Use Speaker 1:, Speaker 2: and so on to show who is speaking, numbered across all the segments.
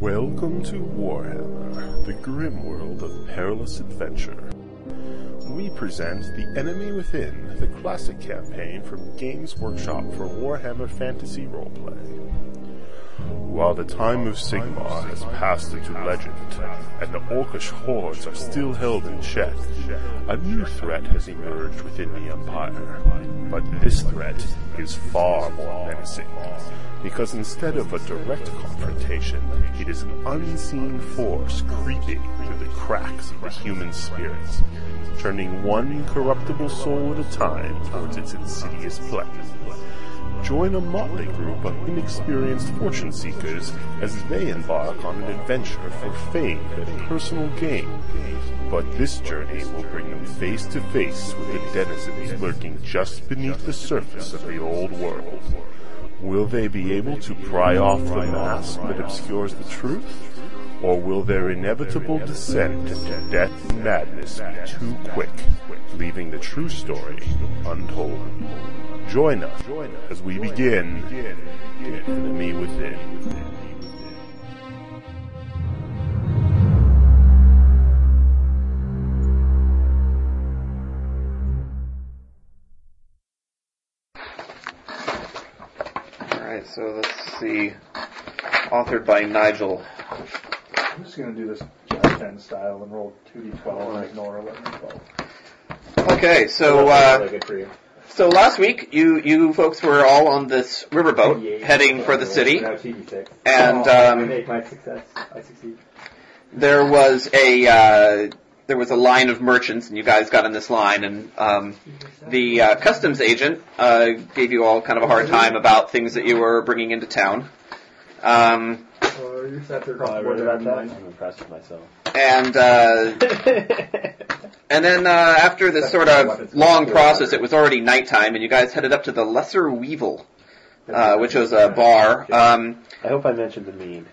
Speaker 1: Welcome to Warhammer, the grim world of perilous adventure. We present The Enemy Within, the classic campaign from Games Workshop for Warhammer Fantasy Roleplay. While the time of Sigmar has passed into legend, and the orcish hordes are still held in check, a new threat has emerged within the Empire. But this threat is far more menacing, because instead of a direct confrontation, it is an unseen force creeping through the cracks of the human spirit, turning one corruptible soul at a time towards its insidious plan join a motley group of inexperienced fortune seekers as they embark on an adventure for fame and personal gain. But this journey will bring them face to face with the denizens lurking just beneath the surface of the old world. Will they be able to pry off the mask that obscures the truth? Or will their inevitable descent into death and madness be too quick, leaving the true story untold? Join us as we begin The Enemy Within.
Speaker 2: All right, so let's see. Authored by Nigel.
Speaker 3: I'm just gonna do this Jack Ten style and roll two d
Speaker 2: Oh,
Speaker 3: twelve and ignore eleven and twelve.
Speaker 2: Okay, so uh, so last week you you folks were all on this riverboat heading for the city, and
Speaker 3: Oh,
Speaker 2: um,
Speaker 4: my success. I succeed.
Speaker 2: there was a uh, there was a line of merchants, and you guys got in this line, and um, the uh, customs agent uh, gave you all kind of a hard time about things that you were bringing into town. Um,
Speaker 3: Oh,
Speaker 4: Well, you just have to
Speaker 3: cross the border
Speaker 4: about
Speaker 3: online.
Speaker 4: I'm impressed with myself.
Speaker 2: and uh, and then uh, after this sort of long process, it was already nighttime, and you guys headed up to the Lesser Weevil, uh, which was a bar. Um,
Speaker 4: I hope I mentioned the mead.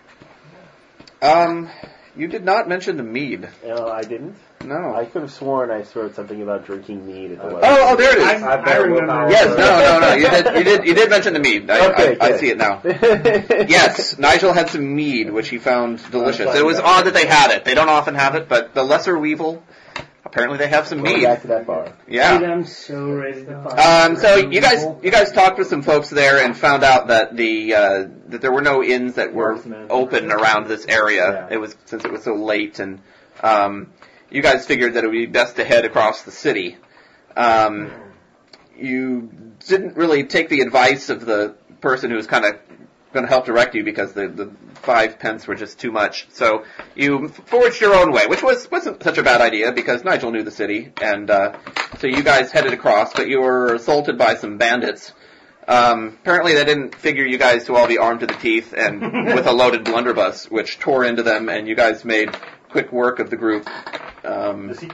Speaker 2: um, you did not mention the mead.
Speaker 4: No, I didn't.
Speaker 5: Oh,
Speaker 4: I
Speaker 2: No.
Speaker 4: could have sworn I wrote something about drinking mead at the wedding.
Speaker 2: Oh, oh, there it is.
Speaker 4: I remember.
Speaker 2: Yes, no, no, no. You did, you did, you did mention the mead. I,
Speaker 4: Okay,
Speaker 2: I, I
Speaker 4: good.
Speaker 2: see it now. Yes, Nigel had some mead, which he found delicious. It was odd that they had it. They don't often have it, but the Lesser Weevil, apparently they have some
Speaker 4: Go
Speaker 2: mead.
Speaker 4: back to that bar.
Speaker 2: Yeah.
Speaker 6: Dude, I'm so ready to fight.
Speaker 2: Um, so you guys, you guys talked with some folks there and found out that the uh, that there were no inns that were
Speaker 4: Norsemen.
Speaker 2: open around this area.
Speaker 4: Yeah.
Speaker 2: It was since it was so late, and um, you guys figured that it would be best to head across the city. Um, you didn't really take the advice of the person who was kind of going to help direct you because the, the five pence were just too much. So you forged your own way, which was wasn't such a bad idea because Nigel knew the city, and uh, so you guys headed across. But you were assaulted by some bandits. Um, apparently, they didn't figure you guys to all be armed to the teeth and with a loaded blunderbuss, which tore into them, and you guys made quick work of the group. Um,
Speaker 3: Does he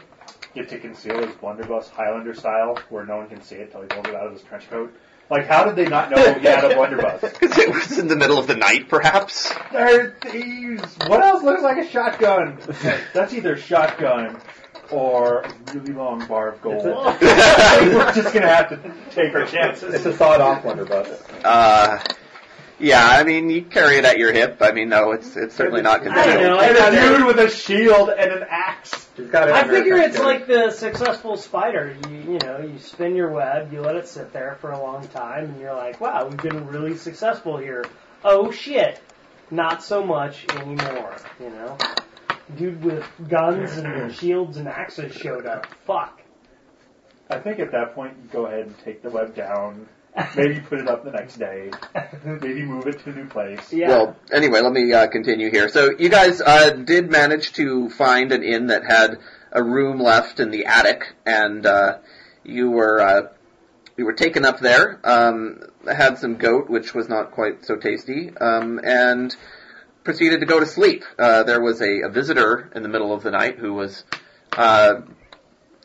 Speaker 3: get to conceal his blunderbuss Highlander style, where no one can see it till he pulls it out of his trench coat? Like, how did they not know he had a blunderbuss?
Speaker 2: because it was in the middle of the night, perhaps.
Speaker 3: There, he's, what else looks like a shotgun? That's either shotgun or a really long bar of gold. We're just gonna have to take our chances.
Speaker 4: a thought off blunderbuss.
Speaker 2: Uh, yeah, I mean, you carry it at your hip. I mean, no, it's it's certainly not
Speaker 6: I don't
Speaker 2: considered.
Speaker 6: know.
Speaker 3: And a
Speaker 6: I,
Speaker 3: dude with a shield and an axe.
Speaker 6: I figure it's like the successful spider. You, you know, you spin your web, you let it sit there for a long time, and you're like, wow, we've been really successful here. Oh shit, not so much anymore. You know, dude with guns and shields and axes showed up. Fuck.
Speaker 3: I think at that point, you go ahead and take the web down. Maybe put it up the next day. Maybe move it to a new place.
Speaker 6: Yeah.
Speaker 2: Well, anyway, let me uh, continue here. So you guys uh, did manage to find an inn that had a room left in the attic, and uh, you were uh, you were taken up there. Um, had some goat, which was not quite so tasty, um, and proceeded to go to sleep. Uh, there was a, a visitor in the middle of the night who was uh,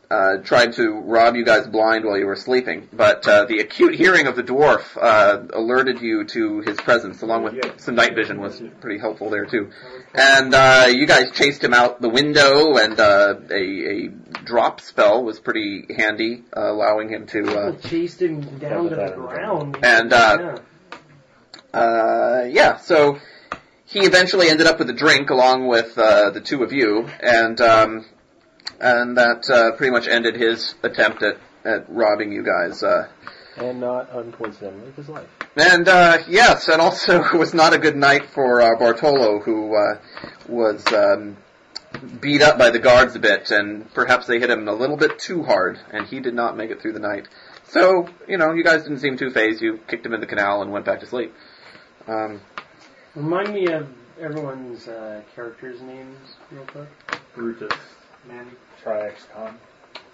Speaker 2: uh, tried to rob you guys blind while you were sleeping, but uh, the acute hearing of the dwarf uh, alerted you to his presence, along with some night vision was pretty helpful there too. And uh, you guys chased him out the window, and uh, a, a drop spell was pretty handy, uh, allowing him to. Uh,
Speaker 6: chased him down to the ground.
Speaker 2: And, uh, uh, yeah, uh, so he eventually ended up with a drink along with uh, the two of you, and um, and that uh, pretty much ended his attempt at, at robbing you guys. Uh,
Speaker 5: And not uncoincidentally, his life.
Speaker 2: and uh, yes, and also it was not a good night for uh, Bartolo, who uh, was um, beat up by the guards a bit, and perhaps they hit him a little bit too hard, and he did not make it through the night. So you know, you guys didn't seem too phased. You kicked him in the canal and went back to sleep. Um,
Speaker 6: Remind me of everyone's uh, characters' names real quick.
Speaker 3: Brutus.
Speaker 6: Manny.
Speaker 3: Try XCOM.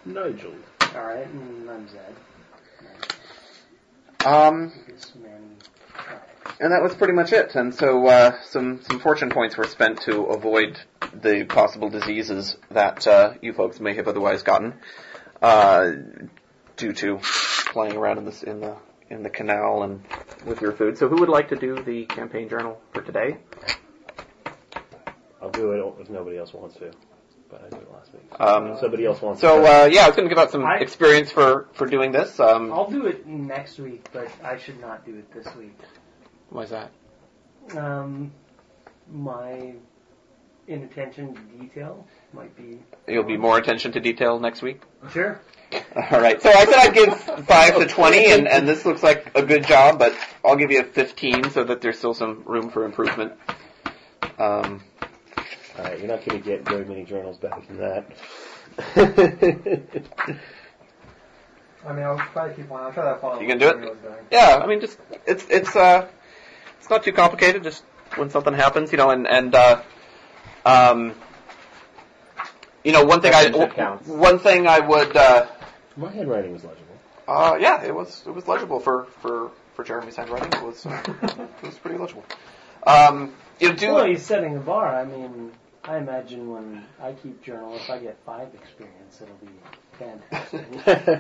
Speaker 5: Nigel.
Speaker 6: All right, and I'm Zed.
Speaker 2: um,
Speaker 6: It's Manny.
Speaker 2: and that was pretty much it. And so uh, some some fortune points were spent to avoid the possible diseases that uh, you folks may have otherwise gotten uh, due to playing around in this in the in the canal and with your food. So who would like to do the campaign journal for today?
Speaker 5: I'll do it if nobody else wants to. But I did it last week.
Speaker 2: Um,
Speaker 5: Somebody else wants
Speaker 2: so
Speaker 5: to.
Speaker 2: uh, yeah, I was going to give out some
Speaker 6: I-
Speaker 2: experience for for doing this. Um,
Speaker 6: I'll do it next week, but I should not do it this week.
Speaker 2: why is that?
Speaker 6: Um, my inattention to detail might be.
Speaker 2: You'll be more attention to detail next week.
Speaker 6: Sure.
Speaker 2: All right. So I said I'd give five to twenty, and, and this looks like a good job, but I'll give you a fifteen so that there's still some room for improvement. Um,
Speaker 5: Alright, you're not going to get very many journals back in that.
Speaker 7: I mean, I'll try to keep one. I'll try that follow.
Speaker 2: You can do it? yeah, I mean, just it's it's uh, it's not too complicated. Just when something happens, you know, and and uh, um, you know, one thing I
Speaker 5: That counts.
Speaker 2: one thing I would uh,
Speaker 5: My handwriting was legible.
Speaker 2: uh, yeah, it was it was legible for for for Jeremy's handwriting. It was uh, it was pretty legible. Um, you know, do
Speaker 6: Well, he's setting a bar. I mean, I imagine when I keep journal, if I get five experience, it'll be fantastic.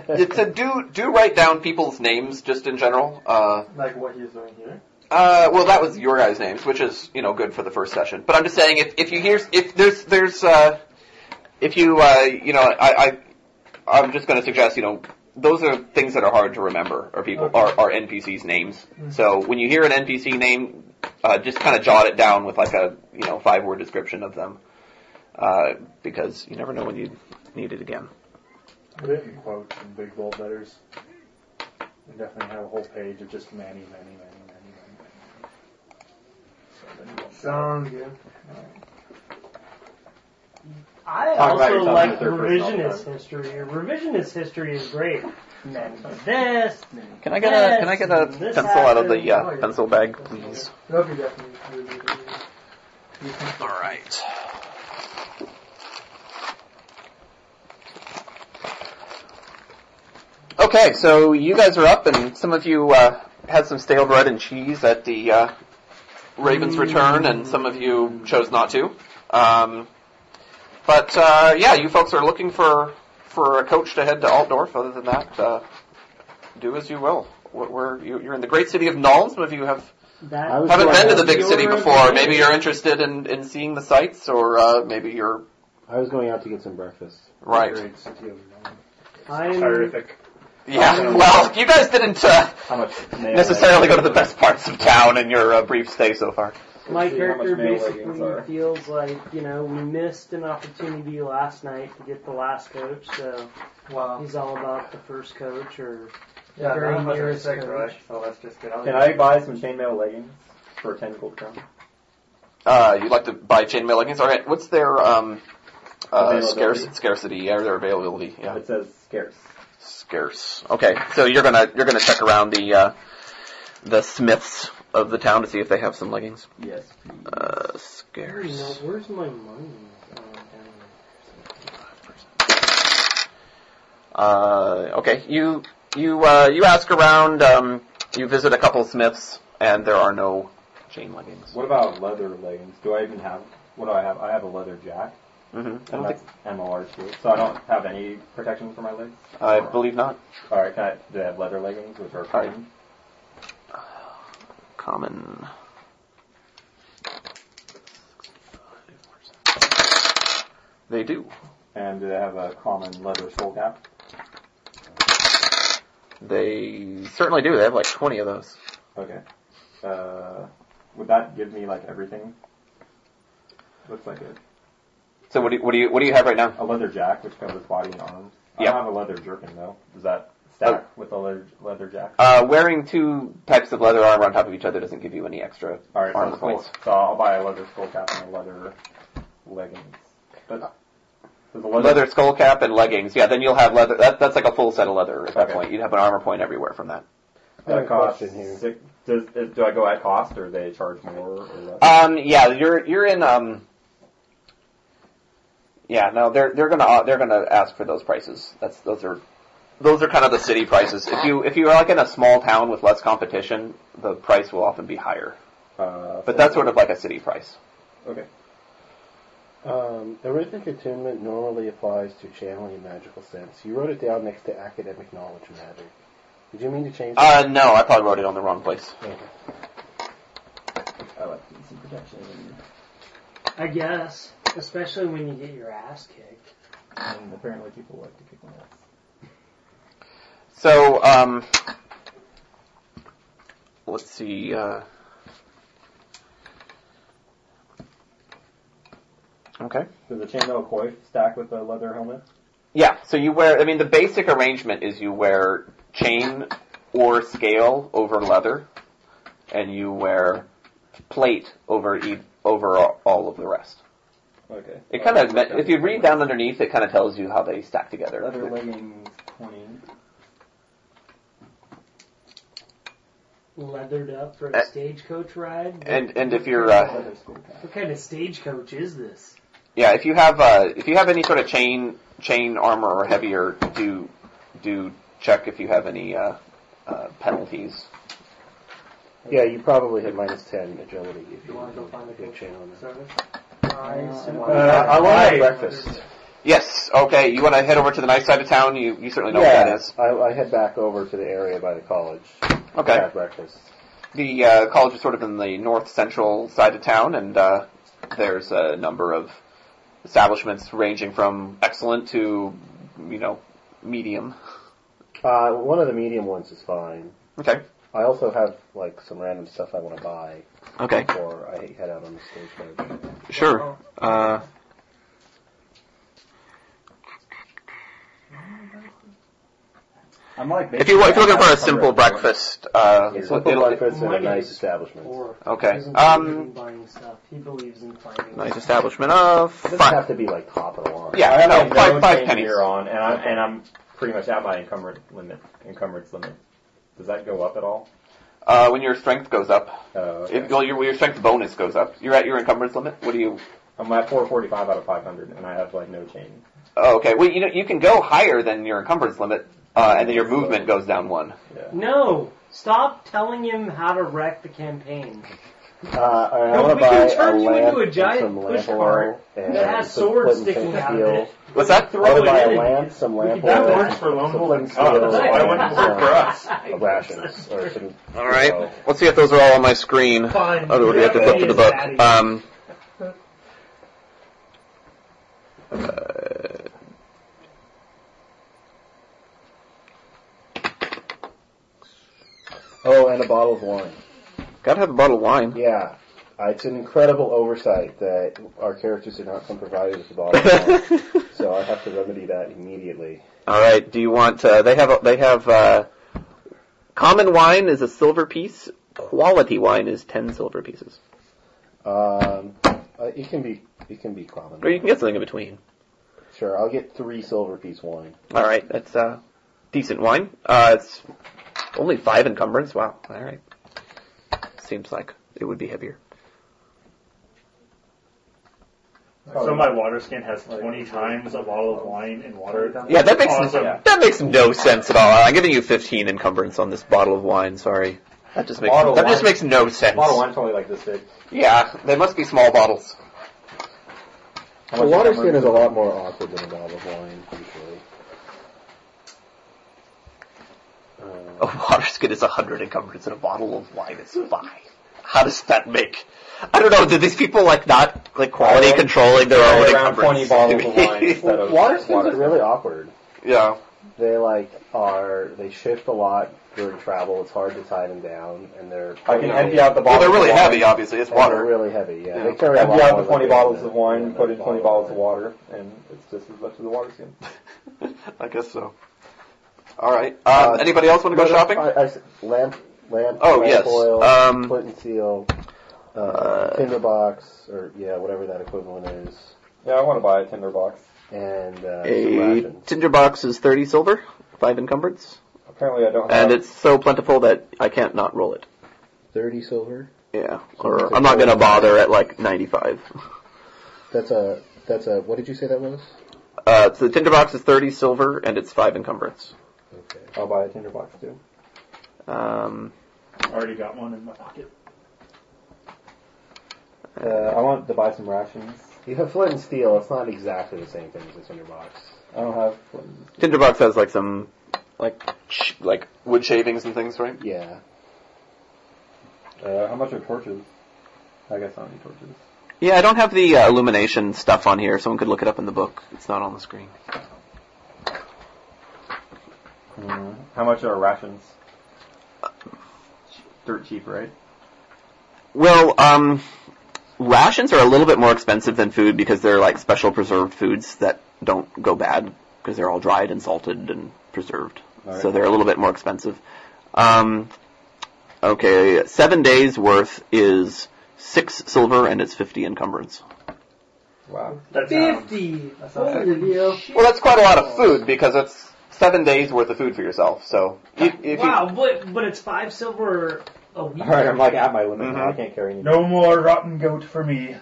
Speaker 2: It said do do write down people's names just in general. Uh,
Speaker 7: Like what he's doing here.
Speaker 2: uh, well, that was your guys' names, which is you know good for the first session. But I'm just saying if if you hear if there's there's uh, if you uh, you know I, I I'm just going to suggest you know those are things that are hard to remember are people are are NPCs' names. So when you hear an NPC name, uh, just kind of jot it down with like a you know five word description of them, uh, because you never know when you need it again.
Speaker 3: They can quote in big bold letters. We definitely have a whole page of just many, many, many, many, many. many. So then
Speaker 7: Sounds good.
Speaker 6: I
Speaker 5: Talk about
Speaker 6: also
Speaker 5: yourself in
Speaker 6: like
Speaker 5: the third person all the
Speaker 6: revisionist history. Revisionist history is great. And then this. and then
Speaker 2: Can I get a
Speaker 6: this,
Speaker 2: can I get a
Speaker 6: and this
Speaker 2: pencil out of the uh,
Speaker 6: happened.
Speaker 2: pencil bag, please?
Speaker 7: That'll be definitely really good. You can-
Speaker 2: All right. Okay, so you guys are up, and some of you uh, had some stale bread and cheese at the uh, Ravens' return, and some of you chose not to. Um, but uh, yeah, you folks are looking for for a coach to head to Altdorf. Other than that, uh, do as you will. Wh- Where you- you're in the great city of Nuln. Some of you have
Speaker 6: That
Speaker 5: I was
Speaker 2: haven't
Speaker 5: going
Speaker 2: been to
Speaker 5: out-
Speaker 2: the big
Speaker 6: You're
Speaker 2: city
Speaker 6: right.
Speaker 2: before. Maybe you're interested in, in seeing the sights, or uh, maybe you're
Speaker 5: I was going out to get some breakfast.
Speaker 2: right.
Speaker 3: Great city of Rome.
Speaker 6: I'm
Speaker 3: Terrific.
Speaker 2: Yeah. Well, you guys didn't uh,
Speaker 5: How much mail I-
Speaker 2: necessarily go to the best parts of town in your uh, brief stay so far.
Speaker 6: My
Speaker 5: see how much
Speaker 6: character
Speaker 5: male leggings
Speaker 6: basically
Speaker 5: are.
Speaker 6: feels like, you know, we missed an opportunity last night to get the last coach, so
Speaker 7: Wow.
Speaker 6: he's all about the first coach or
Speaker 7: Yeah,
Speaker 6: Very
Speaker 7: very much
Speaker 6: near
Speaker 7: respect,
Speaker 6: coach.
Speaker 7: right? So let's just get out.
Speaker 4: Can I buy some chainmail leggings for ten gold crown?
Speaker 2: Uh, you'd like to buy chainmail leggings. All right. What's their um, uh,
Speaker 4: Availability.
Speaker 2: scarce, scarcity? Yeah, their availability. Yeah.
Speaker 4: It says scarce.
Speaker 2: Scarce. Okay. So you're gonna you're gonna check around the uh, the smiths of the town to see if they have some leggings.
Speaker 4: Yes.
Speaker 2: Uh,
Speaker 6: Where, you know,
Speaker 2: scarce.
Speaker 6: where's my money? Oh,
Speaker 2: Uh, okay, you you uh, you ask around. Um, you visit a couple smiths, and there are no chain leggings.
Speaker 4: What about leather leggings? Do I even have? What do I have? I have a leather jack,
Speaker 2: hmm I,
Speaker 4: and
Speaker 2: don't
Speaker 4: that's
Speaker 2: think,
Speaker 4: MLR too. So I don't have any protection for my legs.
Speaker 2: I believe not.
Speaker 4: All right, can I, do I have leather leggings, which are
Speaker 2: right.
Speaker 4: fine?
Speaker 2: Common. They do.
Speaker 4: And do they have a common leather shoulder cap?
Speaker 2: They certainly do. They have like twenty of those.
Speaker 4: Okay. Uh,
Speaker 3: Would that give me like everything? Looks like a,
Speaker 2: So what do you, what do you what do you have right now?
Speaker 3: a leather jack, which covers body and arms. I
Speaker 2: Yep. Oh.
Speaker 3: don't have a leather jerkin though. Does that stack with the leather, leather jack?
Speaker 2: Uh, wearing two types of leather armor on top of each other doesn't give you any extra
Speaker 3: All right,
Speaker 2: armor
Speaker 3: so, skull,
Speaker 2: points.
Speaker 3: so I'll buy a leather skull cap and a leather leggings. But does the leather,
Speaker 2: Leather skull cap and leggings. Yeah, then you'll have leather. That, that's like a full set of leather at that
Speaker 3: Okay.
Speaker 2: point. You'd have an armor point everywhere from that.
Speaker 3: that cost
Speaker 4: Question here.
Speaker 3: six? Does, is, do I go at cost or they charge more or less?
Speaker 2: Um, yeah, you're you're in. Um, yeah, no, they're they're gonna uh, they're gonna ask for those prices. That's those are those are kind of the city prices. If you if you are like in a small town with less competition, the price will often be higher.
Speaker 3: uh,
Speaker 2: But that's sort of like a city price.
Speaker 3: okay.
Speaker 4: Um, arithmetic attunement normally applies to channeling and magical sense. You wrote it down next to academic knowledge and magic. Did you mean to change that?
Speaker 2: Uh, no, I probably wrote it on the wrong place.
Speaker 3: I like some protection.
Speaker 6: I guess, especially when you get your ass kicked.
Speaker 3: And apparently people like to kick my ass.
Speaker 2: So, um, let's see. Uh, okay.
Speaker 3: Does the chainmail coif stack with the leather helmet?
Speaker 2: Yeah. So you wear. I mean, the basic arrangement is you wear chain or scale over leather, and you wear plate over e- over all- all of the rest.
Speaker 3: Okay.
Speaker 2: It kind of, if you read down underneath, it kind of tells you how they stack together.
Speaker 3: Leather leggings, 20.
Speaker 6: Leathered up for a
Speaker 2: Uh,
Speaker 6: stagecoach ride?
Speaker 2: And and if you're uh,
Speaker 3: Leather school cap.
Speaker 6: what kind of stagecoach is this?
Speaker 2: Yeah, if you have uh, if you have any sort of chain chain armor or heavier, do do check if you have any uh, uh, penalties.
Speaker 4: yeah, you probably had minus 10 agility if
Speaker 8: You
Speaker 4: you
Speaker 8: wanna go find the
Speaker 4: you
Speaker 8: coach?
Speaker 4: channel that.
Speaker 8: Service?
Speaker 4: Uh, I want to have breakfast.
Speaker 2: Yes. Okay. You want to head over to the nice side of town? You you certainly know what that is.
Speaker 4: I, I head back over to the area by the college.
Speaker 2: Okay.
Speaker 4: Have breakfast.
Speaker 2: The uh, college is sort of in the north central side of town, and uh, there's a number of establishments ranging from excellent to you know medium.
Speaker 4: Uh, one of the medium ones is fine.
Speaker 2: Okay.
Speaker 4: I also have like some random stuff I want to buy
Speaker 2: Okay.
Speaker 4: before I head out on the stagecoach.
Speaker 2: Sure. Uh,
Speaker 3: I'm
Speaker 2: if
Speaker 3: like
Speaker 2: you if you're looking for a
Speaker 3: basically-
Speaker 2: simple breakfast, uh,
Speaker 4: It's a
Speaker 2: it'll-
Speaker 4: breakfast in a
Speaker 6: Money
Speaker 4: nice
Speaker 6: is
Speaker 4: establishment.
Speaker 6: Or
Speaker 2: Okay.
Speaker 6: doesn't believe in
Speaker 2: Um,
Speaker 6: buying stuff. He believes in finding
Speaker 2: nice establishment of
Speaker 4: It doesn't
Speaker 2: five.
Speaker 4: have to be like top of the line.
Speaker 2: Yeah,
Speaker 3: I have
Speaker 2: no,
Speaker 3: like
Speaker 2: five-
Speaker 3: no
Speaker 2: five
Speaker 3: chain
Speaker 2: pennies.
Speaker 3: gear on, and I'm and I'm pretty much at my encumbrance limit. Encumbrance limit. Does that go up at all?
Speaker 2: Uh, when your strength goes up,
Speaker 3: Uh, okay.
Speaker 2: if, well, your, your strength bonus goes up. You're at your encumbrance limit. What do you?
Speaker 3: I'm at 445 out of 500, and I have like no chain.
Speaker 2: Oh, okay. Well, you know you can go higher than your encumbrance limit, uh, and then your movement goes down one.
Speaker 3: Yeah.
Speaker 6: No! Stop telling him how to wreck the campaign.
Speaker 4: Uh, I
Speaker 6: No,
Speaker 4: want
Speaker 6: we
Speaker 4: to buy
Speaker 6: can
Speaker 4: a
Speaker 6: turn you
Speaker 4: lamp
Speaker 6: into a
Speaker 4: and
Speaker 6: giant
Speaker 4: some
Speaker 6: push
Speaker 4: lamp
Speaker 6: cart
Speaker 4: oil and
Speaker 6: that has
Speaker 4: some
Speaker 6: flint
Speaker 4: flint
Speaker 6: and
Speaker 4: flint
Speaker 6: sticking out
Speaker 4: steel.
Speaker 6: of it.
Speaker 2: What's that?
Speaker 4: I want to buy
Speaker 6: it in
Speaker 4: a
Speaker 6: and
Speaker 4: lamp,
Speaker 6: just-
Speaker 4: some
Speaker 6: we
Speaker 4: lamp
Speaker 6: could- that
Speaker 4: oil,
Speaker 6: works
Speaker 9: for Lone
Speaker 4: some
Speaker 9: Wolf
Speaker 4: flint
Speaker 9: and Cub,
Speaker 4: steel, Uh,
Speaker 6: why
Speaker 4: and
Speaker 6: wouldn't it work
Speaker 4: some
Speaker 6: for us?
Speaker 4: Rations or some.
Speaker 2: All right. Let's see if those are all on my screen.
Speaker 6: Fine.
Speaker 2: Oh, we have to flip to the book. Um, uh,
Speaker 4: Oh, and a bottle of wine.
Speaker 2: gotta have a bottle of wine.
Speaker 4: Yeah, Uh, it's an incredible oversight that our characters did not come provided with a bottle of wine. so I have to remedy that immediately.
Speaker 2: All right. Do you want? Uh, they have. a- They have. Uh, common wine is a silver piece. Quality wine is ten silver pieces.
Speaker 4: Um, uh, it can be it can be common.
Speaker 2: Or you can get something in between.
Speaker 4: Sure, I'll get three silver piece wine.
Speaker 2: All right. That's uh, decent wine. Uh, it's only five encumbrance. Wow. All right. Seems like it would be heavier.
Speaker 9: So my water skin has 20 times a bottle of wine and water.
Speaker 2: Yeah, that makes
Speaker 9: awesome.
Speaker 2: that makes no sense at all. I'm giving you 15 encumbrance on this bottle of wine. Sorry. That just makes
Speaker 3: Bottle
Speaker 2: that
Speaker 3: wine.
Speaker 2: just makes no sense.
Speaker 3: Bottle of wine's only like this big.
Speaker 2: Yeah, they must be small bottles.
Speaker 3: How
Speaker 4: A
Speaker 3: much
Speaker 4: water
Speaker 3: encumbrance
Speaker 4: skin is a lot more awkward than a bottle of wine usually.
Speaker 2: A water skin is 100 encumbrance and a bottle of wine is 5. How does that make? I don't know, do these people like not, like quality
Speaker 3: Alright.
Speaker 2: controlling their own
Speaker 3: Around
Speaker 2: encumbrance?
Speaker 3: 20 bottles of wine instead of
Speaker 4: Water skins
Speaker 3: water
Speaker 4: are really awkward.
Speaker 2: yeah.
Speaker 4: They like are they shift a lot during travel. It's hard to tie them down, and they're
Speaker 3: I can empty out the
Speaker 2: Well,
Speaker 3: bottles.
Speaker 2: they're really
Speaker 3: of wine.
Speaker 2: heavy, obviously. It's
Speaker 4: And they're
Speaker 2: water.
Speaker 4: really heavy. Yeah,
Speaker 3: Yeah.
Speaker 4: they carry a lot
Speaker 3: empty out
Speaker 4: more
Speaker 3: the 20
Speaker 4: liquid than
Speaker 3: bottles
Speaker 4: the-
Speaker 3: of wine,
Speaker 4: than
Speaker 3: put
Speaker 4: the
Speaker 3: in 20
Speaker 4: bottle
Speaker 3: bottles of water, and it's just as much as the water's in.
Speaker 2: I guess so. All right. Um,
Speaker 4: Uh,
Speaker 2: anybody else want to go shopping?
Speaker 4: I, I s- lamp, lamp,
Speaker 2: Oh,
Speaker 4: lamp
Speaker 2: yes.
Speaker 4: oil,
Speaker 2: Um,
Speaker 4: Flint and seal, uh,
Speaker 2: uh,
Speaker 4: tinderbox, or yeah, whatever that equivalent is,
Speaker 3: Yeah, I want to buy a tinder box.
Speaker 4: and uh, some
Speaker 2: A
Speaker 4: rations.
Speaker 2: tinderbox is 30 silver, 5 encumbrance,
Speaker 3: Apparently I don't have...
Speaker 2: and it's so plentiful that I can't not roll it.
Speaker 4: Thirty silver.
Speaker 2: Yeah, or I'm not going to bother at like 95.
Speaker 4: That's a that's a. What did you say that was?
Speaker 2: Uh, so the tinderbox is 30 silver, and it's 5 encumbrance.
Speaker 4: Okay.
Speaker 3: I'll buy a tinder box too.
Speaker 2: Um,
Speaker 10: Already got one in my pocket.
Speaker 3: Uh, I want to buy some rations.
Speaker 4: You have flint and steel. It's not exactly the same thing as a tinderbox.
Speaker 3: I don't have...
Speaker 2: tinderbox has like some, like, sh- like wood shavings and things, right?
Speaker 4: Yeah.
Speaker 3: Uh, how much are torches? I guess I don't need torches.
Speaker 2: Yeah, I don't have the uh, illumination stuff on here. Someone could look it up in the book. It's not on the screen.
Speaker 3: Mm.
Speaker 2: Mm-hmm.
Speaker 3: How much are rations? Dirt cheap, right?
Speaker 2: Well, um, rations are a little bit more expensive than food because they're like special preserved foods that don't go bad because they're all dried and salted and preserved.
Speaker 3: All right.
Speaker 2: So they're a little bit more expensive. Um, okay, seven days worth is six silver and it's 50 encumbrance.
Speaker 3: Wow.
Speaker 10: That's um,
Speaker 6: Fifty.
Speaker 11: That's not
Speaker 6: Holy deal.
Speaker 2: Uh, Well, that's quite a lot of food because that's seven days worth of food for yourself. So you, if
Speaker 6: Wow, but but it's five silver a week.
Speaker 3: Alright, I'm like at my limit now. I
Speaker 2: Mhm.
Speaker 3: can't carry any.
Speaker 10: no more rotten goat for me.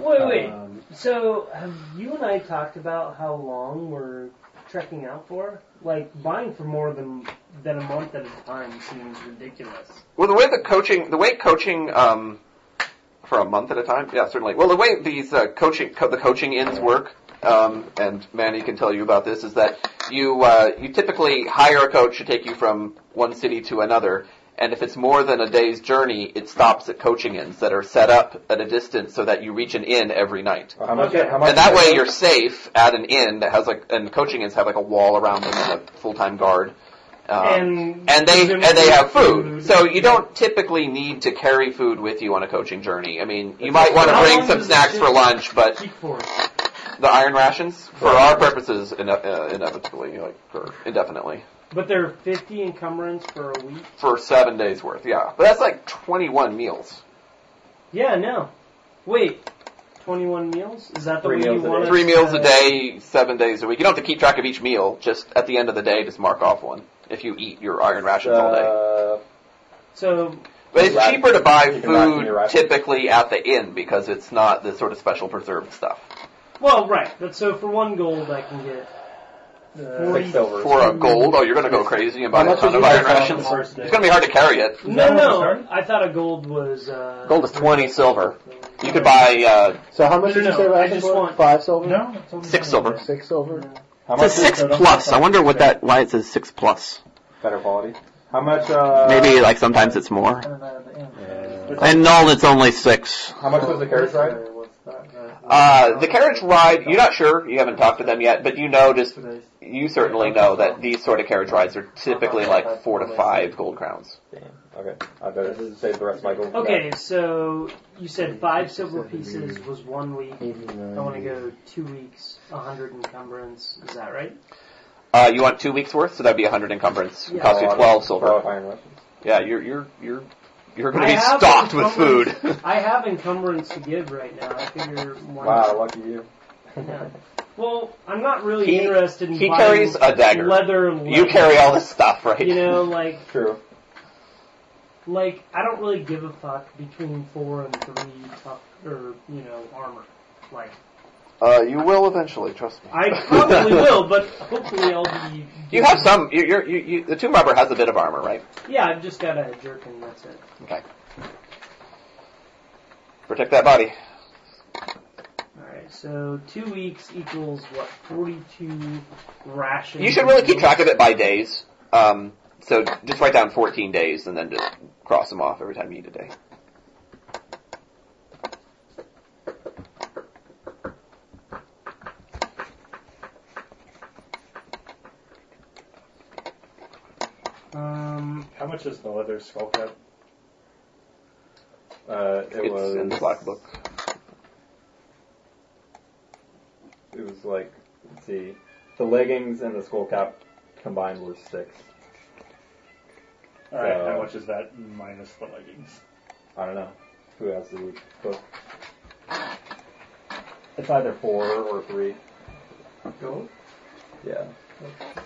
Speaker 6: Wait, wait.
Speaker 4: Uh,
Speaker 3: Um,
Speaker 6: So have you and I talked about how long we're trekking out for? Like buying for more than than a month at a time seems ridiculous.
Speaker 2: Well, the way the coaching, the way coaching um, for a month at a time, yeah, certainly. Well, the way these uh, coaching, co- the coaching ins work, um, and Manny can tell you about this, is that you uh, you typically hire a coach to take you from one city to another, and if it's more than a day's journey, it stops at coaching inns that are set up at a distance so that you reach an inn every night.
Speaker 3: how much? How much?
Speaker 2: And that way you're safe at an inn that has like, and coaching inns have like a wall around them and a full-time guard. Um,
Speaker 6: And
Speaker 2: and they
Speaker 6: presumably
Speaker 2: and they have food. So you don't typically need to carry food with you on a coaching journey. I mean, you might want to
Speaker 6: How
Speaker 2: bring
Speaker 6: long
Speaker 2: some
Speaker 6: does
Speaker 2: snacks
Speaker 6: it
Speaker 2: for
Speaker 6: take?
Speaker 2: lunch, but
Speaker 6: Keep for it.
Speaker 2: the iron rations, for our purposes, ine- uh, inevitably, like or indefinitely,
Speaker 6: But there are fifty encumbrance for a week.
Speaker 2: for seven days worth. Yeah, but that's like 21 meals,
Speaker 6: Yeah, no. Wait, twenty-one meals? Is that the
Speaker 3: Three
Speaker 6: way you
Speaker 3: meals a
Speaker 6: want
Speaker 3: day.
Speaker 6: us
Speaker 2: three meals
Speaker 6: to-
Speaker 2: a day, seven days a week. You don't have to keep track of each meal. Just at the end of the day, just mark off one if you eat your iron rations all day.
Speaker 3: Uh,
Speaker 6: So
Speaker 2: But it's
Speaker 3: Right.
Speaker 2: cheaper to buy
Speaker 3: You can rack- you
Speaker 2: food
Speaker 3: rack.
Speaker 2: typically at the inn because it's not the sort of special preserved stuff.
Speaker 6: Well, right, but so for one gold I can get uh,
Speaker 3: six silver.
Speaker 2: For a gold, oh, you're going to go crazy and buy a ton of iron rations. It's going to be hard to carry it.
Speaker 6: No, no, I thought a gold was. Uh,
Speaker 2: Gold is 20 silver. You could buy uh,
Speaker 4: So how much
Speaker 6: No, no,
Speaker 4: did you
Speaker 6: no,
Speaker 4: say
Speaker 6: I
Speaker 4: rations
Speaker 6: just
Speaker 4: were?
Speaker 6: want-
Speaker 4: Five silver.
Speaker 10: No, it's only
Speaker 2: six
Speaker 10: one.
Speaker 2: silver.
Speaker 4: Six silver.
Speaker 2: It's a
Speaker 3: How much? is-
Speaker 2: six plus. I wonder what that why it says six plus.
Speaker 3: Better quality. How much? Uh,
Speaker 2: Maybe like sometimes it's more.
Speaker 4: Uh,
Speaker 2: And null, it's only six.
Speaker 3: How much was the carriage ride?
Speaker 2: Uh, the carriage ride, you're not sure. You haven't talked to them yet, but you know, just you certainly know that these sort of carriage rides are typically like four to five gold crowns.
Speaker 3: Okay, I better save the rest of my gold. for
Speaker 6: Okay, so you said five silver pieces was one week. I want to go two weeks, a hundred encumbrance. Is that right?
Speaker 2: Uh, you want two weeks worth, so that'd be a hundred encumbrance. It
Speaker 6: Yeah. Oh.
Speaker 2: costs you twelve silver.
Speaker 3: Twelve iron rations.
Speaker 2: Yeah, you're you're you're you're going
Speaker 6: I
Speaker 2: to be
Speaker 6: have
Speaker 2: stocked with
Speaker 6: encumbrance.
Speaker 2: food.
Speaker 6: I have encumbrance to give right now. I figure. One
Speaker 3: Wow, lucky you.
Speaker 6: Yeah. Well, I'm not really
Speaker 2: He-
Speaker 6: interested in
Speaker 2: he
Speaker 6: buying
Speaker 2: carries a dagger.
Speaker 6: Leather.
Speaker 2: You carry all this stuff, right?
Speaker 6: You know, like
Speaker 3: True.
Speaker 6: like I don't really give a fuck between four and three tough or you know armor. Like
Speaker 2: Uh, you will eventually, trust me.
Speaker 6: I probably will, but hopefully I'll be.
Speaker 2: You have some. You, you're, you, you, the tomb robber has a bit of armor, right?
Speaker 6: Yeah, I've just got a jerk and that's it.
Speaker 2: Okay. Protect that body.
Speaker 6: Alright, so two weeks equals what, forty-two rations.
Speaker 2: You should really keep track of it by days. Um, so just write down 14 days and then just cross them off every time you eat a day.
Speaker 6: Um,
Speaker 10: How much is the leather skull cap?
Speaker 3: Uh, it
Speaker 2: it's
Speaker 3: was
Speaker 2: in the black book.
Speaker 3: It was like let's see, the leggings and the skull cap combined were six.
Speaker 10: All right.
Speaker 3: Uh,
Speaker 10: how much is that minus the leggings?
Speaker 3: I don't know who has the book. It's either four or three.
Speaker 11: Gold?
Speaker 3: Yeah.
Speaker 11: That's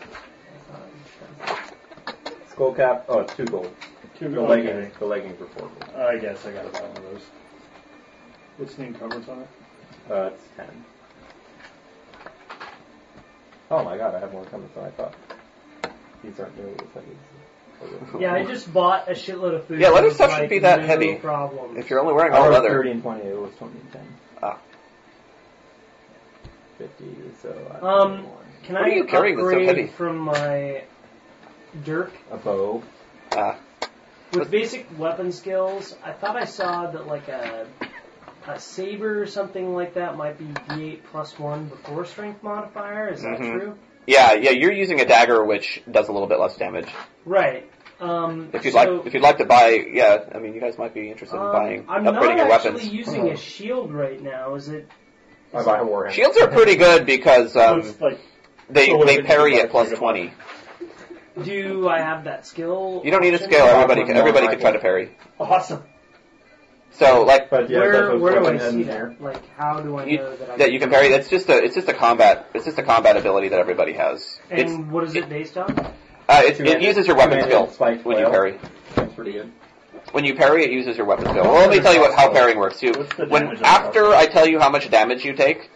Speaker 11: not expensive.
Speaker 3: Skull cap. Oh, it's two gold.
Speaker 10: Two
Speaker 3: The
Speaker 10: okay.
Speaker 3: leggings. The leggings were four gold.
Speaker 10: I guess I gotta buy one of those. What's the encumbrance on it?
Speaker 3: Uh, it's ten. Oh my god, I have more coming than I thought. These aren't nearly as heavy.
Speaker 6: yeah, I just bought a shitload of food.
Speaker 2: Yeah, leather
Speaker 6: It was
Speaker 2: stuff shouldn't be that
Speaker 6: no
Speaker 2: heavy.
Speaker 6: Problem.
Speaker 2: If you're only wearing
Speaker 3: I
Speaker 2: all
Speaker 3: wrote
Speaker 2: leather,
Speaker 3: thirty and twenty. It was twenty and ten.
Speaker 2: Ah.
Speaker 3: Fifty. So I
Speaker 6: Um,
Speaker 3: need more.
Speaker 6: Can
Speaker 2: What
Speaker 6: I
Speaker 2: are you carrying that's so
Speaker 6: upgrade
Speaker 2: heavy?
Speaker 6: from my dirk
Speaker 3: a bow.
Speaker 2: ah,
Speaker 6: with basic weapon skills? I thought I saw that like a a saber or something like that might be d8 plus one before strength modifier. Is that
Speaker 2: Mhm.
Speaker 6: true?
Speaker 2: yeah, yeah, you're using a dagger which does a little bit less damage.
Speaker 6: Right. Um,
Speaker 2: If you'd
Speaker 6: so,
Speaker 2: like, if you'd like to buy, yeah, I mean, you guys might be interested in
Speaker 6: um,
Speaker 2: buying, upgrading
Speaker 6: I'm not
Speaker 2: your
Speaker 6: actually
Speaker 2: weapons.
Speaker 6: using a shield right now. Is it?
Speaker 3: I buy a warhammer.
Speaker 2: Shields are pretty good because um,
Speaker 10: Looks like
Speaker 2: they
Speaker 10: so
Speaker 2: they
Speaker 10: it's
Speaker 2: parry
Speaker 10: like
Speaker 2: at plus
Speaker 10: like a
Speaker 2: twenty.
Speaker 6: Do I have that skill?
Speaker 2: You don't need a
Speaker 6: option?
Speaker 2: skill. Everybody
Speaker 3: Awesome.
Speaker 2: can, everybody can try to parry.
Speaker 10: awesome.
Speaker 2: So like
Speaker 3: But yeah, that's
Speaker 6: where
Speaker 3: what's
Speaker 6: where do I
Speaker 3: going
Speaker 6: see
Speaker 3: in here.
Speaker 6: that? Like, how do I
Speaker 2: You-
Speaker 6: know that I
Speaker 2: that you can parry. That's just a it's just a combat it's just a combat ability that everybody has.
Speaker 6: And
Speaker 2: It's,
Speaker 6: what is it based on?
Speaker 2: uh, it's, it
Speaker 3: Two-handed-
Speaker 2: uses your weapon
Speaker 3: two-handed
Speaker 2: skill
Speaker 3: spike
Speaker 2: when you
Speaker 3: flail.
Speaker 2: parry.
Speaker 3: That's pretty good.
Speaker 2: When you parry, it uses your weapon skill. Well, let me tell you what how parrying works. You
Speaker 10: What's the damage
Speaker 2: when
Speaker 10: on
Speaker 2: after I tell you how much damage you take,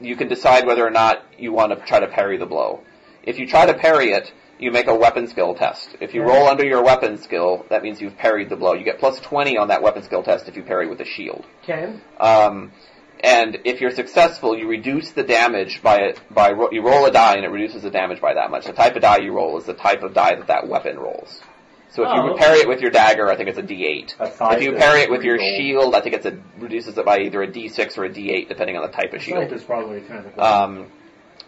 Speaker 2: you can decide whether or not you want to try to parry the blow. If you try to parry it, you make a weapon skill test. If you roll under your weapon skill, that means you've parried the blow. You get plus 20 on that weapon skill test if you parry with a shield.
Speaker 6: Okay.
Speaker 2: Um, and if you're successful, you reduce the damage by by ro- you roll a die and it reduces the damage by that much. The type of die you roll is the type of die that that weapon rolls. So if
Speaker 6: Oh,
Speaker 2: you parry it with your dagger, I think it's a D8.
Speaker 3: A size
Speaker 2: if you
Speaker 3: is
Speaker 2: parry it with your
Speaker 3: three gold.
Speaker 2: shield, I think it's a reduces it by either a D6 or a D8, depending on the type of
Speaker 10: Shield
Speaker 2: shield.
Speaker 10: is probably kind of.
Speaker 3: uh,
Speaker 2: Um,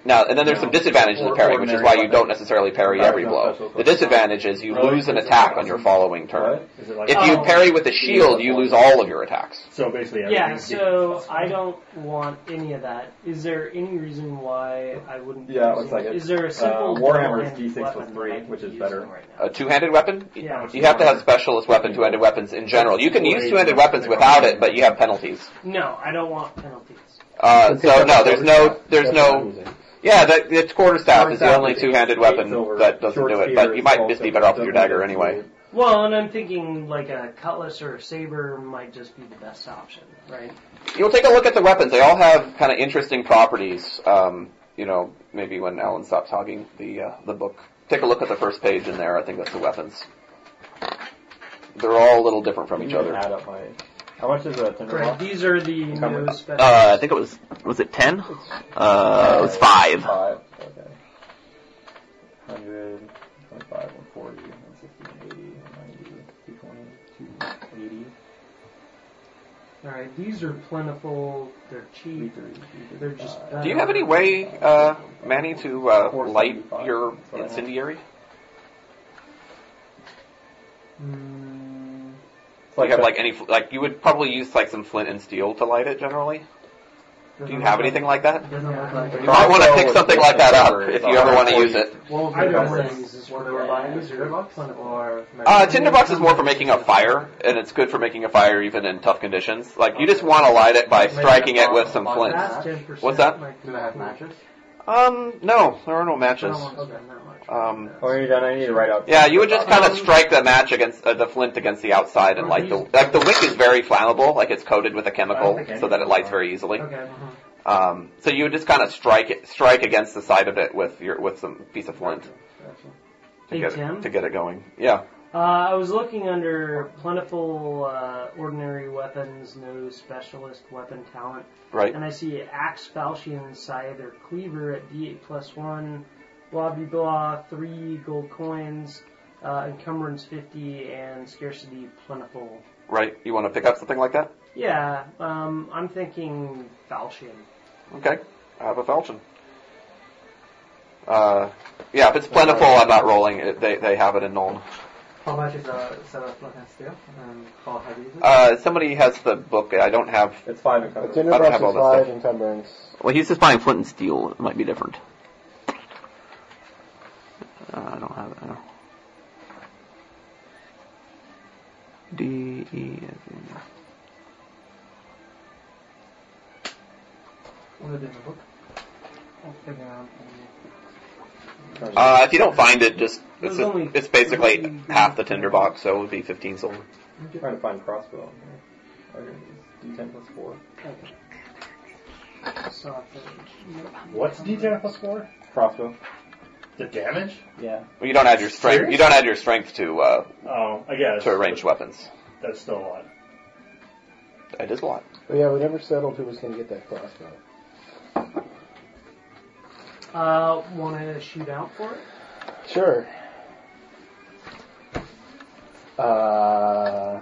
Speaker 2: now, and then there's some disadvantages to
Speaker 3: Or-
Speaker 2: parrying, which is why
Speaker 3: ordinary
Speaker 2: you
Speaker 3: weapon.
Speaker 2: don't necessarily parry
Speaker 3: Right,
Speaker 2: every
Speaker 3: no special
Speaker 2: blow. The
Speaker 3: equipment.
Speaker 2: disadvantage is you
Speaker 10: Really?
Speaker 2: lose an attack on your following turn.
Speaker 10: is it like
Speaker 2: If you
Speaker 6: Oh.
Speaker 2: parry with a shield, you lose all of your attacks.
Speaker 10: so basically everything?
Speaker 6: Yeah, so I don't want any of that. Is there any reason why I wouldn't? be
Speaker 3: Yeah, it
Speaker 6: using
Speaker 3: looks like it.
Speaker 6: Is there a
Speaker 3: Uh,
Speaker 6: simple
Speaker 3: Warhammer is
Speaker 6: double-handed
Speaker 3: D6 plus
Speaker 6: weapon
Speaker 3: three,
Speaker 6: that I can
Speaker 3: which is
Speaker 6: use
Speaker 3: better.
Speaker 6: them Right now?
Speaker 2: A two-handed weapon?
Speaker 6: Yeah.
Speaker 2: You have to have specialist weapon, two-handed weapons in general. You can use two-handed weapons without it, but you have penalties.
Speaker 6: No, I don't want penalties.
Speaker 2: Uh, so no, there's no, there's no. Yeah, that, it's quarterstaff is the only two-handed weapon
Speaker 3: Silver.
Speaker 2: that doesn't
Speaker 3: Short
Speaker 2: do it.
Speaker 3: spear
Speaker 2: But you
Speaker 3: is
Speaker 2: might
Speaker 3: also
Speaker 2: just be better off with your
Speaker 3: double-handed
Speaker 2: dagger anyway.
Speaker 3: sword.
Speaker 6: Well, and I'm thinking like a cutlass or a saber might just be the best option, right?
Speaker 2: You'll take a look at the weapons. They all have kind of interesting properties. Um, you know, maybe when Alan stops hogging the uh, the book, take a look at the first page in there. I think that's the weapons. They're all a little different from each
Speaker 3: You can
Speaker 2: other.
Speaker 3: Add up my. How much is a
Speaker 6: Correct.
Speaker 3: tinderbox?
Speaker 6: These are the
Speaker 3: Come
Speaker 6: new
Speaker 3: with-
Speaker 6: special.
Speaker 2: Uh, I think it was was it ten? Uh, it was five.
Speaker 3: Five. Okay. 100, 25, 140, 160, 180, 190, 220, 280,
Speaker 6: All right, these are plentiful. They're cheap.
Speaker 3: 330,
Speaker 6: They're just.
Speaker 3: 335.
Speaker 6: better.
Speaker 2: Do you have any way, uh, Manny, to uh, light your incendiary?
Speaker 6: Mm,
Speaker 3: It's
Speaker 2: Do you have
Speaker 3: that-
Speaker 2: like any like you would probably use like some flint and steel to light it generally? Do you
Speaker 6: doesn't
Speaker 2: have
Speaker 6: look
Speaker 2: anything like that?
Speaker 6: like- Doesn't look like.
Speaker 2: You might want to pick something like that up if you ever want to use it.
Speaker 6: Well,
Speaker 11: I
Speaker 6: the
Speaker 11: don't
Speaker 6: other
Speaker 11: think-
Speaker 6: things is
Speaker 11: Well,
Speaker 6: for
Speaker 11: they were buying these Tinderbox?
Speaker 6: or
Speaker 2: Uh, tinderbox is more for making a fire, and it's good for making a fire even in tough conditions. Like you just want to light it by striking it with some flint.
Speaker 6: That's 10%.
Speaker 2: What's that?
Speaker 6: Like,
Speaker 11: Do they have matches?
Speaker 2: Um, no, there are no
Speaker 6: I
Speaker 2: matches.
Speaker 6: don't want to spend that much.
Speaker 2: Um,
Speaker 3: Oh, you're done. I need to write out.
Speaker 2: Yeah, you would just kind of strike the match against uh, the flint against the outside, and like the like the wick is very flammable, like it's coated with a chemical so that it lights very easily.
Speaker 6: Okay. Mm-hmm.
Speaker 2: Um, so you would just kind of strike it, strike against the side of it with your with some piece of flint to
Speaker 6: Hey,
Speaker 2: get
Speaker 6: Tim?
Speaker 2: it, to get it going. Yeah,
Speaker 6: Uh, I was looking under plentiful uh, ordinary weapons, no specialist weapon talent,
Speaker 2: right.
Speaker 6: and I see axe, falchion, scythe, or cleaver at d8 plus one, blah blah blah, three gold coins, uh, encumbrance 50, and scarcity plentiful.
Speaker 2: Right. You want to pick up something like that?
Speaker 6: Yeah, um, I'm thinking falchion.
Speaker 2: Okay. I have a falchion. Uh, Yeah, if it's plentiful, I'm not rolling. It, they, they have it in Nuln.
Speaker 11: How much is a set of blood and steel? And how heavy is it?
Speaker 2: Uh, somebody has the book. I don't have.
Speaker 3: It's five and
Speaker 4: A
Speaker 3: cover.
Speaker 4: dinner
Speaker 2: I don't
Speaker 4: brush
Speaker 2: have all
Speaker 4: is
Speaker 2: that
Speaker 4: five
Speaker 2: stuff.
Speaker 4: encumbrance.
Speaker 2: Well, he's just buying flint and steel. It might be different. Uh, I don't have it. I don't. D E.
Speaker 11: What is it in the book? I'll figure out.
Speaker 2: Uh, if you don't find it, just it's,
Speaker 6: There's only-
Speaker 2: it's basically half the tinderbox, so it would be 15 silver.
Speaker 3: trying to find crossbow. Okay, it's D10 plus four.
Speaker 6: So I have to-
Speaker 10: What's D10 plus 4?
Speaker 3: Crossbow.
Speaker 10: The damage?
Speaker 3: Yeah.
Speaker 2: Well, you don't add your strength. You don't add your strength to uh,
Speaker 10: Oh, I guess.
Speaker 2: to ranged weapons.
Speaker 10: That's still a lot.
Speaker 2: It is a lot.
Speaker 4: But yeah, we never settled who was going to get that crossbow.
Speaker 6: Uh, want to shoot out for it?
Speaker 4: Sure. Uh,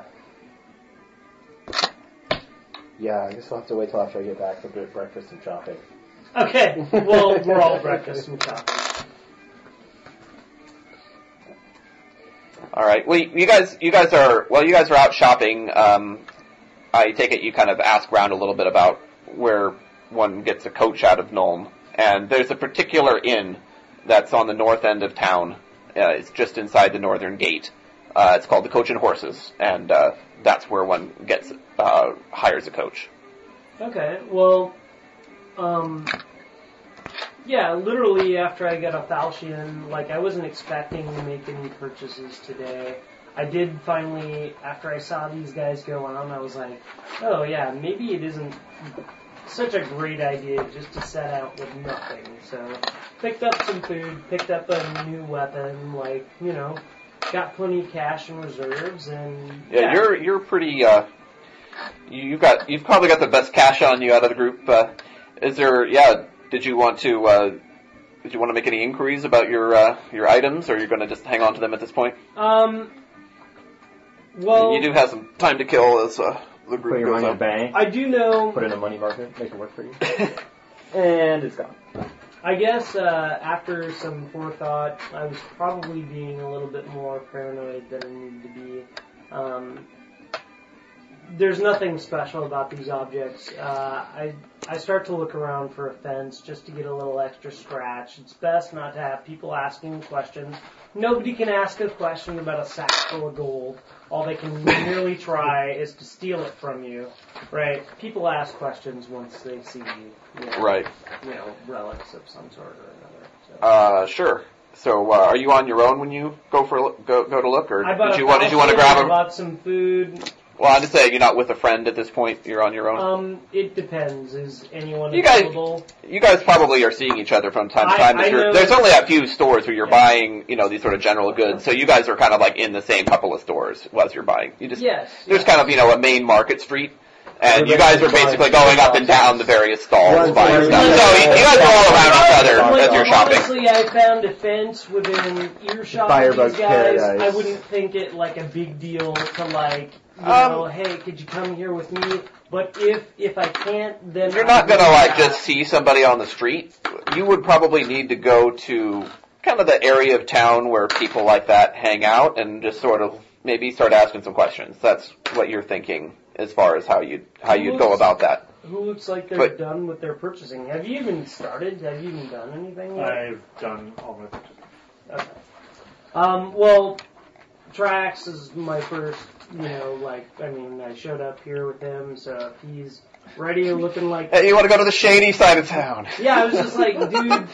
Speaker 4: yeah, I guess I'll have to wait till after I get back from bre- breakfast and shopping.
Speaker 6: Okay, well, we're all breakfast and coffee.
Speaker 2: All right. Well, you guys, you guys are well. You guys are out shopping. Um, I take it you kind of ask around a little bit about where one gets a coach out of Nuln, and there's a particular inn that's on the north end of town. Uh, it's just inside the northern gate. Uh, it's called the Coach and Horses, and uh, that's where one gets uh, hires a coach.
Speaker 6: Okay, well, um, yeah, literally after I got a Falchion, like, I wasn't expecting to make any purchases today. I did finally, after I saw these guys go on, I was like, oh yeah, maybe it isn't such a great idea just to set out with nothing. So, picked up some food, picked up a new weapon, like, you know, got plenty of cash and reserves, and
Speaker 2: Yeah, you're you're pretty. Uh, you- you've got you've probably got the best cash on you out of the group. Uh, is there? Yeah. Did you want to? Uh, did you want to make any inquiries about your uh, your items, or you're going to just hang on to them at this point?
Speaker 6: Um,
Speaker 2: I
Speaker 6: well,
Speaker 2: mean, you do have some time to kill as uh, the
Speaker 3: Put
Speaker 2: group
Speaker 3: your
Speaker 2: goes
Speaker 3: money in
Speaker 2: on.
Speaker 3: a bank.
Speaker 6: I do know.
Speaker 3: Put it in a money market. Make it work for you. And it's gone.
Speaker 6: I guess uh, after some forethought, I was probably being a little bit more paranoid than I needed to be. Um, there's nothing special about these objects. Uh, I I start to look around for a fence just to get a little extra scratch. It's best not to have people asking questions. Nobody can ask a question about a sack full of gold. All they can merely try is to steal it from you, right? People ask questions once they see you. you know
Speaker 2: Right.
Speaker 6: you know, relics of some sort or another. So.
Speaker 2: Uh, sure. So, uh, are you on your own when you go for a look, go go to look, or
Speaker 6: I bought
Speaker 2: did
Speaker 6: a
Speaker 2: you want did you want to
Speaker 6: falcon,
Speaker 2: grab
Speaker 6: I
Speaker 2: a?
Speaker 6: bought some food.
Speaker 2: Well, I'm just saying you're not with a friend at this point. You're on your own.
Speaker 6: Um, it depends. Is anyone
Speaker 2: You guys-
Speaker 6: available?
Speaker 2: You guys probably are seeing each other from time to
Speaker 6: I-
Speaker 2: time.
Speaker 6: I
Speaker 2: If you're,
Speaker 6: know-
Speaker 2: there's only a few stores where you're
Speaker 6: Yeah.
Speaker 2: buying, you know, these sort of general goods. So you guys are kind of like in the same couple of stores as you're buying. You just
Speaker 6: yes.
Speaker 2: there's
Speaker 6: yes.
Speaker 2: kind of you know a main market street, and you
Speaker 4: Everybody
Speaker 2: guys are
Speaker 4: just buys
Speaker 2: basically going up and down the various stalls
Speaker 4: Runs
Speaker 2: buying
Speaker 4: around.
Speaker 2: stuff. So you guys are all around each other
Speaker 6: Like,
Speaker 2: as you're shopping.
Speaker 6: Honestly, I found a fence within earshot of
Speaker 4: Firebug's
Speaker 6: these guys. I
Speaker 4: paradise.
Speaker 6: wouldn't think it like a big deal to like, you
Speaker 2: Um,
Speaker 6: know, hey, could you come here with me? But if if I can't, then
Speaker 2: You're
Speaker 6: I
Speaker 2: not
Speaker 6: will
Speaker 2: gonna like
Speaker 6: not.
Speaker 2: just see somebody on the street. You would probably need to go to kind of the area of town where people like that hang out and just sort of maybe start asking some questions. That's what you're thinking as far as how you how you'd go about that.
Speaker 6: Who looks like they're
Speaker 2: But-
Speaker 6: done with their purchasing? Have you even started? Have you even done anything? yet?
Speaker 10: I've done all my purchases.
Speaker 6: Okay. Um, well, Trax is my first, you know, like, I mean, I showed up here with him, so if he's ready and looking like.
Speaker 2: Hey, you want to go to the shady side of town?
Speaker 6: Yeah, I was just like, dude,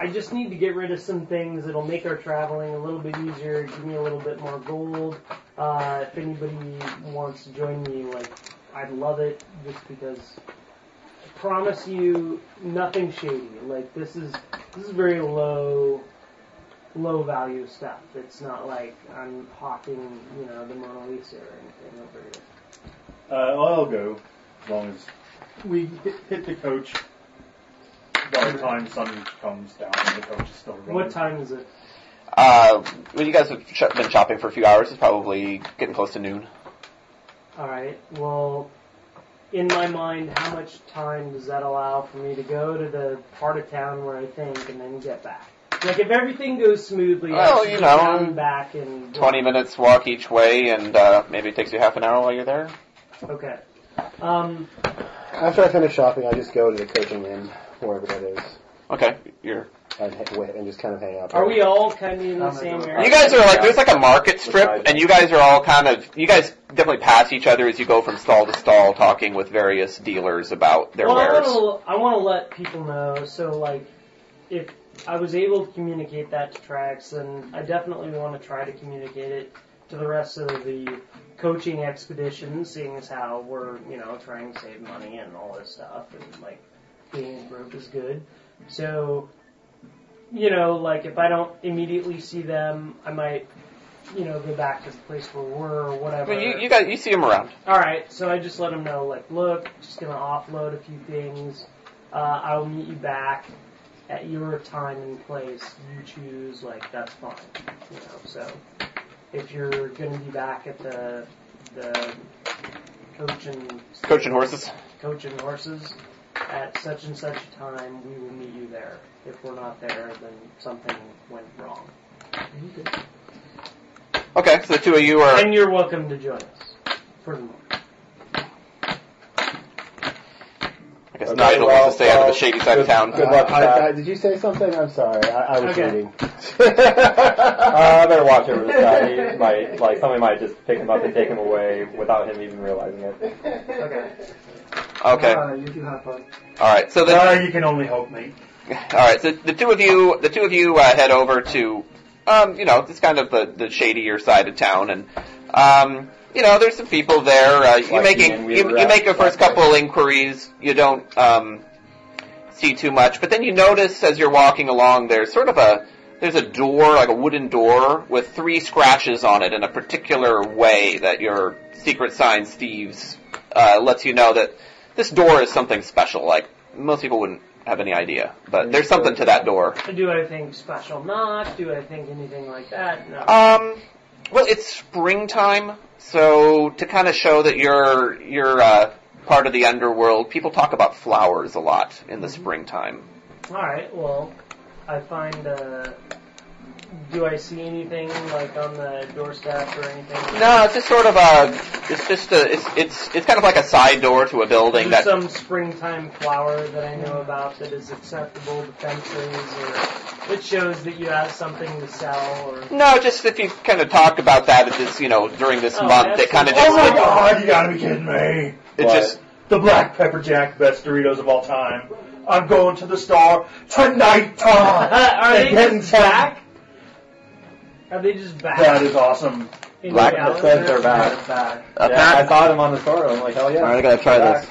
Speaker 6: I just need to get rid of some things. It'll make our traveling a little bit easier, give me a little bit more gold. Uh, if anybody wants to join me, like, I'd love it just because I promise you nothing shady. Like, this is, this is very low, low value stuff. It's not like I'm hawking, you know, the Mona Lisa or anything over here.
Speaker 10: Uh, well, I'll go as long as we hit, hit the coach by the time sun comes down and the coach is still running.
Speaker 6: What time is it?
Speaker 2: Uh, well, you guys have sh- been shopping for a few hours. It's probably getting close to noon.
Speaker 6: All right. Well, in my mind, how much time does that allow for me to go to the part of town where I think and then get back? Like if everything goes smoothly,
Speaker 2: Well,
Speaker 6: I
Speaker 2: you
Speaker 6: can
Speaker 2: know,
Speaker 6: come back in
Speaker 2: 20 minutes walk each way, and uh, maybe it takes you half an hour while you're there.
Speaker 6: Okay. Um,
Speaker 4: After I finish shopping, I just go to the coaching inn, wherever that is,
Speaker 2: Okay, you're.
Speaker 4: and, ha- wait, and just kind of hang out.
Speaker 6: are
Speaker 4: there.
Speaker 6: we all kind of in the
Speaker 11: I'm
Speaker 6: same
Speaker 11: gonna go.
Speaker 6: area?
Speaker 2: You guys are like there's like a market strip, and you guys are all kind of you guys definitely pass each other as you go from stall to stall, talking with various dealers about their
Speaker 6: well,
Speaker 2: wares.
Speaker 6: I want to I want to let people know. So like, if I was able to communicate that to Trax, then I definitely want to try to communicate it to the rest of the coaching expedition, seeing as how we're you know trying to save money and all this stuff, and like being broke is good. So, you know, like if I don't immediately see them, I might. You know, go back to the place where we were or
Speaker 2: I
Speaker 6: whatever.
Speaker 2: mean, you, you guys you see them around.
Speaker 6: All right, so I just let him know, like, look, just gonna offload a few things. Uh, I will meet you back at your time and place. You choose, like, that's fine. You know, so if you're gonna be back at the the coach and
Speaker 2: Coaching horses.
Speaker 6: coach and horses at such and such a time, we will meet you there. If we're not there, then something went wrong,
Speaker 2: Okay, so the two of you are.
Speaker 6: and you're welcome to join us for the moment.
Speaker 2: I guess
Speaker 3: Okay,
Speaker 2: Nigel
Speaker 3: well,
Speaker 2: wants to stay out of the
Speaker 3: well,
Speaker 2: shady side of
Speaker 3: good-
Speaker 2: town.
Speaker 3: good luck with
Speaker 4: I, I,
Speaker 3: that.
Speaker 4: did you say something? I'm sorry. I, I was
Speaker 6: Okay.
Speaker 4: reading.
Speaker 3: Uh, I better watch over this guy. He might, like, somebody might just pick him up and take him away without him even realizing it.
Speaker 11: Okay.
Speaker 2: Okay, all
Speaker 11: Uh, you do have fun.
Speaker 2: right. So then,
Speaker 10: Sorry, you can only hope, mate.
Speaker 2: All right, so the two of you, the two of you uh, head over to, um, you know, it's kind of the, the shadier side of town, and um, you know, there's some people there. Uh, you
Speaker 3: Like
Speaker 2: making
Speaker 3: the Ian
Speaker 2: you,
Speaker 3: Weaver
Speaker 2: you make your
Speaker 3: app,
Speaker 2: first
Speaker 3: like
Speaker 2: couple inquiries. You don't um, see too much, but then you notice as you're walking along, there's sort of a there's a door, like a wooden door, with three scratches on it in a particular way that your secret sign Steve's uh, lets you know that this door is something special. Like most people wouldn't have any idea, but there's something to that door.
Speaker 6: Do I think special not? Do I think anything like that? No.
Speaker 2: Um, well, it's springtime, so to kind of show that you're you're uh, part of the underworld, people talk about flowers a lot in the
Speaker 6: Mm-hmm.
Speaker 2: springtime.
Speaker 6: All right. Well, I find. Uh, do I see anything like on the doorstep or anything?
Speaker 2: No, it's just sort of a it's just a it's it's it's kind of like a side door to a
Speaker 6: Is
Speaker 2: building
Speaker 6: there
Speaker 2: that
Speaker 6: some springtime flower that I know about that is acceptable to fences, or that shows that you have something to sell, or
Speaker 2: No, just if you kind of talk about that at this, you know, during this
Speaker 6: Oh,
Speaker 2: month, it kind of just
Speaker 10: Oh my god, you gotta be kidding me.
Speaker 2: it
Speaker 3: What?
Speaker 2: just
Speaker 10: The Black Pepper Jack, best Doritos of all time. I'm going to the store tonight, Tom.
Speaker 6: are they
Speaker 10: And getting
Speaker 6: just
Speaker 10: some-
Speaker 6: back? Are they just back?
Speaker 10: That is awesome.
Speaker 6: in
Speaker 2: Black
Speaker 6: reality?
Speaker 3: says they're back.
Speaker 2: uh,
Speaker 3: Yeah, I
Speaker 2: apparent-
Speaker 3: saw them on the store. I'm like, hell yeah.
Speaker 2: Alright, I gotta try
Speaker 3: Back.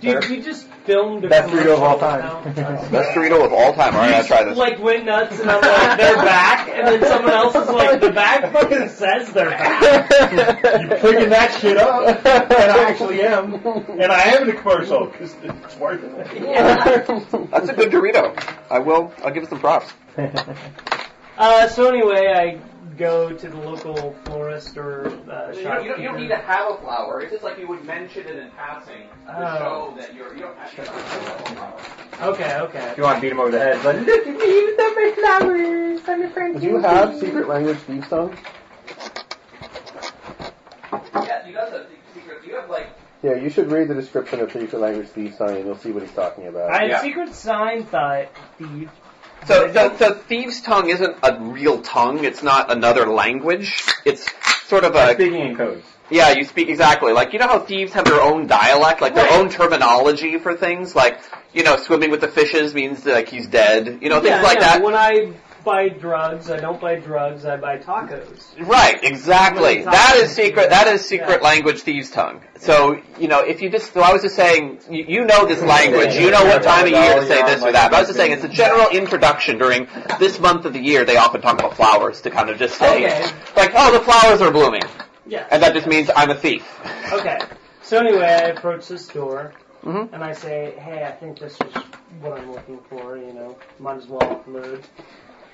Speaker 6: Dude, we just filmed a
Speaker 3: Best burrito of all
Speaker 6: commercial
Speaker 3: time.
Speaker 6: now.
Speaker 2: best Dorito of all time. All right, I try this.
Speaker 6: like went nuts and I'm like, they're back, and then someone else is like, the bag fucking says they're back.
Speaker 10: You're picking that shit up, and I actually am, and I am in a commercial because it's worth it.
Speaker 2: That's a good Dorito. I will. I'll give it some props.
Speaker 6: Uh, so anyway, I go to the local florist or uh,
Speaker 2: You don't, you, don't, you don't need to
Speaker 6: shopkeeper.
Speaker 2: have a flower. It's just like you would mention it in passing to
Speaker 6: Oh.
Speaker 2: show that you're, you don't have to have a flower.
Speaker 6: Okay, okay.
Speaker 3: If you want to beat him over the head, then
Speaker 4: Do you have secret language thieves song?
Speaker 2: Yes, you got the secret. You have like
Speaker 4: Yeah, you should read the description of secret language thieves song, and you'll see what he's talking about.
Speaker 6: I had
Speaker 2: Yeah.
Speaker 6: secret sign thought thief.
Speaker 2: So, so, so thieves' tongue isn't a real tongue. It's not another language. It's sort of a
Speaker 3: speaking in codes.
Speaker 2: yeah. You speak exactly like you know how thieves have their own dialect, like their own terminology for things. Like you know, swimming with the fishes means like he's dead. You know, things
Speaker 6: yeah,
Speaker 2: like
Speaker 6: yeah,
Speaker 2: that.
Speaker 6: When I buy drugs, I don't buy drugs. I buy tacos.
Speaker 2: Right, exactly.
Speaker 6: Really
Speaker 2: That is
Speaker 6: toxic.
Speaker 2: secret. That is secret
Speaker 6: Yeah.
Speaker 2: language thieves' tongue. So you know, if you just, so I was just saying, you, you know this language. You know what time of year to say this or that. But I was just saying, it's a general introduction during this month of the year. They often talk about flowers to kind of just say,
Speaker 6: Okay.
Speaker 2: like, oh, the flowers are blooming,
Speaker 6: Yeah.
Speaker 2: and that just means I'm a thief.
Speaker 6: Okay. So anyway, I approach this door
Speaker 2: Mhm.
Speaker 6: and I say, "Hey, I think this is what I'm looking for. You know, might as well upload."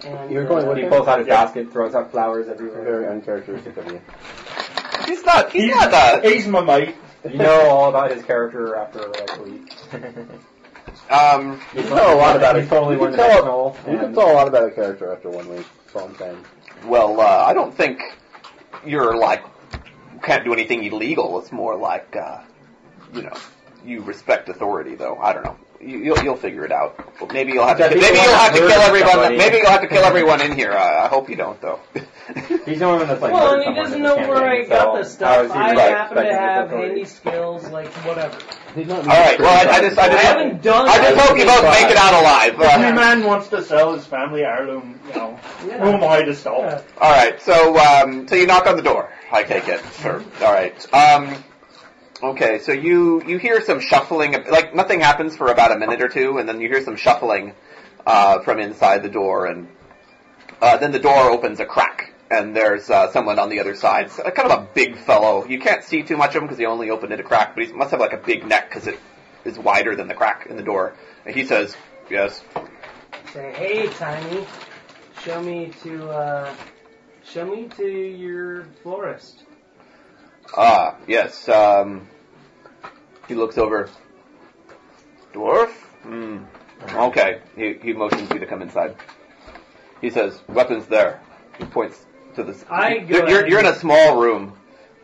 Speaker 6: And
Speaker 4: You're going
Speaker 6: uh,
Speaker 4: with
Speaker 3: He pulls out his basket, throws out flowers everywhere.
Speaker 4: Very uncharacteristic of you.
Speaker 2: He's not. He's not. Uh,
Speaker 10: He's my mate.
Speaker 3: You know all about his character after like a week.
Speaker 2: Um,
Speaker 3: You
Speaker 4: can tell a lot about
Speaker 3: He's
Speaker 4: it.
Speaker 3: totally
Speaker 4: You can
Speaker 3: one
Speaker 4: tell-
Speaker 3: dimensional.
Speaker 4: You can tell a lot about a character after one week. That's all I'm saying.
Speaker 2: well, uh, I don't think you're like can't do anything illegal. It's more like uh, you know you respect authority, though. I don't know. You, you'll, you'll figure it out. Well, maybe you'll have to.
Speaker 3: I think
Speaker 2: Maybe
Speaker 3: you
Speaker 2: you'll
Speaker 3: wanna
Speaker 2: have to
Speaker 3: hurt
Speaker 2: kill everyone.
Speaker 3: somebody.
Speaker 2: Maybe you'll have to kill everyone in here. I, I hope you don't, though.
Speaker 3: He's the only one that's like.
Speaker 6: well,
Speaker 3: murdered
Speaker 6: and he
Speaker 3: someone
Speaker 6: doesn't
Speaker 3: in this
Speaker 6: know where I
Speaker 3: campaign,
Speaker 6: got
Speaker 3: so
Speaker 6: this
Speaker 3: how
Speaker 6: stuff.
Speaker 3: is he
Speaker 6: I
Speaker 3: really
Speaker 6: happen to
Speaker 3: expecting his
Speaker 6: have
Speaker 3: authority?
Speaker 6: handy skills, like whatever.
Speaker 4: He's not.
Speaker 2: All right. Well, I, I just, I
Speaker 6: I
Speaker 2: just,
Speaker 6: haven't done.
Speaker 2: I just hope you both make it out alive.
Speaker 10: Every
Speaker 2: Uh,
Speaker 10: man wants to sell his family heirloom, you know. Who am I to stop?
Speaker 6: Yeah.
Speaker 2: All right, so um, so you knock on the door. I take it. Sure. All right. Um, okay, so you you hear some shuffling. Like nothing happens for about a minute or two, and then you hear some shuffling uh, from inside the door, and uh, then the door opens a crack, and there's uh, someone on the other side. It's a- kind of a big fellow. You can't see too much of him because he only opened it a crack, but he must have like a big neck because it is wider than the crack in the door. And he says, "Yes."
Speaker 6: Say, hey, Tiny, show me to uh, show me to your florist.
Speaker 2: Ah, yes. Um, he looks over. Dwarf? Hmm. Okay. He, he motions you to come inside. He says, weapons there. He points to this.
Speaker 6: I go
Speaker 2: you're, you're,
Speaker 6: ahead.
Speaker 2: you're in a small room.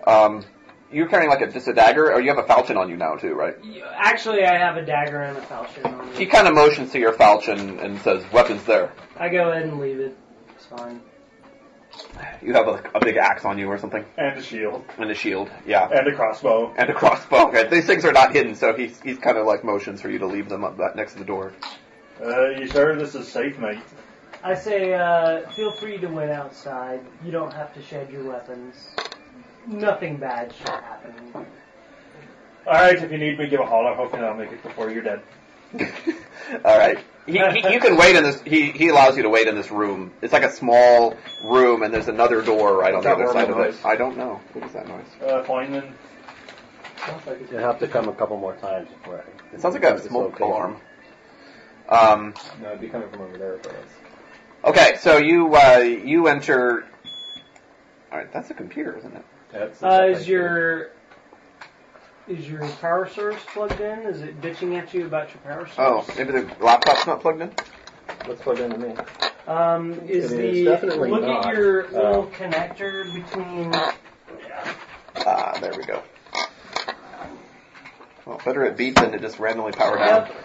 Speaker 2: Um, you're carrying like a, just a dagger, or you have a falchion on you now too, right?
Speaker 6: You- Actually, I have a dagger and a falchion on
Speaker 2: He
Speaker 6: me.
Speaker 2: kind of motions to your falchion and says, weapons there.
Speaker 6: I go ahead and leave it. It's fine.
Speaker 2: You have a, a big axe on you or something,
Speaker 10: And a shield.
Speaker 2: and a shield. Yeah.
Speaker 10: And a crossbow.
Speaker 2: and a crossbow. Okay, these things are not hidden, so he's, he's kind of like motions for you to leave them up that next to the door.
Speaker 10: Uh, you sure this is safe, mate?
Speaker 6: I say, uh, feel free to win outside. You don't have to shed your weapons. Nothing bad should happen.
Speaker 10: Alright, if you need me, give a holler. Hopefully I'll make it before you're dead.
Speaker 2: All right. He, he, you can wait in this. He, he allows you to wait in this room. It's like a small room, and there's another door right on the
Speaker 10: That
Speaker 2: other side of
Speaker 10: horrible
Speaker 2: it.
Speaker 10: noise.
Speaker 2: I don't know. What is that noise?
Speaker 10: Uh, fine then.
Speaker 4: You'll have to come a couple more times before. I-
Speaker 2: It sounds like a
Speaker 4: it's
Speaker 2: smoke
Speaker 4: okay.
Speaker 2: alarm. Um,
Speaker 3: No, it'd be coming from over there for us.
Speaker 2: okay, so you uh, you enter. All right, that's a computer, isn't it?
Speaker 4: That's-
Speaker 6: Uh, is your is your power source plugged in? Is it bitching at you about your power
Speaker 2: Oh,
Speaker 6: source?
Speaker 2: maybe the laptop's not plugged in.
Speaker 3: Let's plug in to me.
Speaker 6: Um, is
Speaker 4: It
Speaker 6: the
Speaker 4: is definitely
Speaker 6: look
Speaker 4: not. uh,
Speaker 6: at your little
Speaker 3: Oh.
Speaker 6: connector between?
Speaker 2: Ah, there we go. Well, better it beat than to just randomly power down.
Speaker 6: Yep.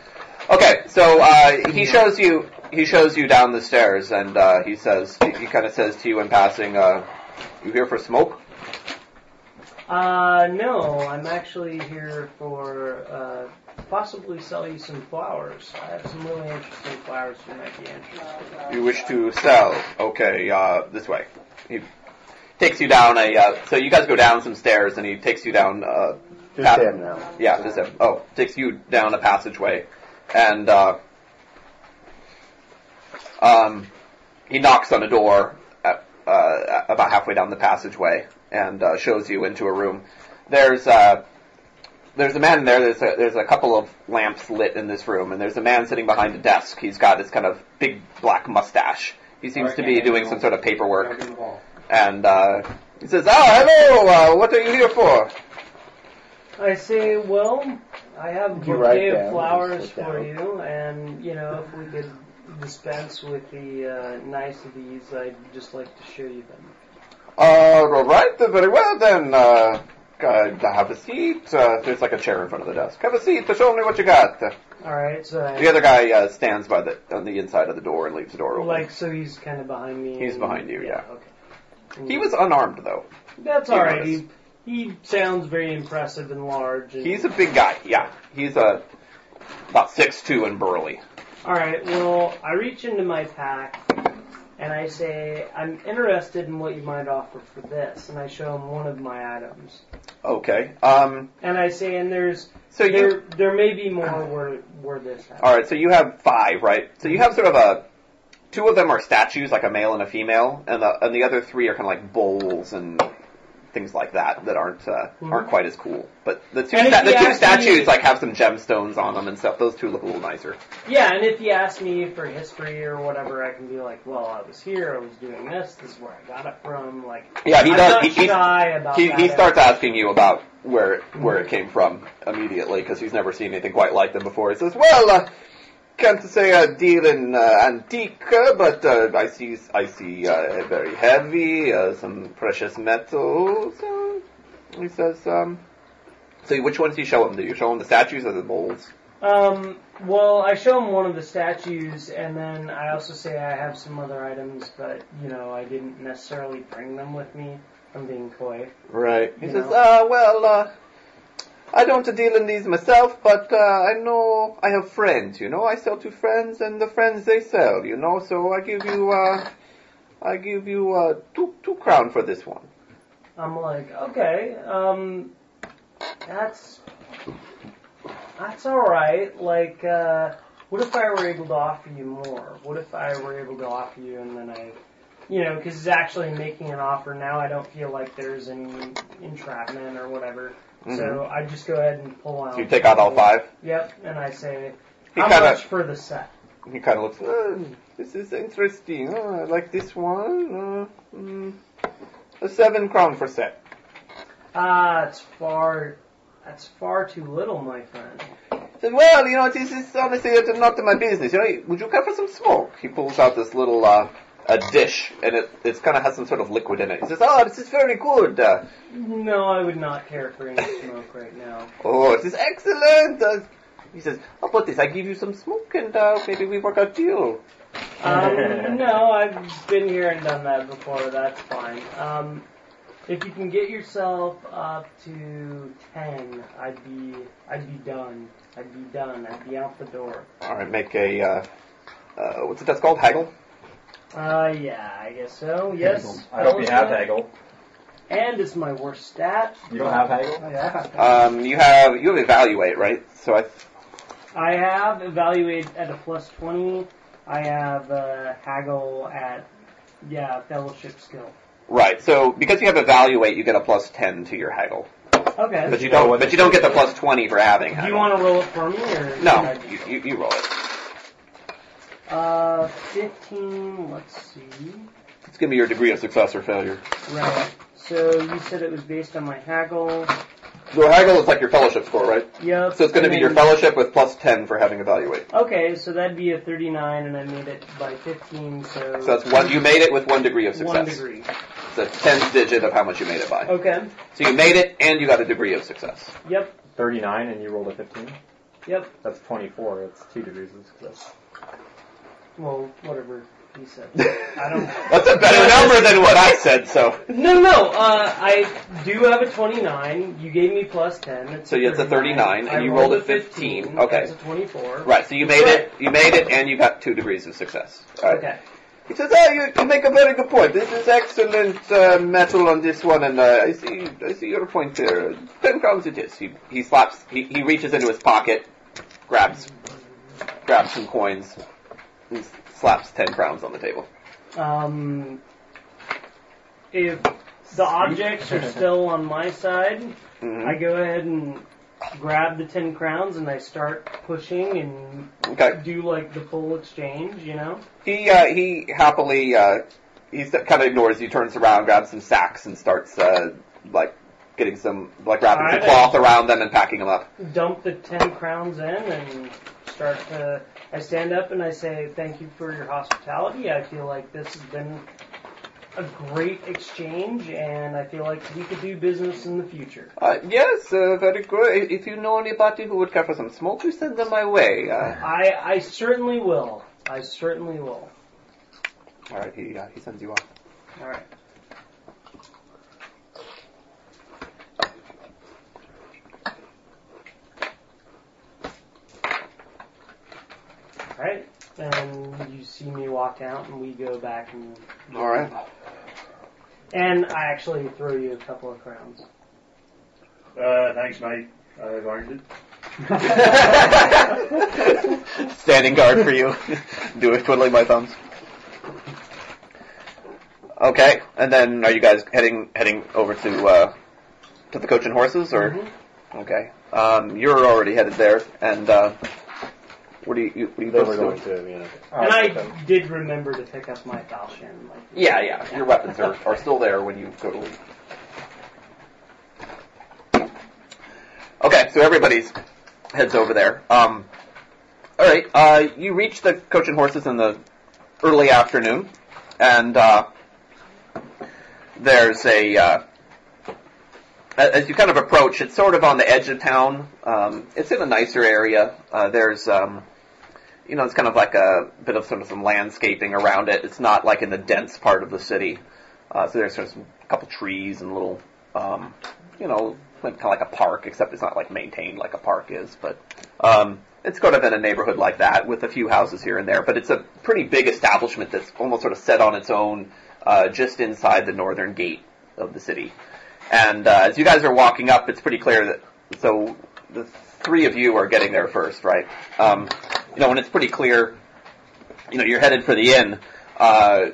Speaker 2: Okay, so uh, he shows you he shows you down the stairs, and uh, he says he kind of says to you in passing, uh, "You here for smoke?"
Speaker 6: Uh, no, I'm actually here for uh, possibly sell you some flowers. I have some really interesting flowers you might be interested.
Speaker 2: You wish to sell? Okay, uh, this way. He takes you down a uh, so you guys go down some stairs, and he takes you down uh,
Speaker 4: Just him now.
Speaker 2: Yeah, just him. Oh, takes you down a passageway, and uh, um, he knocks on a door at, uh, about halfway down the passageway and uh, shows you into a room. There's uh, there's a man in there. There's a, there's a couple of lamps lit in this room, and there's a man sitting behind a desk. He's got this kind of big black mustache. He seems to be doing some sort of paperwork and uh, he says, "Ah, hello. Uh, what are you here for?"
Speaker 6: I say, well, I have a
Speaker 4: You write
Speaker 6: bouquet
Speaker 4: down,
Speaker 6: of flowers
Speaker 4: just sit
Speaker 6: for
Speaker 4: down.
Speaker 6: you, and you know, if we could dispense with the uh, nice of these, I'd just like to show you them.
Speaker 2: Uh, all right, uh, very well then. Uh, uh, have a seat. Uh, there's like a chair in front of the desk. Have a seat. To show me what you got. Uh,
Speaker 6: All right, so
Speaker 2: The
Speaker 6: I,
Speaker 2: other guy uh, stands by the on the inside of the door and leaves the door open.
Speaker 6: like, so he's kind of behind me.
Speaker 2: He's
Speaker 6: and-
Speaker 2: behind you, yeah.
Speaker 6: Okay.
Speaker 2: he was unarmed though.
Speaker 6: That's
Speaker 2: he
Speaker 6: all right.
Speaker 2: was.
Speaker 6: He, he sounds very impressive and large. And,
Speaker 2: He's a big guy. Yeah, he's uh, about six two and burly.
Speaker 6: All right. Well, I reach into my pack and I say, "I'm interested in what you might offer for this," and I show him one of my items.
Speaker 2: Okay. Um.
Speaker 6: And I say, "And there's
Speaker 2: So you Uh-huh.
Speaker 6: there there may be more where where this happens."
Speaker 2: All right, so you have five, right? So you have sort of a two of them are statues, like a male and a female, and the and the other three are kind of like bowls and things like that that aren't uh, aren't quite as cool. But the two
Speaker 6: Mm-hmm.
Speaker 2: sta- the
Speaker 6: And if you
Speaker 2: two
Speaker 6: ask me-
Speaker 2: statues like have some gemstones on them and stuff. Those two look a little nicer.
Speaker 6: Yeah, and if you ask me for history or whatever, I can be like, "Well, I was here. I was doing this. This is where I got it from." Like,
Speaker 2: Yeah, he
Speaker 6: I'm
Speaker 2: does.
Speaker 6: not
Speaker 2: He, he,
Speaker 6: shy about
Speaker 2: he,
Speaker 6: that
Speaker 2: he
Speaker 6: at
Speaker 2: starts asking you about where where it came from immediately because he's never seen anything quite like them before. He says, "Well, uh, can't say I deal in uh, antique, uh, but uh, I see I see uh, very heavy, uh, some precious metals. Uh, he says, um, so which ones do you show him? Do you show him the statues or the molds?
Speaker 6: Um, well, I show him one of the statues, and then I also say I have some other items, but you know I didn't necessarily bring them with me. I'm being coy.
Speaker 2: Right. He
Speaker 6: You
Speaker 2: says,
Speaker 6: know.
Speaker 2: uh, well, uh, I don't deal in these myself, but uh, I know I have friends, you know. I sell to friends, and the friends, they sell, you know. So I give you, uh, I give you uh, two, two crown for this one.
Speaker 6: I'm like, okay, um, that's that's all right. Like, uh, what if I were able to offer you more? What if I were able to offer you, and then I, you know, because he's actually making an offer now. I don't feel like there's any entrapment or whatever. So I just go ahead and pull out.
Speaker 2: Mm-hmm. So you take out all five.
Speaker 6: Yep, and I say,
Speaker 2: He
Speaker 6: how
Speaker 2: kinda-
Speaker 6: much for the set?
Speaker 2: He kind of looks, uh, this is interesting. Uh, I like this one. Uh, mm, a seven crown for set.
Speaker 6: Ah, it's far. That's far too little, my friend.
Speaker 2: He said, well, you know, this is honestly it's not my business. You know, would you care for some smoke? He pulls out this little uh, a dish, and it it's kind of has some sort of liquid in it. He says, oh, this is very good. Uh,
Speaker 6: No, I would not care for any smoke right now.
Speaker 2: oh, this is excellent. Uh, he says, how about this? I give you some smoke, and uh, maybe we work out deal.
Speaker 6: Um, no, I've been here and done that before. That's fine. Um, if you can get yourself up to ten, I'd be, I'd be done. I'd be done. I'd be out the door.
Speaker 2: All right, make a uh, uh, what's it that's called? Haggle.
Speaker 6: Uh, yeah, I guess so. Yes.
Speaker 3: I hope you have
Speaker 6: fellowship.
Speaker 3: haggle.
Speaker 6: And it's my worst stat.
Speaker 3: You don't have haggle?
Speaker 11: Oh, yeah.
Speaker 2: Um, you have you have evaluate right. So I
Speaker 6: I have evaluate at a plus twenty. I have uh, haggle at yeah fellowship skill.
Speaker 2: Right. So because you have evaluate, you get a plus ten to your haggle,
Speaker 6: Okay.
Speaker 2: but you don't. But you don't get the plus twenty for having
Speaker 6: Do
Speaker 2: haggle.
Speaker 6: you want to roll it for me or should I
Speaker 2: no,
Speaker 6: just-
Speaker 2: you, you, you roll it.
Speaker 6: Uh, 15, let's see.
Speaker 2: It's gonna be your degree of success or failure.
Speaker 6: Right. So you said it was based on my haggle.
Speaker 2: Your haggle is like your fellowship score, right?
Speaker 6: Yep.
Speaker 2: So it's gonna
Speaker 6: and
Speaker 2: be your
Speaker 6: then-
Speaker 2: fellowship with plus ten for having evaluate.
Speaker 6: Okay, so that'd be a 39, and I made it by 15, so.
Speaker 2: So that's one. You made it with one degree of success.
Speaker 6: One degree.
Speaker 2: It's a tenth digit of how much you made it by.
Speaker 6: Okay.
Speaker 2: So you made it, and you got a degree of success.
Speaker 6: Yep.
Speaker 3: 39 and you rolled a 15?
Speaker 6: Yep.
Speaker 3: That's 24. It's two degrees of success.
Speaker 6: Well, whatever he said. I don't.
Speaker 2: That's a better number than what I said. So
Speaker 6: No, no. Uh, I do have a 29. You gave me plus 10. It's
Speaker 2: So it's a 39, and
Speaker 6: I
Speaker 2: you rolled a
Speaker 6: a 15.
Speaker 2: 15, okay.
Speaker 6: That's a 24.
Speaker 2: right. So you made it. You made it, and you got two degrees of success. All right.
Speaker 6: Okay.
Speaker 2: He says, "Ah, you, you make a very good point. This is excellent uh, metal on this one, and uh, I see, I see your point there. Ten crowns it is." He he slaps. He, he reaches into his pocket, grabs, grabs some coins, and slaps ten crowns on the table.
Speaker 6: Um, if the objects are still on my side,
Speaker 2: Mm-hmm.
Speaker 6: I go ahead and grab the ten crowns and I start pushing and
Speaker 2: Okay.
Speaker 6: do like the full exchange, you know?
Speaker 2: He uh, he happily uh, he kind of ignores you, turns around, grabs some sacks, and starts uh, like getting some like wrapping some
Speaker 6: Alright.
Speaker 2: cloth around them and packing them up.
Speaker 6: Dump the ten crowns in and start to. I stand up and I say, Thank you for your hospitality. I feel like this has been a great exchange and I feel like we could do business in the future.
Speaker 2: Uh, yes, uh, very good. I- If you know anybody who would care for some smoke, you send them my way. Uh,
Speaker 6: I, I certainly will. I certainly will.
Speaker 2: All right, he uh, he sends you off.
Speaker 6: Alright. Alright, and you see me walk out and we go back and
Speaker 2: All right.
Speaker 6: and I actually throw you a couple of crowns.
Speaker 10: Uh, thanks, mate. I've earned it.
Speaker 2: Standing guard for you. Do it, twiddling my thumbs. Okay, and then are you guys heading heading over to uh, to the coach and horses, or
Speaker 6: Mhm.
Speaker 2: okay? Um, you're already headed there, and uh, what do you, you what do you
Speaker 4: They were
Speaker 2: both
Speaker 4: going
Speaker 2: doing?
Speaker 4: to, you know.
Speaker 6: And
Speaker 3: Alright, then.
Speaker 6: I did remember to pick up my falchion. Like,
Speaker 2: Yeah, yeah. Your weapons are, are still there when you go to leave. Okay, so everybody's heads over there. Um, All right. Uh, you reach the coach and horses in the early afternoon, and uh, there's a uh, a- as you kind of approach. It's sort of on the edge of town. Um, it's in a nicer area. Uh, there's um, you know, it's kind of like a bit of sort of some landscaping around it. It's not like in the dense part of the city. Uh, so there's sort of some, a couple trees and little, um, you know, like, kind of like a park, except it's not like maintained like a park is. But um, it's kind of in a neighborhood like that with a few houses here and there. But it's a pretty big establishment that's almost sort of set on its own, uh, just inside the northern gate of the city. And uh, as you guys are walking up, it's pretty clear that so the three of you are getting there first, right? Um, you know, when it's pretty clear, you know, you're headed for the inn. Uh,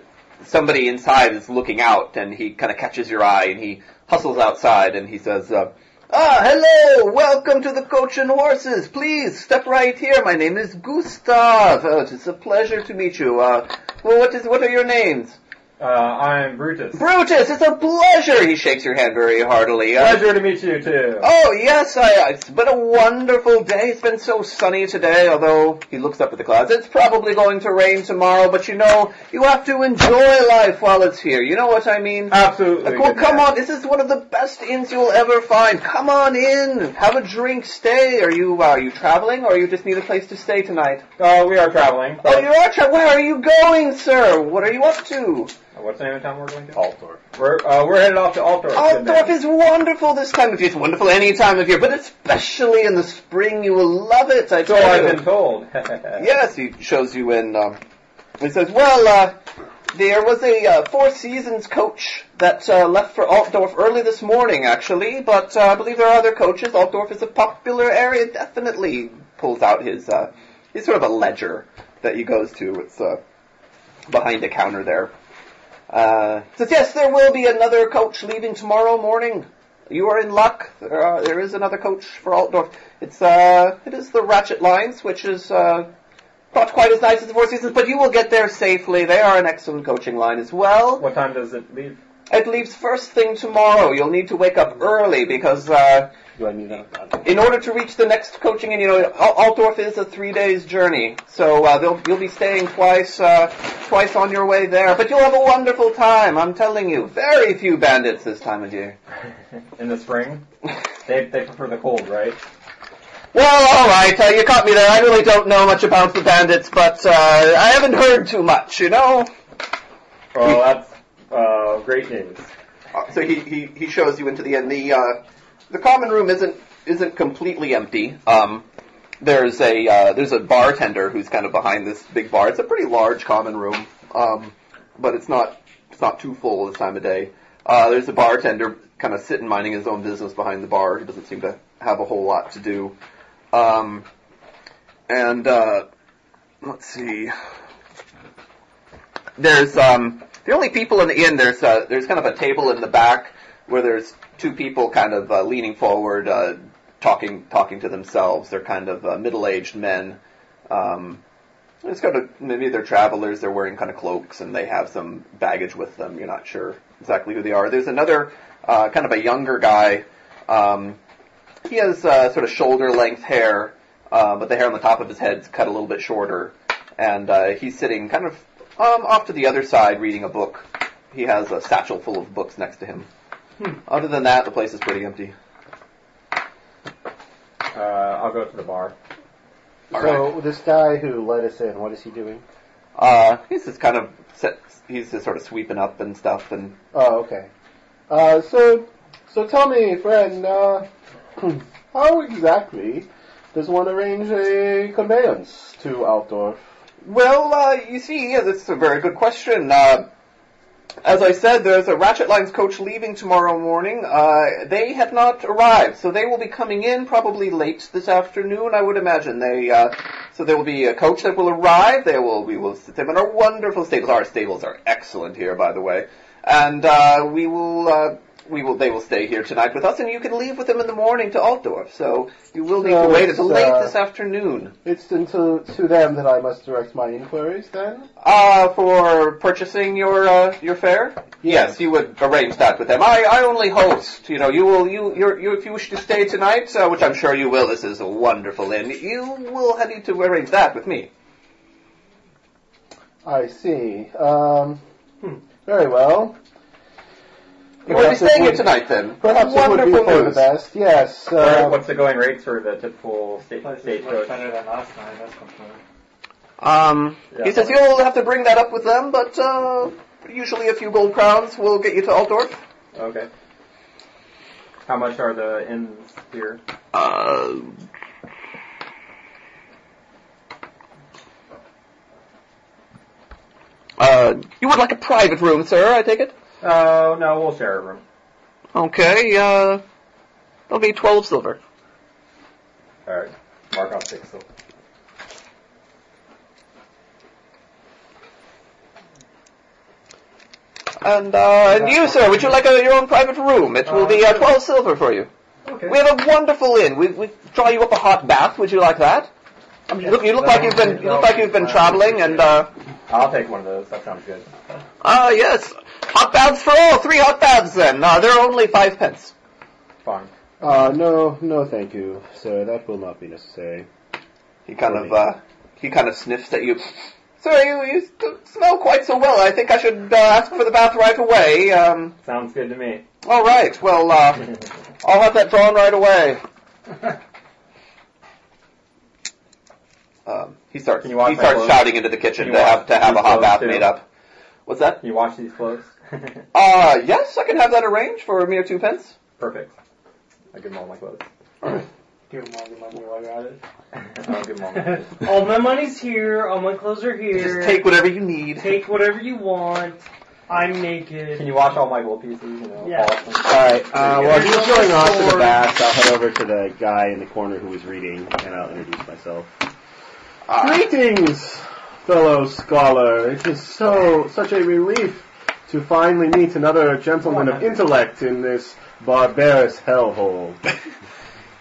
Speaker 2: somebody inside is looking out, and he kind of catches your eye, and he hustles outside, and he says, uh, "Ah, hello! Welcome to the Coach and Horses. Please step right here. My name is Gustav. Oh, it's a pleasure to meet you. Uh, well, what is what are your names?"
Speaker 3: Uh, I'm Brutus.
Speaker 2: Brutus, it's a pleasure. He shakes your hand very heartily. Uh,
Speaker 3: Pleasure to meet you too.
Speaker 2: Oh yes, I, it's been a wonderful day. It's been so sunny today, although he looks up at the clouds. It's probably going to rain tomorrow, but you know, you have to enjoy life while it's here. You know what I mean?
Speaker 3: Absolutely.
Speaker 2: Well,
Speaker 3: Ah, good
Speaker 2: come
Speaker 3: man.
Speaker 2: on, this is one of the best inns you'll ever find. Come on in, have a drink, stay. Are you uh, are you traveling, or you just need a place to stay tonight?
Speaker 3: Uh, we are traveling.
Speaker 2: Oh, you are traveling. Where are you going, sir? What are you up to?
Speaker 3: Uh, What's the name of town we're going to? Altdorf. We're uh, we're headed off to Altdorf. good man.
Speaker 2: Altdorf Oh, is wonderful this time of year. It's wonderful any time of year, but especially in the spring, you will love it. I
Speaker 3: So
Speaker 2: tell
Speaker 3: Oh, I've
Speaker 2: you.
Speaker 3: been told.
Speaker 2: Yes, he shows you in. Um, he says, "Well, uh, there was a uh, Four Seasons coach that uh, left for Altdorf early this morning, actually, but uh, I believe there are other coaches. Altdorf is a popular area, definitely." Pulls out his. Uh, he's sort of a ledger that he goes to. It's uh, behind a counter there. Uh, says, "Yes, there will be another coach leaving tomorrow morning." You are in luck. There, are, there is another coach for Altdorf. It's uh, it is the Ratchet Lines, which is uh, not quite as nice as the Four Seasons, but you will get there safely. They are an excellent coaching line as well.
Speaker 3: What time does it leave?
Speaker 2: It leaves first thing tomorrow. You'll need to wake up early because uh,
Speaker 4: Do I need that?
Speaker 2: in order to reach the next coaching, and you know, Al- Altdorf is a three days journey, so uh, they'll, you'll be staying twice, uh, twice on your way there. But you'll have a wonderful time. I'm telling you, very few bandits this time of year.
Speaker 3: In the spring? They they prefer the cold, right?
Speaker 2: Well, all right, uh, you caught me there. I really don't know much about the bandits, but uh, I haven't heard too much, you know.
Speaker 3: Well, that's uh, great news.
Speaker 2: Uh, So he, he, he shows you into the end. The uh, the common room isn't isn't completely empty. Um, there's a uh, there's a bartender who's kind of behind this big bar. It's a pretty large common room, um, but it's not it's not too full this time of day. Uh, there's a bartender kind of sitting minding his own business behind the bar. He doesn't seem to have a whole lot to do. Um, and uh, let's see. There's um, the only people in the inn. There's uh, there's kind of a table in the back where there's two people kind of uh, leaning forward, uh, talking talking to themselves. They're kind of uh, middle-aged men. Um, it's kind of maybe they're travelers. They're wearing kind of cloaks and they have some baggage with them. You're not sure exactly who they are. There's another uh, kind of a younger guy. Um, he has uh, sort of shoulder-length hair, uh, but the hair on the top of his head's cut a little bit shorter, and uh, he's sitting kind of um, off to the other side reading a book. He has a satchel full of books next to him. Other than that, the place is pretty empty.
Speaker 3: Uh, I'll go to the bar.
Speaker 2: All
Speaker 4: so this guy who let us in, what is he doing?
Speaker 2: Uh, he's just kind of set, he's just sort of sweeping up and stuff, and
Speaker 4: Oh, okay. Uh, so, so tell me, friend, uh, how exactly does one arrange a conveyance to Altdorf?
Speaker 2: Well, uh, you see, yeah, that's a very good question. Uh, as I said, there's a Ratchet Lines coach leaving tomorrow morning. Uh, they have not arrived, so they will be coming in probably late this afternoon, I would imagine. They, uh, so there will be a coach that will arrive. They will, we will sit them in our wonderful stables. Our stables are excellent here, by the way. And, uh, we will, uh, we will, they will stay here tonight with us, and you can leave with them in the morning to Altdorf. So you will need
Speaker 4: So
Speaker 2: to wait
Speaker 4: it's,
Speaker 2: until late
Speaker 4: uh,
Speaker 2: this afternoon
Speaker 4: It's into to them that I must direct my inquiries then?
Speaker 2: uh, for purchasing your uh, your fare. Yes, you would arrange that with them. I, I only host. You know, you will you you're, you if you wish to stay tonight, uh, which I'm sure you will. This is a wonderful inn. You will need to arrange that with me.
Speaker 4: I see. Um, very well.
Speaker 2: You will be
Speaker 4: Perhaps it
Speaker 2: staying here
Speaker 4: would-
Speaker 2: tonight then.
Speaker 4: Perhaps it would
Speaker 2: wonderful
Speaker 4: be for the
Speaker 2: news.
Speaker 4: best, yes.
Speaker 11: Uh,
Speaker 3: Or
Speaker 4: Um,
Speaker 3: what's the going rates for the typical state,
Speaker 11: Place is much
Speaker 3: stagecoach?
Speaker 11: better than last time. That's for sure.
Speaker 2: Um,
Speaker 3: Yeah.
Speaker 2: he says you'll have to bring that up with them, but uh, usually a few gold crowns will get you to Altdorf.
Speaker 3: Okay. How much are the inns here?
Speaker 2: Uh, uh, you would like a private room, sir, I take it?
Speaker 11: Uh,
Speaker 3: Oh, no, we'll share a room.
Speaker 2: Okay, uh, that'll be 12 silver.
Speaker 3: Alright. Mark off six. So.
Speaker 2: And, uh, and you, sir, would you like a, your own private room? It will be uh, 12 silver for you.
Speaker 11: Okay.
Speaker 2: We have a wonderful inn. We, we draw you up a hot bath. Would you like that? I mean, you look, you look like you've been, you look like you've been traveling and, uh,
Speaker 3: I'll take one of those. That sounds good.
Speaker 2: ah, yes. Hot baths for all. Three hot baths then. Uh, they're only five pence.
Speaker 3: Fine.
Speaker 4: uh, no, no thank you, sir. That will not be necessary.
Speaker 2: He kind of uh, he kind of sniffs at you. Sir, you, you st- smell quite so well. I think I should uh, ask for the bath right away. Um,
Speaker 3: Sounds good to me.
Speaker 2: all right. Well, uh, I'll have that drawn right away. Um, he starts.
Speaker 3: Can you wash
Speaker 2: He
Speaker 3: my
Speaker 2: starts
Speaker 3: clothes?
Speaker 2: shouting into the kitchen
Speaker 3: Can
Speaker 2: to
Speaker 3: you wash
Speaker 2: have to have a
Speaker 3: these
Speaker 2: hot
Speaker 3: clothes
Speaker 2: bath
Speaker 3: too?
Speaker 2: made up. What's that?
Speaker 3: You wash these clothes?
Speaker 2: Uh, yes, I can have that arranged for a mere two pence.
Speaker 3: Perfect. I'll give them all my clothes.
Speaker 11: Give him all the money while you're at it.
Speaker 3: I'll give them all my clothes.
Speaker 6: All my money's here. All my clothes are here.
Speaker 2: Just take whatever you need.
Speaker 6: Take whatever you want. I'm naked.
Speaker 3: Can you wash all my gold pieces? You know,
Speaker 6: Yeah.
Speaker 3: polish them?
Speaker 4: Alright, uh, while he's going off to the
Speaker 2: Sword.
Speaker 4: baths, I'll head over to the guy in the corner who was reading, and I'll introduce myself.
Speaker 2: Ah,
Speaker 4: Greetings, fellow scholar. It is so such a relief to finally meet another gentleman of intellect in this barbarous hellhole.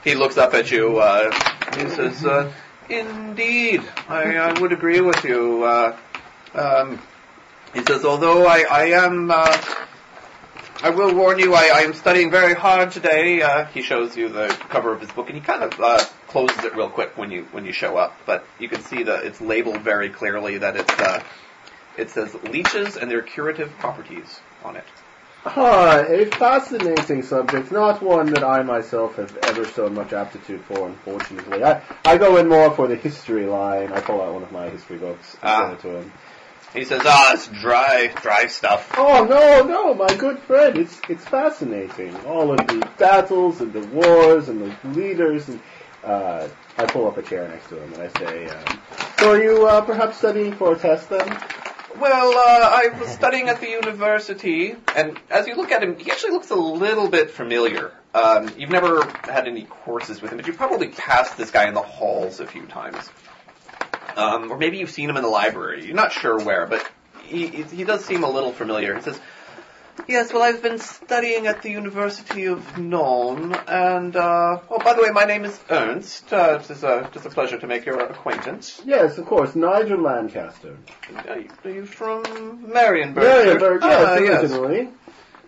Speaker 2: he looks up at you. Uh, he says, uh, "Indeed, I, I would agree with you." Uh, um, he says, "Although I, I am, uh, I will warn you, I, I am studying very hard today." Uh, he shows you the cover of his book, and he kind of uh, closes it real quick when you when you show up. But you can see that it's labeled very clearly that it's uh, it says leeches and their curative properties on it.
Speaker 4: Ah, a fascinating subject, not one that I myself have ever so much aptitude for, unfortunately. I, I go in more for the history line. I pull out one of my history books and
Speaker 2: Ah.
Speaker 4: send it to him.
Speaker 2: He says, "Ah, it's dry, dry stuff."
Speaker 4: Oh no, no, my good friend, it's it's fascinating. All of the battles and the wars and the leaders and uh, I pull up a chair next to him and I say, um, "So are you uh, perhaps studying for a test then?"
Speaker 2: Well, uh, I was studying at the university, and as you look at him, he actually looks a little bit familiar. Um, you've never had any courses with him, but you probably passed this guy in the halls a few times, um, or maybe you've seen him in the library. You're not sure where, but he he he does seem a little familiar. He says, "Yes, well, I've been studying at the University of Nome, and uh, oh, by the way, my name is Ernst. Uh, it is a it's a pleasure to make your acquaintance.
Speaker 4: Yes, of course, Nigel Lancaster.
Speaker 2: Are you, are you from Marienburg?
Speaker 4: Very, very
Speaker 2: Ah,
Speaker 4: yes,
Speaker 2: yes.
Speaker 4: originally.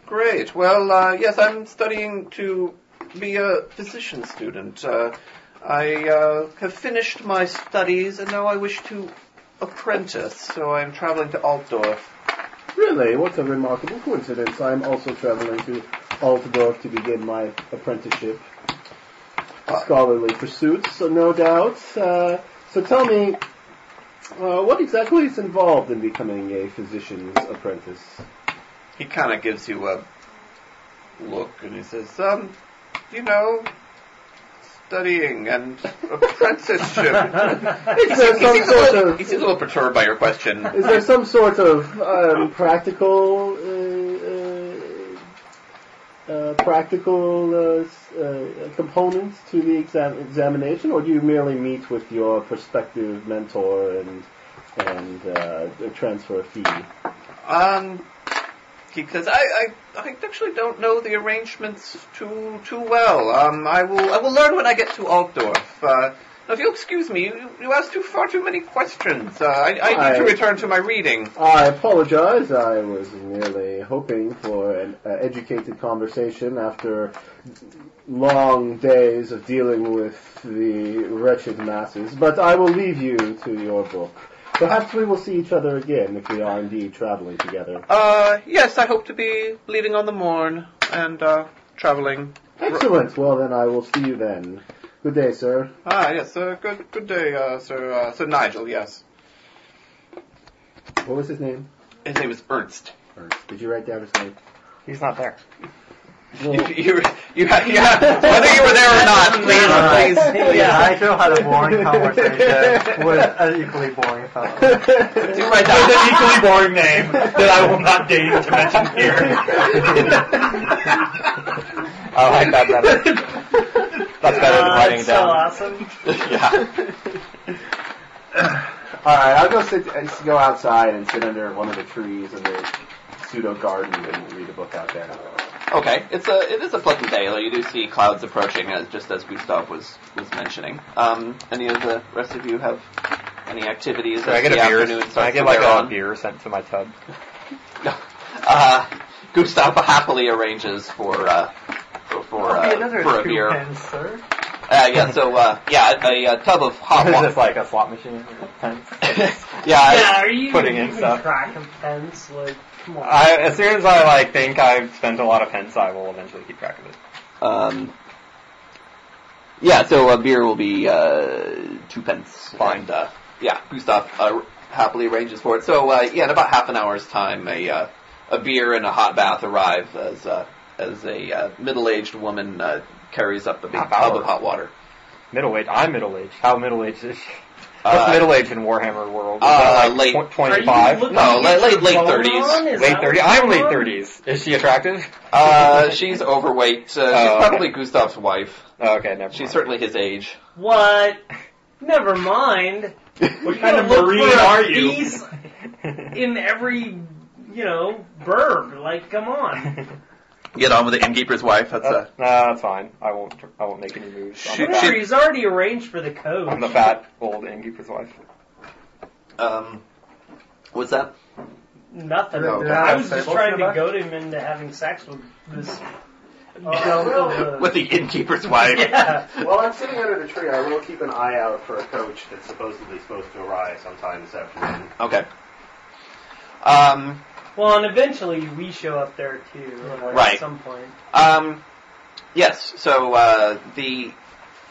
Speaker 2: Great. Well, uh, yes, I'm studying to be a physician student. Uh, I uh, have finished my studies, and now I wish to apprentice. So I'm traveling to Altdorf.
Speaker 4: Really, what a remarkable coincidence! I am also traveling to Altdorf to begin my apprenticeship, scholarly pursuits, so no doubt. Uh, so tell me, uh, what exactly is involved in becoming a physician's apprentice?
Speaker 2: He kind of gives you a look, and he says, "Um, you know." Studying and apprenticeship. he,
Speaker 4: Is
Speaker 2: seems, he,
Speaker 4: there some
Speaker 2: seems a little,
Speaker 4: sort
Speaker 2: he
Speaker 4: of
Speaker 2: seems a little perturbed by your question.
Speaker 4: is there some sort of um, practical uh, uh, uh, practical uh, s- uh, components to the exam- examination, or do you merely meet with your prospective mentor and and uh, transfer a fee?
Speaker 2: Um,
Speaker 12: because I, I, I actually don't know the arrangements too too well. Um, I will I will learn when I get to Altdorf. Uh, now if you'll excuse me, you, you asked too far too many questions. Uh, I, I need to
Speaker 4: I-
Speaker 12: return to my reading.
Speaker 4: I apologize. I was merely hoping for an uh, educated conversation after long days of dealing with the wretched masses. But I will leave you to your book. Perhaps we will see each other again if we are indeed traveling together.
Speaker 12: Uh, yes, I hope to be leaving on the morn and uh, traveling.
Speaker 4: Excellent. Well, then I will see you then. Good day, sir.
Speaker 12: Ah, yes, uh, good good day, uh, Sir uh, Sir Nigel. Yes,
Speaker 4: What was his name?
Speaker 12: his name is Ernst.
Speaker 4: Ernst. Did you write down his name?
Speaker 3: He's not there.
Speaker 12: You you you have, you have whether you were there or not. Please, please, please.
Speaker 11: Oh, Yeah, Nigel had a boring conversation with an equally boring fellow.
Speaker 12: Do write down
Speaker 10: an equally boring name that I will not deign to mention here.
Speaker 3: I like that better. That's better than writing it
Speaker 6: Uh, so
Speaker 3: down.
Speaker 6: awesome.
Speaker 3: yeah.
Speaker 4: All right, I'll go sit, uh, go outside and sit under one of the trees in the pseudo garden and read a book out there.
Speaker 2: Okay, it's a it is a pleasant day, though you do see clouds approaching, as, just as Gustav was was mentioning. Um, any of the rest of you have any activities?
Speaker 3: Can I
Speaker 2: as
Speaker 3: get a
Speaker 2: the
Speaker 3: beer?
Speaker 2: afternoon
Speaker 3: Can I
Speaker 2: starts
Speaker 3: get
Speaker 2: from
Speaker 3: like
Speaker 2: there
Speaker 3: a
Speaker 2: on?
Speaker 3: beer sent to my tub?
Speaker 2: Uh, Gustav happily arranges for uh, for for, uh, for a beer.
Speaker 11: sir.
Speaker 2: Uh, yeah, so uh, yeah, a, a tub of hot
Speaker 3: Is
Speaker 2: water.
Speaker 3: this like a slot machine? Pens?
Speaker 2: yeah, I-
Speaker 6: yeah, are you
Speaker 3: putting in
Speaker 6: keeping
Speaker 3: stuff.
Speaker 6: track of pens? Like, come on.
Speaker 3: I, as soon as I like think I've spent a lot of pence, I will eventually keep track of it.
Speaker 2: Um, yeah, so a beer will be uh, two pence.
Speaker 3: Fine.
Speaker 2: And, uh, yeah, Gustav uh, happily arranges for it. So uh, yeah, in about half an hour's time, a uh, a beer and a hot bath arrive as uh, as a uh, middle-aged woman uh, carries up a big
Speaker 3: Half
Speaker 2: tub
Speaker 3: hour.
Speaker 2: of hot water.
Speaker 3: Middle aged. I'm middle aged. How middle aged is she? What's
Speaker 2: Uh,
Speaker 3: middle aged in Warhammer world? Is
Speaker 2: uh,
Speaker 3: that,
Speaker 2: late-
Speaker 3: like
Speaker 6: Are
Speaker 3: twenty
Speaker 6: you
Speaker 3: five.
Speaker 6: looking
Speaker 2: No,
Speaker 6: at
Speaker 2: late-
Speaker 6: your
Speaker 2: late- late
Speaker 6: phone
Speaker 2: 30s.
Speaker 6: on? Is
Speaker 3: Late
Speaker 6: that
Speaker 3: thirty.
Speaker 6: what's
Speaker 3: I'm
Speaker 6: going
Speaker 3: late
Speaker 6: on?
Speaker 3: thirties. Is she attractive?
Speaker 2: Uh, she's overweight. Uh,
Speaker 3: Oh,
Speaker 2: she's
Speaker 3: okay.
Speaker 2: probably Gustav's wife.
Speaker 3: Oh, okay, never.
Speaker 2: She's
Speaker 3: mind.
Speaker 2: certainly his age.
Speaker 6: What? Never mind.
Speaker 10: what kind of
Speaker 6: Look
Speaker 10: marine
Speaker 6: for a
Speaker 10: are you?
Speaker 6: beast in every, you know, burb. Like, come on.
Speaker 2: Get on with it, innkeeper's wife. That's
Speaker 3: That's,
Speaker 2: a
Speaker 3: nah, that's fine. I won't. I won't make any moves.
Speaker 2: Shoot,
Speaker 3: I'm, the,
Speaker 6: Whatever,
Speaker 3: fat,
Speaker 2: shoot.
Speaker 6: he's already arranged for the coach.
Speaker 3: I'm the fat old innkeeper's wife.
Speaker 2: um. What's that?
Speaker 6: Nothing.
Speaker 12: No,
Speaker 11: okay.
Speaker 6: I was
Speaker 11: Yeah,
Speaker 6: just
Speaker 11: say,
Speaker 6: trying
Speaker 11: what's
Speaker 6: to
Speaker 11: the
Speaker 6: goad him into having sex with this.
Speaker 2: With the innkeeper's wife.
Speaker 6: yeah.
Speaker 4: While I'm sitting under the tree, I will keep an eye out for a coach that's supposedly supposed to arrive sometime this afternoon.
Speaker 2: Okay. Um,
Speaker 6: Well, and eventually we show up there too. Like,
Speaker 2: Right.
Speaker 6: At some point.
Speaker 2: um, yes, so uh, the.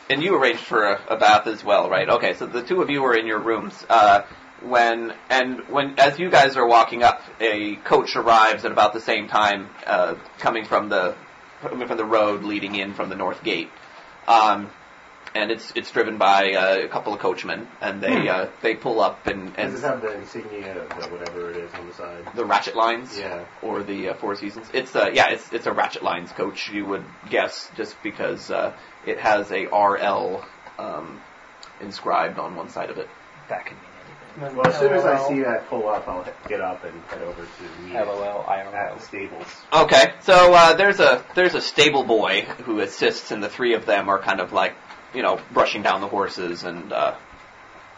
Speaker 2: And you arranged for a, a bath as well, right? Okay, so the two of you are in your rooms. Uh, when and when as you guys are walking up, a coach arrives at about the same time, uh, coming from the coming from the road leading in from the north gate, um, and it's it's driven by uh, a couple of coachmen, and they uh, they pull up and,
Speaker 4: Does this
Speaker 2: and
Speaker 4: have the insignia of the whatever it is on the side?
Speaker 2: the ratchet lines.
Speaker 4: Yeah.
Speaker 2: or the uh, Four Seasons. It's uh, yeah, it's it's a Ratchet Lines coach. You would guess just because uh, it has a RL um, inscribed on one side of it.
Speaker 3: That can
Speaker 4: Well, as soon as I see that pull up, I'll get up and head over to meet
Speaker 3: be LOL
Speaker 4: at the
Speaker 3: IRL.
Speaker 4: stables.
Speaker 2: Okay, so uh, there's a there's a stable boy who assists, and the three of them are kind of like you know brushing down the horses and uh,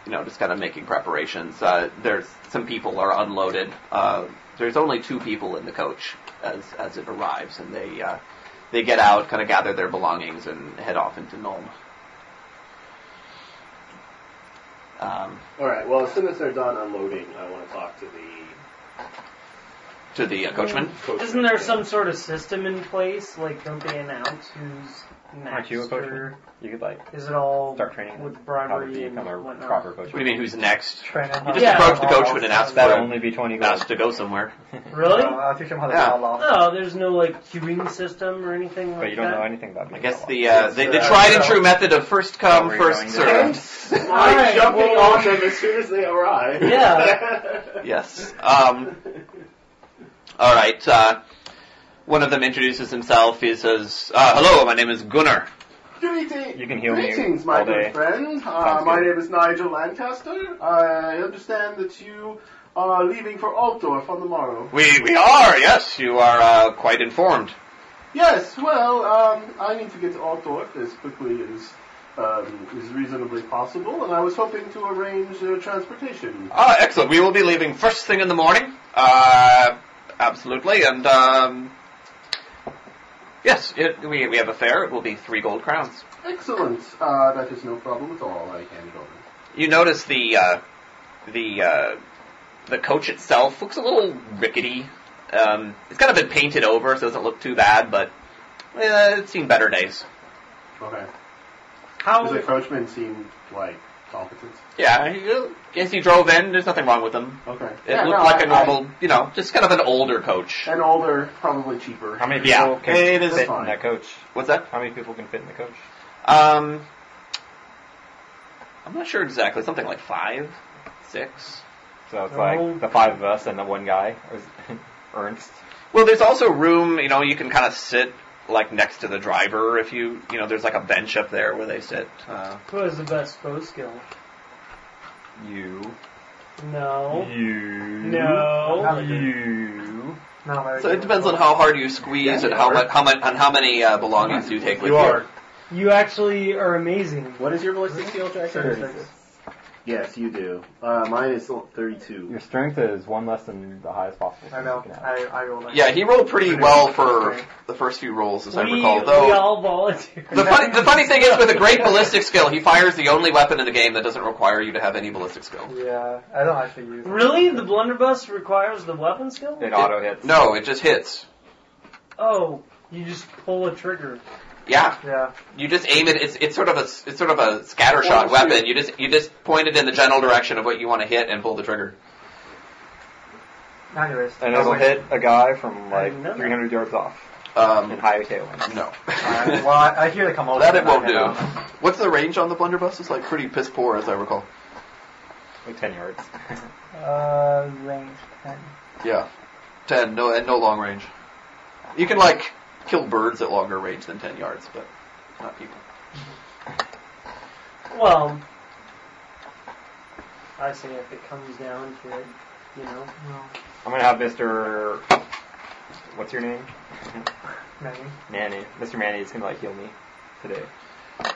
Speaker 2: you know just kind of making preparations. Uh, there's some people are unloaded. Uh, there's only two people in the coach as as it arrives, and they uh, they get out, kind of gather their belongings, and head off into Nome. Um,
Speaker 4: All right. Well, as soon as they're done unloading, I want to talk to the
Speaker 2: to the uh, coachman.
Speaker 4: coach.
Speaker 6: Isn't there some sort of system in place? Like, don't they announce who's
Speaker 3: Aren't
Speaker 6: next?
Speaker 3: you a coachman?
Speaker 6: or
Speaker 3: You could like
Speaker 6: Is it all
Speaker 3: start training
Speaker 6: with
Speaker 3: how to
Speaker 6: bribery and
Speaker 3: become a
Speaker 6: whatnot?
Speaker 3: proper coach.
Speaker 2: What do you mean? Who's next?
Speaker 11: Train him
Speaker 2: You
Speaker 11: how
Speaker 2: just
Speaker 6: Yeah.
Speaker 2: approach the coachman and ask
Speaker 3: That'll
Speaker 2: for
Speaker 3: only be twenty gold.
Speaker 2: ask to go somewhere.
Speaker 6: Really?
Speaker 11: Uh, I'll teach him how to
Speaker 2: Yeah.
Speaker 11: yeah. off.
Speaker 6: No, there's no like queuing system or anything like
Speaker 3: But you don't
Speaker 6: that.
Speaker 3: know anything about me.
Speaker 2: I guess the uh, the, the tried and true method of first
Speaker 3: Oh,
Speaker 2: come,
Speaker 3: we're
Speaker 2: first
Speaker 3: going
Speaker 2: served.
Speaker 6: All right,
Speaker 4: jumping
Speaker 6: well-
Speaker 4: on them as soon as they arrive.
Speaker 6: Yeah.
Speaker 2: Yes. Um, all right. Uh, one of them introduces himself. He says, uh, "Hello, my name is Gunnar."
Speaker 4: Greeting-
Speaker 3: You can heal me
Speaker 4: Greetings, my
Speaker 3: all
Speaker 4: good
Speaker 3: day.
Speaker 4: friend. Uh,
Speaker 3: Sounds
Speaker 4: my
Speaker 3: good.
Speaker 4: name is Nigel Lancaster. I understand that you are leaving for Altdorf on the morrow.
Speaker 2: We we are. Yes, you are uh, quite informed.
Speaker 4: Yes, well, um, I need to get to Altdorf as quickly as um, is reasonably possible, and I was hoping to arrange uh, transportation.
Speaker 2: Ah, excellent. We will be leaving first thing in the morning. Uh, absolutely, and um, yes, it, we we have a fare. It will be three gold crowns.
Speaker 4: Excellent. Uh, that is no problem at all. I hand it over.
Speaker 2: You notice the uh, the uh, the coach itself looks a little rickety. Um, it's kind of been painted over, so it doesn't look too bad, but uh, it's seen better days.
Speaker 4: Okay. Does the
Speaker 6: How?
Speaker 4: coachman seem like competent?
Speaker 2: Yeah, he- as he drove in, there's nothing wrong with him.
Speaker 4: Okay.
Speaker 2: It looked like a normal, you know, just kind of an older coach.
Speaker 4: and older, probably cheaper.
Speaker 3: How many people
Speaker 2: Yeah.
Speaker 3: can
Speaker 2: It is
Speaker 3: fit
Speaker 4: fine.
Speaker 3: in that coach?
Speaker 2: What's that?
Speaker 3: How many people can fit in the coach?
Speaker 2: Um, I'm not sure exactly. Something like five, six.
Speaker 3: So it's
Speaker 6: Oh.
Speaker 3: like the five of us and the one guy, Or is- Ernst.
Speaker 2: Well, there's also room. You know, you can kind of sit like next to the driver if you, you know, there's like a bench up there where they sit. Uh,
Speaker 6: What is the best bow skill?
Speaker 3: You.
Speaker 6: No.
Speaker 3: You.
Speaker 6: No.
Speaker 3: You.
Speaker 11: Not very
Speaker 2: so it
Speaker 11: good.
Speaker 2: depends on how hard you squeeze and how much, how much, and how many uh, belongings you take with you.
Speaker 6: You actually are amazing.
Speaker 4: What is your ballistic skill, Jack? Yes, you do. Uh, mine is 32.
Speaker 3: Your strength is one less than the highest possible.
Speaker 11: I know.
Speaker 3: You can have.
Speaker 11: I, I rolled. a-
Speaker 2: Yeah, he rolled pretty well for the first few rolls, as I
Speaker 6: we,
Speaker 2: recall.
Speaker 6: we
Speaker 2: Though
Speaker 6: all volunteer.
Speaker 2: the funny, the funny thing is, with a great ballistic skill, he fires the only weapon in the game that doesn't require you to have any ballistic skill.
Speaker 11: Yeah, I don't actually use. it.
Speaker 6: Really? The blunderbuss requires the weapon skill?
Speaker 3: It auto hits.
Speaker 2: No, it just hits.
Speaker 6: Oh, you just pull a trigger.
Speaker 2: Yeah,
Speaker 11: Yeah.
Speaker 2: You just aim it. It's it's sort of a s- it's sort of a
Speaker 6: Oh,
Speaker 2: scattershot weapon. You just you just point it in the general direction of what you want to hit and pull the trigger.
Speaker 11: Anyways.
Speaker 3: And
Speaker 11: no
Speaker 3: it'll
Speaker 11: way.
Speaker 3: hit a guy from like
Speaker 6: I didn't know that.
Speaker 3: 300 yards off and
Speaker 2: Um,
Speaker 3: high tailwind.
Speaker 2: no,
Speaker 11: Alright, well, I, I hear they come over.
Speaker 2: that it won't
Speaker 11: and
Speaker 2: do.
Speaker 11: I head out.
Speaker 2: What's the range on the blunderbuss? It's like pretty piss poor, as I recall.
Speaker 3: Like 10 yards.
Speaker 11: Uh, range ten.
Speaker 2: Yeah, ten. No, and no long range. You can like kill birds at longer range than ten yards, but not people.
Speaker 6: Well, I say if it comes down to it, you know.
Speaker 3: I'm gonna have Mr. What's your name?
Speaker 11: Maybe.
Speaker 3: Manny. Mr. Manny is gonna like heal me today.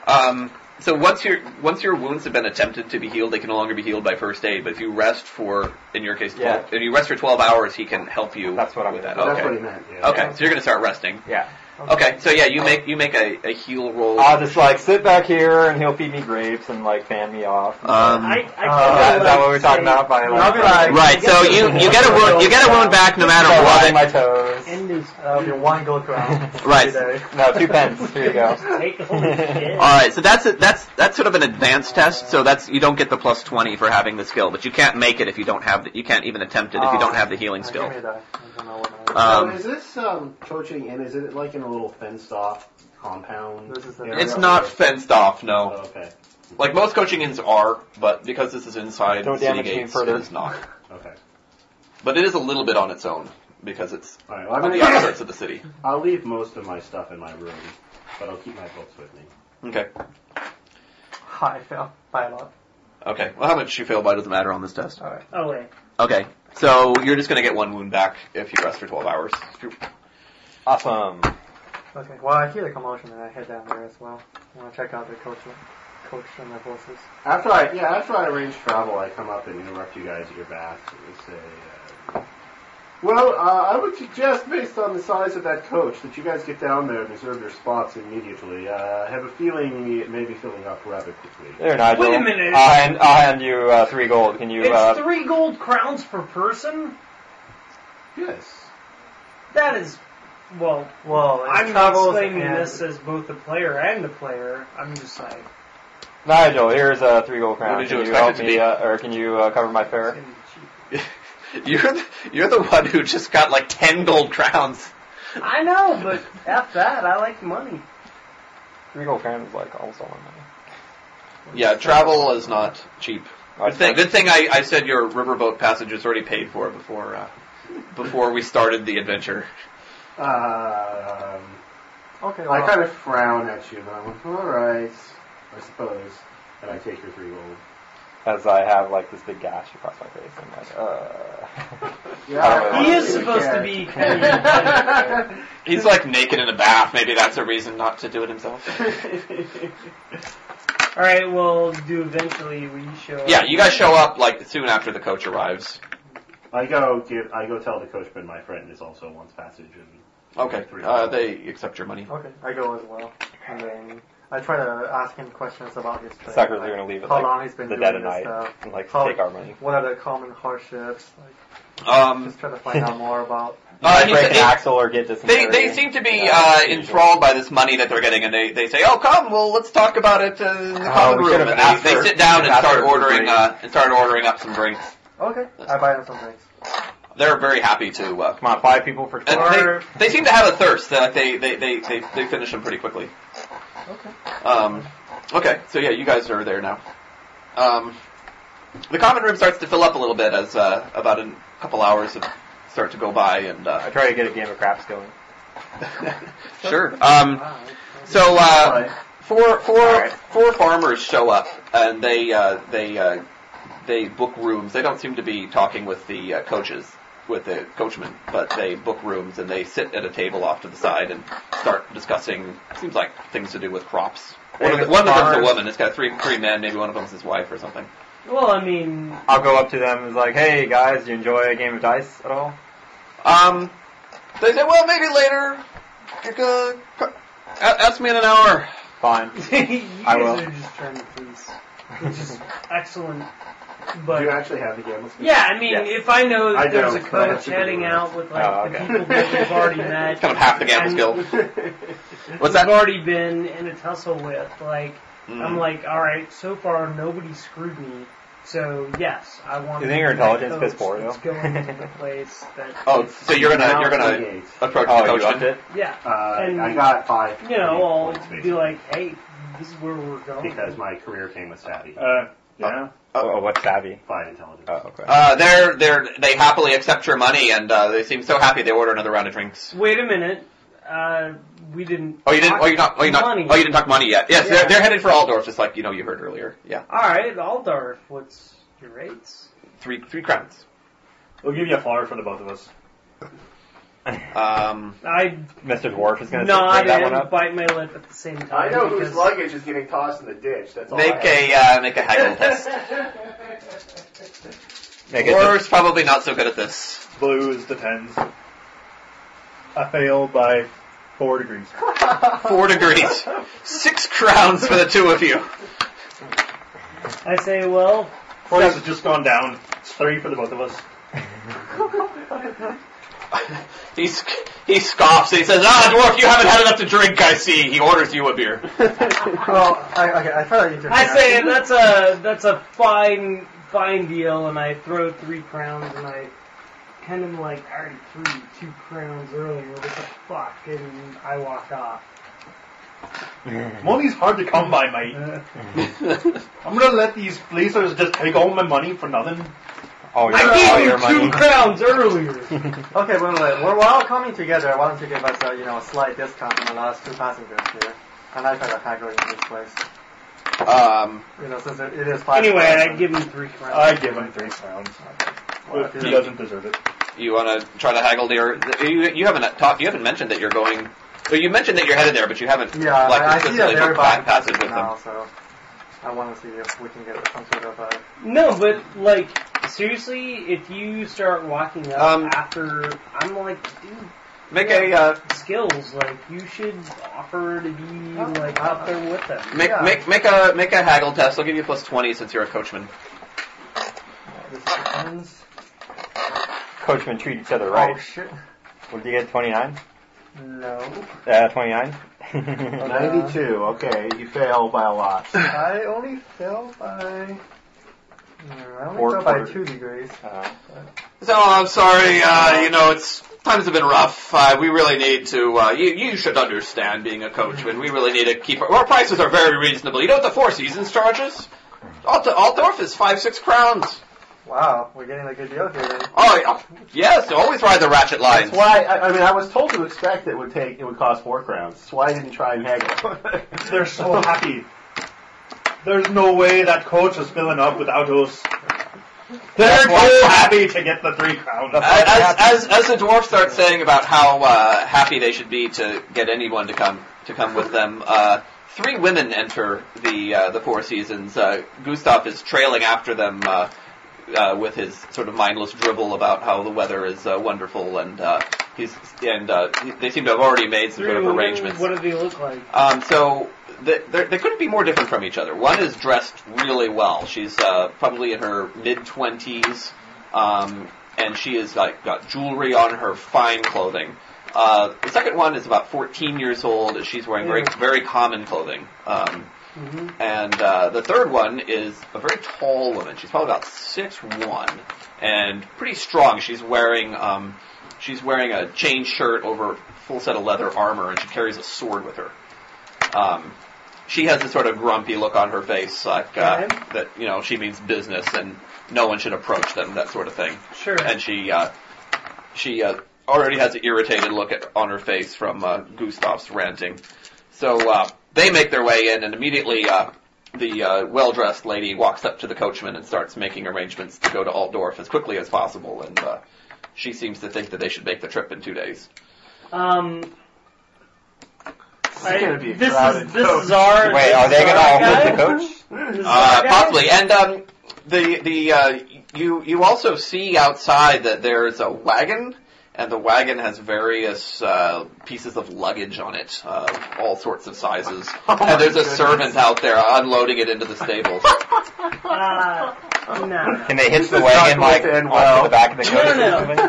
Speaker 2: Um, so once your once your wounds have been attempted to be healed, they can no longer be healed by first aid. But if you rest for, in your case, 12, if you rest for twelve hours, he can help you.
Speaker 3: That's what I'm
Speaker 2: with
Speaker 3: gonna
Speaker 2: that.
Speaker 3: do.
Speaker 2: Okay.
Speaker 4: That's what he meant. Yeah.
Speaker 2: Okay, so you're gonna start resting.
Speaker 3: Yeah.
Speaker 2: Okay, so yeah, you make you make a, a heal roll.
Speaker 3: I'll just like sit back here and he'll feed me grapes and like fan me off.
Speaker 2: Um,
Speaker 6: I, I kinda
Speaker 3: Uh, that- is that what we're talking about by
Speaker 11: I'll
Speaker 3: like
Speaker 11: be like,
Speaker 2: right, so you, you get a wound you get a wound back no matter
Speaker 3: lying my
Speaker 2: what.
Speaker 3: toes?
Speaker 6: End is
Speaker 11: That'll be one gold crown.
Speaker 2: Right.
Speaker 11: Today.
Speaker 3: No, two pence. Here you go.
Speaker 6: take the whole kid.
Speaker 2: All right, so that's a, that's that's sort of an advanced test. So that's you don't get the plus twenty for having the skill, but you can't make it if you don't have the, you can't even attempt it if you don't have the healing
Speaker 11: Uh,
Speaker 2: skill.
Speaker 11: Give me that. I don't know what I-
Speaker 4: So
Speaker 2: Um,
Speaker 4: is this um, coaching and is it like in a little fenced off compound?
Speaker 11: This is the-
Speaker 4: area?
Speaker 2: it's not fenced off,
Speaker 4: Oh,
Speaker 2: no.
Speaker 4: okay.
Speaker 2: Like most coaching inns are, but because this is inside
Speaker 3: Don't
Speaker 2: city
Speaker 3: damage me
Speaker 2: gates,
Speaker 3: further.
Speaker 2: it is not.
Speaker 4: Okay.
Speaker 2: But it is a little bit on its own because it's
Speaker 4: All right. Well,
Speaker 2: on
Speaker 4: I'm
Speaker 2: the
Speaker 4: gonna,
Speaker 2: outskirts of the city.
Speaker 4: I'll leave most of my stuff in my room, but I'll keep my books with me.
Speaker 2: Okay,
Speaker 11: I fell by a lot.
Speaker 2: okay. Well, how much you fail by doesn't matter on this test.
Speaker 11: Alright.
Speaker 6: Oh wait,
Speaker 2: Okay, so you're just gonna get one wound back if you rest for 12 hours. If you-
Speaker 3: Awesome.
Speaker 11: Okay. Well, I hear the commotion and I head down there as well. I want to check out the coach, coach and the horses.
Speaker 4: After I yeah, after I arrange travel, I come up and interrupt you guys at your bath and say, uh, "Well, uh, I would suggest, based on the size of that coach, that you guys get down there and reserve your spots immediately. Uh, I have a feeling it may be filling up rather quickly."
Speaker 3: There, Nigel.
Speaker 6: Wait a minute.
Speaker 3: I'll hand, I'll hand you uh, three gold. Can you?
Speaker 6: it's
Speaker 3: Uh,
Speaker 6: three gold crowns per person.
Speaker 4: Yes.
Speaker 6: That is, well,
Speaker 11: Well,
Speaker 6: I'm
Speaker 11: it
Speaker 6: not
Speaker 11: travels
Speaker 6: explaining
Speaker 11: and-
Speaker 6: this as both the player and the player. I'm just like,
Speaker 3: Nigel, here's uh, three gold crowns.
Speaker 2: What did you
Speaker 3: can you
Speaker 2: expect
Speaker 3: help
Speaker 2: it to
Speaker 3: me,
Speaker 2: be?
Speaker 3: uh, or can you uh, cover my
Speaker 6: it's
Speaker 3: fare?
Speaker 6: gonna be cheap.
Speaker 2: you're the, you're the one who just got like 10 gold crowns.
Speaker 6: I know, but f that. I like money.
Speaker 3: Three gold crowns is like almost all my money.
Speaker 2: Yeah, travel is not cheap.
Speaker 3: I
Speaker 2: Good thing,
Speaker 3: spent-
Speaker 2: good thing I, I said your riverboat passage was already paid for before uh, before we started the adventure.
Speaker 4: Um,
Speaker 11: Okay.
Speaker 4: I
Speaker 11: well,
Speaker 4: kind of frown at you, and I'm like, "All right, I suppose." And I take your three gold.
Speaker 3: as I have like this big gash across my face. I'm like, uh.
Speaker 6: He is supposed to be kind of
Speaker 2: He's like naked in a bath. Maybe that's a reason not to do it himself.
Speaker 6: All right, we'll do eventually when you show up.
Speaker 2: Yeah, you guys show up like soon after the coach arrives.
Speaker 13: I go give. I go tell the coachman my friend is also wants passage and
Speaker 2: Okay. Uh, they accept your money.
Speaker 11: Okay, I go as well. And then I try to ask him questions about his trade.
Speaker 3: Suckers are
Speaker 11: like,
Speaker 3: gonna leave at
Speaker 11: How
Speaker 3: like,
Speaker 11: long he's been
Speaker 3: the
Speaker 11: doing
Speaker 3: dead of
Speaker 11: this
Speaker 3: night
Speaker 11: stuff.
Speaker 3: and like
Speaker 11: How-
Speaker 3: take our money.
Speaker 11: What are the common hardships? Like,
Speaker 2: Um,
Speaker 11: just try to find out more about.
Speaker 2: uh, he
Speaker 3: break
Speaker 2: said-
Speaker 3: an axle or get
Speaker 2: they,
Speaker 3: dysentery.
Speaker 2: they seem to be
Speaker 3: Yeah,
Speaker 2: uh,
Speaker 3: that's usual.
Speaker 2: enthralled by this money that they're getting, and they, they say, "Oh, come, well, let's talk about it uh, in the
Speaker 3: Oh,
Speaker 2: common
Speaker 3: we
Speaker 2: room."
Speaker 3: should've
Speaker 2: And
Speaker 3: asked
Speaker 2: they, they
Speaker 3: her-
Speaker 2: sit down and
Speaker 3: asked
Speaker 2: start
Speaker 3: her for
Speaker 2: ordering
Speaker 3: drinks.
Speaker 2: uh, and start ordering up some drinks.
Speaker 11: Okay, I buy him some drinks.
Speaker 2: They're very happy to. Uh,
Speaker 3: Come on, five people for
Speaker 2: and
Speaker 3: four.
Speaker 2: they, they seem to have a thirst. They're Like they they, they, they they finish them pretty quickly.
Speaker 11: Okay.
Speaker 2: Um, okay, so yeah, you guys are there now. Um, the common room starts to fill up a little bit as uh, about a couple hours of start to go by, and
Speaker 3: I
Speaker 2: uh,
Speaker 3: try to get a game of craps going.
Speaker 2: sure. Um,
Speaker 6: Ah,
Speaker 11: Wow.
Speaker 2: so uh,
Speaker 13: Alright.
Speaker 2: four four
Speaker 3: Alright.
Speaker 2: four farmers show up, and they uh, they uh, they book rooms. They don't seem to be talking with the uh, coaches. With the coachman, but they book rooms and they sit at a table off to the side and start discussing. Seems like things to do with crops. One of, the, one of them's a
Speaker 3: Farmers.
Speaker 2: woman. It's got three three men. Maybe one of them's his wife or something.
Speaker 6: Well, I mean,
Speaker 3: I'll go up to them and be like, hey guys, do you enjoy a game of dice at all?
Speaker 2: Um, they say, well, maybe later. Uh, c- a- Ask me in an hour.
Speaker 3: Fine.
Speaker 6: you guys
Speaker 3: I will.
Speaker 6: are just trying to please, which is excellent.
Speaker 4: Do you
Speaker 6: But
Speaker 4: actually have the game? Let's-
Speaker 6: yeah, I mean, if I know that
Speaker 13: I
Speaker 6: there's a
Speaker 13: don't, but I have
Speaker 6: coach
Speaker 13: to do
Speaker 6: heading
Speaker 13: it.
Speaker 6: out with like
Speaker 3: Oh,
Speaker 6: the
Speaker 3: okay.
Speaker 6: people that we've already met,
Speaker 2: Kind of half the gamble
Speaker 6: And-
Speaker 2: skill. What's
Speaker 6: I've
Speaker 2: that? Mm.
Speaker 6: already been in a tussle with. Like, I'm like, all right, so far nobody screwed me. So yes, I want.
Speaker 3: You
Speaker 6: to
Speaker 3: think your
Speaker 6: be that
Speaker 3: intelligence is
Speaker 6: coach
Speaker 3: poor,
Speaker 6: that's
Speaker 3: though?
Speaker 6: going to the place that.
Speaker 2: Oh, so you're gonna you're
Speaker 13: Now
Speaker 2: gonna
Speaker 13: engage.
Speaker 2: approach the
Speaker 3: Oh,
Speaker 2: coach
Speaker 3: you upped it?
Speaker 6: Yeah,
Speaker 13: Uh,
Speaker 6: And-
Speaker 13: I got five.
Speaker 6: you know,
Speaker 13: points,
Speaker 6: I'll
Speaker 13: basically,
Speaker 6: be like, hey, this is where we're going.
Speaker 13: because my career came with savvy,
Speaker 10: Uh, yeah.
Speaker 3: Oh, what's savvy?
Speaker 13: five intelligence.
Speaker 3: Oh, okay.
Speaker 2: Uh, they're they're they happily accept your money and uh, they seem so happy they order another round of drinks.
Speaker 6: Wait a minute. Uh, we didn't.
Speaker 2: Oh, you didn't.
Speaker 6: talk
Speaker 2: Oh, you not. Oh, you not.
Speaker 6: money.
Speaker 2: Oh, you didn't talk money yet. Yes,
Speaker 6: Yeah.
Speaker 2: they're, they're headed for Aldorf, just like you know you heard earlier. Yeah,
Speaker 6: All right, Aldorf. What's your rates?
Speaker 2: three three crowns.
Speaker 10: We'll give you a flower for the both of us.
Speaker 2: Um,
Speaker 6: I
Speaker 3: Mr. Dwarf is gonna
Speaker 6: nod
Speaker 3: bring that one
Speaker 6: and
Speaker 3: up.
Speaker 6: bite my lip at the same time.
Speaker 4: I know whose
Speaker 6: because-
Speaker 4: luggage is getting tossed in the ditch. That's all. I
Speaker 2: make
Speaker 4: have.
Speaker 2: a uh, make a haggle test.
Speaker 3: Make it
Speaker 2: Or's probably not so good at this.
Speaker 10: Blues depends. I failed by four degrees.
Speaker 2: Four degrees. Six crowns for the two of you.
Speaker 6: I say, well,
Speaker 10: Price has just gone down. It's three for the both of us.
Speaker 2: He, sc- he scoffs and he says, Ah, dwarf, you haven't had enough to drink, I see. He orders you a beer.
Speaker 11: Well, I, okay, I try to interfere.
Speaker 6: I say that's a that's a fine fine deal, and I throw three crowns, and I kind of like I already threw you two crowns earlier. What the fuck? And I walk off.
Speaker 10: Money's hard to come by, mate. I'm gonna let these fleecers just take all my money for nothing.
Speaker 2: Oh,
Speaker 3: all your, all
Speaker 6: I gave you
Speaker 3: your
Speaker 6: two
Speaker 3: money.
Speaker 6: crowns earlier.
Speaker 11: Okay, wait, wait, wait. We're, we're all coming together. I want them to give us a, you know, a slight discount on the last two passengers here. And I try to haggle into this place.
Speaker 2: Um,
Speaker 11: You know, since it, it is five.
Speaker 6: anyway, I
Speaker 11: thousand.
Speaker 6: give him three crowns.
Speaker 10: I give him three crowns.
Speaker 11: Well,
Speaker 10: He doesn't deserve it.
Speaker 2: you want to try to haggle your. You, you haven't talked. You haven't mentioned that you're going. Well, you mentioned that you're headed there, but you haven't
Speaker 11: Yeah, I-
Speaker 2: like
Speaker 11: I see that
Speaker 2: consistently booked
Speaker 11: everybody
Speaker 2: back passage with
Speaker 11: now,
Speaker 2: them.
Speaker 11: so I want to see if we can get some sort of a.
Speaker 6: No, but like seriously, if you start walking up
Speaker 2: Um,
Speaker 6: after, I'm like, dude,
Speaker 2: Make a uh,
Speaker 6: skills. Like you should offer to be
Speaker 11: Oh,
Speaker 6: like
Speaker 11: uh,
Speaker 6: up there with them.
Speaker 2: make
Speaker 11: Yeah.
Speaker 2: make make a make a haggle test. I'll give you plus twenty since you're a coachman.
Speaker 11: This depends.
Speaker 3: Coachmen treat each other right.
Speaker 11: Oh shit!
Speaker 3: What did you get, 29?
Speaker 11: No,
Speaker 3: Uh, 29?
Speaker 13: Ninety-two. Okay, you fail by a lot.
Speaker 11: I only fell by. No, I only
Speaker 3: Four-
Speaker 11: fell by
Speaker 3: four.
Speaker 11: two degrees.
Speaker 3: uh,
Speaker 2: So I'm sorry. Uh, you know, it's times have been rough. Uh, we really need to. Uh, you you should understand being a coachman. We really need to keep our, our prices are very reasonable. You know what the Four Seasons charges? Alt- Altdorf is five six crowns.
Speaker 11: Wow, we're getting a good deal here. Then.
Speaker 2: Oh yeah. yes, always ride the ratchet lines.
Speaker 13: That's why. I, I mean, I was told to expect it would take. It would cost four crowns. That's why I didn't try and haggle.
Speaker 10: They're so happy. There's no way that coach is filling up without us. They're
Speaker 2: That's why-
Speaker 10: too happy to get the three crowns.
Speaker 2: as, as, as the dwarf starts saying about how uh, happy they should be to get anyone to come to come with them, uh, three women enter the uh, the Four Seasons. Uh, Gustav is trailing after them uh, uh, with his sort of mindless dribble about how the weather is uh, wonderful, and uh, he's and uh, he- they seem to have already made some sort of arrangements.
Speaker 6: What do they look like?
Speaker 2: Um, so th- they're, they couldn't be more different from each other. One is dressed really well. She's uh, probably in her mid twenties, um, and she is like got jewelry on her fine clothing. Uh, the second one is about 14 years old. and She's wearing very very common clothing. Um,
Speaker 6: hmm
Speaker 2: and uh, the third one is a very tall woman. She's probably about six one and pretty strong. She's wearing um, she's wearing a chain shirt over a full set of leather armor, and she carries a sword with her. Um, she has a sort of grumpy look on her face, like uh,
Speaker 6: Okay.
Speaker 2: that you know she means business, and no one should approach them, that sort of thing.
Speaker 6: Sure.
Speaker 2: And she uh, she uh, already has an irritated look at, on her face from uh, Gustav's ranting. So uh, they make their way in, and immediately uh, the uh, well-dressed lady walks up to the coachman and starts making arrangements to go to Altdorf as quickly as possible. And uh, she seems to think that they should make the trip in two days.
Speaker 6: Um,
Speaker 11: This
Speaker 6: I-
Speaker 11: is gonna be a
Speaker 6: this
Speaker 11: crowded.
Speaker 6: is this
Speaker 11: coach.
Speaker 6: is our.
Speaker 3: Wait, are they
Speaker 6: this
Speaker 3: going to
Speaker 6: is our
Speaker 3: all
Speaker 6: guy?
Speaker 3: the coach?
Speaker 6: This is
Speaker 2: Uh,
Speaker 6: our guy?
Speaker 2: possibly. And um, the the uh, you you also see outside that there's a wagon, and the wagon has various uh, pieces of luggage on it, uh, all sorts of sizes.
Speaker 11: Oh my
Speaker 2: and there's a
Speaker 11: goodness.
Speaker 2: servant out there unloading it into the stable.
Speaker 6: Uh, no, no.
Speaker 3: Can they hit the
Speaker 11: is
Speaker 3: way
Speaker 11: not
Speaker 3: in
Speaker 11: going
Speaker 3: like
Speaker 11: to end
Speaker 3: onto the back of the
Speaker 6: No,
Speaker 3: coach?
Speaker 6: no, no.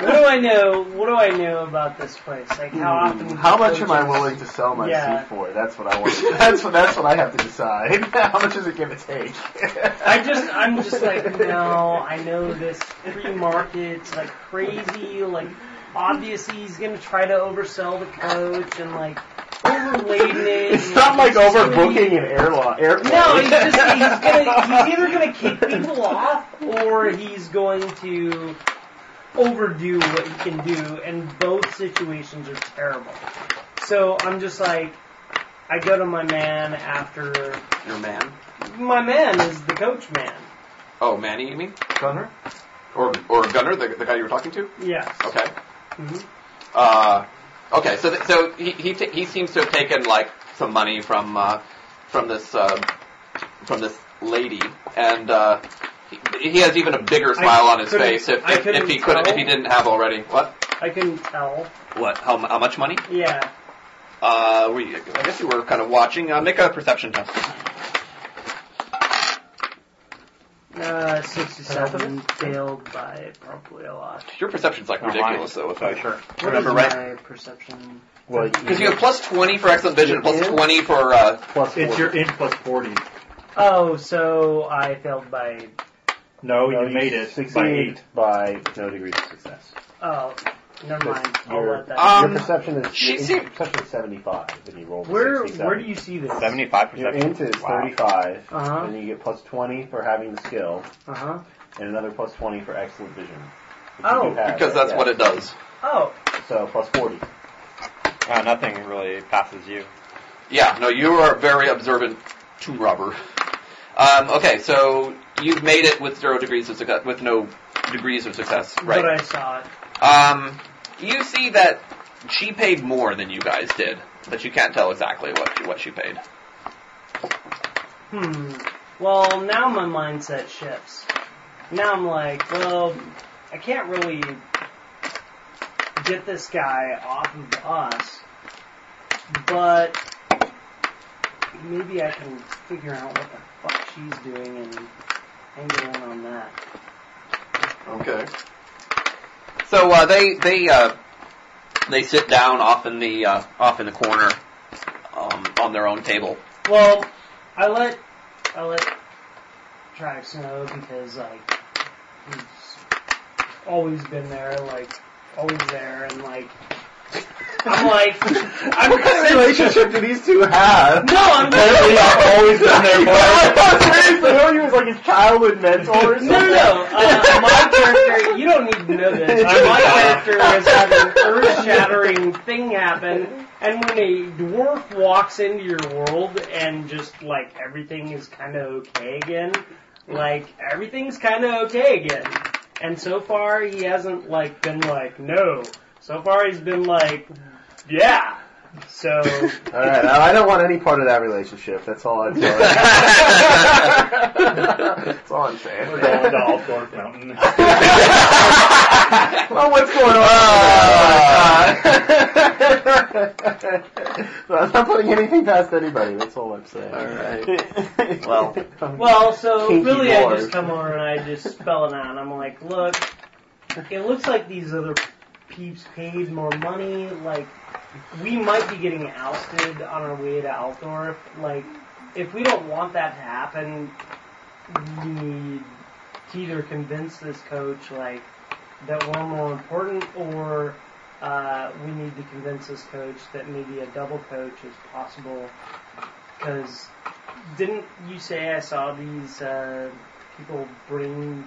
Speaker 6: What do I know? What do I know about this place? Like how often? do
Speaker 11: Hmm. How much am I
Speaker 6: coaches-
Speaker 11: willing to sell my
Speaker 6: Yeah.
Speaker 11: seat for? That's what I want. that's what that's what I have to decide. How much is it going to take?
Speaker 6: I just, I'm just like, no. I know this free market's like crazy. Like, obviously he's gonna try to oversell the coach and like overladen it.
Speaker 11: It's
Speaker 6: and,
Speaker 11: not like
Speaker 6: it's gonna be-
Speaker 11: overbooking an airline. Airplane.
Speaker 6: No, he's just he's gonna he's either gonna kick people off or he's going to overdo what he can do, and both situations are terrible. So I'm just like, I go to my man after
Speaker 2: Your man?
Speaker 6: my man is the coach man.
Speaker 2: Oh, Manny, you mean?
Speaker 11: Gunner?
Speaker 2: Or or Gunner, the, the guy you were talking to?
Speaker 6: Yes.
Speaker 2: Okay.
Speaker 6: Mhm.
Speaker 2: Uh, okay. So th- so he he, ta he seems to have taken like some money from uh, from this uh, from this lady, and uh, he, he has even a bigger smile on his
Speaker 6: couldn't-
Speaker 2: face if,
Speaker 6: I
Speaker 2: if, if he
Speaker 6: couldn't
Speaker 2: couldn't if he
Speaker 6: tell.
Speaker 2: didn't have already. What
Speaker 6: I couldn't tell.
Speaker 2: what how, mu- how much money?
Speaker 6: Yeah.
Speaker 2: Uh, we, I guess you were kind of watching. Uh, make a perception test.
Speaker 6: Uh, 67 failed by probably a lot.
Speaker 2: Your perception's like
Speaker 3: Oh, mine.
Speaker 2: ridiculous though, if I
Speaker 6: What
Speaker 2: remember
Speaker 6: is
Speaker 2: right.
Speaker 6: my perception?
Speaker 4: Well,
Speaker 2: Because you have plus twenty for excellent vision, plus twenty for uh,
Speaker 4: plus
Speaker 13: It's
Speaker 4: four.
Speaker 13: your in plus 40.
Speaker 6: Oh, so I failed by.
Speaker 13: No,
Speaker 4: No,
Speaker 13: you made it
Speaker 4: succeed
Speaker 13: by
Speaker 4: by
Speaker 13: 8.
Speaker 4: no degrees of success.
Speaker 6: Oh, never mind. I'll
Speaker 4: Your-
Speaker 6: let that.
Speaker 2: Um,
Speaker 4: your perception is
Speaker 2: she
Speaker 4: your int-
Speaker 2: seemed-
Speaker 4: perception is seventy-five, and you Uh-huh. rolled a
Speaker 6: Where
Speaker 4: 67.
Speaker 6: where do you see this? Uh
Speaker 3: Seventy-five
Speaker 4: Your
Speaker 3: percent.
Speaker 4: int is
Speaker 3: Wow.
Speaker 4: thirty-five,
Speaker 6: huh.
Speaker 4: and you get plus twenty for having the skill,
Speaker 6: Uh huh.
Speaker 4: and another plus twenty for excellent vision. which you
Speaker 6: Oh.
Speaker 4: do have,
Speaker 2: because that's
Speaker 4: yeah.
Speaker 2: what it does.
Speaker 6: Oh.
Speaker 4: So plus forty.
Speaker 3: Uh, nothing really passes you.
Speaker 2: Yeah, no, you are a very observant tomb robber. Um, okay, so you've made it with zero degrees of success, with no degrees of success,
Speaker 6: But
Speaker 2: right?
Speaker 6: I saw it.
Speaker 2: um, you see that she paid more than you guys did, but you can't tell exactly what what she paid.
Speaker 6: Hmm. Well, now my mindset shifts. Now I'm like, well, I can't really get this guy off of us, but maybe I can figure out what the fuck she's doing and angle in on that.
Speaker 2: Okay. So uh, they they uh, they sit down off in the uh, off in the corner um, on their own table.
Speaker 6: Well, I let I let Trax know because like he's always been there, like always there, and like I'm like, I'm
Speaker 2: What kind of relationship do these two have?
Speaker 6: no, I'm
Speaker 2: I've always been there
Speaker 4: Seriously, Owen was like his childhood mentor or something.
Speaker 6: No, no, no. Uh, my character, you don't need to know this. My character has had an earth-shattering thing happen, and when a dwarf walks into your world and just like everything is kind of okay again, like everything's kind of okay again. And so far, he hasn't like been like no. So far, he's been like yeah. So
Speaker 2: All right, I don't want any part of that relationship. That's all I'm saying. That's all I'm saying.
Speaker 10: We're going to Alfdorf Mountain.
Speaker 2: well, what's going on? Well, I'm not putting anything past anybody. That's all I'm saying. All right.
Speaker 12: Well.
Speaker 6: Well, so
Speaker 2: Kinky
Speaker 6: really, I
Speaker 2: lord.
Speaker 6: just come over and I just spell it out. I'm like, look, it looks like these other peeps paid more money. Like, we might be getting ousted on our way to Altdorf. Like, if we don't want that to happen, we need to either convince this coach like that we're more important, or uh, we need to convince this coach that maybe a double coach is possible. Because didn't you say I saw these uh, people bring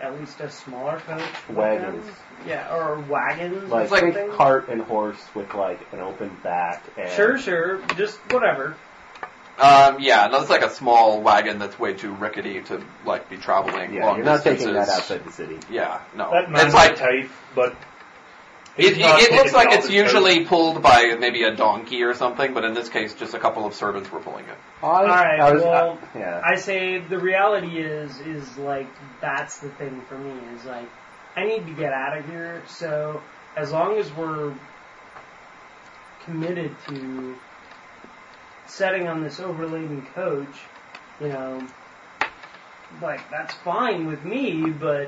Speaker 6: at least a smaller coach? with
Speaker 3: Wagons.
Speaker 6: them? Yeah, or wagons
Speaker 3: Like,
Speaker 6: or something?
Speaker 3: cart and horse with like an open back and
Speaker 6: Sure, sure. Just whatever.
Speaker 2: Um, yeah, no, it's like a small wagon that's way too rickety to like be traveling
Speaker 3: Yeah,
Speaker 2: long
Speaker 3: you're not
Speaker 2: distances.
Speaker 3: taking that outside the city.
Speaker 2: Yeah, no.
Speaker 10: That
Speaker 2: it's like
Speaker 10: type, but
Speaker 2: it,
Speaker 10: It's
Speaker 2: it,
Speaker 10: not
Speaker 2: it looks
Speaker 10: taking
Speaker 2: like
Speaker 10: all
Speaker 2: it's
Speaker 10: the
Speaker 2: usually pulled by maybe a donkey or something, but in this case, just a couple of servants were pulling it.
Speaker 3: I,
Speaker 6: All right,
Speaker 3: I was,
Speaker 6: well,
Speaker 3: I, yeah.
Speaker 6: I say the reality is is like that's the thing for me is like I need to get out of here. So as long as we're committed to setting on this overladen coach, you know, like that's fine with me. But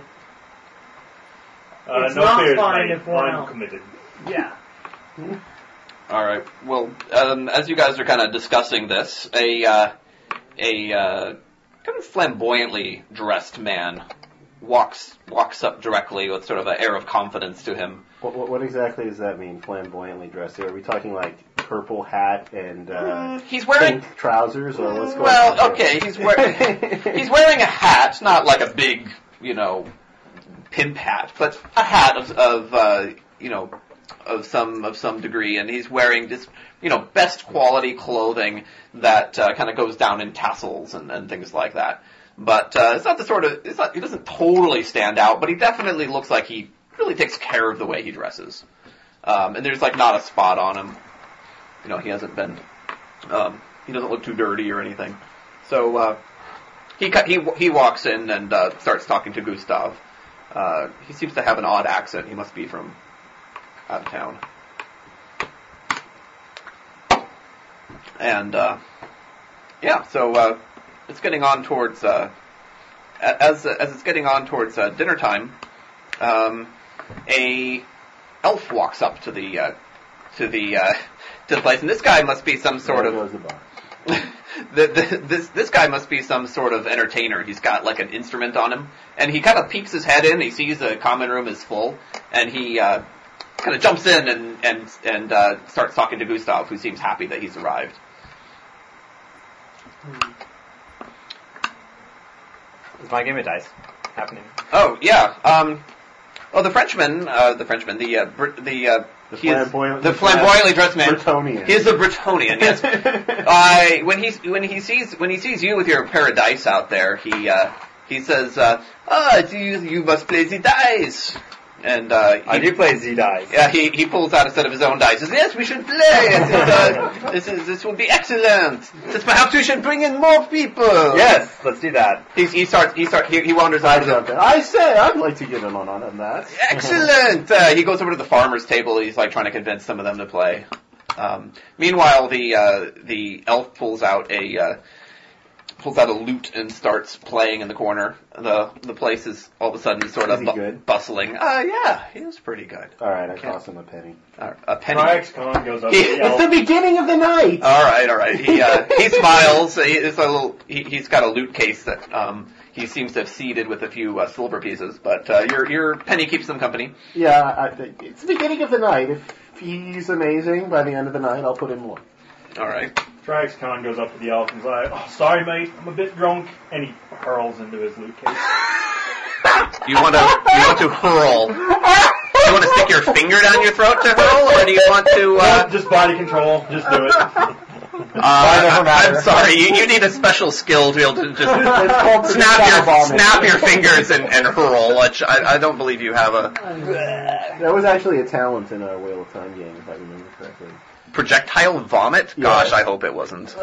Speaker 10: uh,
Speaker 6: It's
Speaker 10: no
Speaker 6: not
Speaker 10: fear,
Speaker 6: fine
Speaker 10: mate.
Speaker 6: if we're
Speaker 10: I'm
Speaker 6: out.
Speaker 10: committed.
Speaker 6: yeah,
Speaker 2: All right. Well, um, as you guys are kind of discussing this, a uh, a uh, kind of flamboyantly dressed man walks walks up directly with sort of an air of confidence to him.
Speaker 3: What, what, what exactly does that mean? Flamboyantly dressed? Are we talking like purple hat and uh,
Speaker 2: Mm, He's
Speaker 6: Mm.
Speaker 2: wearing
Speaker 3: pink trousers, or what's going on?
Speaker 2: well,
Speaker 3: here?
Speaker 2: okay. He's wearing he's wearing a hat, not like a big you know pimp hat, but a hat of of uh, you know of some of some degree, and he's wearing just you know best quality clothing that uh, kind of goes down in tassels and, and things like that. But uh, it's not the sort of it's not, it doesn't totally stand out, but he definitely looks like he really takes care of the way he dresses. Um, and there's like not a spot on him. You know, he hasn't been. Um, he doesn't look too dirty or anything. So uh, he cu- he he walks in and uh, starts talking to Gustav. Uh, he seems to have an odd accent. He must be from out of town. And uh, yeah, so uh, it's getting on towards uh, a- as as it's getting on towards uh, dinner time. Um, a elf walks up to the uh, to the uh, to the place, and this guy must be some sort
Speaker 3: There
Speaker 2: of
Speaker 3: goes the bar.
Speaker 2: the, the, this this guy must be some sort of entertainer. He's got like an instrument on him, and he kind of peeks his head in. He sees the common room is full, and he uh, kind of jumps in and and and uh, starts talking to Gustav, who seems happy that he's arrived.
Speaker 4: Hmm.
Speaker 11: Is my game of dice happening?
Speaker 2: Oh yeah. Um. Oh, the Frenchman. Uh, the Frenchman. The uh, Brit the uh,
Speaker 3: The
Speaker 2: he is-
Speaker 3: flamboyant-
Speaker 2: the flamboyantly dressed man.
Speaker 3: Bretonian.
Speaker 2: He is a Bretonian. Yes. I when he when he sees when he sees you with your pair of dice out there, he uh, he says, uh, "Ah, do you you must play the dice." And uh, he,
Speaker 3: I do play Z dice.
Speaker 2: Yeah, he, he pulls out a set of his own dice. Says, "Yes, we should play. This is, uh, this is this will be excellent. This perhaps we should bring in more people."
Speaker 3: Yes, let's do that.
Speaker 2: He, he starts. He starts. He, he wanders out of the
Speaker 3: I say, I'd like to get in on, on that.
Speaker 2: Excellent. Uh, he goes over to the farmer's table. He's like trying to convince some of them to play. Um, meanwhile, the uh, the elf pulls out a uh, pulls out a lute and starts playing in the corner. the The place is all of a sudden sort
Speaker 3: Is
Speaker 2: of
Speaker 3: he
Speaker 2: bu-
Speaker 3: good?
Speaker 2: bustling. Uh, yeah, he is pretty good.
Speaker 3: All right, I
Speaker 2: Okay.
Speaker 3: toss him a penny.
Speaker 2: Uh, a penny.
Speaker 10: Ryx Khan goes up
Speaker 2: He-
Speaker 10: to the elf.
Speaker 3: beginning of the night.
Speaker 2: All right, all right. He uh, he smiles. He, it's a little. He, he's got a loot case that um, he seems to have seeded with a few uh, silver pieces, but uh, your your penny keeps them company.
Speaker 3: Yeah, I think it's the beginning of the night. If
Speaker 4: he's amazing. By the end of the night, I'll put in one.
Speaker 2: All right.
Speaker 10: Trax Khan goes up to the elephant's eye. Oh, sorry, mate. I'm a bit drunk. And he hurls into his loot case.
Speaker 2: You want to you want to hurl? Do you want to stick your finger down your throat to hurl, or do you want to?
Speaker 10: Uh,
Speaker 2: Uh,
Speaker 10: just body control. Just do it.
Speaker 2: uh, I, am sorry, you, you need a special skill to be able to just
Speaker 4: It's called
Speaker 2: snap your
Speaker 4: bombing.
Speaker 2: snap your fingers and, and hurl, which I, I don't believe you have a
Speaker 4: That was actually a talent in our Wheel of Time game, if I remember correctly.
Speaker 2: projectile vomit. Gosh,
Speaker 4: Yeah.
Speaker 2: I hope it wasn't.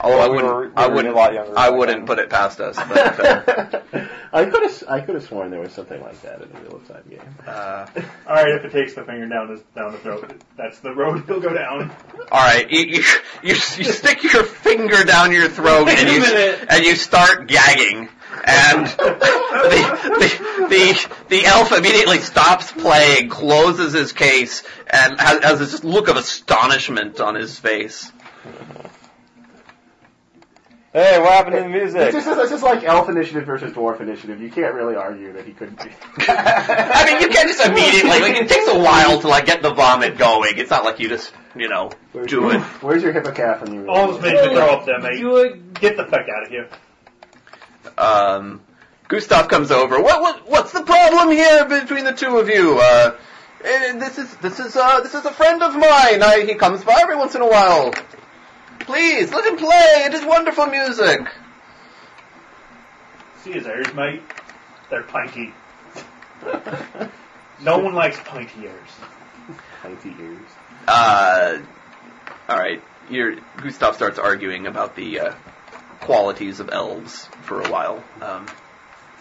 Speaker 2: Although I
Speaker 3: We
Speaker 2: wouldn't,
Speaker 3: were- we
Speaker 2: I
Speaker 3: were
Speaker 2: wouldn't,
Speaker 3: a lot younger
Speaker 2: I
Speaker 3: back
Speaker 2: wouldn't
Speaker 3: then.
Speaker 2: put it past us. But, uh,
Speaker 4: I could have I could have sworn there was something like that in a Wheel of Time game.
Speaker 2: uh,
Speaker 10: All right, if it takes the finger down his down the throat, that's the road he'll go down.
Speaker 2: All right, you, you you you stick your finger down your throat and you and you start gagging, and the the the, the elf immediately stops playing, closes his case, and has, has this look of astonishment on his face.
Speaker 3: Hey, what happened to the music?
Speaker 4: It's just, it's just like Elf Initiative versus Dwarf Initiative. You can't really argue that he couldn't be.
Speaker 2: I mean, you can't just immediately. Like, it takes a while to like get the vomit going. It's not like you just you know do it.
Speaker 4: Where's your hippocamp when you really
Speaker 10: Almost made me throw up there, mate.
Speaker 6: Do it.
Speaker 10: Get the fuck out of here.
Speaker 2: um, Gustav comes over. What, what what's the problem here between the two of you? Uh, eh, this is this is uh, this is a friend of mine. I, he comes by every once in a while. Please let him play. It is wonderful music.
Speaker 10: See his ears, mate. They're pinky. no one likes pinky ears.
Speaker 4: pointy ears?
Speaker 2: Uh, all right, your Gustav starts arguing about the uh, qualities of elves for a while. Um,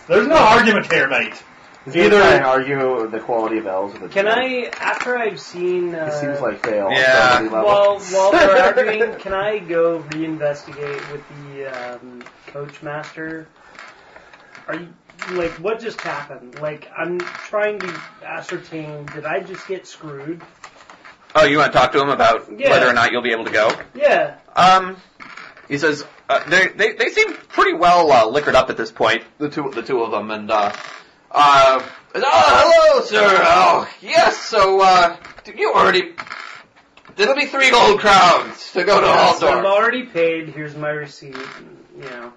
Speaker 10: There's no argument here, mate.
Speaker 4: Is he
Speaker 10: Either-
Speaker 4: trying to argue the quality of elves? Or the
Speaker 6: Can I, after I've seen. Uh,
Speaker 4: It seems like fail. on
Speaker 2: Yeah.
Speaker 4: so many levels.
Speaker 6: While, while they're arguing, can I go reinvestigate with the um, coach master? Are you like what just happened? Like I'm trying to ascertain did I just get screwed?
Speaker 2: oh, you want to talk to him about
Speaker 6: Yeah.
Speaker 2: whether or not you'll be able to go?
Speaker 6: Yeah.
Speaker 2: Um, he says uh, they they they seem pretty well uh, liquored up at this point, the two the two of them, and uh, uh, oh, hello, sir. Oh, yes. So, uh, did you already? It'll be three gold crowns to go to
Speaker 6: I've
Speaker 2: Haldor.
Speaker 6: Oh, already paid. Here's my receipt. You know.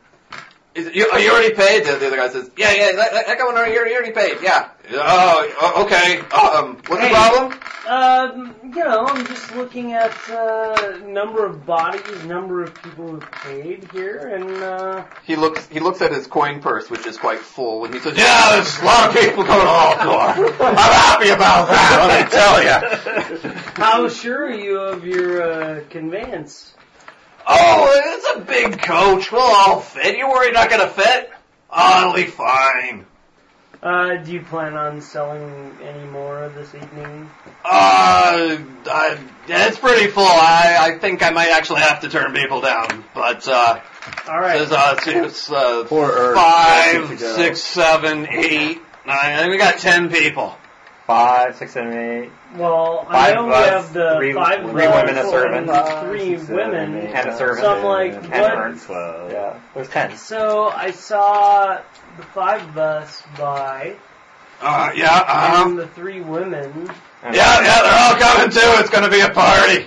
Speaker 2: Is it, you, are you already paid? The, the other guy says, "Yeah, yeah, that, that- that guy already, you already paid. Yeah. Oh, o- okay. Um, what's
Speaker 6: Hey.
Speaker 2: the problem?
Speaker 6: Um, you know, I'm just looking at uh, number of bodies, number of people who've paid here, and uh,
Speaker 2: He looks he looks at his coin purse, which is quite full, and he says, "Yeah, there's a lot of people going to Haldor. I'm happy about that. Let me tell you."
Speaker 6: how sure are you of your uh, conveyance?
Speaker 2: Oh, it's a big coach. We'll all fit. You worried not gonna fit? Oh, it'll be fine.
Speaker 6: Uh, do you plan on selling any more this evening?
Speaker 2: Uh, I, yeah, it's pretty full. I, I think I might actually have to turn people down. But, uh,
Speaker 6: All right.
Speaker 2: there's, uh, there's, uh,
Speaker 4: Poor Earth.
Speaker 2: five,
Speaker 4: Nothing to go.
Speaker 2: six, seven, eight, nine, and we got ten people.
Speaker 3: Five, six, seven, eight,
Speaker 6: Well, I
Speaker 3: Five
Speaker 6: only
Speaker 3: of us,
Speaker 6: have the
Speaker 3: three-
Speaker 6: five
Speaker 3: three
Speaker 6: of us
Speaker 3: women, a servant.
Speaker 6: and three women.
Speaker 3: and a servant.
Speaker 6: So I'm like,
Speaker 3: and
Speaker 6: what?
Speaker 3: Ernst. Yeah, there's ten.
Speaker 6: So I saw the five of us buy
Speaker 2: Uh, yeah, uh-huh.
Speaker 6: and the three women.
Speaker 2: Yeah, yeah, they're all coming too. It's gonna be a party.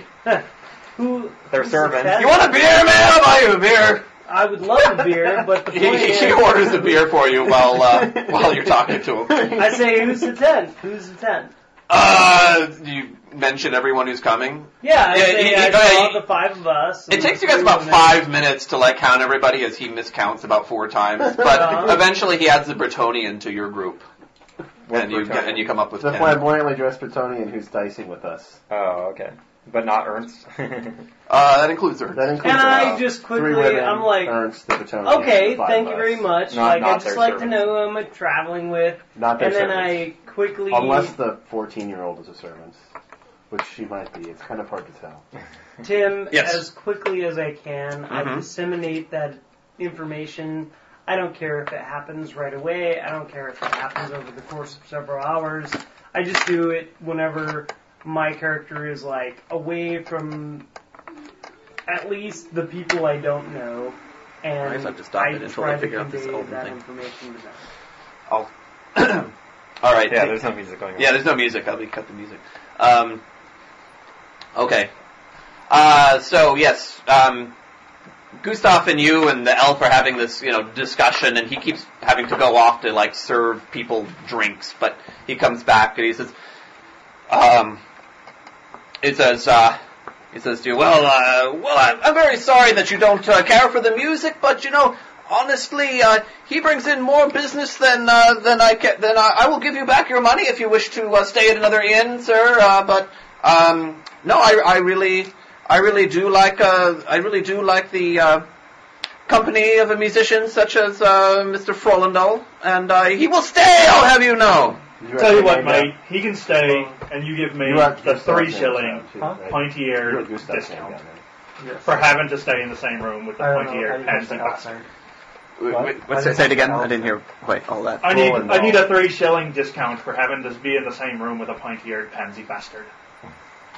Speaker 6: Who?
Speaker 3: They're
Speaker 6: who's
Speaker 3: servants.
Speaker 6: the fed-
Speaker 2: You want a beer, man? I'll buy you a beer.
Speaker 6: I would love a beer, but the point
Speaker 2: He,
Speaker 6: is,
Speaker 2: he orders a beer for you while, uh, while you're talking to him.
Speaker 6: I say, who's the tenth? Who's the tenth?
Speaker 2: Uh, you mention everyone who's coming.
Speaker 6: Yeah, I
Speaker 2: Yeah,
Speaker 6: say,
Speaker 2: he- he-
Speaker 6: I
Speaker 2: go ahead,
Speaker 6: saw
Speaker 2: he-
Speaker 6: the five of us.
Speaker 2: It
Speaker 6: and
Speaker 2: takes
Speaker 6: the
Speaker 2: you guys
Speaker 6: three
Speaker 2: about
Speaker 6: women.
Speaker 2: five minutes to like count everybody as he miscounts about four times, but
Speaker 6: Uh-huh.
Speaker 2: eventually he adds the Bretonian to your group,
Speaker 3: What
Speaker 2: and you
Speaker 3: Bertone?
Speaker 2: get, and you come up with
Speaker 4: The
Speaker 2: ten.
Speaker 4: flamboyantly dressed Bretonian who's dicing with us.
Speaker 3: Oh, okay. But not Ernst.
Speaker 2: Uh, that includes her.
Speaker 4: That includes
Speaker 6: And
Speaker 4: uh,
Speaker 6: I just
Speaker 4: three
Speaker 6: quickly,
Speaker 4: women, uh,
Speaker 6: I'm like,
Speaker 4: Ernst, the Bretonian,
Speaker 6: Okay,
Speaker 4: the five
Speaker 6: thank
Speaker 4: of
Speaker 6: you
Speaker 4: us.
Speaker 6: very much.
Speaker 3: Not-
Speaker 6: like,
Speaker 3: not
Speaker 6: I'd just
Speaker 3: their
Speaker 6: like
Speaker 3: servants.
Speaker 6: to know who I'm traveling with,
Speaker 4: Not their
Speaker 6: and then
Speaker 4: servants.
Speaker 6: I quickly.
Speaker 4: Unless the 14 year old is a servant, which she might be. It's kind of hard to tell.
Speaker 6: Tim,
Speaker 2: Yes.
Speaker 6: as quickly as I can, I
Speaker 2: Mhm.
Speaker 6: disseminate that information. I don't care if it happens right away. I don't care if it happens over the course of several hours. I just do it whenever my character is like away from at least the people I don't know. And
Speaker 2: I guess I have to stop it until I
Speaker 6: try to
Speaker 2: figure out this
Speaker 6: convey
Speaker 2: open
Speaker 6: that
Speaker 2: thing.
Speaker 6: information to them.
Speaker 2: I'll All right.
Speaker 3: Yeah,
Speaker 2: take-
Speaker 3: there's no music going on.
Speaker 2: yeah, there's no music. I'll be cut the music. Um, okay. Uh, so yes, um, Gustav and you and the elf are having this, you know, discussion, and he keeps having to go off to like serve people drinks, but he comes back and he says, um, he says, uh, he says to you, well, uh, well, I'm, I'm very sorry that you don't uh, care for the music, but you know, honestly, uh, he brings in more business than uh, than I ca- than I, I will give you back your money if you wish to uh, stay at another inn, sir. Uh, but um, no, I, I really, I really do like, uh, I really do like the. Uh, Company of a musician such as uh, Mr. Frolendahl, and uh, he will stay. I'll have you know.
Speaker 3: You
Speaker 10: Tell you
Speaker 3: actually
Speaker 10: what,
Speaker 3: named
Speaker 10: mate, he can stay, and you give me
Speaker 13: You
Speaker 10: the
Speaker 13: are Gustav's
Speaker 10: three
Speaker 13: name
Speaker 10: shilling
Speaker 13: down, too,
Speaker 11: Huh?
Speaker 13: right?
Speaker 10: pointy
Speaker 13: You're
Speaker 10: ear
Speaker 13: Gustav's name
Speaker 10: discount
Speaker 13: down there.
Speaker 10: for having to stay in the same room with the
Speaker 11: I don't
Speaker 10: pointy
Speaker 11: know.
Speaker 10: ear
Speaker 11: I didn't
Speaker 10: and
Speaker 11: think
Speaker 10: the
Speaker 11: about
Speaker 10: boxer.
Speaker 11: that.
Speaker 2: Wait,
Speaker 3: What?
Speaker 2: wait, what's that? Say it again. I didn't hear quite all that.
Speaker 10: I need
Speaker 3: Roland
Speaker 10: I need
Speaker 3: Dahl.
Speaker 10: a three shilling discount for having to be in the same room with a pointy eared pansy bastard.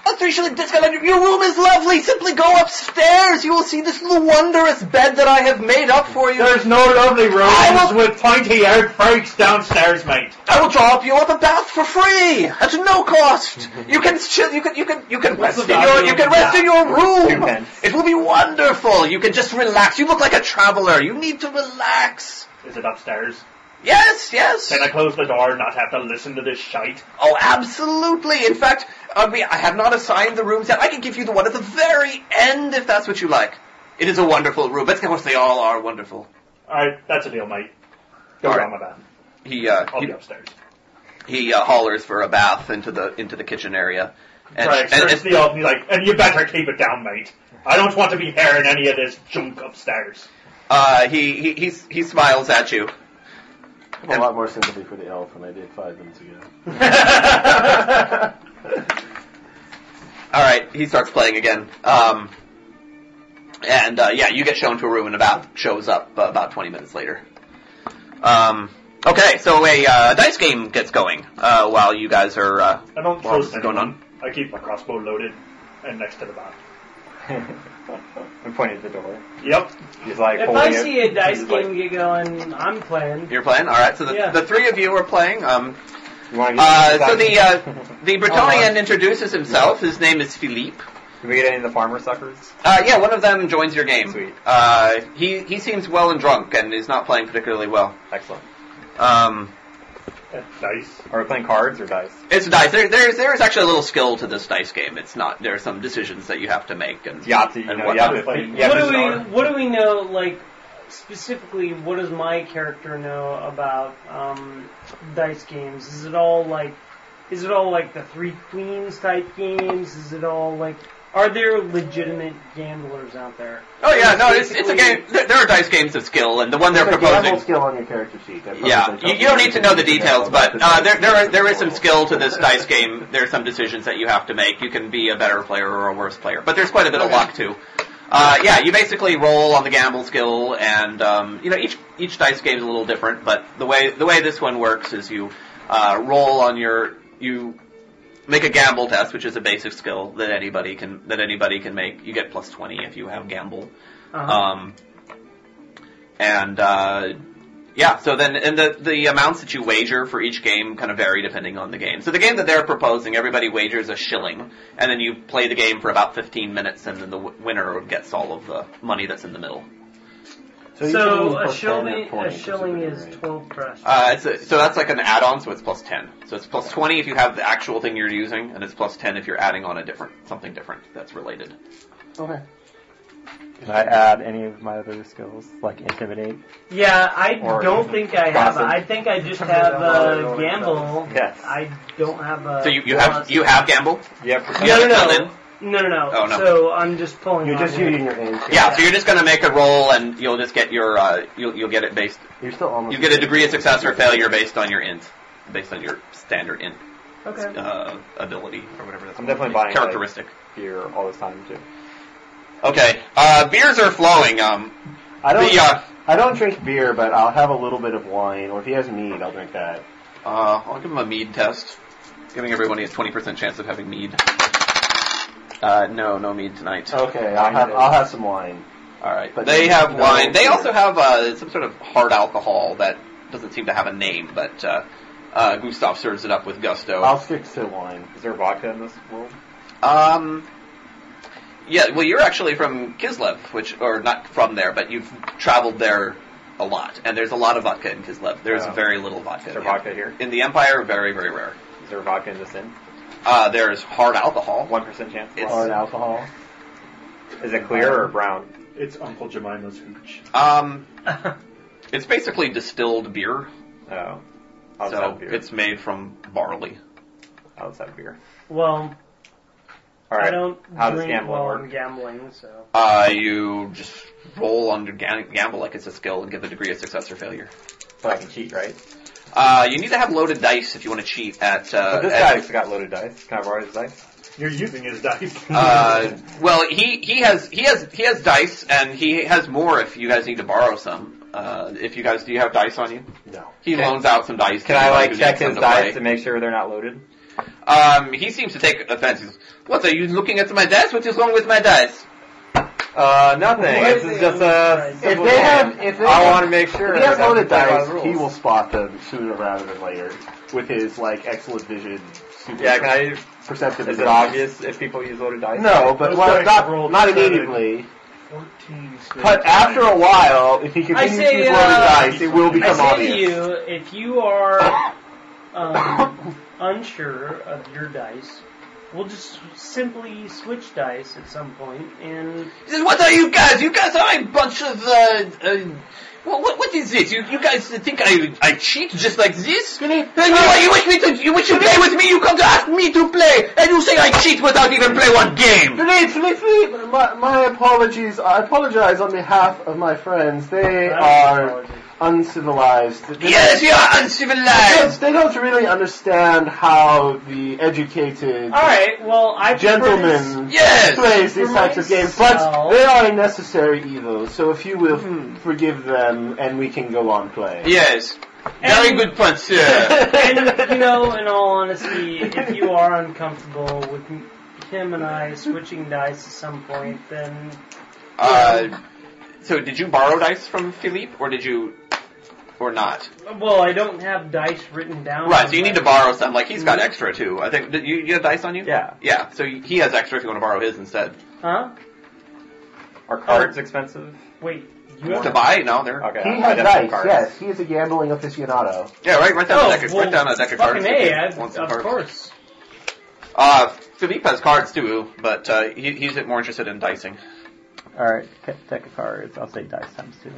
Speaker 2: A three shilling discount. and Your room is lovely. Simply go upstairs. You will see this little wondrous bed that I have made up for you.
Speaker 10: There's no lovely rooms
Speaker 2: I will-
Speaker 10: with pointy eared freaks downstairs, mate.
Speaker 2: I will drop you up a bath for free at no cost. You can chill. You can you can you can rest in your you can rest in your room. It will be wonderful. You can just relax. You look like a traveler. You need to relax.
Speaker 10: Is it upstairs?
Speaker 2: Yes, yes.
Speaker 10: Can I close the door and not have to listen to this shite?
Speaker 2: Oh, absolutely. In fact, I mean, I have not assigned the rooms yet. I can give you the one at the very end if that's what you like. It is a wonderful room. But of course, they all are wonderful.
Speaker 10: Alright, that's a deal, mate. Go
Speaker 2: All right.
Speaker 10: down with that.
Speaker 2: He uh,
Speaker 10: I'll
Speaker 2: he,
Speaker 10: be upstairs.
Speaker 2: he uh, hollers for a bath into the into the kitchen area. And,
Speaker 10: right,
Speaker 2: and-
Speaker 10: and,
Speaker 2: and-
Speaker 10: the elf, and he's like, and you better keep it down, mate. I don't want to be hearing any of this junk upstairs.
Speaker 2: uh, he, he he he smiles at you.
Speaker 13: I have a lot more sympathy for the elf than I did five minutes ago.
Speaker 2: All right, he starts playing again. Um, and uh, yeah, you get shown to a room, and about shows up uh, about twenty minutes later. Um, okay, so a uh, dice game gets going uh, while you guys are. Uh,
Speaker 10: I don't
Speaker 2: Well,
Speaker 10: trust
Speaker 2: what's going
Speaker 10: anyone. I keep my crossbow loaded and next to the bath.
Speaker 3: I'm pointing at the door.
Speaker 10: Yep.
Speaker 3: He's like
Speaker 6: If
Speaker 3: holding
Speaker 6: I see
Speaker 3: it.
Speaker 6: a dice
Speaker 3: He's
Speaker 6: game
Speaker 3: like,
Speaker 6: get going, I'm playing.
Speaker 2: you're playing. All right, so the,
Speaker 6: Yeah.
Speaker 2: the three of you are playing. Um,
Speaker 3: you want to get
Speaker 2: uh, so
Speaker 3: dice
Speaker 2: the
Speaker 3: game?
Speaker 2: uh, the Bretonian
Speaker 3: Uh-huh.
Speaker 2: introduces himself. His name is Philippe.
Speaker 3: Do we get any of the farmer suckers?
Speaker 2: Uh, yeah, one of them joins your game.
Speaker 3: Sweet.
Speaker 2: Uh, he he seems well and drunk, and is not playing particularly well.
Speaker 3: Excellent.
Speaker 2: Um,
Speaker 10: Nice.
Speaker 3: Are we playing cards or dice?
Speaker 2: It's dice. There, there's there is actually a little skill to this dice game. It's not. There are some decisions that you have to make. And
Speaker 3: Yahtzee, you
Speaker 2: And
Speaker 3: know,
Speaker 2: what-
Speaker 3: you have to, you have
Speaker 6: what
Speaker 3: to
Speaker 6: do
Speaker 3: star.
Speaker 6: we What do we know? Like specifically, what does my character know about um, dice games? Is it all like Is it all like the three queens type games? Is it all like Are there legitimate gamblers out there?
Speaker 2: oh yeah, no, it's, it's a game. There, there are dice games of skill, and the one they're
Speaker 13: There's a gamble
Speaker 2: proposing.
Speaker 13: skill on your character sheet. That probably
Speaker 2: Yeah,
Speaker 13: tells
Speaker 2: you, you don't need to know the
Speaker 13: everything you
Speaker 2: details,
Speaker 13: know
Speaker 2: but
Speaker 13: about
Speaker 2: uh,
Speaker 13: this
Speaker 2: there there are, there is some skill to this dice game. There are some decisions that you have to make. You can be a better player or a worse player, but there's quite a bit of luck too. Uh, yeah, you basically roll on the gamble skill, and um, you know each each dice game is a little different. But the way the way this one works is you uh, roll on your you make a gamble test, which is a basic skill that anybody can that anybody can make. You get plus twenty if you have gamble.
Speaker 6: Uh-huh.
Speaker 2: Um, and uh, yeah, so then and the the amounts that you wager for each game kind of vary depending on the game. So the game that they're proposing, everybody wagers a shilling, and then you play the game for about fifteen minutes, and then the w- winner gets all of the money that's in the middle.
Speaker 13: you
Speaker 6: so
Speaker 13: can
Speaker 6: a
Speaker 13: use standard
Speaker 6: shilling, a
Speaker 13: points,
Speaker 6: shilling
Speaker 13: isn't it,
Speaker 6: is
Speaker 13: right?
Speaker 6: twelve press.
Speaker 2: Uh, it's a, so that's like an add-on, so it's plus ten. So it's plus twenty if you have the actual thing you're using, and it's plus ten if you're adding on a different something different that's related.
Speaker 3: Can I add any of my other skills, like intimidate?
Speaker 6: yeah, I
Speaker 3: Or-
Speaker 6: don't think I have.
Speaker 3: Gossip.
Speaker 6: I think I just have a gamble.
Speaker 3: Yes.
Speaker 6: I don't have a.
Speaker 2: So you, you have you have gamble.
Speaker 3: Yep.
Speaker 2: You have
Speaker 6: no,
Speaker 2: it
Speaker 6: no.
Speaker 2: filled in?
Speaker 6: No, no, no.
Speaker 2: Oh, no.
Speaker 6: So I'm just pulling.
Speaker 4: You're
Speaker 6: on
Speaker 4: just
Speaker 6: here.
Speaker 4: using your aim.
Speaker 2: Yeah, so you're just gonna make a roll, and you'll just get your uh, you'll you'll get it based.
Speaker 4: You're still almost.
Speaker 2: You get a degree of success or failure based on your int, based on your standard int
Speaker 6: Okay.
Speaker 2: uh, ability or whatever. That's
Speaker 3: I'm definitely buying, like-
Speaker 2: characteristic.
Speaker 3: Beer all the time too.
Speaker 2: Okay, uh, beers are flowing. Um,
Speaker 13: I don't.
Speaker 2: the uh,
Speaker 13: I don't drink beer, but I'll have a little bit of wine, or if he has mead, I'll drink that.
Speaker 2: uh, I'll give him a mead test, giving everybody a twenty percent chance of having mead. Uh, no, no mead tonight.
Speaker 3: Oh.
Speaker 13: Okay, I'll have I'll have some wine.
Speaker 2: All right,
Speaker 13: But
Speaker 2: they
Speaker 13: no-
Speaker 2: have
Speaker 13: no
Speaker 2: wine. They
Speaker 13: beer.
Speaker 2: also have uh, some sort of hard alcohol that doesn't seem to have a name, but uh, Uh, Gustav serves it up with gusto.
Speaker 3: I'll stick to wine. Is there vodka in this world?
Speaker 2: Um, yeah, well, you're actually from Kislev, which, or not from there, but you've traveled there a lot, and there's a lot of vodka in Kislev. There's
Speaker 3: Oh.
Speaker 2: very little vodka.
Speaker 3: Is
Speaker 2: in
Speaker 3: there
Speaker 2: the
Speaker 3: vodka here?
Speaker 2: in the Empire, very, very rare.
Speaker 3: Is there vodka in this inn?
Speaker 2: Uh, there's hard alcohol.
Speaker 3: One percent chance.
Speaker 2: It's-
Speaker 3: Or
Speaker 4: Hard alcohol.
Speaker 3: Is it clear or brown?
Speaker 10: It's Uncle Jemima's hooch.
Speaker 2: Um, it's basically distilled beer,
Speaker 3: Oh. I'll just
Speaker 2: so
Speaker 3: have beer.
Speaker 2: it's made from barley.
Speaker 3: I'll just have beer.
Speaker 6: Well,
Speaker 3: All
Speaker 6: I
Speaker 3: right.
Speaker 6: don't
Speaker 3: How does
Speaker 6: drink
Speaker 3: gambling
Speaker 6: while
Speaker 3: work?
Speaker 6: I'm gambling, so
Speaker 2: Uh, you just roll under ga- gamble like it's a skill and give a degree of success or failure.
Speaker 3: But I can cheat, right?
Speaker 2: Uh, you need to have loaded dice if you want to cheat at. Uh,
Speaker 3: But this
Speaker 2: at-
Speaker 3: guy's got loaded dice. Can I borrow his dice?
Speaker 13: You're using his dice.
Speaker 2: Uh, well, he, he has he has he has dice, and he has more if you guys need to borrow some. Uh, if you guys do you have dice on you?
Speaker 13: no.
Speaker 2: He
Speaker 3: Okay.
Speaker 2: loans out some dice. to
Speaker 3: Can I
Speaker 2: anybody
Speaker 3: like
Speaker 2: who
Speaker 3: check
Speaker 2: needs some
Speaker 3: his
Speaker 2: to
Speaker 3: dice to
Speaker 2: play.
Speaker 3: make sure they're not loaded?
Speaker 2: Um, he seems to take offense. He's, what are you looking at my dice? What is wrong with my dice?
Speaker 3: Uh, nothing.
Speaker 6: What
Speaker 3: This
Speaker 6: is
Speaker 3: is
Speaker 6: it?
Speaker 3: just a.
Speaker 6: If
Speaker 3: simple
Speaker 13: they
Speaker 3: game.
Speaker 13: have- if they
Speaker 3: I
Speaker 13: have-
Speaker 3: want to make sure.
Speaker 13: If he has
Speaker 3: that I
Speaker 13: loaded
Speaker 3: play by the
Speaker 13: dice,
Speaker 3: rules.
Speaker 13: he will spot them sooner rather than later with his like excellent vision. Super
Speaker 3: Yeah. Can I?
Speaker 13: perceptive.
Speaker 3: Is it
Speaker 13: ability.
Speaker 3: obvious if people use loaded dice?
Speaker 13: No, but
Speaker 10: Those
Speaker 13: well,
Speaker 10: dice
Speaker 13: not
Speaker 10: rolled
Speaker 13: not
Speaker 10: seven.
Speaker 13: immediately.
Speaker 10: 14.
Speaker 13: But after a while, if he continues
Speaker 6: say,
Speaker 13: to use loaded
Speaker 6: uh,
Speaker 13: dice, it will
Speaker 6: I
Speaker 13: become
Speaker 6: say
Speaker 13: obvious.
Speaker 6: to you, if you are um, unsure of your dice, we'll just simply switch dice at some point, and
Speaker 2: He says, what are you guys? You guys are a bunch of uh, uh what, what what is it? You you guys think I I cheat just like this?
Speaker 13: You need-
Speaker 2: And you, you wish me to you wish to play with me? You come to ask me to play, and you say I cheat without even play one game.
Speaker 4: Philippe, Philippe, Philippe, my, my apologies. I apologize on behalf of my friends. They are uncivilized. They-
Speaker 2: Yes, you are
Speaker 4: Yes,
Speaker 2: uncivilized.
Speaker 4: they don't really understand how the educated
Speaker 6: all right. Well, I prefer this-
Speaker 4: gentleman
Speaker 2: Yes.
Speaker 4: plays these
Speaker 6: For
Speaker 4: types of games, but
Speaker 6: myself-
Speaker 4: they are a necessary evil. So if you will
Speaker 2: Hmm.
Speaker 4: forgive them, and we can go on playing.
Speaker 2: Yes. Very good point, sir.
Speaker 6: and you know, in all honesty, if you are uncomfortable with m- him and I switching dice at some point, then
Speaker 2: Uh, so did you borrow dice from Philippe, or did you, or not?
Speaker 6: well, I don't have dice written down.
Speaker 2: Right. So you need to borrow some. Like he's got extra too. I think. Did you, you have dice on you?
Speaker 3: Yeah.
Speaker 2: Yeah. So he has extra if you want to borrow his instead.
Speaker 6: Huh?
Speaker 3: Are cards expensive?
Speaker 6: Wait. You
Speaker 2: You have
Speaker 6: have
Speaker 2: to buy? No, they're
Speaker 3: Okay.
Speaker 4: He
Speaker 3: I
Speaker 4: has
Speaker 3: definitely have
Speaker 4: dice.
Speaker 3: cards.
Speaker 4: Yes, he is a gambling aficionado.
Speaker 2: Yeah, right. Write down
Speaker 6: Oh,
Speaker 2: a deck. of-
Speaker 6: well,
Speaker 2: write down a deck of cards.
Speaker 6: fucking
Speaker 2: if
Speaker 6: A,
Speaker 2: you
Speaker 6: I,
Speaker 2: want
Speaker 6: of
Speaker 2: some cards.
Speaker 6: course.
Speaker 2: Uh, Philippe has cards too, but uh, he, he's more interested in dicing.
Speaker 3: All right, deck of cards. I'll take dice times two.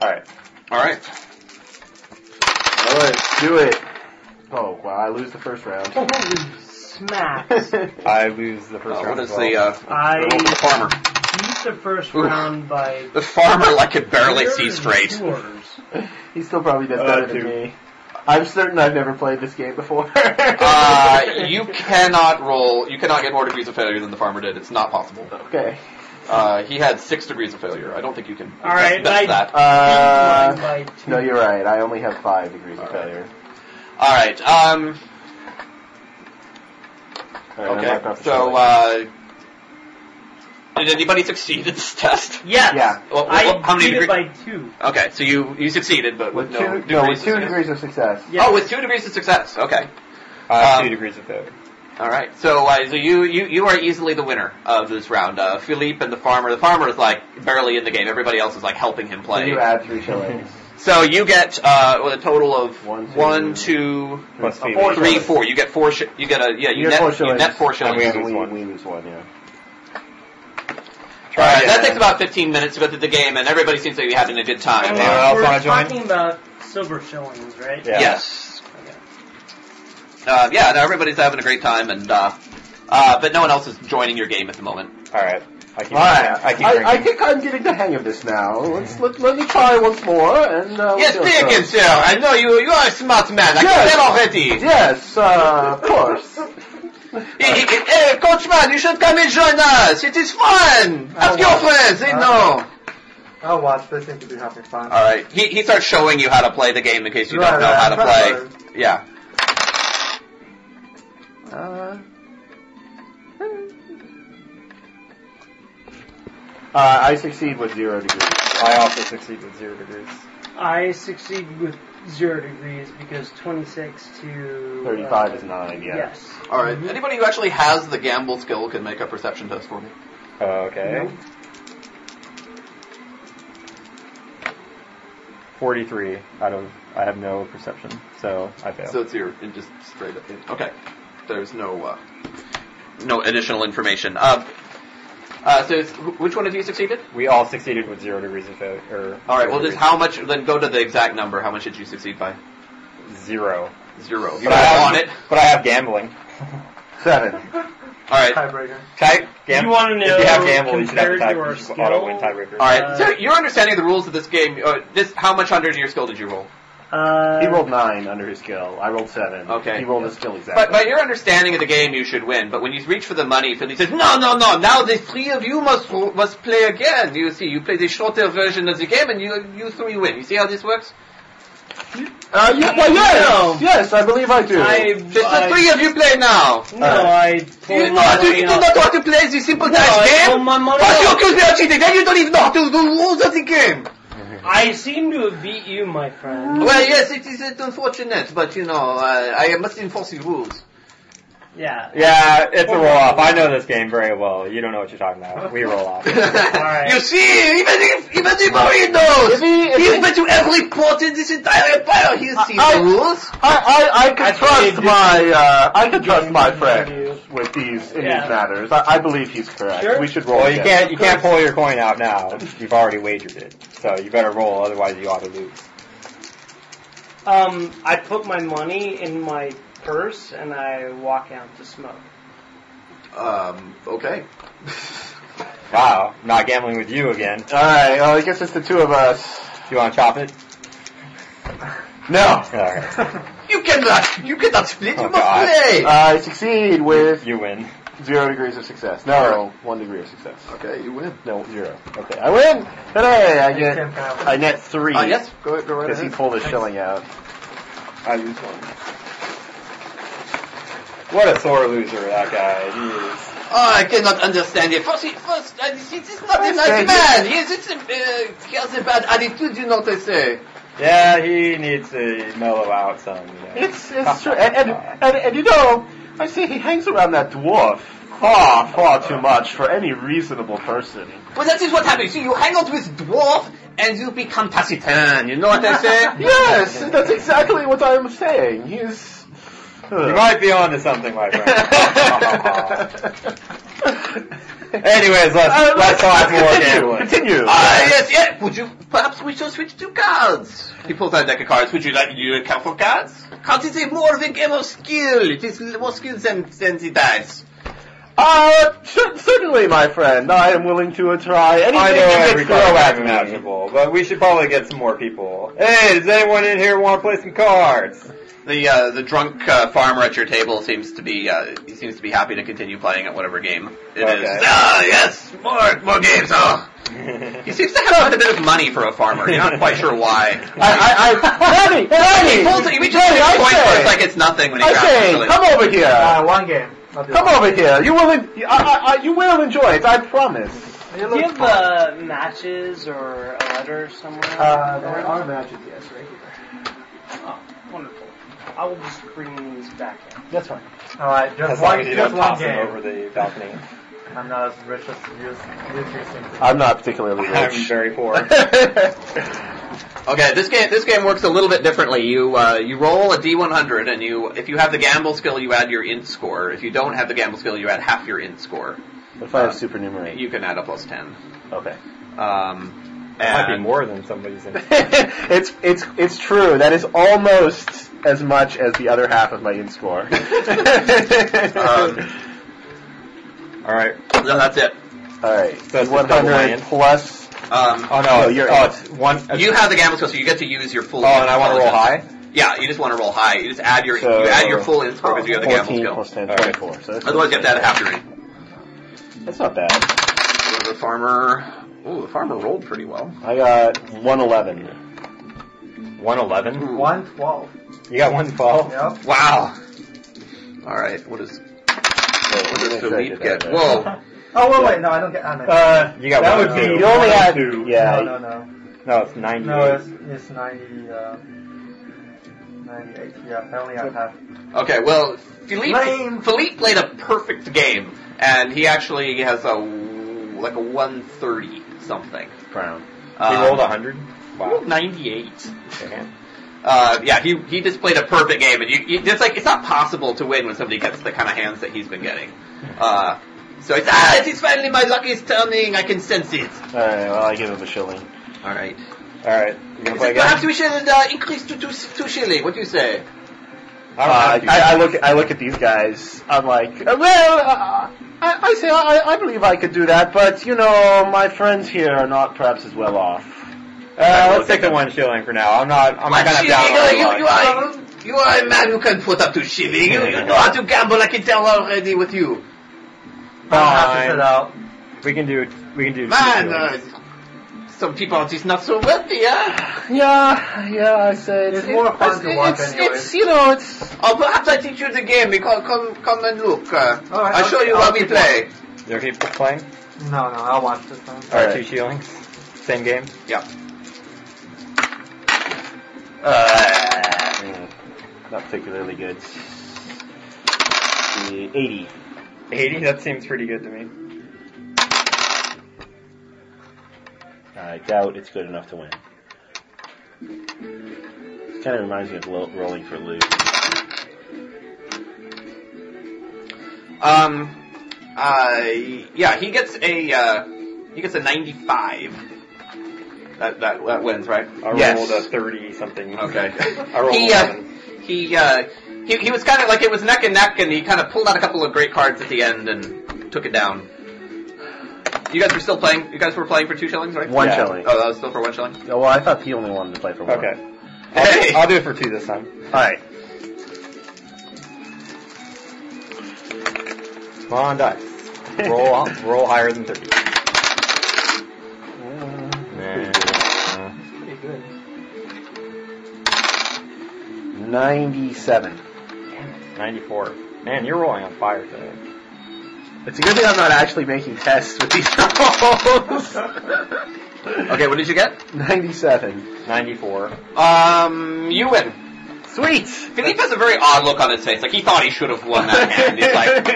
Speaker 3: All right.
Speaker 2: All right.
Speaker 4: Alright, do it. Oh, wow, I lose the first round.
Speaker 6: Holy smack.
Speaker 3: I lose the first
Speaker 2: Uh,
Speaker 3: round.
Speaker 2: what is
Speaker 3: as
Speaker 2: the
Speaker 3: well.
Speaker 2: uh,
Speaker 6: I
Speaker 2: roll for the farmer?
Speaker 6: beat the first
Speaker 2: Oof.
Speaker 6: round by
Speaker 2: The farmer like could barely see straight.
Speaker 6: Quarters.
Speaker 4: He still probably does
Speaker 13: Uh,
Speaker 4: better
Speaker 13: two.
Speaker 4: than me. I'm certain I've never played this game before.
Speaker 2: Uh, you cannot roll. You cannot get more degrees of failure than the farmer did. It's not possible.
Speaker 4: okay.
Speaker 2: Uh, he had six degrees of failure. I don't think you can.
Speaker 6: All right,
Speaker 2: best
Speaker 6: I-
Speaker 2: that.
Speaker 6: Mine
Speaker 4: Uh,
Speaker 6: by two.
Speaker 4: no, you're right. I only have five degrees of
Speaker 2: All right.
Speaker 4: failure.
Speaker 2: All right. Um.
Speaker 4: All right, I'm
Speaker 2: Okay.
Speaker 4: not gonna
Speaker 2: So,
Speaker 4: fail.
Speaker 2: uh, did anybody succeed in this test?
Speaker 6: Yes.
Speaker 4: yeah,
Speaker 2: What-
Speaker 6: I
Speaker 2: what- how many
Speaker 6: beat it
Speaker 2: degrees?
Speaker 6: by two.
Speaker 2: Okay, so you you succeeded, but with, no
Speaker 4: with two,
Speaker 2: degrees.
Speaker 4: no,
Speaker 2: of
Speaker 4: with two
Speaker 2: success.
Speaker 4: degrees of success.
Speaker 6: Yes.
Speaker 2: Oh, with two degrees of success. Okay,
Speaker 3: I have Uh, two
Speaker 2: um,
Speaker 3: degrees of failure.
Speaker 2: all right. So uh, so you, you you are easily the winner of this round. Uh, Philippe and the farmer. The farmer is like barely in the game. Everybody else is like helping him
Speaker 4: So
Speaker 2: play.
Speaker 4: you add three shillings.
Speaker 2: so you get uh, with a total of
Speaker 4: One, two,
Speaker 2: one, two,
Speaker 3: Plus
Speaker 4: Four
Speaker 3: Felix.
Speaker 2: three,
Speaker 4: shillings.
Speaker 2: four. You get four. Sh- you get a yeah. You,
Speaker 4: You get
Speaker 2: net
Speaker 4: four
Speaker 2: you
Speaker 4: shillings.
Speaker 2: net four
Speaker 4: And
Speaker 2: shillings.
Speaker 4: we,
Speaker 3: lose
Speaker 4: we,
Speaker 3: one.
Speaker 4: we lose one, yeah.
Speaker 2: All right,
Speaker 3: again.
Speaker 2: that takes about 15 minutes to go through the game, and everybody seems to be having a good time.
Speaker 6: And
Speaker 3: Anyone else
Speaker 6: we're
Speaker 3: wanna join?
Speaker 6: talking about silver shillings, right?
Speaker 3: Yeah.
Speaker 2: Yes. Uh, yeah, no, everybody's having a great time, and uh, uh, but no one else is joining your game at the moment.
Speaker 3: All right. I keep,
Speaker 4: Alright,
Speaker 3: I keep
Speaker 4: I,
Speaker 3: drinking.
Speaker 4: I think I'm getting the hang of this now. Let's let, let me try once more and uh,
Speaker 2: yes,
Speaker 4: we'll do
Speaker 2: thank
Speaker 4: so.
Speaker 2: you, sir. I know you. You are a smart man. I can
Speaker 4: Yes.
Speaker 2: tell already.
Speaker 4: Yes, uh, of course.
Speaker 2: Hey, hey, hey, coachman, you should come and join us. It is fun. Ask your friends. They know.
Speaker 11: I'll watch. They seem to be having fun.
Speaker 2: Uh, All right. He, he starts showing you how to play the game in case you
Speaker 11: Right,
Speaker 2: don't know
Speaker 11: right,
Speaker 2: how to
Speaker 11: right.
Speaker 2: play. Yeah.
Speaker 4: Uh, I succeed with zero degrees.
Speaker 3: I also succeed with zero degrees.
Speaker 6: I succeed with zero degrees because 26 to. uh,
Speaker 13: 35 is 9, yeah.
Speaker 6: Yes.
Speaker 2: All right. Anybody who actually has the gamble skill can make a perception test for me.
Speaker 3: Okay. 43 out of, I have no perception, so I fail.
Speaker 2: So it's your it just straight up. Okay. There's no uh, no additional information. Uh, uh, so it's, wh- which one of you succeeded?
Speaker 3: we all succeeded with zero degrees of failure. Or
Speaker 2: All right. Well,
Speaker 3: zero
Speaker 2: just
Speaker 3: degrees-
Speaker 2: how much? Then go to the exact number. How much did you succeed by?
Speaker 3: Zero.
Speaker 2: Zero.
Speaker 3: But I, have,
Speaker 2: on it.
Speaker 3: but I have gambling.
Speaker 13: Seven.
Speaker 2: All right.
Speaker 11: Tiebreaker.
Speaker 3: Can I gamble?
Speaker 6: You want to know
Speaker 3: if you have gamble, you should have a
Speaker 6: compared
Speaker 3: tie,
Speaker 6: to our
Speaker 3: you should auto win
Speaker 6: skill?
Speaker 3: tiebreaker.
Speaker 2: All right.
Speaker 6: Uh,
Speaker 2: so your understanding of the rules of this game. Uh, this how much under your skill did you roll?
Speaker 6: Uh,
Speaker 13: He rolled 9 under his skill. I rolled 7.
Speaker 2: Okay.
Speaker 13: He rolled his skill exactly.
Speaker 2: But by your understanding of the game, you should win. But when you reach for the money, Philly says, "No, no, no! Now the three of you must must play again. You see, you play the shorter version of the game, and you you three win. You see how this works?
Speaker 4: Uh, yeah, well, yes, yes, I believe I do.
Speaker 6: I,
Speaker 2: The
Speaker 6: I-
Speaker 2: three of you play now.
Speaker 6: no, I.
Speaker 2: Do you not? Do you do not want to play the simple
Speaker 6: No,
Speaker 2: dice
Speaker 6: I
Speaker 2: game?
Speaker 6: pulled my money
Speaker 2: But you
Speaker 6: out.
Speaker 2: accuse me of cheating. Then you don't even know the, the rules of the game.
Speaker 6: I seem to have beat you, my friend.
Speaker 2: Well, yes, it is uh, unfortunate, but you know, uh, I must enforce the rules.
Speaker 6: Yeah.
Speaker 3: Yeah, it's a roll off. I know this game very well. You don't know what you're talking about. We roll off.
Speaker 6: right.
Speaker 2: You see, even if even if Maureen knows, he's been to every port in this entire empire. He's seen
Speaker 4: I-
Speaker 2: the rules.
Speaker 4: I, I, I can trust my, uh, I can trust my friend
Speaker 6: you.
Speaker 4: with these, in
Speaker 6: Yeah.
Speaker 4: these matters. I, I believe he's correct.
Speaker 6: Sure.
Speaker 4: We should roll
Speaker 3: Well, you
Speaker 4: again.
Speaker 3: can't you can't pull your coin out now. You've already wagered it, so you better roll, otherwise you ought to lose.
Speaker 6: Um, I put my money in my purse and I walk out to smoke.
Speaker 2: Um. Okay.
Speaker 3: Wow, not gambling with you again.
Speaker 4: Alright, well, I guess it's the two of us.
Speaker 3: You want to chop it?
Speaker 4: No!
Speaker 3: All right,
Speaker 2: You cannot. You cannot split.
Speaker 3: Oh,
Speaker 2: you must
Speaker 3: God.
Speaker 2: play.
Speaker 4: Uh, I succeed with
Speaker 3: you win.
Speaker 4: zero degrees of success. No, one degree of success.
Speaker 2: okay, you win.
Speaker 4: No, zero. Okay, I win! Today, I
Speaker 11: You
Speaker 4: get,
Speaker 11: can't count.
Speaker 4: I net three.
Speaker 2: Uh, yes. Go go right
Speaker 4: Because he
Speaker 2: ahead.
Speaker 4: pulled a shilling out. I lose one.
Speaker 3: What a sore loser that guy. He is.
Speaker 2: Oh, I cannot understand it. First, he, first, uh, he- he's not a
Speaker 4: Okay.
Speaker 2: nice man. He, is, it's a, uh, he has a bad attitude. You know what I say.
Speaker 3: Yeah, he needs to mellow out some. You know.
Speaker 4: It's, it's true. And, and, and, and you know, I say he hangs around that dwarf far, far too much for any reasonable person.
Speaker 2: Well, that is what happens. You hang out with dwarf and you become taciturn. You know what I say?
Speaker 4: Yes, that's exactly what I'm saying. uh. He is.
Speaker 3: you might be onto something, my friend. Anyways, let's
Speaker 4: Uh,
Speaker 3: let's talk more
Speaker 4: continue.
Speaker 3: gambling.
Speaker 4: Continue.
Speaker 2: Ah, yes, yes. Would you perhaps we should switch to cards? He pulls out a deck of cards. Would you like you to count for cards? Cards is a more of a game of skill. It is more skill than, than the dice.
Speaker 4: Uh, cer- certainly, my friend. I am willing to uh, try anything
Speaker 3: I know
Speaker 4: you
Speaker 3: every
Speaker 4: can throw
Speaker 3: card
Speaker 4: at
Speaker 3: game
Speaker 4: me.
Speaker 3: imaginable, but we should probably get some more people. Hey, does anyone in here want to play some cards?
Speaker 2: The uh, the drunk uh, farmer at your table seems to be uh, he seems to be happy to continue playing at whatever game it is.
Speaker 3: Okay.
Speaker 2: Ah, yes, more more games. Oh. He seems to have quite a bit of money for a farmer. You're not quite sure why.
Speaker 4: I, I, I, Lenny, Lenny,
Speaker 2: He pulls it. He reaches
Speaker 4: Lenny,
Speaker 2: for
Speaker 4: I
Speaker 2: his coin
Speaker 4: say,
Speaker 2: first like it's nothing when he
Speaker 4: I
Speaker 2: grabs it.
Speaker 4: say,
Speaker 2: really.
Speaker 4: come over here.
Speaker 11: Uh, one game. Not the
Speaker 4: Come
Speaker 11: other.
Speaker 4: over here. You will, en- I, I, I, you will enjoy it. I promise.
Speaker 11: You
Speaker 6: Do
Speaker 11: look
Speaker 6: you have uh, matches or a letter somewhere?
Speaker 11: Uh, there are matches, yes, right here.
Speaker 6: Oh, wonderful. I will just bring these back in.
Speaker 4: That's fine.
Speaker 11: Alright, just
Speaker 3: As long
Speaker 11: one,
Speaker 3: as you
Speaker 11: just
Speaker 3: don't
Speaker 11: one
Speaker 3: toss them
Speaker 11: game.
Speaker 3: over the balcony.
Speaker 11: I'm not as rich as you, you two seem to be.
Speaker 4: I'm not particularly
Speaker 3: I'm
Speaker 4: rich.
Speaker 3: very poor.
Speaker 2: Okay, this game this game works a little bit differently. You uh, you roll a d100, and you if you have the gamble skill, you add your int score. If you don't have the gamble skill, you add half your int score.
Speaker 4: if I have supernumerary,
Speaker 2: You can add a plus ten.
Speaker 4: okay.
Speaker 2: Um,
Speaker 3: Might be
Speaker 2: and-
Speaker 3: more than somebody's in.
Speaker 4: it's it's it's true. That is almost as much as the other half of my in score.
Speaker 2: Um,
Speaker 3: Alright.
Speaker 2: no, that's it.
Speaker 4: All right,
Speaker 3: So it's a
Speaker 4: one
Speaker 3: double
Speaker 4: hundred
Speaker 3: land.
Speaker 4: plus.
Speaker 2: Um,
Speaker 3: Oh no,
Speaker 4: No,
Speaker 3: it's-
Speaker 4: you're
Speaker 3: oh,
Speaker 4: in.
Speaker 3: it's one. it's-
Speaker 2: you have the gamble skill, so you get to use your full.
Speaker 3: oh, and I want to roll high?
Speaker 2: intelligence. Yeah, you just want to roll high. You just add your
Speaker 3: So-
Speaker 2: you add your full int score because you have the gamble
Speaker 4: Fourteen
Speaker 2: skill.
Speaker 4: plus 10,
Speaker 3: All right.
Speaker 4: 24. So that's,
Speaker 2: Otherwise, you have to add half your int.
Speaker 4: that's not bad.
Speaker 2: So the farmer. Ooh, the farmer rolled pretty well.
Speaker 4: I got one eleven.
Speaker 3: 111?
Speaker 2: Ooh.
Speaker 11: 112.
Speaker 3: You got 112?
Speaker 11: Yep.
Speaker 2: Wow. All right. What is what does the leap get? Whoa.
Speaker 11: Oh, wait, wait, no, I don't get damage.
Speaker 10: Uh,
Speaker 3: You got
Speaker 10: that
Speaker 3: one
Speaker 10: would
Speaker 3: on
Speaker 10: be
Speaker 3: two.
Speaker 4: You only
Speaker 10: one
Speaker 4: had
Speaker 10: two.
Speaker 4: yeah.
Speaker 11: no, no, no.
Speaker 3: No, it's 98.
Speaker 11: No, it's, it's 90, uh, 98. Yeah, apparently I have.
Speaker 2: Okay, well, Philippe,
Speaker 11: Lame.
Speaker 2: Philippe played a perfect game, and he actually has a like a 130 something.
Speaker 3: Crown.
Speaker 2: Um,
Speaker 3: he rolled 100. Wow.
Speaker 2: 98.
Speaker 3: Damn.
Speaker 2: Uh, yeah, he he just played a perfect game, and you, you it's like it's not possible to win when somebody gets the kind of hands that he's been getting. Uh, so it's ah, it is finally my luck is turning. I can sense it.
Speaker 13: Alright, well, I give him a shilling.
Speaker 2: All right.
Speaker 3: Alright, you gonna play again?
Speaker 2: Perhaps we should uh, increase to two, two shilling. What do you say?
Speaker 13: Uh, I, I look. I look at these guys. I'm like, "Uh, well, uh, I, I say I, I believe I could do that, but you know, my friends here are not perhaps as well off.
Speaker 3: Uh, let's take the one shilling for now. I'm not. I'm not
Speaker 2: One
Speaker 3: gonna
Speaker 2: shilling,
Speaker 3: down.
Speaker 2: uh,
Speaker 3: on
Speaker 2: you,
Speaker 3: the
Speaker 2: you
Speaker 3: luck.
Speaker 2: are you are a man who can put up two shilling. You, you know how to gamble. I can tell already with you,
Speaker 11: I'll have to
Speaker 3: Fine.
Speaker 11: sit out.
Speaker 3: We can do. We can do. two
Speaker 2: man.
Speaker 3: shillings.
Speaker 2: Uh, some people are just not so wealthy, huh?
Speaker 13: Yeah, yeah. I say
Speaker 11: It's more fun to watch
Speaker 13: it's,
Speaker 11: anyway.
Speaker 13: it's, you know, it's
Speaker 2: Or oh, perhaps I teach you the game. Because come, come and look. Uh,
Speaker 11: All right,
Speaker 2: I'll show you
Speaker 11: I'll
Speaker 2: how we
Speaker 11: keep
Speaker 2: play.
Speaker 3: You're keep playing.
Speaker 11: No, no, I'll watch this one.
Speaker 3: Alright,
Speaker 13: Alright.
Speaker 3: two shillings. Same game.
Speaker 2: Yeah. Uh,
Speaker 13: yeah, not particularly good. The Eighty.
Speaker 3: 80. That seems pretty good to me.
Speaker 13: I doubt it's good enough to win. Kind of reminds me of lo- rolling for loot.
Speaker 2: Um, uh, yeah, he gets a uh, he gets a 95. That that, that wins, right?
Speaker 3: I
Speaker 13: Yes.
Speaker 3: rolled a 30 something.
Speaker 2: Okay.
Speaker 3: I rolled
Speaker 2: He, uh,
Speaker 3: 11.
Speaker 2: he uh, he he was kind of like it was neck and neck, and he kind of pulled out a couple of great cards at the end and took it down. You guys were still playing. You guys were playing for two shillings, right?
Speaker 13: One
Speaker 3: Yeah.
Speaker 13: shilling.
Speaker 2: Oh, that was still for one shilling.
Speaker 13: Oh, well, I thought he only wanted to play for one.
Speaker 3: Okay.
Speaker 2: Hey.
Speaker 3: I'll do it for two this time.
Speaker 13: All right.
Speaker 3: Come on, dice. Roll up- roll higher than 30.
Speaker 13: Uh,
Speaker 3: Nah.
Speaker 11: Pretty good.
Speaker 13: Ninety-seven.
Speaker 3: 94. Man, you're rolling on fire today.
Speaker 13: It's a good thing I'm not actually making tests with these rolls.
Speaker 2: Okay, what did you get?
Speaker 13: 97.
Speaker 3: 94.
Speaker 2: Um, you win.
Speaker 13: Sweet!
Speaker 2: Philippe has a very odd look on his face. Like he thought he should have won that hand. He's like,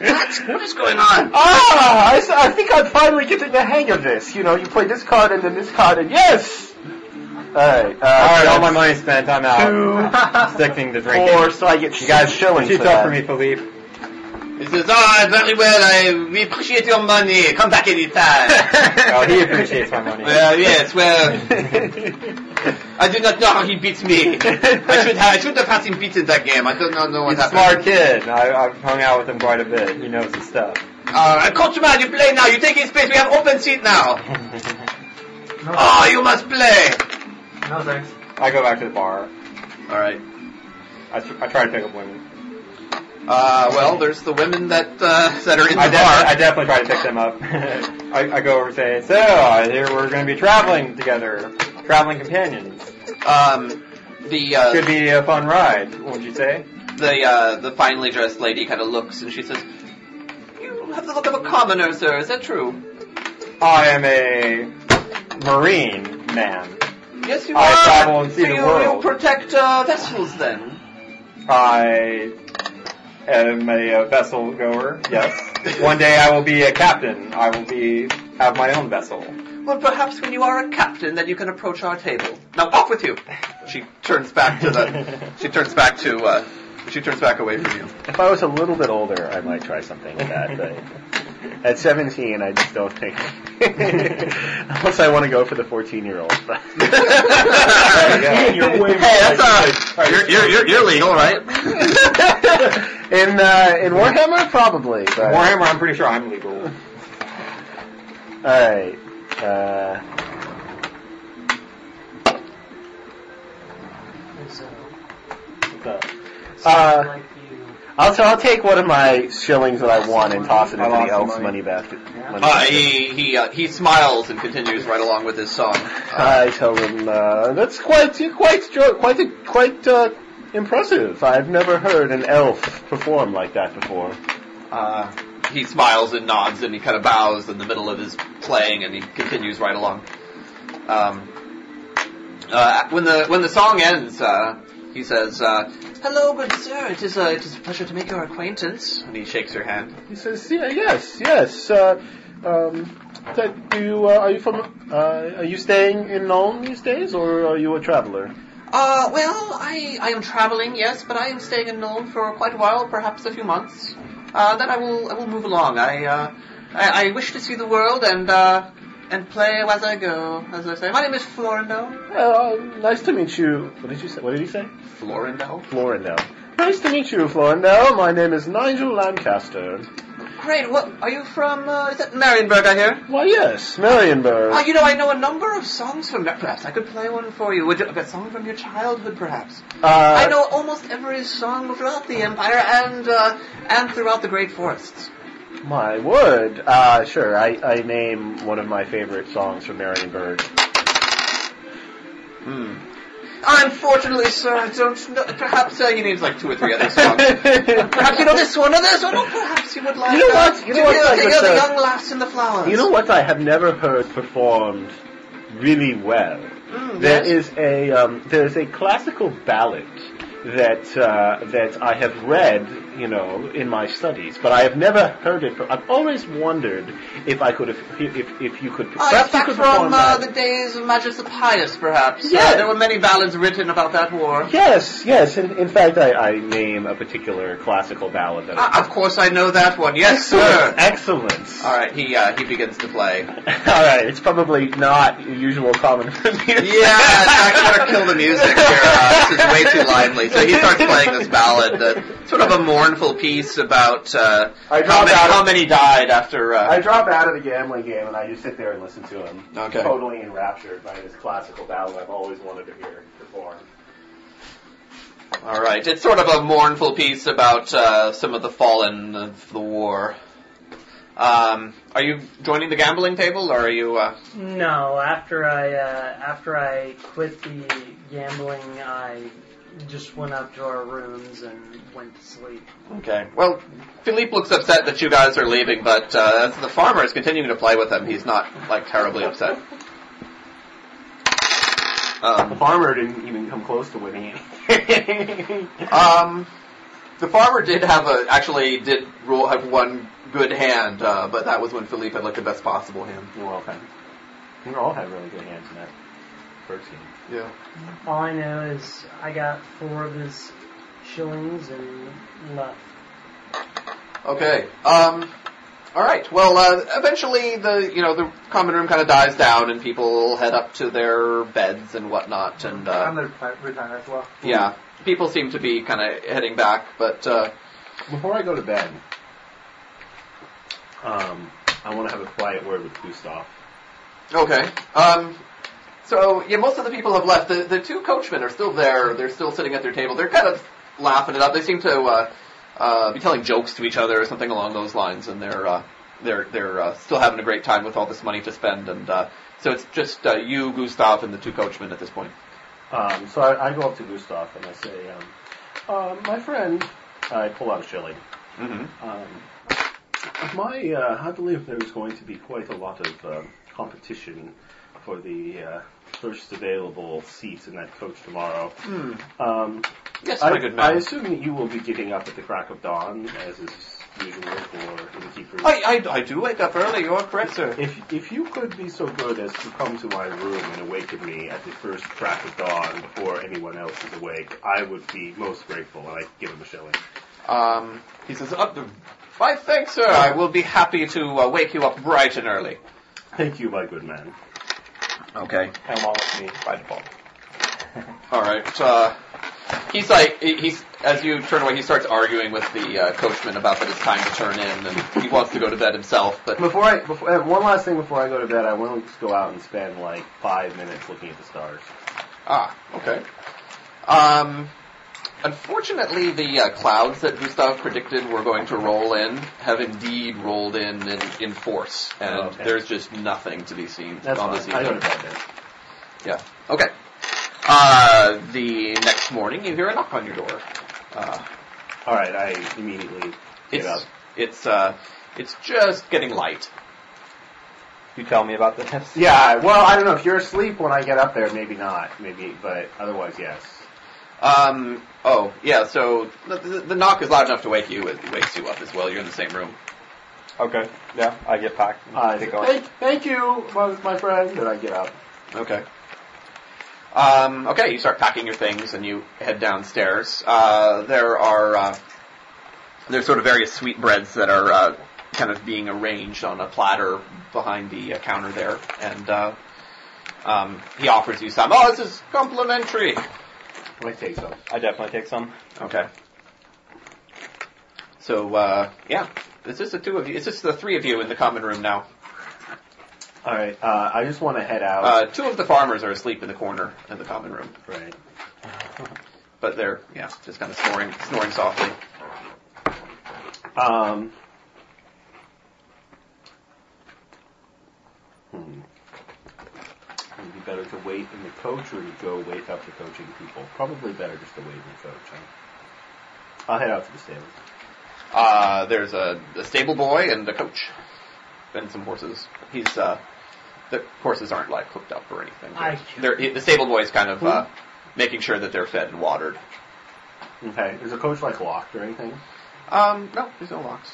Speaker 2: what? What is going on?
Speaker 13: ah! I, s- I think I'm finally getting the hang of this. You know, you play this card and then this card and yes! Alright, uh,
Speaker 3: Alright,
Speaker 13: so
Speaker 3: all my money's spent. I'm out.
Speaker 13: Two,
Speaker 3: Sticking to drinking.
Speaker 13: four, so I get you guys shillings.
Speaker 3: Keep
Speaker 13: for
Speaker 3: up
Speaker 13: that.
Speaker 3: for me, Philippe.
Speaker 2: He says, ah, very well. I, we appreciate your money. Come back anytime.
Speaker 3: Oh, he appreciates my money.
Speaker 2: well, yes. Well, I do not know how he beats me. I should have. I should have had him beaten that game. I do not know what
Speaker 3: He's a
Speaker 2: happened.
Speaker 3: smart kid. I, I've hung out with him quite a bit. He knows his stuff.
Speaker 2: Uh, coachman, you play now. You take his space. We have open seat now.
Speaker 11: No,
Speaker 2: Oh, you must play.
Speaker 11: no thanks.
Speaker 3: I go back to the bar.
Speaker 2: All right.
Speaker 3: I, tr- I try to pick up women.
Speaker 2: Uh, well, there's the women that uh, that are in the
Speaker 3: I, de-
Speaker 2: bar.
Speaker 3: I definitely try to pick them up. I, I go over and say, so, I hear we're going to be traveling together. Traveling companions.
Speaker 2: Um, the uh,
Speaker 3: Could be a fun ride, wouldn't you say?
Speaker 2: the uh, the finely dressed lady kind of looks and she says, "You have the look of a commoner, sir. Is that true?"
Speaker 3: I am a marine man.
Speaker 2: Yes, you
Speaker 3: I
Speaker 2: are.
Speaker 3: travel and see
Speaker 2: so
Speaker 3: the
Speaker 2: you,
Speaker 3: world.
Speaker 2: you protect uh, vessels then.
Speaker 3: I am a, uh vessel goer, yes. One day I will be a captain. I will be, have my own vessel.
Speaker 2: Well, perhaps when you are a captain, then you can approach our table. Now, off with you. She turns back to the. she turns back to. Uh, she turns back away from you.
Speaker 13: If I was a little bit older, I might try something like that, but at 17, I just don't think. Unless I want to go for the 14 year old.
Speaker 3: Yeah.
Speaker 10: You're way
Speaker 2: Hey, that's uh, you're, you're, you're, you're legal, right?
Speaker 13: in, uh, in Warhammer? Probably. But,
Speaker 3: Warhammer, I'm pretty sure I'm legal.
Speaker 13: Alright. Uh,
Speaker 6: So,
Speaker 13: Uh,
Speaker 6: like you,
Speaker 13: I'll, so I'll take one of my shillings that I won and toss it
Speaker 3: I
Speaker 13: into
Speaker 3: lost
Speaker 13: the
Speaker 3: the
Speaker 13: elf's
Speaker 3: money.
Speaker 13: money basket. Money
Speaker 2: Uh,
Speaker 13: basket.
Speaker 2: he he uh, he smiles and continues right along with his song.
Speaker 13: I tell him uh, that's quite quite jo- quite a, quite uh, impressive. I've never heard an elf perform like that before.
Speaker 2: Uh, he smiles and nods and he kind of bows in the middle of his playing and he continues right along. Um, uh, when the when the song ends, uh, He says, uh, "Hello, good sir. It is a it is a pleasure to make your acquaintance." And he shakes her hand.
Speaker 10: He says, yeah, yes, yes. Uh, um, that- do you, uh, are you from? Uh, are you staying in Nome these days, or are you a traveler?
Speaker 2: Uh, well, I, I am traveling, yes, but I am staying in Nome for quite a while, perhaps a few months. Uh, then I will I will move along. I uh, I, I wish to see the world and uh, and play as I go, as I say. My name is Florindo.
Speaker 10: Uh, nice to meet you. What did you say? What did he say?
Speaker 2: Florindo.
Speaker 10: Florindel. Nice to meet you, Florindel. My name is Nigel Lancaster.
Speaker 2: Great. What are you from? Uh, is that Marienburg? I hear.
Speaker 10: Why, yes, Marienburg.
Speaker 2: Ah, you know, I know a number of songs from that. Perhaps I could play one for you. Would you, a song from your childhood, perhaps? I
Speaker 10: Uh,
Speaker 2: know almost every song throughout the empire and uh, and throughout the great forests.
Speaker 10: my word. Uh, sure, I, I name one of my favorite songs from Marienburg.
Speaker 2: Unfortunately, sir, I don't know. Perhaps uh, he names like two or three other songs. perhaps you know this one or this one, or perhaps you would like.
Speaker 10: You know
Speaker 2: uh,
Speaker 10: what? You know
Speaker 2: to
Speaker 10: what,
Speaker 2: hear,
Speaker 10: Douglas,
Speaker 2: to hear the
Speaker 10: uh,
Speaker 2: young lass in the flowers.
Speaker 10: You know what I have never heard performed really well?
Speaker 6: Hmm,
Speaker 2: Mm,
Speaker 10: There
Speaker 2: yes.
Speaker 10: is a um, there is a classical ballad that uh, that I have read, you know, in my studies, but I have never heard it. per- I've always wondered if I could have if if you could
Speaker 2: Ah,
Speaker 10: perhaps
Speaker 2: it's
Speaker 10: you
Speaker 2: back
Speaker 10: could
Speaker 2: from
Speaker 10: perform
Speaker 2: uh,
Speaker 10: that.
Speaker 2: the days of Magus the Pious, perhaps. Uh,
Speaker 10: Yes.
Speaker 2: there were many ballads written about that war.
Speaker 10: Yes, yes. In, in fact, I, I name a particular classical ballad that.
Speaker 2: Ah, of course, I know that one. Yes,
Speaker 10: Excellent.
Speaker 2: sir.
Speaker 10: Excellent.
Speaker 2: All right, he uh, he begins to play.
Speaker 10: All right. It's probably not usual common for me. to-
Speaker 2: Yeah, I gotta kill the music here. Uh, this is way too lively. So he starts playing this ballad, that sort of a mournful piece about uh,
Speaker 3: I
Speaker 2: how,
Speaker 3: dropped
Speaker 2: many,
Speaker 3: out of-
Speaker 2: how many died after.
Speaker 3: I
Speaker 2: Uh,
Speaker 3: drop out of the gambling game and I just sit there and listen to him.
Speaker 2: okay.
Speaker 3: Totally enraptured by this classical ballad I've always wanted to hear performed.
Speaker 2: All right. It's sort of a mournful piece about uh, some of the fallen of the war. Um, are you joining the gambling table, or are you? Uh,
Speaker 6: No, after I uh, after I quit the gambling, I just went up to our rooms and went to sleep.
Speaker 2: okay. Well, Philippe looks upset that you guys are leaving, but uh, the farmer is continuing to play with him. He's not like terribly upset.
Speaker 3: The
Speaker 2: Um,
Speaker 3: farmer didn't even come close to winning anything.
Speaker 2: Um, the farmer did have a actually did roll have one good hand, uh, but that was when Philippe had like the best possible hand.
Speaker 3: well, okay. We all had really good hands in that first game.
Speaker 2: Yeah.
Speaker 6: All I know is I got four of his shillings and left.
Speaker 2: Okay. Um. All right. Well, uh, eventually the you know the common room kind of dies down and people head up to their beds and whatnot and
Speaker 14: I'm gonna
Speaker 2: uh,
Speaker 14: retire- retire as well.
Speaker 2: yeah, people seem to be kind of heading back, but uh,
Speaker 3: Before I go to bed, um, I want to have a quiet word with Gustav.
Speaker 2: Okay. Um, so yeah, most of the people have left. The the two coachmen are still there. They're still sitting at their table. They're kind of laughing it up. They seem to uh, uh, be telling jokes to each other or something along those lines, and they're uh, they're they're uh, still having a great time with all this money to spend. And uh, so it's just uh, you, Gustav, and the two coachmen at this point.
Speaker 3: Um, so I, I go up to Gustav and I say, um, uh, my friend, I pull out a shilling.
Speaker 2: Mm-hmm.
Speaker 3: Um, my, uh, I believe there's going to be quite a lot of um, competition for the uh, first available seat in that coach tomorrow. Um,
Speaker 2: Yes, my
Speaker 3: I,
Speaker 2: good
Speaker 3: I
Speaker 2: man.
Speaker 3: assume that you will be getting up at the crack of dawn, as is usual for innkeepers.
Speaker 2: I, I, I do wake up early. You are correct, sir.
Speaker 3: If, if you could be so good as to come to my room and awaken me at the first crack of dawn before anyone else is awake, I would be most grateful, and I give him a shilling.
Speaker 2: Um, he says, "Up, the why? Thanks, sir. I will be happy to uh, wake you up bright and early."
Speaker 3: Thank you, my good man.
Speaker 2: Okay.
Speaker 3: Come on with me by default.
Speaker 2: All right. Uh, he's like he- he's as you turn away, he starts arguing with the uh, coachman about that it's time to turn in, and he wants to go to bed himself. But
Speaker 3: Before I, before, uh, one last thing before I go to bed, I want to just go out and spend like five minutes looking at the stars.
Speaker 2: ah, okay. Um, unfortunately, the uh, clouds that Gustav predicted were going to roll in have indeed rolled in in, in force, and
Speaker 3: Oh, okay.
Speaker 2: there's just nothing to be seen
Speaker 3: That's
Speaker 2: on
Speaker 3: fine.
Speaker 2: this
Speaker 3: I go to
Speaker 2: evening.
Speaker 3: bed then.
Speaker 2: Yeah. Okay. Uh, the next morning, you hear a knock on your door. Uh,
Speaker 3: All right, I immediately get
Speaker 2: It's
Speaker 3: up.
Speaker 2: it's uh it's just getting light.
Speaker 15: You tell me about this.
Speaker 3: Yeah, well, I don't know if you're asleep when I get up there. Maybe not. Maybe, but otherwise, yes.
Speaker 2: Um, oh, yeah, so the, the, the knock is loud enough to wake you. It wakes you up as well. You're in the same room.
Speaker 3: Okay. Yeah, I get packed. and
Speaker 13: I
Speaker 3: take
Speaker 13: think
Speaker 3: off.
Speaker 13: thank, thank you, my, my friend. And I get up.
Speaker 2: Okay. Um, okay, you start packing your things and you head downstairs. Uh, there are uh, there's sort of various sweetbreads that are uh, kind of being arranged on a platter behind the uh, counter there, and uh, um, he offers you some. Oh, this is complimentary.
Speaker 13: I take some.
Speaker 3: I definitely take some.
Speaker 2: Okay. So uh, yeah, it's just the two of you. It's just the three of you in the common room now.
Speaker 13: All right. Uh, I just want to head out.
Speaker 2: Uh, two of the farmers are asleep in the corner in the common room.
Speaker 13: right.
Speaker 2: but they're yeah, just kind of snoring, snoring softly.
Speaker 13: Um. Hmm. Would it be better to wait in the coach or to go wake up the coaching people? Probably better just to wait in the coach. Huh? I'll head out to the stable.
Speaker 2: Uh, there's a, a stable boy and a coach, and some horses. He's uh, the horses aren't like hooked up or anything.
Speaker 6: I-
Speaker 2: They're, the stable boy is kind of uh, making sure that they're fed and watered.
Speaker 13: Okay. Is the coach like locked or anything?
Speaker 2: Um, no, there's no locks.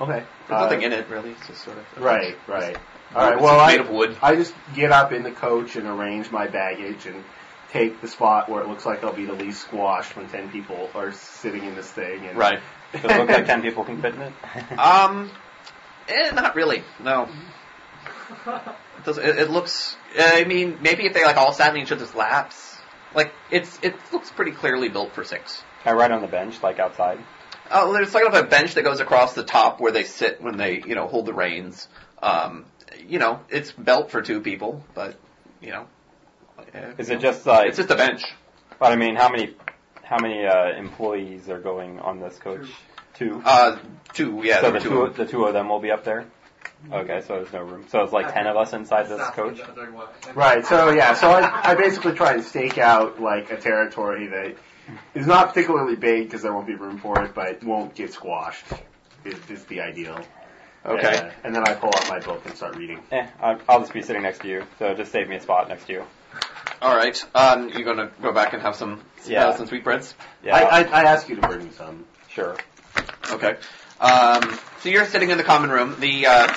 Speaker 13: Okay.
Speaker 2: There's
Speaker 13: Uh,
Speaker 2: nothing in it really. It's just sort of
Speaker 13: Right. Right.
Speaker 2: It's
Speaker 13: All right.
Speaker 2: made
Speaker 13: Well, I,
Speaker 2: of wood.
Speaker 13: I just get up in the coach and arrange my baggage and take the spot where it looks like I'll be the least squashed when ten people are sitting in this thing. And
Speaker 2: Right.
Speaker 3: Does it look like 10 people can fit in it?
Speaker 2: Um, eh, not really. No. It, doesn't, it, it looks. eh, I mean, maybe if they like all sat in each other's laps, like it's it looks pretty clearly built for six.
Speaker 3: Can I ride on the bench, like outside?
Speaker 2: Oh, there's like a bench that goes across the top where they sit when they, you know, hold the reins. Um, you know, it's built for two people, but you know, eh,
Speaker 3: Is
Speaker 2: you
Speaker 3: it
Speaker 2: know.
Speaker 3: just like?
Speaker 2: It's just a bench.
Speaker 3: But I mean, how many, how many uh, employees are going on this coach? Two.
Speaker 2: Uh, two, yeah, there
Speaker 3: so the
Speaker 2: were two.
Speaker 3: two,
Speaker 2: Mm-hmm. of them.
Speaker 3: the two of them will be up there. Okay, so there's no room. So it's like ten of us inside this coach.
Speaker 6: Mm.
Speaker 13: Right. So yeah. So I, I basically try and stake out like a territory that is not particularly big because there won't be room for it, but won't get squashed. Is, is the ideal.
Speaker 2: Okay.
Speaker 13: Yeah. And then I pull out my book and start reading.
Speaker 3: Eh, I- I'll just be sitting next to you. So just save me a spot next to you.
Speaker 2: All right. Um, you're gonna go back and have some,
Speaker 3: Yeah.
Speaker 2: uh, some sweetbreads.
Speaker 3: Yeah.
Speaker 13: I, I, I ask you to bring me some.
Speaker 3: sure.
Speaker 2: Okay. Um, so you're sitting in the common room. The uh,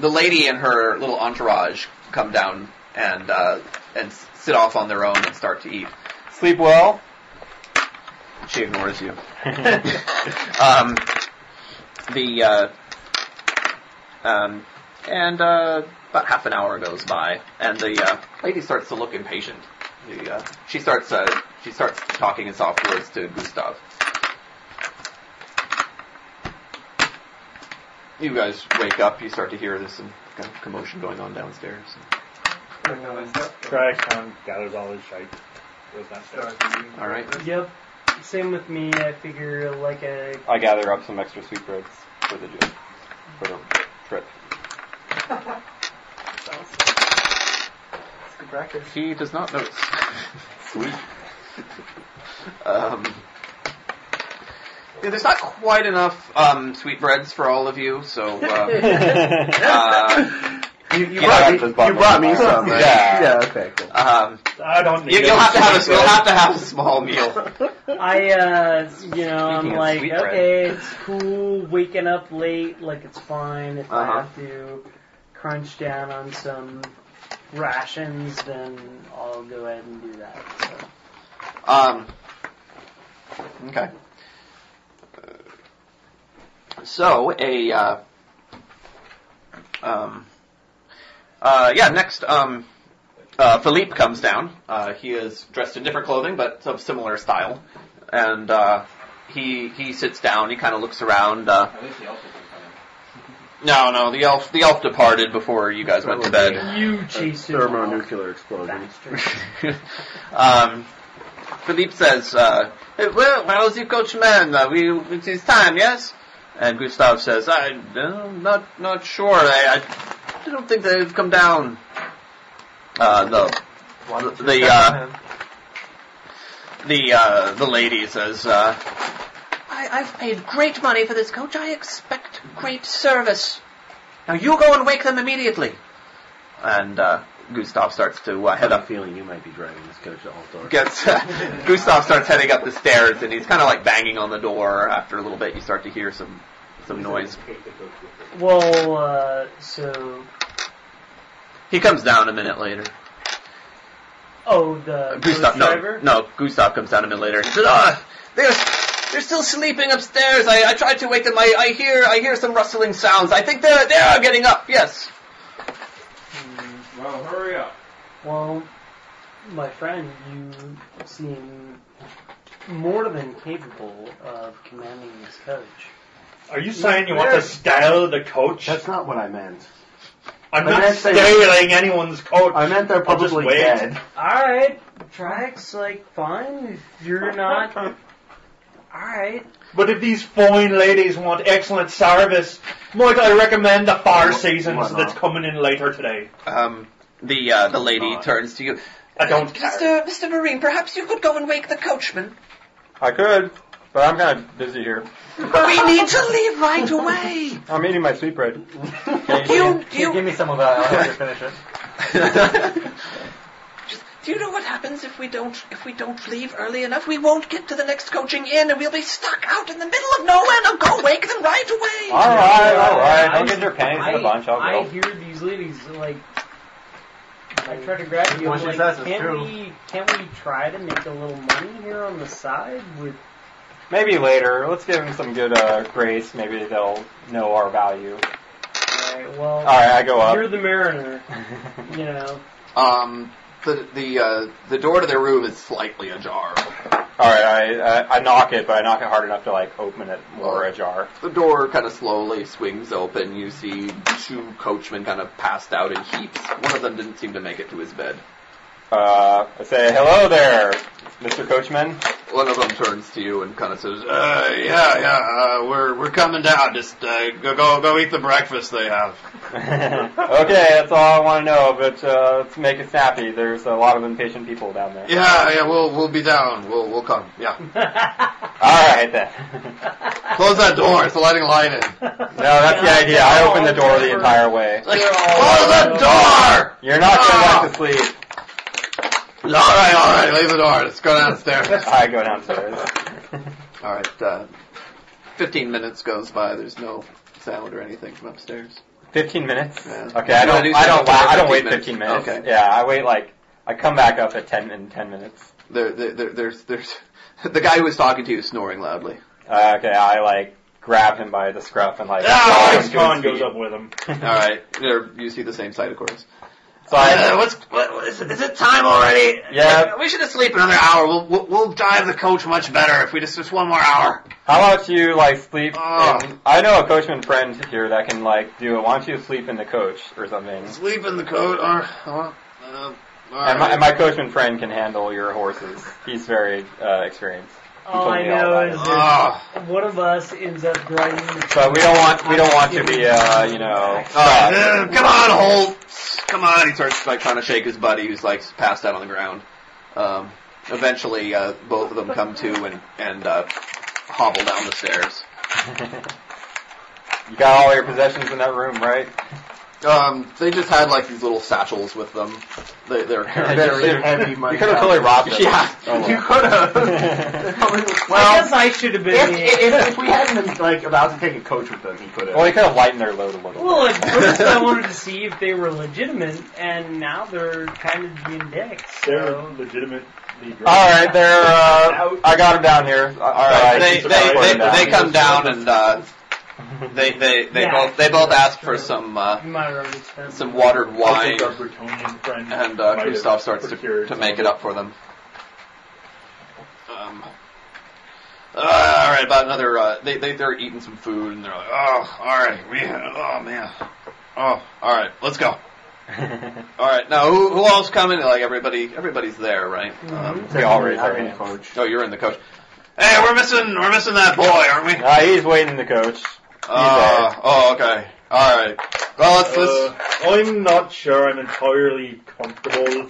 Speaker 2: the lady and her little entourage come down and uh, and s- sit off on their own and start to eat.
Speaker 3: Sleep well.
Speaker 2: She ignores you. um, the uh, um, and uh, about half an hour goes by, and the uh, lady starts to look impatient. The, uh, she starts uh, she starts talking in soft words to Gustav. You guys wake up. You start to hear there's some kind of commotion going on downstairs.
Speaker 10: Trash um, gathers all his shite. Goes downstairs.
Speaker 2: All right.
Speaker 6: Yep. Same with me. I figure like a
Speaker 3: I gather up some extra sweetbreads for the ju- for the trip.
Speaker 11: It's good practice.
Speaker 2: He does not notice. Sweet. um, yeah, there's not quite enough um, sweetbreads for all of you, so uh, uh,
Speaker 13: You,
Speaker 2: Yeah,
Speaker 13: you brought me,
Speaker 3: just
Speaker 13: you
Speaker 3: bought me
Speaker 13: brought me
Speaker 3: some.
Speaker 13: some. Right?
Speaker 3: Yeah.
Speaker 13: Yeah. Okay. Cool.
Speaker 2: um,
Speaker 10: I don't need
Speaker 2: you,
Speaker 10: it.
Speaker 2: will have to have a you'll have to have a small meal.
Speaker 6: I, uh, you know, I'm
Speaker 2: Speaking of
Speaker 6: like,
Speaker 2: sweetbread.
Speaker 6: okay, it's cool waking up late, like it's fine if
Speaker 2: Uh-huh.
Speaker 6: I have to crunch down on some rations, then I'll go ahead and do that. So.
Speaker 2: Um, okay. So a uh, um, uh, yeah. Next, um, uh, Philippe comes down. Uh, he is dressed in different clothing, but of similar style, and uh, he he sits down. He kind of looks around. Uh, no, no, the elf the elf departed before you guys went to bed.
Speaker 6: You chase him off,
Speaker 13: Thermonuclear explosion.
Speaker 6: bastard.
Speaker 2: um, Philippe says, uh, "Hey, well, well, is the coachman? Uh, we, it is time, yes? And Gustav says, I, uh, not, not sure. I, I don't think they've come down. Uh, the,
Speaker 11: One, two,
Speaker 2: The,
Speaker 11: seven,
Speaker 2: uh,
Speaker 11: ten.
Speaker 2: the, uh, the lady says, uh, I, I've paid great money for this coach. I expect great service. Now you go and wake them immediately. And, uh,
Speaker 12: Gustav starts to uh, head
Speaker 13: I'm
Speaker 12: up
Speaker 13: feeling you might be driving this coach to Altdorf.
Speaker 12: gets Gustav starts heading up the stairs, and he's kind of like banging on the door. After a little bit, you start to hear some some noise.
Speaker 6: Well, uh, so
Speaker 12: He comes down a minute later.
Speaker 6: oh
Speaker 2: Uh,
Speaker 6: the
Speaker 12: Gustav,
Speaker 6: the
Speaker 12: no,
Speaker 6: driver.
Speaker 12: no, Gustav comes down a minute later. and says, "Ah, they're they're still sleeping upstairs. I, I tried to wake them. I, I hear I hear some rustling sounds. I think they're they're getting up. Yes,
Speaker 10: Well, hurry up.
Speaker 6: Hmm. Well, my friend, you seem more than capable of commanding this coach.
Speaker 10: Are you saying you want to style the coach?
Speaker 13: That's not what I meant.
Speaker 10: I'm
Speaker 11: I
Speaker 10: not
Speaker 11: meant they-
Speaker 10: styling anyone's coach.
Speaker 11: I meant they're
Speaker 10: I'll just
Speaker 11: probably
Speaker 10: wait.
Speaker 11: dead.
Speaker 6: All right, Drax, like fine. If you're not, all right.
Speaker 10: But if these fine ladies want excellent service, might I recommend the Fire Seasons
Speaker 13: not?
Speaker 10: that's coming in later today?
Speaker 12: um, the uh, the lady
Speaker 13: God.
Speaker 12: turns to you,
Speaker 10: I don't care.
Speaker 12: Mister Mister Marine. Perhaps you could go and wake the coachman.
Speaker 3: I could, but I'm kind of busy here.
Speaker 12: We need to leave right away.
Speaker 3: I'm eating my sweet bread.
Speaker 11: Can
Speaker 12: You-
Speaker 11: you, give-
Speaker 12: you-
Speaker 11: give me some of that. I'll let you finish it.
Speaker 12: Just- Do you know what happens if we don't if we don't leave early enough? We won't get to the next coaching inn, and we'll be stuck out in the middle of nowhere. Now go wake them right away.
Speaker 3: All right, all right.
Speaker 6: I-
Speaker 3: I'll get their panties in a bunch. I'll
Speaker 6: I
Speaker 3: go.
Speaker 6: hear these ladies like. I try to grab you. I'm
Speaker 11: What she
Speaker 6: like,
Speaker 11: says is
Speaker 6: can
Speaker 11: true.
Speaker 6: we can we try to make a little money here on the side with
Speaker 3: Maybe later. Let's give them some good uh, grace. Maybe they'll know our value.
Speaker 6: all right, well
Speaker 3: All right, I go
Speaker 6: you're
Speaker 3: up.
Speaker 6: the mariner, you know.
Speaker 2: Um, the the uh, the door to their room is slightly ajar.
Speaker 3: All right, I, I I knock it, but I knock it hard enough to like open it more ajar.
Speaker 2: The door kind of slowly swings open. You see two coachmen kind of passed out in heaps. One of them didn't seem to make it to his bed.
Speaker 3: Uh, I say hello there, Mr. Coachman.
Speaker 2: One of them turns to you and kind of says, uh, "Yeah, yeah, uh, we're we're coming down. Just uh, go go go eat the breakfast they have."
Speaker 3: okay, that's all I want to know. But uh, let's make it snappy. There's a lot of impatient people down there.
Speaker 2: Yeah, yeah, we'll we'll be down. We'll we'll come. Yeah,
Speaker 3: All right then.
Speaker 2: close that door. It's letting light in.
Speaker 3: no, that's the idea. I open the door the entire way.
Speaker 2: Like, close that door.
Speaker 3: You're not gonna like to sleep.
Speaker 2: All right, all right, leave the door. Let's go downstairs.
Speaker 3: I go downstairs.
Speaker 2: all right. Uh, Fifteen minutes goes by. There's no sound or anything from upstairs.
Speaker 3: Fifteen minutes.
Speaker 2: Yeah.
Speaker 3: Okay, I
Speaker 2: You wanna
Speaker 3: don't.
Speaker 2: do
Speaker 3: I don't.
Speaker 2: something
Speaker 3: la-
Speaker 2: for
Speaker 3: I don't wait
Speaker 2: 15
Speaker 3: fifteen minutes.
Speaker 2: Okay.
Speaker 3: Yeah, I wait like I come back up at ten in ten minutes.
Speaker 2: There, there, there there's there's the guy who was talking to you is snoring loudly.
Speaker 3: Uh, okay, I like grab him by the scruff and like.
Speaker 2: Ah,
Speaker 3: drag him
Speaker 10: Alex
Speaker 3: to
Speaker 10: Khan
Speaker 3: his
Speaker 10: goes
Speaker 3: feet.
Speaker 10: up with him.
Speaker 2: All right, there you see the same sight, of course. Uh,
Speaker 3: So I,
Speaker 2: what's what, what- is, it, is it time already?
Speaker 3: Yeah.
Speaker 2: we should have sleep another hour. We'll, we'll we'll dive the coach much better if we just just one more hour.
Speaker 3: how about you like sleep?
Speaker 2: Ah.
Speaker 3: in- I know a coachman friend here that can like do it. Why don't you sleep in the coach or something?
Speaker 2: Sleep in the coach, or uh, uh, all
Speaker 3: And my,
Speaker 2: right.
Speaker 3: and my coachman friend can handle your horses. He's very uh, experienced.
Speaker 6: All I
Speaker 3: me all
Speaker 6: know
Speaker 3: about
Speaker 6: is
Speaker 3: it.
Speaker 6: that
Speaker 2: Ah,
Speaker 6: one of us ends up driving.
Speaker 3: But we don't want we don't want to be uh, you know.
Speaker 2: all right. Uh, come on, Holt. Come on. He starts like trying to shake his buddy, who's like passed out on the ground. Um, eventually, uh, both of them come to and and uh, hobble down the stairs.
Speaker 3: You got all your possessions in that room, right?
Speaker 2: Um, they just had like these little satchels with them. They, they're
Speaker 3: They're-
Speaker 2: very
Speaker 3: they're-
Speaker 2: heavy
Speaker 3: You
Speaker 2: money.
Speaker 3: could have totally robbed them.
Speaker 2: Yeah,
Speaker 3: Oh, well.
Speaker 2: you could have.
Speaker 6: I
Speaker 2: well,
Speaker 6: guess I should have been.
Speaker 11: If,
Speaker 6: the-
Speaker 11: if, if we hadn't been like about to take a coach with them, he could have.
Speaker 3: Well, you could have lightened their load a little.
Speaker 6: Well, at first I wanted to see if they were legitimate, and now they're kind of being dicks.
Speaker 10: They're
Speaker 6: So.
Speaker 10: legitimately drunk.
Speaker 3: All right, they're. Uh, I got them down here. All right,
Speaker 2: they, they, they, they come down and uh, they they they
Speaker 6: Yeah.
Speaker 2: both they both ask for some uh,
Speaker 6: You might have already spent
Speaker 2: some watered
Speaker 10: I
Speaker 2: wine,
Speaker 10: think our Bretonian friend
Speaker 2: and
Speaker 10: might
Speaker 2: uh,
Speaker 10: have
Speaker 2: Kristoff starts to
Speaker 10: procured
Speaker 2: to make it up for them. Um. Uh, all right, about another. Uh, they they they're eating some food and they're like, oh, all right, we, oh man, oh, all right, let's go. All right, now who, who all's coming? Like everybody, everybody's there, right? Um,
Speaker 3: We Mm-hmm. already are in.
Speaker 11: coach.
Speaker 2: oh, you're in the coach. Hey, we're missing, we're missing that boy, aren't we?
Speaker 3: Uh, he's waiting the coach.
Speaker 2: Uh, oh, okay. All right. Well, let's
Speaker 10: Uh,
Speaker 2: let's.
Speaker 10: I'm not sure I'm entirely comfortable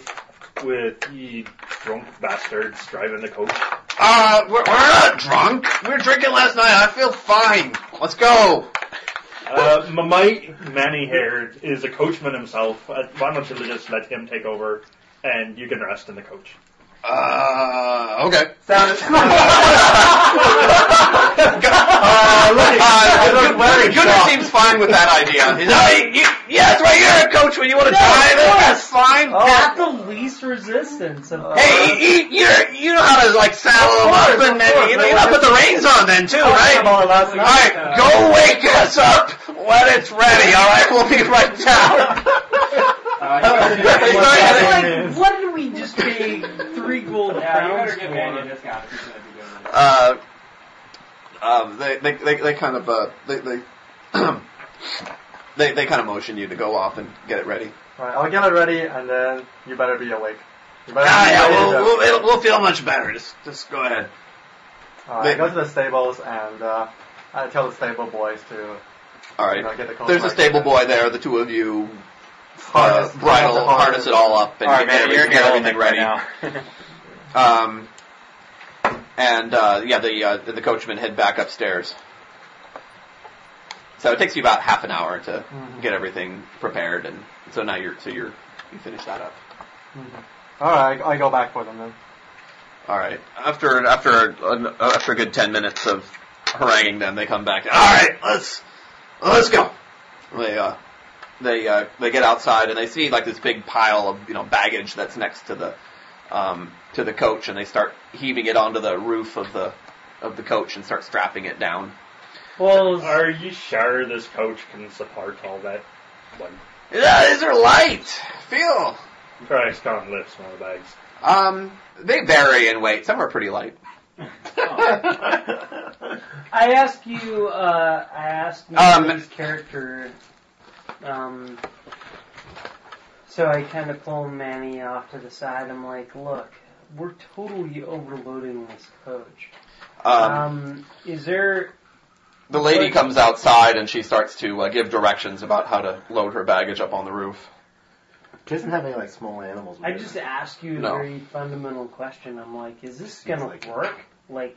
Speaker 10: with the drunk bastards driving the coach.
Speaker 2: Uh, we're, we're not drunk. We were drinking last night. I feel fine. Let's go.
Speaker 10: Uh, m- my Manny here is a coachman himself. Uh, Why don't you just let him take over and you can rest in the coach?
Speaker 2: Uh, okay.
Speaker 11: Sound
Speaker 2: Uh,
Speaker 11: look,
Speaker 2: uh,
Speaker 11: look,
Speaker 2: Good-
Speaker 11: very
Speaker 2: Goodner
Speaker 11: shocked.
Speaker 2: seems fine with that idea. He's like, "You- yeah, that's right. You're a coach when you want to try. That's fine.
Speaker 6: At the Oh. least resistance of
Speaker 2: Hey, you, you, you're- you know how to like saddle them up and then you know you know, put the reins on then too, right? All right, go wake us up when it's ready. All right, we'll be right down.
Speaker 6: It's like, what did we just pay three gold crowns for?
Speaker 2: Uh, um, they, they, they, they kind of uh, they they, they they kind of motion you to go off and get it ready.
Speaker 11: Alright, I'll get it ready and then you better be awake. You better
Speaker 2: Ah,
Speaker 11: be
Speaker 2: yeah,
Speaker 11: ready to
Speaker 2: we'll,
Speaker 11: go.
Speaker 2: we'll, it'll, we'll feel much better. Just just go ahead.
Speaker 11: Alright, go to the stables and uh, I tell the stable boys to
Speaker 2: All right.
Speaker 11: you know, get the
Speaker 2: There's a stable boy there. The two of you uh, bridle, harness it all up, and
Speaker 3: Alright,
Speaker 2: get,
Speaker 3: man, you're
Speaker 2: everything, get everything ready.
Speaker 3: now.
Speaker 2: Um, and uh, yeah, the uh, the coachman head back upstairs. So it takes you about half an hour to get everything prepared, and so now you're so you're you finish that up.
Speaker 11: Alright, I go back for them then.
Speaker 2: All right. After after uh, after a good ten minutes of haranguing them, they come back. All right, let's let's go. They uh they uh they get outside and they see like this big pile of you know baggage that's next to the um to the coach, and they start heaving it onto the roof of the of the coach and start strapping it down.
Speaker 6: Well,
Speaker 10: Are you sure this coach can support all that? Like,
Speaker 2: Yeah, these are light. Feel.
Speaker 10: Christ, can't lift some of the bags.
Speaker 2: Um, they vary in weight. Some are pretty light.
Speaker 6: I asked you, uh, I asked
Speaker 2: Um,
Speaker 6: Nick's character, um, so I kind of pull Manny off to the side. I'm like, look, we're totally overloading this coach.
Speaker 2: Um,
Speaker 6: Um, is there,
Speaker 2: the lady comes outside and she starts to uh, give directions about how to load her baggage up on the roof.
Speaker 11: Doesn't have any like small animals.
Speaker 6: I just ask you a
Speaker 2: No.
Speaker 6: very fundamental question. I'm like, is this gonna
Speaker 11: like-
Speaker 6: work? Like,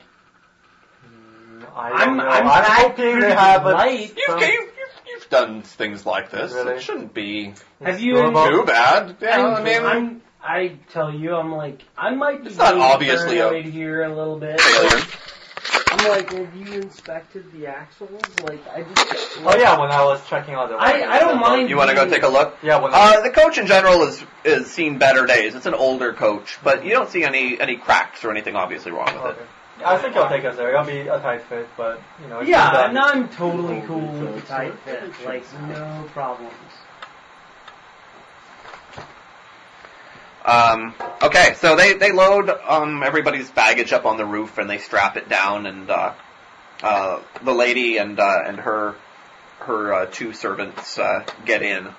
Speaker 11: Mm, I
Speaker 6: I'm,
Speaker 11: don't know.
Speaker 6: I'm,
Speaker 11: I'm hoping
Speaker 6: factoring
Speaker 11: they have a
Speaker 6: light.
Speaker 2: You've,
Speaker 11: Um,
Speaker 2: you've, you've- you've done things like this.
Speaker 11: Really?
Speaker 2: It shouldn't be
Speaker 6: Have you?
Speaker 11: Well-
Speaker 2: too bad. Yeah,
Speaker 6: I'm,
Speaker 2: I mean,
Speaker 6: I'm- i tell you, I'm like, I might be
Speaker 2: It's not
Speaker 6: being
Speaker 2: obviously a-
Speaker 6: paranoid here a little bit.
Speaker 2: failure.
Speaker 6: I'm like, have you inspected the axles? Like, I just.
Speaker 11: Oh yeah, when I was checking out the
Speaker 6: I, I don't mind.
Speaker 2: You want to go
Speaker 6: being-
Speaker 2: take a look?
Speaker 11: Yeah, when I
Speaker 2: Uh, the coach in general is is seen better days. It's an older coach, but you don't see any any cracks or anything obviously wrong with it.
Speaker 11: Okay. I think I'll take us there. It'll be a tight fit, but you know. it's been
Speaker 6: Yeah,
Speaker 11: done.
Speaker 6: and I'm totally cool with the tight fit. Like, no problems.
Speaker 2: Um, okay, so they, they load um, everybody's baggage up on the roof and they strap it down, and uh, uh, the lady and uh, and her her uh, two servants uh, get in,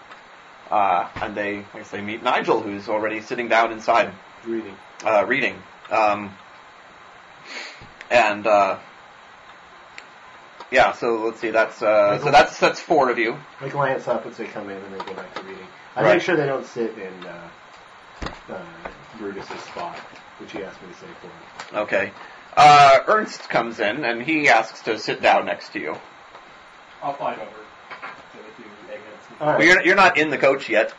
Speaker 2: uh, and they I guess they meet Nigel, who's already sitting down inside
Speaker 13: Reading.
Speaker 2: uh, reading, um, and uh, yeah, so let's see, that's uh, so that's that's four of you.
Speaker 4: I glance up as they come in and they go back to reading. I
Speaker 2: Right.
Speaker 4: make sure they don't sit in uh, uh, Brutus's spot, which he asked me to say for him.
Speaker 2: Okay, uh, Ernst comes in and he asks to sit down next to you.
Speaker 10: I'll fight over.
Speaker 4: All right.
Speaker 2: Well, you're, you're not in the coach yet.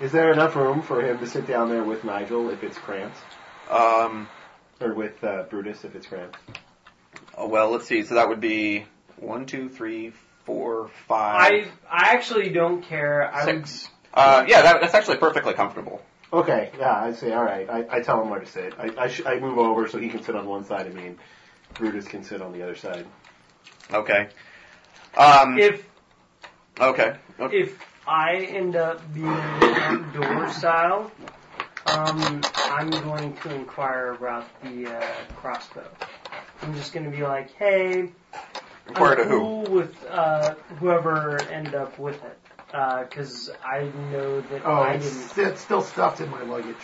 Speaker 4: Is there enough room for him to sit down there with Nigel if it's cramped,
Speaker 2: Um,
Speaker 4: or with uh, Brutus if it's cramped?
Speaker 2: oh, well, let's see. So that would be one, two, three, four, five,
Speaker 6: I I actually don't care. I would-
Speaker 2: Uh, six. Uh, yeah, that, that's actually perfectly comfortable.
Speaker 4: Okay, yeah, I say, all right. I, I tell him where to sit. I I, sh- I move over so he can sit on one side of me, and Brutus can sit on the other side.
Speaker 2: Okay. Um,
Speaker 6: if
Speaker 2: okay. okay.
Speaker 6: if I end up being front door style, um, I'm going to inquire about the uh, crossbow. I'm just going to be like, hey,
Speaker 2: Inquire
Speaker 6: I'm
Speaker 2: to who?
Speaker 6: cool with uh, whoever end up with it, because I know that
Speaker 13: Oh,
Speaker 2: Oh,
Speaker 6: I didn't.
Speaker 4: it's still stuffed in my luggage.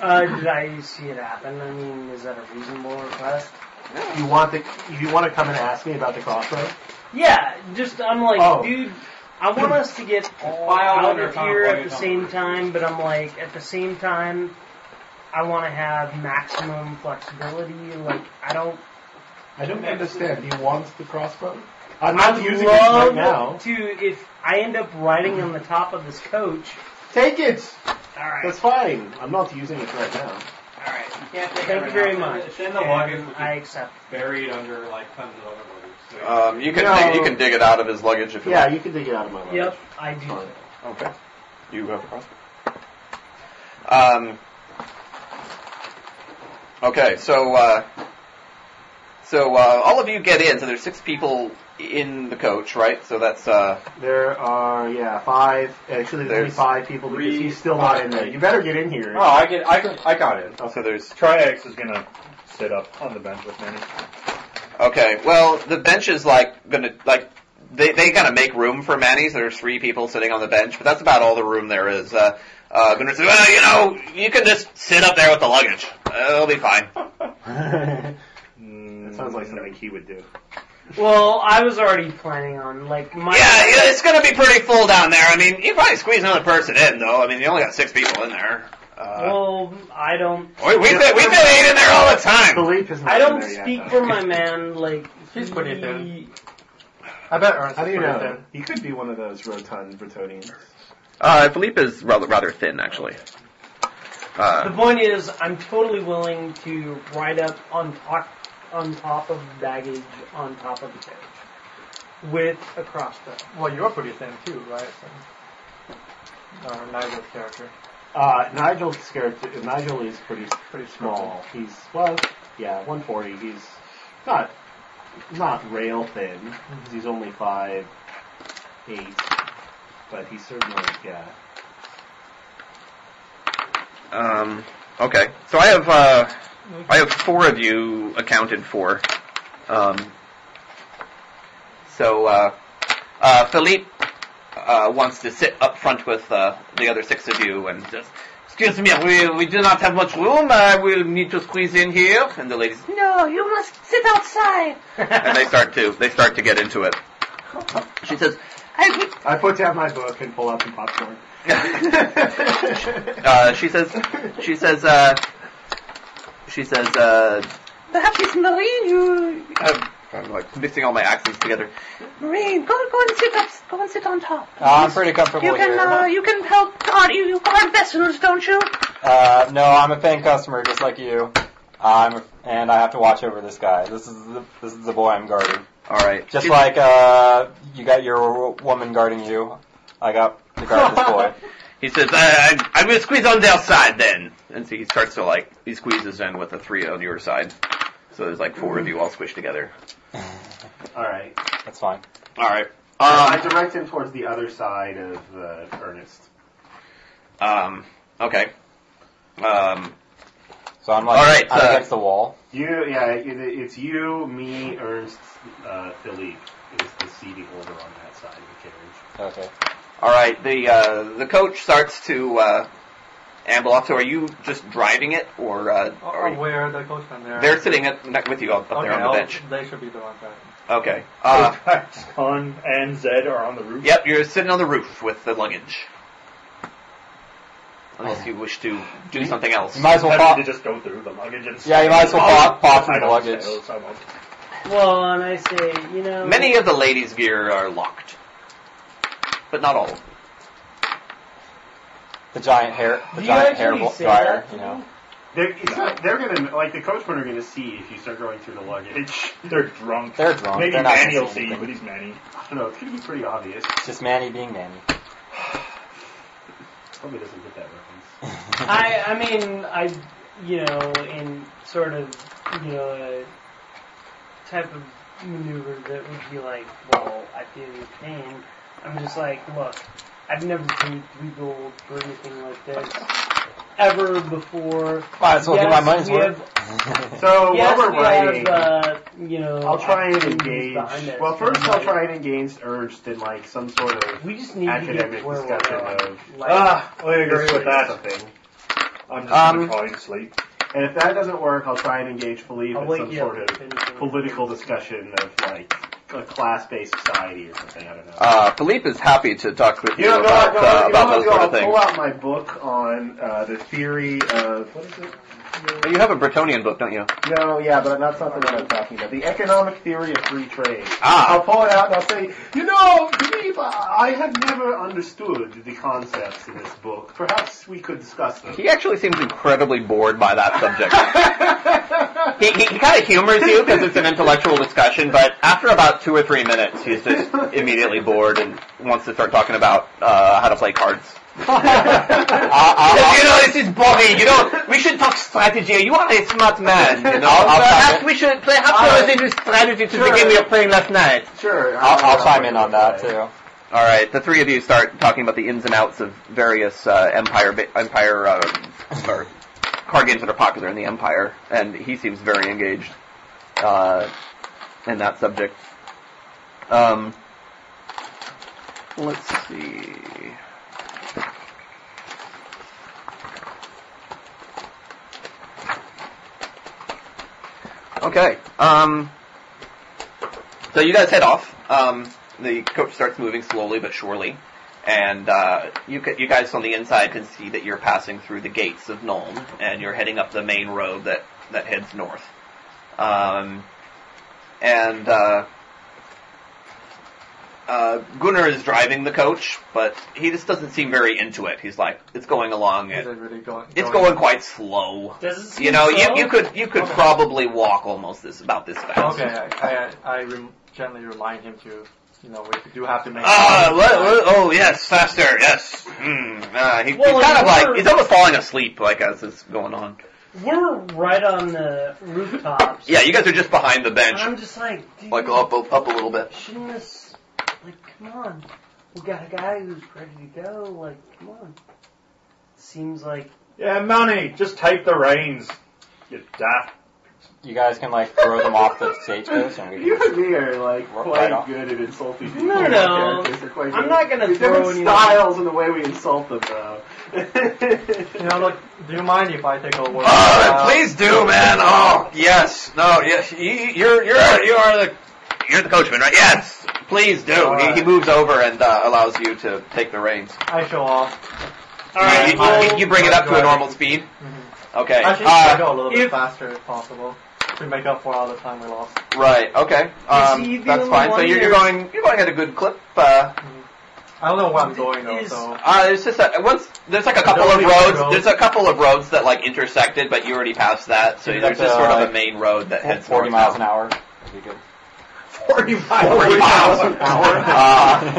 Speaker 6: Uh, did I see it happen? I mean, is that a reasonable request?
Speaker 4: You want the? You want to come and ask me about the crossbow?
Speaker 6: Yeah, just I'm like,
Speaker 4: Oh.
Speaker 6: dude, I want us to get all out of here at the same time, but I'm like, at the same time, I want to have maximum flexibility. Like, I don't.
Speaker 4: I don't understand. He wants the crossbow.
Speaker 13: I'm not
Speaker 6: I'd
Speaker 13: using it right
Speaker 6: love
Speaker 13: now.
Speaker 6: to if I end up riding on the top of this coach.
Speaker 13: Take it.
Speaker 6: All right,
Speaker 13: That's fine. I'm not using it right now.
Speaker 6: all right. Thank you very much.
Speaker 3: It's in the
Speaker 6: And
Speaker 3: luggage, which
Speaker 6: I
Speaker 3: is
Speaker 6: accept.
Speaker 3: buried under like tons of other luggage. So you-
Speaker 2: Um, you can
Speaker 13: No.
Speaker 2: dig, you can dig it out of his luggage if you
Speaker 13: Yeah, you can dig it out of my luggage.
Speaker 6: Yep, I do.
Speaker 13: Fine.
Speaker 2: want. Okay. You have the crossbow. Um. Okay, so uh, so uh, all of you get in. So there's six people in the coach, right? So that's uh,
Speaker 13: There are yeah five. Actually, there's, only
Speaker 2: There's
Speaker 13: five people because
Speaker 3: three-
Speaker 13: he's still not in there. You better get in here.
Speaker 3: Oh, I get, I can, I got it.
Speaker 2: Oh, so there's
Speaker 10: Triax is gonna sit up on the bench with Manny.
Speaker 2: Okay, well, the bench is like gonna like they they kind of make room for Manny's. There's three people sitting on the bench, but that's about all the room there is. Uh, uh, Gunnar says, well, you know, you can just sit up there with the luggage. It'll be fine.
Speaker 13: that sounds like something he would do.
Speaker 6: Well, I was already planning on like my.
Speaker 2: Yeah, yeah, it's gonna be pretty full down there. I mean, you can probably squeeze another person in though. I mean, you only got six people in there. Uh,
Speaker 6: Well, I don't.
Speaker 2: we, we've been, we've been eating there all the time.
Speaker 13: The leap is not
Speaker 6: I
Speaker 13: in
Speaker 6: don't
Speaker 13: there yet,
Speaker 6: speak
Speaker 13: though.
Speaker 6: for my man. Like
Speaker 11: He's put it there.
Speaker 6: he-
Speaker 11: I bet Ernst
Speaker 13: How do
Speaker 11: is
Speaker 13: you
Speaker 11: pretty
Speaker 13: know?
Speaker 11: thin.
Speaker 13: He could be one of those rotund Bretonians.
Speaker 2: Uh, Philippe is rather rather thin actually.
Speaker 6: The
Speaker 2: Uh,
Speaker 6: point is, I'm totally willing to ride up on top, on top of baggage, on top of the coach, with a crossbow.
Speaker 11: Well, you're pretty thin too, right? So. Uh, Nigel's character.
Speaker 13: Uh, Nigel's character. Nigel is pretty pretty small. He's well, yeah, 140. He's not not rail thin. 'cause He's only five eight, but he's certainly yeah.
Speaker 2: um, okay, so I have uh. I have four of you accounted for. Um, so uh, uh, Philippe uh, wants to sit up front with uh, the other six of you and just. Excuse me, we, we do not have much room. I will need to squeeze in here. And the ladies, no, you must sit outside. and they start to they start to get into it. She says, I would
Speaker 13: I put down my book and pull out some popcorn.
Speaker 2: uh, she says, she says, uh, she says, uh, perhaps it's Marine. You, I'm, I'm like mixing all my accents together. Marine, go go and sit up, go and sit on top.
Speaker 3: Uh, I'm pretty comfortable
Speaker 2: You can uh, you can help guard you, you guard vessels, don't you?
Speaker 3: Uh, no, I'm a paying customer just like you. I'm, and I have to watch over this guy. This is the, this is the boy I'm guarding.
Speaker 2: All right,
Speaker 3: Just
Speaker 2: She-
Speaker 3: like uh, you got your w- woman guarding you, I got to guard this boy.
Speaker 2: he says, I, I, I will squeeze on their side then. And so he starts to like he squeezes in with the three on your side. So there's like four of you all squished together.
Speaker 13: All right.
Speaker 3: That's fine.
Speaker 2: All right.
Speaker 13: I
Speaker 2: Um,
Speaker 13: direct him towards the other side of uh, Ernest.
Speaker 2: um, okay. Um,
Speaker 3: So I'm like
Speaker 2: All right,
Speaker 3: I'm
Speaker 2: uh,
Speaker 3: against the wall.
Speaker 13: You, yeah, it, it's you, me, Ernst, uh, Philippe is the seating order on that side of the carriage.
Speaker 3: Okay.
Speaker 2: All right, the uh, the coach starts to uh, amble off. So are you just driving it, or uh,
Speaker 11: Oh,
Speaker 2: are
Speaker 11: oh,
Speaker 2: you,
Speaker 11: where the coach from there?
Speaker 2: they're sitting at, ne- with you up, up
Speaker 11: okay,
Speaker 2: there on the
Speaker 11: I'll-
Speaker 2: bench?
Speaker 11: They should be the ones that.
Speaker 2: Okay.
Speaker 10: Ah.
Speaker 2: Uh,
Speaker 10: Con and Zed are on the roof.
Speaker 2: yep, you're sitting on the roof with the luggage. Unless you wish to do something else.
Speaker 3: You might as well
Speaker 10: Happy
Speaker 3: pop.
Speaker 10: to just go through the luggage and
Speaker 3: Yeah, you might as well pop, pop
Speaker 10: I
Speaker 3: in the
Speaker 10: don't
Speaker 3: luggage.
Speaker 10: say those, I won't.
Speaker 6: Well, and I say, you know,
Speaker 2: Many of the ladies' gear are locked, but not all. of them.
Speaker 3: The giant hair, the
Speaker 6: Do you
Speaker 3: giant
Speaker 6: actually
Speaker 3: hair bl-
Speaker 6: say
Speaker 3: dryer.
Speaker 6: that?
Speaker 3: You know.
Speaker 13: They're, it's not, they're gonna, like, the coachmen are gonna see if you start going through the luggage.
Speaker 10: They're drunk.
Speaker 3: They're drunk.
Speaker 10: Maybe
Speaker 3: They're not
Speaker 10: Manny will
Speaker 3: gonna see
Speaker 10: see,
Speaker 3: anything.
Speaker 10: but he's Manny.
Speaker 13: I don't know, it's gonna be pretty obvious.
Speaker 3: It's just Manny being Manny.
Speaker 13: Probably doesn't get that reference.
Speaker 6: I, I mean, I, you know, in sort of, you know, a type of maneuver that would be like, well, I feel your pain. I'm just like, look, I've never paid three gold for anything like this ever before.
Speaker 3: Well, that's what
Speaker 6: yes,
Speaker 3: my money's
Speaker 6: we
Speaker 3: worth.
Speaker 6: have
Speaker 13: So,
Speaker 6: yes,
Speaker 13: while we're
Speaker 6: we
Speaker 13: writing,
Speaker 6: have, uh, you know,
Speaker 13: I'll try and
Speaker 6: activities
Speaker 13: engage,
Speaker 6: behind us.
Speaker 13: well, first I'll try and engage Ernst in, like, some sort of
Speaker 6: We just need to
Speaker 13: academic
Speaker 6: get where we're
Speaker 13: discussion
Speaker 6: going.
Speaker 13: of-
Speaker 6: Like,
Speaker 10: Ah, I agree
Speaker 13: history
Speaker 10: with
Speaker 13: or
Speaker 10: that.
Speaker 13: something.
Speaker 10: I'm just
Speaker 3: Um,
Speaker 10: gonna call you sleep.
Speaker 13: And if that doesn't work, I'll try and engage Philippe
Speaker 6: I'll
Speaker 13: in
Speaker 6: wake
Speaker 13: some
Speaker 6: you
Speaker 13: sort
Speaker 6: up
Speaker 13: of
Speaker 6: if anything-
Speaker 13: political discussion of like a class-based society or something. I don't know.
Speaker 2: Uh, Philippe is happy to talk with you,
Speaker 13: you know, no,
Speaker 2: about, uh,
Speaker 13: no, you know
Speaker 2: about
Speaker 13: what,
Speaker 2: those
Speaker 13: no,
Speaker 2: sort
Speaker 13: I'll
Speaker 2: of things.
Speaker 13: pull out my book on uh, the theory of what is it?
Speaker 2: Hey, You have a Bretonian book, don't you?
Speaker 11: No, yeah, but that's not the one I'm talking about. The economic theory of free trade.
Speaker 2: Ah.
Speaker 11: I'll pull it out and I'll say,
Speaker 4: You know, believe I have never understood the concepts in this book. Perhaps we could discuss them.
Speaker 2: He actually seems incredibly bored by that subject. he he, he kind of humors you because it's an intellectual discussion, but after about two or three minutes, he's just immediately bored and wants to start talking about uh, how to play cards. Ah, you know, this is boring. You know, we should talk strategy. You are a smart man. You know, perhaps we should. Perhaps there was a new strategy to the game we were playing last night.
Speaker 11: sure.
Speaker 3: I'll, I'll chime in on that too.
Speaker 2: All right, the three of you start talking about the ins and outs of various uh, empire bi- empire uh, or card games that are popular in the empire, and he seems very engaged uh, in that subject. Um, let's see. Okay. Um, so you guys head off. Um, the coach starts moving slowly but surely, and uh, you ca- you guys on the inside can see that you're passing through the gates of Nuln, and you're heading up the main road that that heads north. Um, and uh, uh, Gunnar is driving the coach, but he just doesn't seem very into it. He's like, it's going along.
Speaker 11: Is it
Speaker 2: It,
Speaker 11: really going?
Speaker 2: it's going quite slow.
Speaker 6: Does it seem
Speaker 2: You know, you,
Speaker 6: so?
Speaker 2: you could you could
Speaker 11: Okay.
Speaker 2: probably walk almost this about this fast.
Speaker 11: Okay, I, I, I rem- gently remind him to, you know, we do have to make.
Speaker 2: Ah, le- le- oh yes, faster, yes. Mm, uh, he,
Speaker 6: Well,
Speaker 2: he's kind of
Speaker 6: and
Speaker 2: like
Speaker 6: we're-
Speaker 2: he's almost falling asleep, like as it's going on.
Speaker 6: We're right on the rooftops.
Speaker 2: Yeah, you guys are just behind the
Speaker 6: And
Speaker 2: bench,
Speaker 6: I'm just like, dude,
Speaker 2: like up up a little bit.
Speaker 6: shouldn't this, like, come on. We got a guy who's ready to go. Like, come on. Seems like
Speaker 10: Yeah, Manny, just take the reins. You daft.
Speaker 3: You guys can like throw them off the stagecoach and we
Speaker 4: You
Speaker 3: can
Speaker 4: and me are like
Speaker 3: Right
Speaker 4: quite
Speaker 3: off.
Speaker 4: good at insulting people.
Speaker 6: No, no.
Speaker 4: Characters are quite
Speaker 6: I'm
Speaker 4: good.
Speaker 6: not gonna
Speaker 4: There's
Speaker 6: throw
Speaker 4: different
Speaker 6: anyone-
Speaker 4: styles in the way we insult them, though.
Speaker 11: You know, look, do you mind if I take a walk?
Speaker 2: Oh, please do, man. Oh, yes. No, yes. You, you're you're you are the you're the coachman, right? Yes. Please do. He, he moves over and uh, allows you to take the reins.
Speaker 11: I show off.
Speaker 2: All right. You,
Speaker 11: I'll-
Speaker 2: you- you bring it up to a
Speaker 11: I'll-
Speaker 2: normal speed.
Speaker 6: Mm-hmm.
Speaker 2: Okay.
Speaker 11: Actually, I
Speaker 2: Uh,
Speaker 11: go a little bit
Speaker 6: if-
Speaker 11: faster if possible to make up for all the time we lost.
Speaker 2: right. Okay.
Speaker 6: he the
Speaker 2: Um, that's
Speaker 6: only
Speaker 2: fine. So
Speaker 6: one
Speaker 2: you're, you're
Speaker 6: here?
Speaker 2: going you're going at a good clip. Uh,
Speaker 11: I don't know where I'm going though,
Speaker 6: Is-
Speaker 11: so
Speaker 2: Uh, it's just that once there's like a couple of
Speaker 11: only
Speaker 2: roads.
Speaker 11: road.
Speaker 2: There's a couple of roads that like intersected, but you already passed that, so
Speaker 3: Is
Speaker 2: there's
Speaker 3: that
Speaker 2: just
Speaker 3: the,
Speaker 2: sort of a
Speaker 3: like,
Speaker 2: main road that heads
Speaker 3: forty
Speaker 2: north
Speaker 3: miles
Speaker 2: now.
Speaker 3: an hour. That'd be good.
Speaker 2: Forty
Speaker 11: 40
Speaker 2: miles an hour. Uh,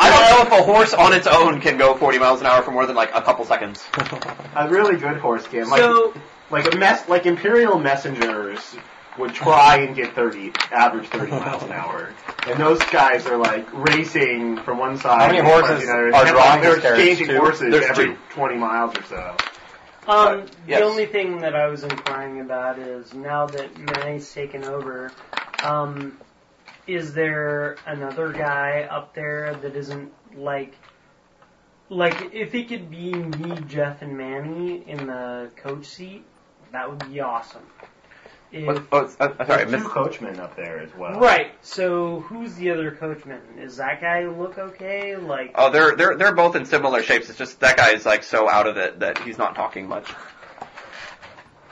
Speaker 2: I don't know if a horse on its own can go 40 miles an hour for more than like a couple seconds.
Speaker 4: A really good horse game. Like,
Speaker 6: so.
Speaker 4: like, a mess, like Imperial Messengers would try and get 30, average 30 miles an hour. And those guys are like racing from one side.
Speaker 3: How many
Speaker 4: to the
Speaker 3: horses
Speaker 4: fucking other.
Speaker 3: are
Speaker 4: And they're,
Speaker 3: drawing
Speaker 4: They're
Speaker 3: this carriage?
Speaker 4: exchanging
Speaker 3: Two?
Speaker 4: horses
Speaker 2: There's
Speaker 4: every
Speaker 2: two.
Speaker 4: 20 miles or so.
Speaker 6: Um,
Speaker 2: yes.
Speaker 6: The only thing that I was inquiring about is now that Manny's taken over, um, is there another guy up there that isn't like, like if it could be me, Jeff, and Manny in the coach seat, that would be awesome. If-
Speaker 2: What- oh, it's- uh, sorry, I
Speaker 4: There's
Speaker 2: missed.
Speaker 4: two coachmen up there as well.
Speaker 6: right. So who's the other coachman? Is that guy look okay? Like,
Speaker 3: Uh,
Speaker 2: Oh, they're they're they're both in similar shapes. It's just that guy is like so out of it that he's not talking much.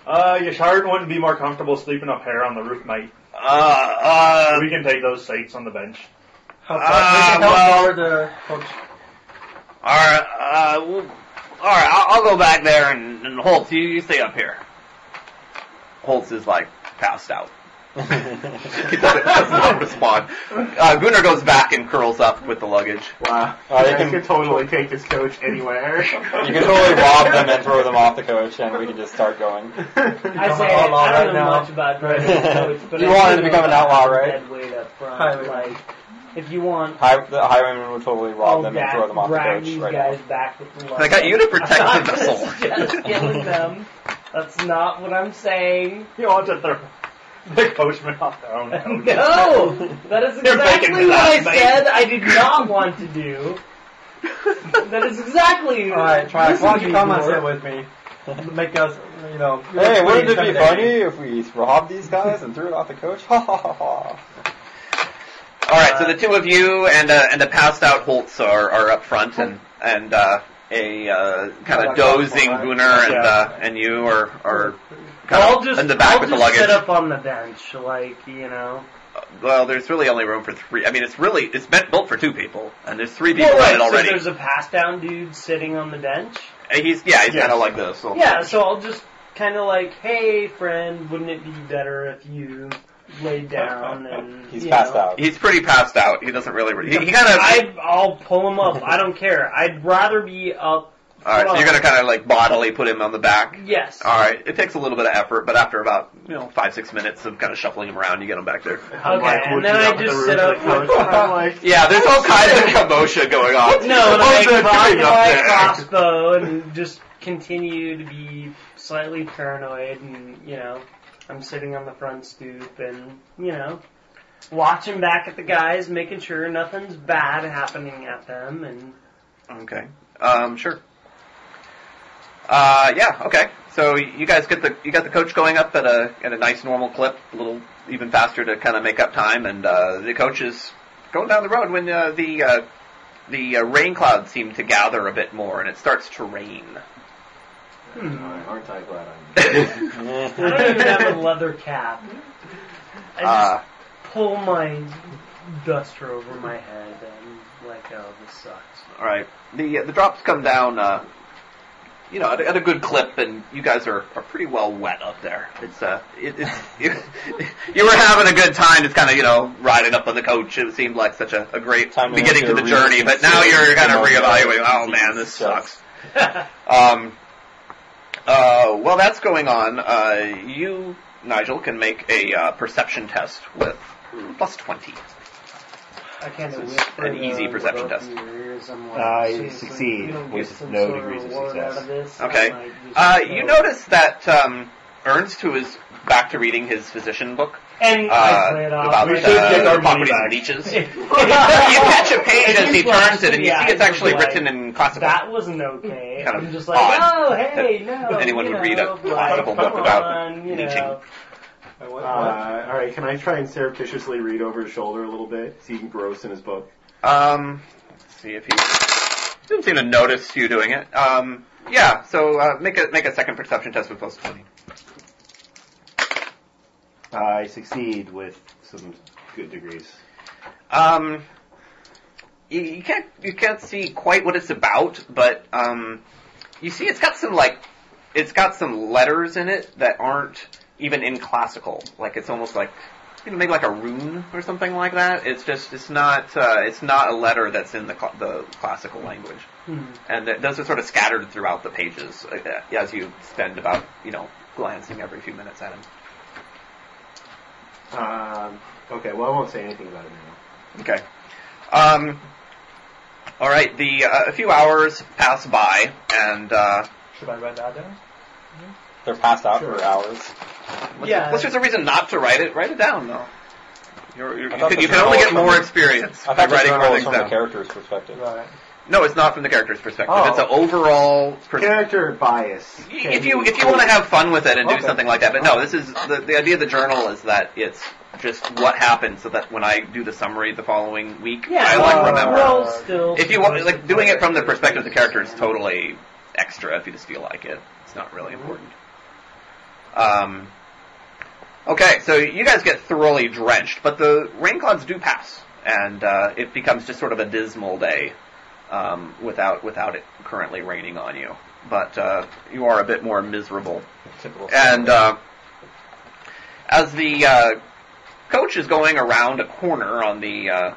Speaker 10: Uh, your Shard wouldn't be more comfortable sleeping up here on the roof, mate.
Speaker 2: Uh, uh,
Speaker 10: we can take those seats on the bench.
Speaker 2: Ah, well.
Speaker 11: the coach.
Speaker 2: all right, uh, we'll, all right. I'll, I'll go back there and, and Holtz, you, you stay up here. Holtz is like passed out. he doesn't- does not respond. Uh, Gunnar goes back and curls up with the luggage.
Speaker 4: Wow.
Speaker 3: Uh, you
Speaker 4: you
Speaker 3: can-
Speaker 4: could totally take this coach anywhere.
Speaker 3: You can totally rob them and throw them off the coach, and we can just start going.
Speaker 6: I say
Speaker 11: I'm all
Speaker 6: I don't
Speaker 11: right
Speaker 6: know
Speaker 11: now.
Speaker 6: much about driving a coach, but
Speaker 3: You
Speaker 6: I
Speaker 3: wanted
Speaker 6: do
Speaker 3: to
Speaker 6: know
Speaker 3: become an
Speaker 6: about
Speaker 3: outlaw,
Speaker 6: having
Speaker 3: right?
Speaker 6: that weight up front,
Speaker 11: Highwayman.
Speaker 6: like, if you want,
Speaker 3: High, the highwayman would totally rob
Speaker 4: Oh,
Speaker 6: I'll
Speaker 3: them and
Speaker 6: back-
Speaker 3: throw them off the
Speaker 6: drag
Speaker 3: coach
Speaker 6: these
Speaker 3: right
Speaker 6: guys
Speaker 3: now.
Speaker 6: back with the
Speaker 2: I got you to protect
Speaker 6: I'm
Speaker 2: the
Speaker 6: not
Speaker 2: vessel.
Speaker 6: suggest killing them. That's not what I'm saying.
Speaker 10: You want to throw the coachman off their own coach.
Speaker 6: No, that is
Speaker 2: They're
Speaker 6: exactly
Speaker 2: backing
Speaker 6: what
Speaker 2: it up,
Speaker 6: I
Speaker 2: mate.
Speaker 6: said. I did not want to do. That is exactly.
Speaker 11: All right, try.
Speaker 6: Listen
Speaker 11: Why don't
Speaker 6: to
Speaker 11: you
Speaker 6: me,
Speaker 11: come and
Speaker 6: Gord.
Speaker 11: sit with me? Make us, you know.
Speaker 3: Hey, wouldn't it be
Speaker 11: intimidating.
Speaker 3: funny if we robbed these guys and threw it off the coach? Ha ha ha ha.
Speaker 2: All right, so the two of you and uh, and the passed out Holtz are, are up front, and and uh, a uh, kind
Speaker 16: Yeah,
Speaker 2: of dozing
Speaker 16: that's fine.
Speaker 2: Gunnar and uh, and you are are kind
Speaker 6: I'll
Speaker 2: of
Speaker 6: just,
Speaker 2: in the back
Speaker 6: I'll
Speaker 2: with the
Speaker 6: just
Speaker 2: luggage.
Speaker 6: sit up on the bench, like you know.
Speaker 2: Well, there's really only room for three. I mean, it's really it's meant built for two people, and there's three people
Speaker 6: Well, right,
Speaker 2: in it already.
Speaker 6: So there's a pass down dude sitting on the bench.
Speaker 2: Uh, he's yeah, he's kind of like this. so-
Speaker 6: Yeah, so I'll just kind of like, hey, friend, wouldn't it be better if you laid down and
Speaker 3: He's
Speaker 6: you
Speaker 3: passed
Speaker 6: know,
Speaker 3: out.
Speaker 2: He's pretty passed out. He doesn't really. Re- he, he kind of.
Speaker 6: I, I'll pull him up. I don't care. I'd rather be up.
Speaker 2: All right, so you're gonna kind of like bodily put him on the back.
Speaker 6: Yes.
Speaker 2: All right, it takes a little bit of effort, but after about you know five six minutes of kind of shuffling him around, you get him back there.
Speaker 6: Okay, and then I just sit up. With,
Speaker 2: Yeah, there's all kinds of commotion going on.
Speaker 6: "Oh, no, and
Speaker 2: What's
Speaker 6: I
Speaker 2: that
Speaker 6: cock
Speaker 2: doing up
Speaker 6: my
Speaker 2: there?
Speaker 6: crossbow and just continue to be slightly paranoid, and you know, I'm sitting on the front stoop and you know, watching back at the guys, making sure nothing's bad happening at them, and
Speaker 2: Okay. Um, sure. Uh, yeah. Okay. So you guys get the you got the coach going up at a at a nice normal clip, a little even faster to kind of make up time, and uh, the coach is going down the road when uh, the uh, the uh, rain clouds seem to gather a bit more, and it starts to rain.
Speaker 3: Aren't I glad I'm
Speaker 6: hmm, I don't even have a leather cap. I just
Speaker 2: Uh,
Speaker 6: pull my duster over my head and like, oh, this sucks.
Speaker 2: all right. The uh, the drops come down. Uh, you know, at a, at a good clip, and you guys are, are pretty well wet up there. It's uh, it, it's you, you were having a good time, just kind of you know riding up on the coach. It seemed like such a, a great
Speaker 3: Time to
Speaker 2: beginning
Speaker 3: make
Speaker 2: to
Speaker 3: a
Speaker 2: the journey, but now you're kind of reevaluating. Oh man, this sucks. um, uh, well, that's going on. Uh, you, Nigel, can make a uh, perception test with plus twenty.
Speaker 6: I kind of
Speaker 2: It's
Speaker 6: whisper
Speaker 2: an
Speaker 6: to
Speaker 2: easy
Speaker 6: him
Speaker 2: perception
Speaker 6: above
Speaker 2: test.
Speaker 6: your ears, I'm like,
Speaker 17: I
Speaker 6: "Seriously,
Speaker 4: succeed
Speaker 6: you don't
Speaker 4: with
Speaker 6: get some
Speaker 4: no
Speaker 6: sort
Speaker 4: degrees of
Speaker 6: reward
Speaker 4: success."
Speaker 6: out of this?
Speaker 2: Okay.
Speaker 6: I might just
Speaker 2: Uh,
Speaker 6: go.
Speaker 2: you notice that um, Ernst, who is back to reading his physician book,
Speaker 6: and I
Speaker 2: uh,
Speaker 6: play it off.
Speaker 2: about uh,
Speaker 6: like,
Speaker 4: get our money
Speaker 2: properties
Speaker 4: back.
Speaker 2: and leeches. you catch a page as he turns it, and you see it's actually written in classical.
Speaker 6: That was an okay.
Speaker 2: Kind of
Speaker 6: I'm just like,
Speaker 2: odd
Speaker 6: oh, hey, no.
Speaker 2: anyone
Speaker 6: you
Speaker 2: would read a
Speaker 6: know,
Speaker 2: classical
Speaker 6: like,
Speaker 2: book
Speaker 6: come
Speaker 2: about
Speaker 6: on, you
Speaker 2: leeching.
Speaker 6: know.
Speaker 3: What?
Speaker 4: Uh, all right, can I try and surreptitiously read over his shoulder a little bit, see gross in his book?
Speaker 2: Um, let's see if he didn't seem to notice you doing it. Um, yeah. So uh, make a make a second perception test with plus twenty.
Speaker 4: I succeed with some good degrees.
Speaker 2: Um, you, you can't you can't see quite what it's about, but um, you see it's got some like it's got some letters in it that aren't even in classical. Like it's almost like you know, maybe like a rune or something like that. It's just it's not uh, it's not a letter that's in the cl- the classical language,
Speaker 6: Hmm.
Speaker 2: and th- those are sort of scattered throughout the pages uh, as you spend about you know glancing every few minutes at them.
Speaker 4: Um, okay, well, I won't say anything about it now.
Speaker 2: Okay. Um, all right. The uh, a few hours pass by, and uh,
Speaker 16: Should I write that down?
Speaker 3: Mm-hmm. They're passed out for hours.
Speaker 2: unless,
Speaker 6: Yeah.
Speaker 2: unless there's a reason not to write it, write it down though. You're, you're,
Speaker 3: I
Speaker 2: you
Speaker 3: thought
Speaker 2: can, you
Speaker 3: the
Speaker 2: can only get
Speaker 3: journal
Speaker 2: more
Speaker 3: from-
Speaker 2: experience by
Speaker 3: I thought the
Speaker 2: writing
Speaker 3: journal
Speaker 2: more things
Speaker 3: was from the
Speaker 2: down.
Speaker 3: character's perspective.
Speaker 16: Right.
Speaker 2: No, it's not from the character's perspective.
Speaker 3: Oh.
Speaker 2: It's an overall perspective.
Speaker 4: Character bias.
Speaker 2: If you if you want to have fun with it and do
Speaker 4: Okay.
Speaker 2: something like that, but no, this is the, the idea of the journal is that it's just what happened, so that when I do the summary the following week,
Speaker 6: Yeah,
Speaker 2: I
Speaker 6: well,
Speaker 2: like remember.
Speaker 6: well, still
Speaker 2: if you want,
Speaker 6: supposed
Speaker 2: like
Speaker 6: to
Speaker 2: doing it
Speaker 6: play
Speaker 2: from the perspective of the character is totally extra. If you just feel like it, it's not really important. Um, okay, so you guys get thoroughly drenched, but the rain clouds do pass, and uh, it becomes just sort of a dismal day um, without without it currently raining on you. But uh, you are a bit more miserable
Speaker 3: Typical.
Speaker 2: and uh, as the uh, coach is going around a corner on the uh,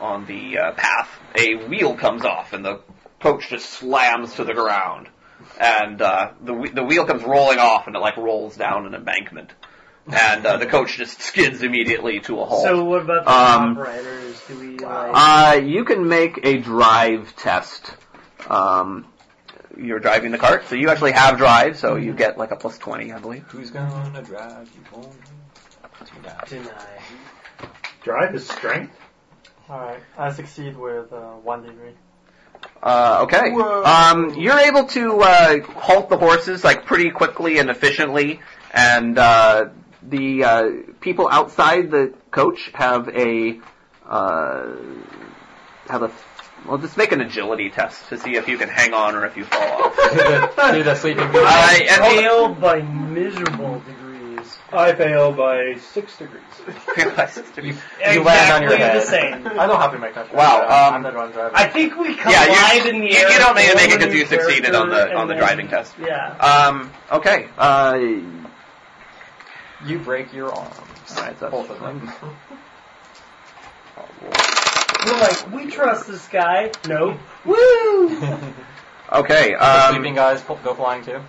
Speaker 2: on the uh, path, a wheel comes off, and the coach just slams to the ground, and uh, the whe- the wheel comes rolling off, and it like rolls down an embankment, and uh, the coach just skids immediately to a halt.
Speaker 6: So what about the
Speaker 2: Um,
Speaker 6: operators? Do we like?
Speaker 2: uh, you can make a drive test. Um, you're driving the cart, so you actually have drive, so you get like a plus twenty, I believe.
Speaker 3: Who's gonna drive you home? tonight?
Speaker 6: Deny.
Speaker 4: drive is strength.
Speaker 16: Alright. I succeed with uh, one degree.
Speaker 2: Uh, okay.
Speaker 16: Whoa.
Speaker 2: Um, you're able to uh, halt the horses like pretty quickly and efficiently, and uh, the uh, people outside the coach have a uh, have a. Well, just make an agility test to see if you can hang on or if you fall off.
Speaker 3: Do the sleeping beauty.
Speaker 2: I and
Speaker 6: Failed by miserable degrees.
Speaker 10: I fail by six degrees.
Speaker 2: the,
Speaker 3: You land on your
Speaker 6: Exactly
Speaker 3: head.
Speaker 6: the same.
Speaker 18: I don't have to make that.
Speaker 19: Wow,
Speaker 18: I'm-
Speaker 19: um,
Speaker 18: I'm the wrong driver.
Speaker 6: I think we
Speaker 2: Yeah, you-
Speaker 6: collide in the
Speaker 2: you-
Speaker 6: air.
Speaker 2: you don't need to make it
Speaker 6: forming
Speaker 2: 'cause you succeeded on the-
Speaker 6: character
Speaker 2: on the
Speaker 6: and
Speaker 2: driving test.
Speaker 6: Yeah.
Speaker 2: um. Okay.
Speaker 19: Uh,
Speaker 3: You break your arms.
Speaker 2: Alright, so
Speaker 3: Both of them.
Speaker 6: We're like, we trust this guy. No. Woo!
Speaker 2: Okay.
Speaker 3: The
Speaker 2: Um,
Speaker 3: sleeping guys pull- go flying too.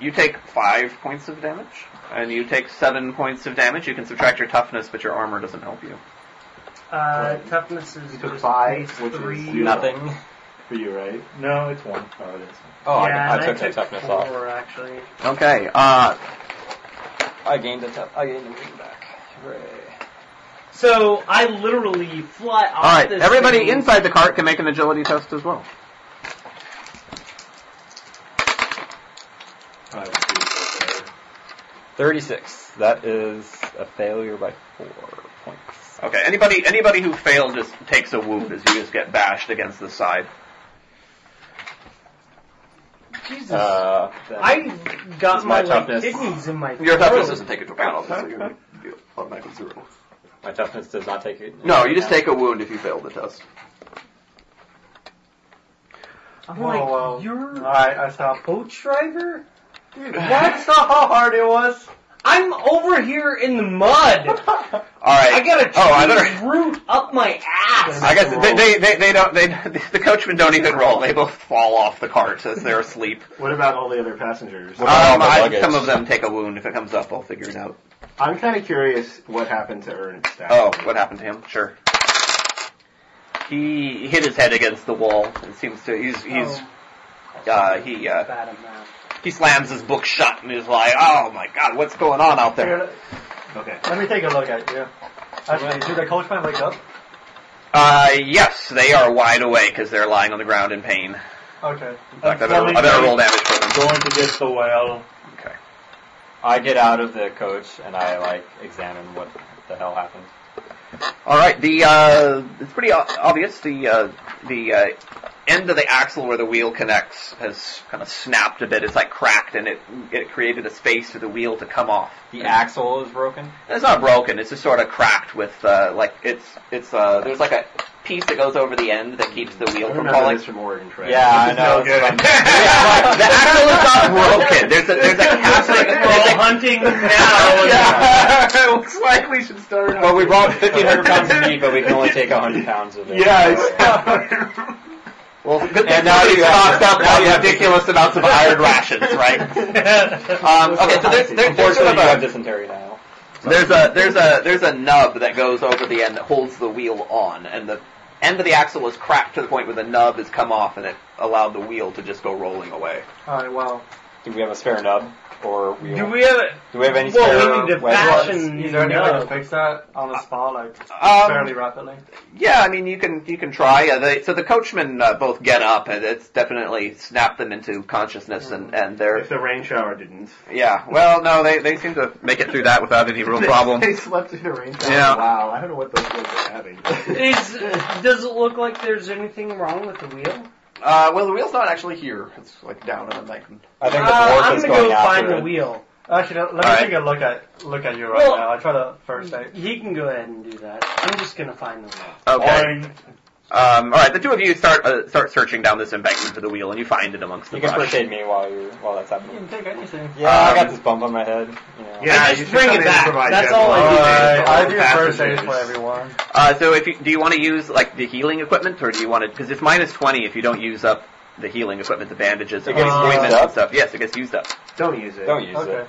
Speaker 2: You take five points of damage, and you take seven points of damage. You can subtract your toughness, but your armor doesn't help you.
Speaker 6: Uh, toughness is
Speaker 13: You took
Speaker 6: just
Speaker 13: five,
Speaker 6: base
Speaker 13: which is
Speaker 6: three.
Speaker 13: zero.
Speaker 3: Nothing.
Speaker 13: for you, right?
Speaker 10: No, it's one. Oh, it is.
Speaker 3: Oh,
Speaker 6: yeah,
Speaker 3: I,
Speaker 6: and
Speaker 3: I took my toughness off.
Speaker 6: four, Actually,
Speaker 2: Okay. Uh,
Speaker 3: I gained a tough. I gained a move back. Hooray.
Speaker 6: so I literally fly off.
Speaker 2: all right.
Speaker 6: this
Speaker 2: Everybody
Speaker 6: thing.
Speaker 2: inside the cart can make an agility test as well.
Speaker 13: I would do better.
Speaker 3: Thirty-six. That is a failure by four points.
Speaker 2: Okay. Anybody anybody who failed just takes a whoop as you just get bashed against the side.
Speaker 6: Jesus.
Speaker 3: Uh,
Speaker 6: I got
Speaker 3: is my
Speaker 6: my, like,
Speaker 3: toughness.
Speaker 6: kidneys in my throat.
Speaker 2: Your toughness doesn't take into account, obviously. You're you're automatically zero.
Speaker 3: my toughness does not take it.
Speaker 2: No, you just take a wound if you fail the test.
Speaker 6: I'm
Speaker 18: Whoa,
Speaker 6: like,
Speaker 18: whoa.
Speaker 6: you're a
Speaker 18: Alright, I stopped.
Speaker 6: boat driver.
Speaker 18: That's not how hard it was.
Speaker 6: I'm over here in the mud.
Speaker 2: All right.
Speaker 6: I got a
Speaker 2: Oh, I
Speaker 6: tree
Speaker 2: better.
Speaker 6: root up my ass.
Speaker 2: I guess they, they, they, they don't. They, the coachmen don't even roll. They both fall off the cart as they're asleep.
Speaker 13: What about all the other passengers?
Speaker 3: What about all
Speaker 2: Um,
Speaker 3: the
Speaker 2: I-
Speaker 3: luggage?
Speaker 2: some of them take a wound. If it comes up, I'll figure it out.
Speaker 13: I'm kind of curious what happened to Ernest.
Speaker 2: Oh, what happened to him? Sure. He hit his head against the wall. It seems to. He's he's
Speaker 18: Oh,
Speaker 3: Oh.
Speaker 2: uh, he uh,
Speaker 6: bad at math.
Speaker 2: he slams his book shut and is like, "Oh my God, what's going on out there?"
Speaker 18: Here,
Speaker 13: Okay.
Speaker 18: let me take a look at you. Actually, did the coachman wake up?
Speaker 2: Uh, yes, they are wide awake because they're lying on the ground in pain.
Speaker 18: Okay.
Speaker 2: In fact, I better, I better roll damage for them.
Speaker 10: Going to get the whale.
Speaker 2: Okay.
Speaker 3: I get out of the coach and I like examine what the hell happened.
Speaker 2: All right. The uh, it's pretty o- obvious. The uh, the uh, end of the axle where the wheel connects has kind of snapped a bit. It's like cracked, and it it created a space for the wheel to come off.
Speaker 3: The axle is broken.
Speaker 2: It's not broken. It's just sort of cracked with uh, like it's it's uh, there's like a piece that goes over the end that keeps the
Speaker 13: I
Speaker 2: wheel from
Speaker 13: remember
Speaker 2: falling.
Speaker 13: this from Oregon Trail.
Speaker 3: Yeah,
Speaker 2: This
Speaker 3: I
Speaker 2: is
Speaker 3: know.
Speaker 2: no good.
Speaker 3: it's
Speaker 2: the axle is not broken. There's a there's a
Speaker 6: Like,
Speaker 2: casting.
Speaker 6: we're all hunting now.
Speaker 2: yeah. Looks like we should start.
Speaker 3: fine. well, we brought 1,500 pounds of meat, but we can only take 100 pounds of it.
Speaker 2: Well, good
Speaker 3: And
Speaker 2: and now
Speaker 3: now
Speaker 2: you
Speaker 3: you have-
Speaker 2: stocked up
Speaker 3: now
Speaker 2: on
Speaker 3: you have-
Speaker 2: ridiculous amounts of iron rations, right? Um, okay, so there's, there's, there's sort
Speaker 3: Unfortunately,
Speaker 2: of
Speaker 3: you have
Speaker 2: a,
Speaker 3: dysentery now.
Speaker 2: there's a there's a there's a nub that goes over the end that holds the wheel on, and the end of the axle is cracked to the point where the nub has come off, and it allowed the wheel to just go rolling away.
Speaker 18: Alright, wow.
Speaker 3: Do we have a spare nub? Or we
Speaker 6: Do we have?
Speaker 3: do we have any
Speaker 6: Well,
Speaker 3: spare
Speaker 6: we need to
Speaker 3: wedge?
Speaker 6: fashion-
Speaker 18: Is there any way
Speaker 6: No.
Speaker 18: to fix that on the spot, like, fairly
Speaker 2: Um,
Speaker 18: rapidly?
Speaker 2: yeah, I mean you can you can try. Uh, they, so the coachmen uh, both get up, and it's definitely snapped them into consciousness, and and they're
Speaker 13: If the rain shower didn't.
Speaker 2: yeah. Well, no, they they seem to make it through that without any real problem.
Speaker 13: They slept through the rain shower.
Speaker 2: Yeah.
Speaker 13: Wow, I don't know what those kids are having.
Speaker 6: Is does it look like there's anything wrong with the wheel?
Speaker 2: Uh, well, the wheel's not actually here. It's like down in the mountain.
Speaker 3: I think the
Speaker 6: Uh,
Speaker 3: dwarf
Speaker 6: I'm
Speaker 3: is
Speaker 6: gonna
Speaker 3: going
Speaker 6: go
Speaker 3: after
Speaker 6: find
Speaker 3: it.
Speaker 6: the wheel.
Speaker 18: Actually, let me
Speaker 2: Alright.
Speaker 18: take a look at look at you right
Speaker 6: Well-
Speaker 18: now. I try to first aid.
Speaker 6: He can go ahead and do that. I'm just gonna find the wheel.
Speaker 2: Okay. Um, all right. The two of you start uh, start searching down this embankment for the wheel, and you find it amongst the
Speaker 3: You can
Speaker 2: brush.
Speaker 3: first aid me while you while that's
Speaker 18: You
Speaker 3: happening.
Speaker 18: didn't take anything.
Speaker 3: Yeah, I got
Speaker 2: Um,
Speaker 3: this bump on my head. You know.
Speaker 13: Yeah,
Speaker 6: I
Speaker 13: you
Speaker 6: just
Speaker 13: should
Speaker 6: bring
Speaker 13: come
Speaker 6: it
Speaker 13: in
Speaker 6: back.
Speaker 13: and provide
Speaker 6: That's
Speaker 13: general
Speaker 6: all I
Speaker 13: aid.
Speaker 6: do.
Speaker 18: Alright,
Speaker 13: all
Speaker 18: I
Speaker 13: the
Speaker 18: do first aid for
Speaker 13: passengers.
Speaker 18: everyone.
Speaker 2: Uh, so, if you, do you want to use like the healing equipment, or do you want to? Because it's minus twenty if you don't use up the healing equipment, the bandages,
Speaker 3: It
Speaker 2: and
Speaker 3: gets used
Speaker 2: ointments
Speaker 3: up?
Speaker 2: and stuff. Yes, it gets used up.
Speaker 13: Don't use it.
Speaker 3: Don't use
Speaker 18: Okay.
Speaker 3: it.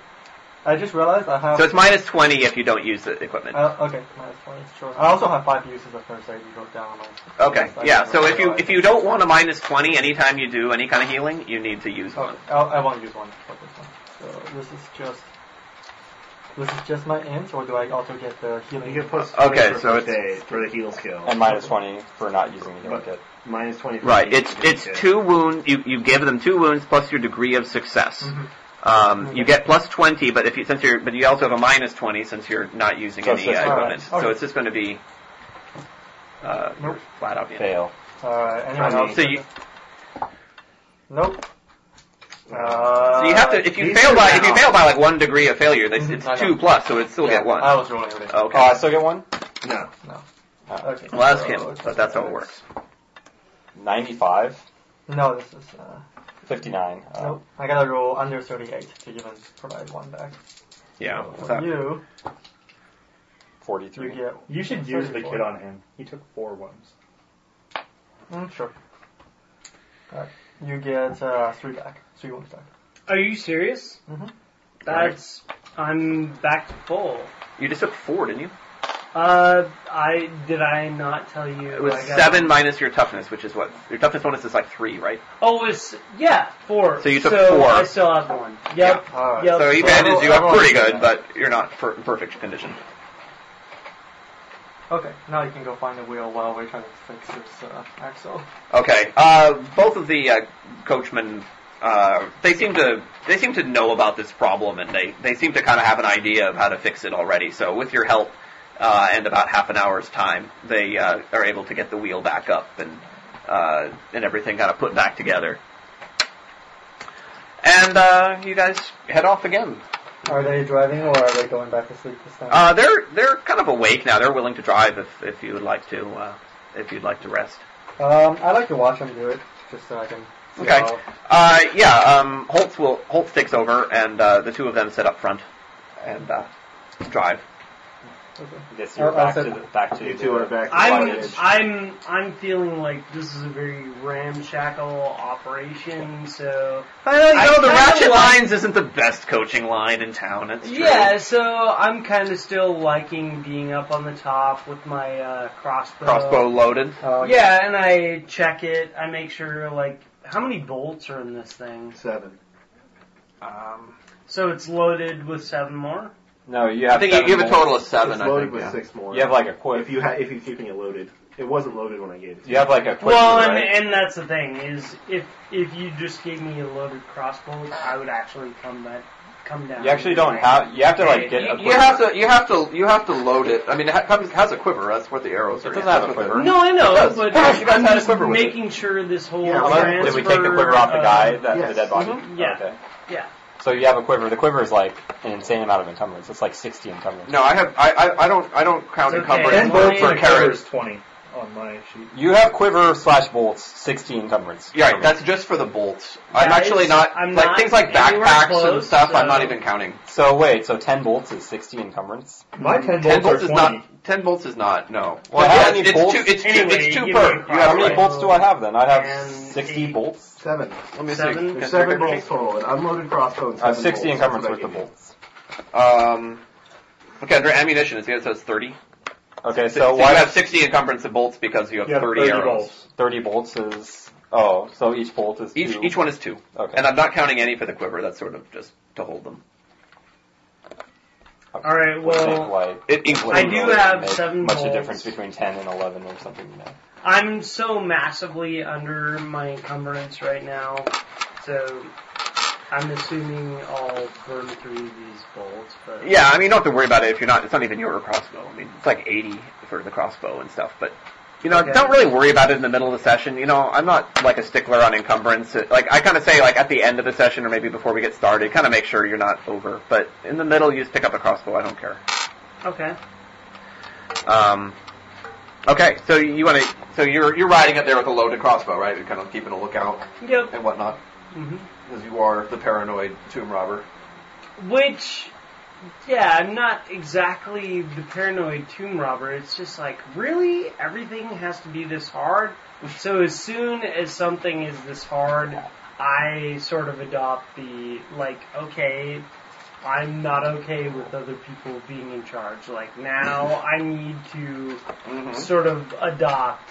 Speaker 18: I just realized I have.
Speaker 2: So it's minus twenty if you don't use the equipment.
Speaker 18: Uh, okay, minus one, sure. I also have five uses of first aid. You go down. Like,
Speaker 2: Okay. Yeah. So if you if you don't want a minus twenty anytime you do any kind of healing, you need to use one.
Speaker 18: Okay, I'll, I won't use one for this one. So this is just. This is just my ends, or do I also get the healing?
Speaker 13: You get plus
Speaker 2: Okay,
Speaker 13: 20 for
Speaker 2: so
Speaker 13: first
Speaker 2: it's-
Speaker 13: aid for the heal skill.
Speaker 3: And minus 20 for not using the healing
Speaker 13: But-
Speaker 3: kit.
Speaker 13: minus twenty. For
Speaker 2: Right.
Speaker 13: the
Speaker 2: It's
Speaker 13: heal
Speaker 2: it's
Speaker 13: kit.
Speaker 2: two wounds. You you give them two wounds plus your degree of success.
Speaker 6: Mm-hmm.
Speaker 2: Um, you get plus twenty, but if you since you're but you also have a minus twenty since you're not using
Speaker 3: So it's
Speaker 2: any uh,
Speaker 3: just-
Speaker 2: equipment.
Speaker 18: alright,
Speaker 2: So
Speaker 18: okay.
Speaker 2: it's just going to be Uh, you're Flat out fail.
Speaker 3: Fail.
Speaker 18: Uh,
Speaker 11: Alright, anyone
Speaker 3: Funny.
Speaker 11: else?
Speaker 2: So you,
Speaker 11: nope. Uh,
Speaker 2: so you have to if you
Speaker 11: these
Speaker 2: fail
Speaker 11: are
Speaker 2: by if you
Speaker 11: down.
Speaker 2: fail by like one degree of failure, that's, it's
Speaker 11: I know.
Speaker 2: two plus, so it still
Speaker 11: Yeah,
Speaker 2: get one.
Speaker 11: I was rolling with
Speaker 13: Uh,
Speaker 11: it.
Speaker 2: okay.
Speaker 3: Oh, I still get one?
Speaker 11: Okay.
Speaker 2: well, that's
Speaker 13: Oh,
Speaker 2: him, but that's how it works.
Speaker 3: 95?
Speaker 11: No, this is. Uh,
Speaker 3: 59. Uh,
Speaker 11: nope. I gotta roll under 38 to even provide one back.
Speaker 2: Yeah.
Speaker 13: Oh,
Speaker 11: For you, you
Speaker 3: 43.
Speaker 11: get.
Speaker 10: You should use the kid on him. He took four ones.
Speaker 11: Mm, sure. Alright. You get uh, three back. Three ones back.
Speaker 6: Are you serious?
Speaker 18: Mm-hmm.
Speaker 11: Mhm.
Speaker 6: That's I'm back to full.
Speaker 2: You just took four, didn't you?
Speaker 6: Uh, I did I not tell you?
Speaker 2: It was
Speaker 6: I got-
Speaker 2: seven minus your toughness, which is what your toughness bonus is like three, right?
Speaker 6: Oh, it was yeah four.
Speaker 2: So you took
Speaker 6: so
Speaker 2: four.
Speaker 6: I still have one. Yep.
Speaker 11: Alright.
Speaker 6: Yep.
Speaker 2: So he manages you up pretty good, but you're not per- in perfect condition.
Speaker 11: Okay, now you can go find the wheel while we're trying to fix this uh, axle.
Speaker 2: Okay. Uh, both of the uh, coachmen, uh, they seem to they seem to know about this problem, and they they seem to kind of have an idea of how to fix it already. So with your help, uh, and about half an hour's time, they uh, are able to get the wheel back up and uh, and everything kind of put back together. And uh, you guys head off again.
Speaker 11: Are they driving or are they going back to sleep this time?
Speaker 2: Uh, they're they're kind of awake now. They're willing to drive if if you would like to uh, if you'd like to rest.
Speaker 11: Um, I like to watch them do it, just so I can. see
Speaker 2: Okay.
Speaker 11: how-
Speaker 2: Uh, yeah, um, Holtz will Holtz takes over, and uh, the two of them sit up front and uh, drive.
Speaker 3: Yes, you're
Speaker 11: Oh,
Speaker 3: back, to
Speaker 11: also-
Speaker 3: the, back to
Speaker 13: You
Speaker 3: the-
Speaker 13: two are back.
Speaker 6: I'm I'm I'm feeling like this is a very ramshackle operation. So
Speaker 2: I know,
Speaker 6: I
Speaker 2: the
Speaker 6: kinda
Speaker 2: Ratchet
Speaker 6: like-
Speaker 2: Lines isn't the best coaching line in town. That's true.
Speaker 6: yeah, so I'm kind of still liking being up on the top with my uh, crossbow.
Speaker 2: Crossbow loaded.
Speaker 11: Oh,
Speaker 6: Yeah, and I check it. I make sure like how many bolts are in this thing.
Speaker 13: Seven.
Speaker 6: Um, so it's loaded with seven more.
Speaker 3: No, you
Speaker 2: I
Speaker 3: have
Speaker 2: think you,
Speaker 3: seven
Speaker 2: you have a
Speaker 3: more.
Speaker 2: total of seven.
Speaker 13: it's
Speaker 2: I
Speaker 13: loaded
Speaker 2: think.
Speaker 13: with
Speaker 2: yeah.
Speaker 13: six more.
Speaker 3: You have like a quick.
Speaker 13: if you ha- if you're keeping it loaded, it wasn't loaded when I gave it. to
Speaker 3: You have like a quick.
Speaker 6: Well, and,
Speaker 3: right?
Speaker 6: and that's the thing is if if you just gave me a loaded crossbow, I would actually come back, come down.
Speaker 3: you actually don't have. You have to like get a
Speaker 2: You,
Speaker 3: quick.
Speaker 2: you have to, you have to, you have to load it. I mean, it ha- comes, has a quiver. That's what the arrows are.
Speaker 3: It
Speaker 2: in.
Speaker 3: doesn't have
Speaker 2: That's
Speaker 3: a
Speaker 2: what
Speaker 3: quiver.
Speaker 6: No, I know,
Speaker 2: It does.
Speaker 6: but
Speaker 2: You guys
Speaker 6: I'm
Speaker 2: had a
Speaker 6: just
Speaker 2: quiver with it.
Speaker 6: making sure this whole
Speaker 13: Yeah,
Speaker 3: Unless-
Speaker 6: transfer.
Speaker 3: did we take the quiver off the
Speaker 6: of-
Speaker 3: guy, that, the
Speaker 13: yes.
Speaker 3: dead body?
Speaker 2: Mm-hmm.
Speaker 6: Mhm, yeah.
Speaker 3: Okay.
Speaker 6: Yeah.
Speaker 3: So you have a quiver. The quiver is like an insane amount of encumbrance. It's like 60 encumbrance.
Speaker 2: No, I have. I, I, I don't. I don't count
Speaker 6: It's okay.
Speaker 2: encumbrance
Speaker 6: And bolts
Speaker 2: for
Speaker 6: are
Speaker 2: carrots.
Speaker 10: Covers twenty on my sheet.
Speaker 3: You have quiver slash bolts, 60 encumbrance.
Speaker 2: Yeah, right, that's just for the bolts. I'm
Speaker 6: Yeah,
Speaker 2: actually
Speaker 6: it's-
Speaker 2: not
Speaker 6: I'm
Speaker 2: like
Speaker 6: not
Speaker 2: things like
Speaker 6: anywhere
Speaker 2: backpacks and
Speaker 6: close,
Speaker 2: stuff. I'm not
Speaker 6: so-
Speaker 2: even counting.
Speaker 3: So wait, so 10 bolts is 60 encumbrance?
Speaker 10: My ten,
Speaker 2: Ten bolts
Speaker 10: bolts, are
Speaker 2: is
Speaker 10: twenty.
Speaker 2: not. Ten bolts is not. No.
Speaker 3: Well, how
Speaker 2: yeah,
Speaker 3: many
Speaker 2: it's
Speaker 3: bolts-
Speaker 2: two. It's two.
Speaker 6: Anyway,
Speaker 2: It's two
Speaker 6: you
Speaker 2: per.
Speaker 6: mean
Speaker 2: You have
Speaker 3: How many
Speaker 2: right.
Speaker 3: bolts do I have then? I have
Speaker 6: And
Speaker 3: 60
Speaker 6: eight.
Speaker 3: bolts.
Speaker 4: it. Seven.
Speaker 2: Let me see.
Speaker 6: Seven?
Speaker 2: Can I
Speaker 4: There's
Speaker 2: check
Speaker 4: seven
Speaker 2: my
Speaker 4: bolts total. An unloaded crossbow and
Speaker 3: I
Speaker 4: seven
Speaker 3: have 60
Speaker 4: bolts.
Speaker 3: encumbrance
Speaker 4: That's
Speaker 3: worth
Speaker 4: what I
Speaker 3: of
Speaker 4: gave you.
Speaker 3: bolts.
Speaker 2: sheet? Um. Okay, under ammunition, it's, it says thirty.
Speaker 3: Okay,
Speaker 2: So,
Speaker 3: so
Speaker 2: you
Speaker 3: why
Speaker 2: have
Speaker 3: have
Speaker 2: sixty encumbrance of bolts because you have
Speaker 10: You have
Speaker 2: thirty,
Speaker 10: 30
Speaker 2: arrows.
Speaker 10: bolts.
Speaker 3: 30 bolts is. Oh, so each bolt is.
Speaker 2: Each
Speaker 3: two.
Speaker 2: each one is two,
Speaker 3: Okay.
Speaker 2: and I'm not counting any for the quiver. That's sort of just to hold them.
Speaker 6: All right.
Speaker 3: Would make,
Speaker 6: Well,
Speaker 3: like,
Speaker 2: It equals.
Speaker 6: I do
Speaker 3: would
Speaker 6: have
Speaker 3: make
Speaker 6: seven
Speaker 3: Much a
Speaker 6: bolts.
Speaker 3: difference between 10 and 11 or something, you know.
Speaker 6: I'm so massively under my encumbrance right now, so I'm assuming I'll burn through these bolts. But
Speaker 2: Yeah, I mean, you don't have to worry about it if you're not. It's not even your crossbow. I mean, it's like 80 for the crossbow and stuff. But you know,
Speaker 6: Okay.
Speaker 2: don't really worry about it in the middle of the session. You know, I'm not like a stickler on encumbrance. It- Like I kind of say, like at the end of the session or maybe before we get started, kind of make sure you're not over. But in the middle, you just pick up a crossbow. I don't care.
Speaker 6: Okay.
Speaker 2: Um, okay, so you want to? So you're you're riding up there with a loaded crossbow, right? You're kind of keeping a lookout
Speaker 6: Yep.
Speaker 2: and whatnot,
Speaker 6: hmm
Speaker 2: as you are the paranoid tomb robber.
Speaker 6: Which, yeah, I'm not exactly the paranoid tomb robber. It's just like, really? Everything has to be this hard? So as soon as something is this hard, I sort of adopt the, like, okay, I'm not okay with other people being in charge. Like, now I need to
Speaker 2: Mm-hmm.
Speaker 6: sort of adopt,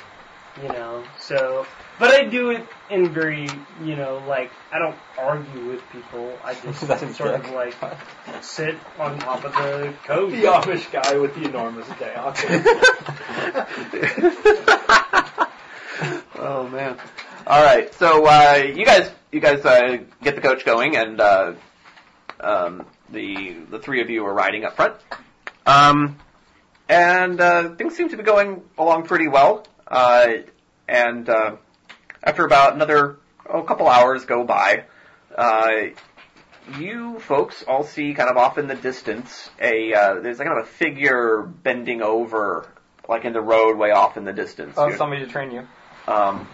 Speaker 6: you know. So, but I do it in very, you know, like I don't argue with people. I just
Speaker 3: That is
Speaker 6: sort of
Speaker 3: dick.
Speaker 6: like sit on top of the coach.
Speaker 10: The Amish guy with the enormous day off.
Speaker 2: Oh man! All right, so uh, you guys, you guys uh, get the coach going, and uh, um, the the three of you are riding up front. Um, and uh, things seem to be going along pretty well. Uh, and uh, after about another oh, couple hours go by, uh, you folks all see kind of off in the distance a uh, there's kind of a figure bending over, like in the road way off in the distance.
Speaker 3: Oh,
Speaker 2: You-
Speaker 3: somebody to train you.
Speaker 2: um,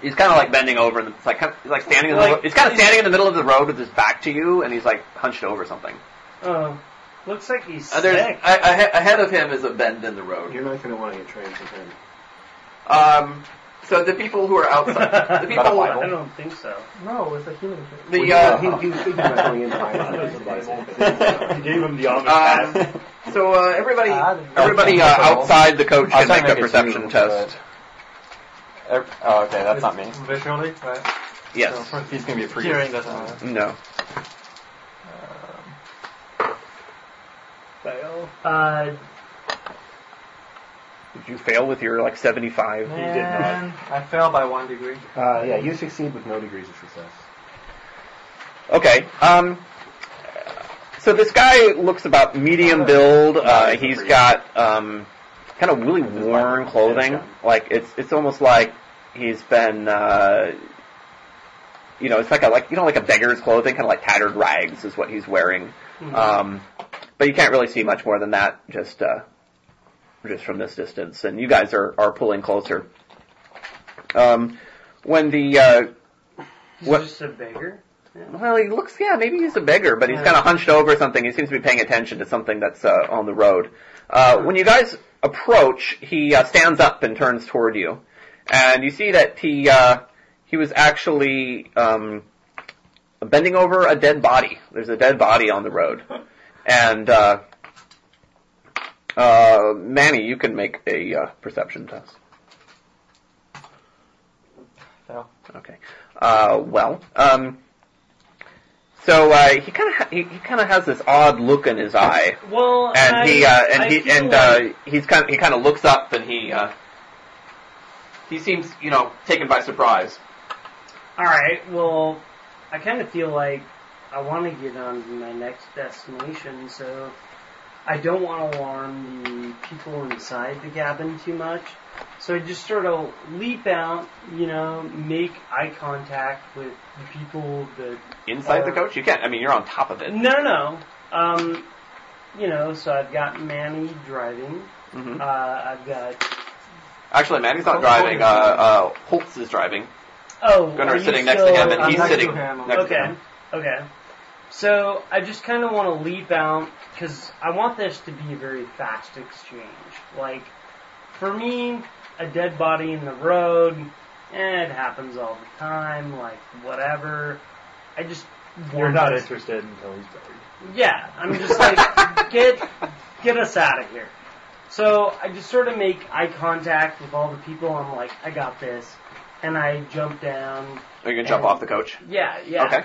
Speaker 2: he's kind of like bending over, and it's like kind of, he's like standing. In the,
Speaker 6: Like-
Speaker 2: ro- he's kind of standing in the middle of the road with his back to you, and he's like hunched over something.
Speaker 6: Oh, looks like he's
Speaker 2: Uh, there's,
Speaker 6: sick.
Speaker 2: a- a- ahead of him is a bend in the road.
Speaker 13: You're not going to want to get trained with him.
Speaker 2: Um, so the people who are outside, the
Speaker 6: I
Speaker 2: people,
Speaker 6: don't think so.
Speaker 11: No, it's a human thing.
Speaker 2: the uh,
Speaker 4: he, he was thinking about going in
Speaker 10: I gave him the honest
Speaker 2: um,
Speaker 10: pass.
Speaker 2: so uh, everybody,
Speaker 11: Ah,
Speaker 2: everybody uh,
Speaker 3: that's all.
Speaker 2: outside the coach
Speaker 3: I
Speaker 2: can
Speaker 3: was trying
Speaker 2: make
Speaker 3: to
Speaker 2: a
Speaker 3: make it
Speaker 2: perception
Speaker 3: through,
Speaker 2: test.
Speaker 3: Ev- oh, okay, that's not me.
Speaker 11: Visually, right?
Speaker 2: Yes.
Speaker 11: So,
Speaker 3: He's gonna be a
Speaker 11: for
Speaker 3: priest.
Speaker 11: hearing doesn't matter.
Speaker 2: No.
Speaker 6: Uh,
Speaker 2: Did you fail with your like seventy-five?
Speaker 11: Man, I fell by one degree.
Speaker 4: Uh, yeah, you succeed with no degrees of success.
Speaker 2: Okay. Um, so this guy looks about medium build. Uh, he's got um, kind of really worn clothing. Like it's it's almost like he's been uh, you know it's like a like you know like a beggar's clothing, kind of like tattered rags is what he's wearing. Um, but you can't really see much more than that just uh, just from this distance. And you guys are are pulling closer. Um, when the uh,
Speaker 6: he's
Speaker 2: What-
Speaker 6: just a beggar.
Speaker 2: well, he looks, yeah, maybe he's a beggar, but he's kind of hunched over something. He seems to be paying attention to something that's uh, on the road. Uh, when you guys approach, he uh, stands up and turns toward you, and you see that he uh, he was actually um, bending over a dead body. There's a dead body on the road, and uh, uh, Manny, you can make a uh, perception test.
Speaker 3: Fail.
Speaker 2: Okay. Uh, well, um, so uh, he kind of ha- he, he kind of has this odd look in his eye,
Speaker 6: Well,
Speaker 2: and
Speaker 6: I,
Speaker 2: he uh, and
Speaker 6: I
Speaker 2: he
Speaker 6: feel
Speaker 2: and
Speaker 6: like,
Speaker 2: uh, he's kind of, he kind of looks up and he uh, he seems you know taken by surprise.
Speaker 6: all right. Well, I kind of feel like I want to get on to my next destination, so I don't want to alarm the people inside the cabin too much. So I just sort of leap out, you know, make eye contact with the people that
Speaker 2: Inside the
Speaker 6: Uh,
Speaker 2: coach, you can't. I mean, you're on top of it.
Speaker 6: No, no. Um, you know, so I've got Manny driving.
Speaker 2: Mhm.
Speaker 6: Uh, I've got.
Speaker 2: Actually, Manny's not driving. Uh, uh, Holtz is driving.
Speaker 6: Oh, are
Speaker 2: Gunner's
Speaker 6: you
Speaker 2: sitting
Speaker 6: still,
Speaker 2: next to him, and
Speaker 6: I'm
Speaker 2: he's
Speaker 6: not-
Speaker 11: next to
Speaker 2: sitting
Speaker 11: him.
Speaker 2: next to
Speaker 6: Okay,
Speaker 2: him.
Speaker 6: okay. So I just kind of want to leap out because I want this to be a very fast exchange. Like, for me, a dead body in the road, eh, it happens all the time. Like, whatever. I just
Speaker 10: You're
Speaker 6: want
Speaker 10: not
Speaker 6: this-
Speaker 10: interested until he's buried.
Speaker 6: Yeah, I'm just like, get, get us out of here. So I just sort of make eye contact with all the people. I'm like, I got this. And I jump down.
Speaker 2: Are you gonna jump
Speaker 6: Okay.
Speaker 2: off the coach?
Speaker 6: Yeah, yeah.
Speaker 2: Okay.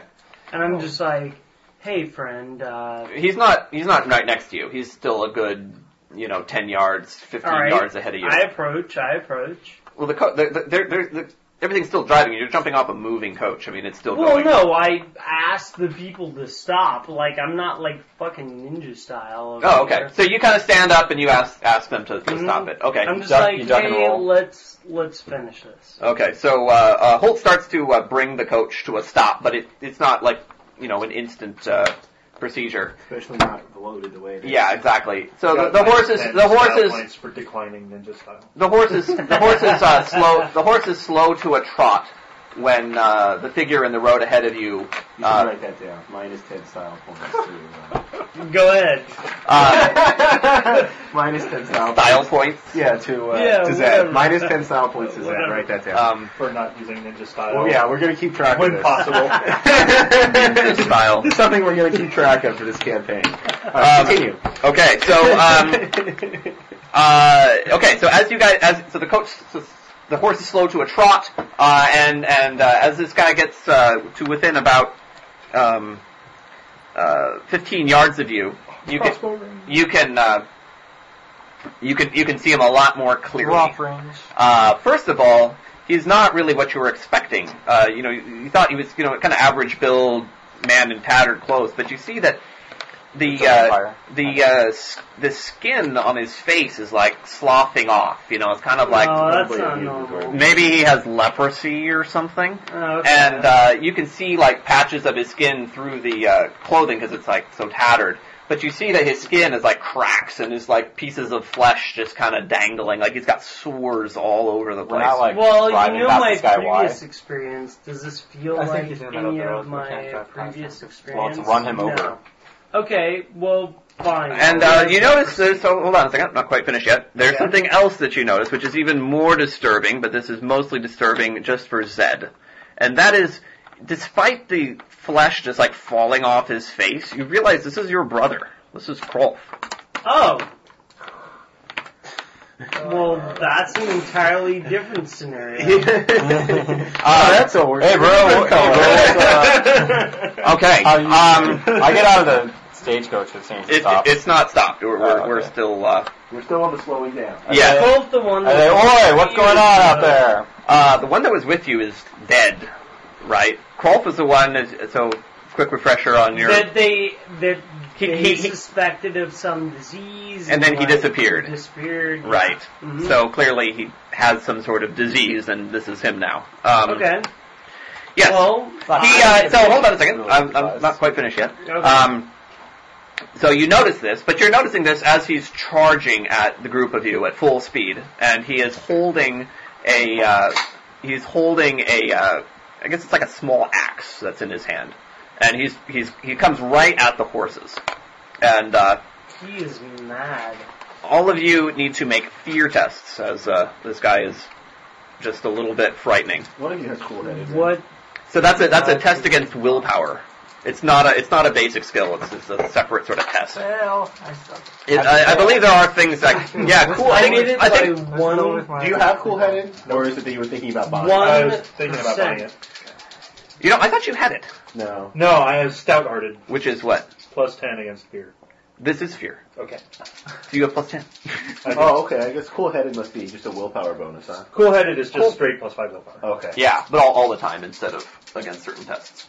Speaker 6: And I'm just like, hey, friend, uh,
Speaker 2: He's not. He's not right next to you. He's still a good, you know, ten yards, fifteen
Speaker 6: All right.
Speaker 2: yards ahead of you.
Speaker 6: I approach, I approach.
Speaker 2: Well, the co- the, the, they're, they're, the, everything's still driving. You're jumping off a moving coach. I mean, it's still
Speaker 6: Well,
Speaker 2: going.
Speaker 6: no, I asked the people to stop. Like, I'm not like fucking ninja style. over
Speaker 2: Oh, okay.
Speaker 6: here.
Speaker 2: So you kind of stand up and you ask ask them to, to
Speaker 6: Mhm.
Speaker 2: stop it. Okay.
Speaker 6: I'm just
Speaker 3: duck-
Speaker 6: like,
Speaker 3: you duck and
Speaker 6: hey,
Speaker 3: roll.
Speaker 6: let's let's finish this.
Speaker 2: Okay. So uh, uh, Holt starts to uh, bring the coach to a stop, but it it's not like you know an instant uh, procedure.
Speaker 13: Especially not loaded the way it is.
Speaker 2: Yeah, exactly. So the, the horses the horses
Speaker 10: for declining ninja style.
Speaker 2: the horses the horses uh, slow the horse is slow to a trot when uh, the figure in the road ahead of you.
Speaker 13: You can
Speaker 2: Uh,
Speaker 13: write that down. Minus 10 style points to... Uh,
Speaker 6: Go ahead.
Speaker 2: uh,
Speaker 13: minus 10 style
Speaker 2: style points.
Speaker 13: Yeah, to, uh,
Speaker 6: Yeah,
Speaker 13: to
Speaker 6: whatever.
Speaker 13: Zed. Minus 10 style points to Zed.
Speaker 6: Whatever.
Speaker 13: Write that
Speaker 3: Uh,
Speaker 13: down.
Speaker 2: Um,
Speaker 10: For not using ninja style.
Speaker 2: Oh,
Speaker 4: Oh,
Speaker 13: well, yeah, we're going to keep track
Speaker 10: When
Speaker 13: of this.
Speaker 10: possible.
Speaker 2: style.
Speaker 13: This is something we're going to keep track of for this campaign. Uh,
Speaker 2: Um,
Speaker 13: continue.
Speaker 2: Okay, so um, uh, okay, so as you guys, as so the coach, so the horse is slow to a trot, uh, and and uh, as this guy gets uh, to within about um, uh, 15 yards of you, you can you can uh, you can you can see him a lot more clearly.
Speaker 11: Drop range.
Speaker 2: Uh, first of all, he's not really what you were expecting. Uh, you know, you, you thought he was, you know, kind of average build, man in tattered clothes, but you see that the uh, the uh, s- the skin on his face is like sloughing off. You know, it's kind of like
Speaker 6: oh, that's not normal.
Speaker 2: maybe he has leprosy or something.
Speaker 6: Oh, okay.
Speaker 2: And uh, you can see like patches of his skin through the uh, clothing because it's like so tattered. But you see that his skin is like cracks and is like pieces of flesh just kind of dangling. Like he's got sores all over the place.
Speaker 6: well, you
Speaker 3: driving
Speaker 6: know
Speaker 3: about
Speaker 6: my
Speaker 3: this guy, why?
Speaker 6: previous experience. Does this feel
Speaker 13: I think
Speaker 6: like
Speaker 13: he's in the middle of
Speaker 6: any
Speaker 13: the road,
Speaker 6: of
Speaker 13: we can't
Speaker 6: my
Speaker 13: drive past
Speaker 6: previous
Speaker 13: him.
Speaker 6: experience?
Speaker 3: Well, run him
Speaker 6: No.
Speaker 3: over.
Speaker 6: Okay, well, fine.
Speaker 2: And uh, you notice there's so hold on a second, I'm not quite finished yet. There's
Speaker 6: Yeah.
Speaker 2: something else that you notice, which is even more disturbing, but this is mostly disturbing just for Zed, and that is, despite the flesh just like falling off his face, you realize this is your brother. This is Krolf.
Speaker 6: Oh. Well, that's an entirely different scenario.
Speaker 2: Uh,
Speaker 3: Ah, that's over. Hey, bro. Hey, bro
Speaker 20: uh,
Speaker 2: okay,
Speaker 3: um,
Speaker 2: um,
Speaker 3: I get out of the stagecoach as soon as it
Speaker 2: it,
Speaker 3: stops.
Speaker 2: it's not stopped. We're, we're,
Speaker 3: Oh,
Speaker 2: we're
Speaker 3: okay.
Speaker 2: still uh,
Speaker 20: Ah, We're still on the slowing down.
Speaker 2: yeah.
Speaker 6: Both the one
Speaker 3: I say,
Speaker 6: that
Speaker 3: Oi, what's going on out there?
Speaker 2: Uh, the one that was with you is dead, right? Krolf is the one. That, so quick refresher on your.
Speaker 6: that they that
Speaker 2: He-
Speaker 6: they
Speaker 2: he- he-
Speaker 6: suspected of some disease,
Speaker 2: And then he
Speaker 6: like,
Speaker 2: disappeared.
Speaker 6: Disappeared.
Speaker 2: Right.
Speaker 6: Mhm.
Speaker 2: So clearly he has some sort of disease, and this is him now. Um,
Speaker 6: Okay.
Speaker 2: Yes.
Speaker 6: Well,
Speaker 2: he, uh, so hold on a second. I'm, I'm not quite finished yet.
Speaker 6: Okay.
Speaker 2: Um, so you notice this, but you're noticing this as he's charging at the group of you at full speed, and he is holding a uh, he's holding a uh, I guess it's like a small axe that's in his hand, and he's he's he comes right at the horses, and uh,
Speaker 6: he is mad.
Speaker 2: all of you need to make fear tests as uh, this guy is just a little bit frightening.
Speaker 20: One of you has cool headed.
Speaker 6: What?
Speaker 2: So that's a that's a test against willpower. It's not a it's not a basic skill. It's, it's a separate sort of test.
Speaker 13: Well, I suck.
Speaker 2: It, I, I believe there are things like yeah, cool. I think I think
Speaker 6: by
Speaker 13: Let's
Speaker 6: one.
Speaker 13: go with my-
Speaker 20: Do you have cool headed? Or is it that you were thinking about buying?
Speaker 10: I
Speaker 6: One
Speaker 10: was thinking about buying it.
Speaker 2: you know I thought you had it,
Speaker 20: No.
Speaker 10: No, I have stout hearted
Speaker 2: which is what
Speaker 10: plus ten against fear.
Speaker 2: this is fear.
Speaker 10: Okay.
Speaker 2: So you have plus ten.
Speaker 20: Oh, okay. I guess cool headed must be just a willpower bonus, huh?
Speaker 10: Cool headed is just
Speaker 2: Cool.
Speaker 10: straight plus five willpower.
Speaker 20: Okay.
Speaker 2: Yeah, but all, all the time instead of against certain tests.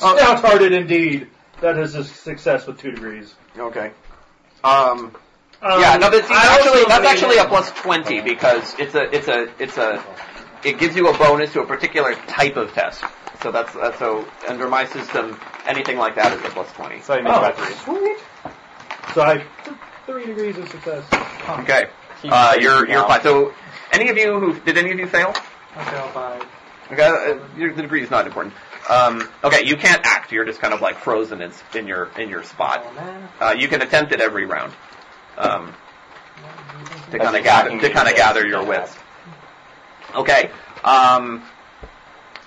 Speaker 2: Oh.
Speaker 10: Stout hearted indeed. That is a success with two degrees. oh.
Speaker 21: Okay.
Speaker 2: Um,
Speaker 6: Um,
Speaker 2: yeah, no, but see,
Speaker 6: I
Speaker 2: actually
Speaker 6: also
Speaker 2: that's
Speaker 6: made
Speaker 2: actually
Speaker 6: it.
Speaker 2: a plus twenty because it's a it's a it's a it gives you a bonus to a particular type of test. So that's, that's so under my system, anything like that is a plus twenty.
Speaker 3: So he
Speaker 10: Oh.
Speaker 3: makes about three.
Speaker 10: So I three degrees of success.
Speaker 2: Okay. Uh, you're you're fine. So, any of you who did any of you fail?
Speaker 13: Okay, I'll buy.
Speaker 2: Okay, uh, your, the degree is not important. Um, okay, you can't act. You're just kind of like frozen in, s- in your in your spot.
Speaker 13: Oh, man.
Speaker 2: Uh, you can attempt it every round um, to kind of
Speaker 3: That's
Speaker 2: gather
Speaker 3: exactly
Speaker 2: to kind
Speaker 3: what
Speaker 2: of
Speaker 3: it
Speaker 2: gather
Speaker 3: is.
Speaker 2: your wits. Okay. Um,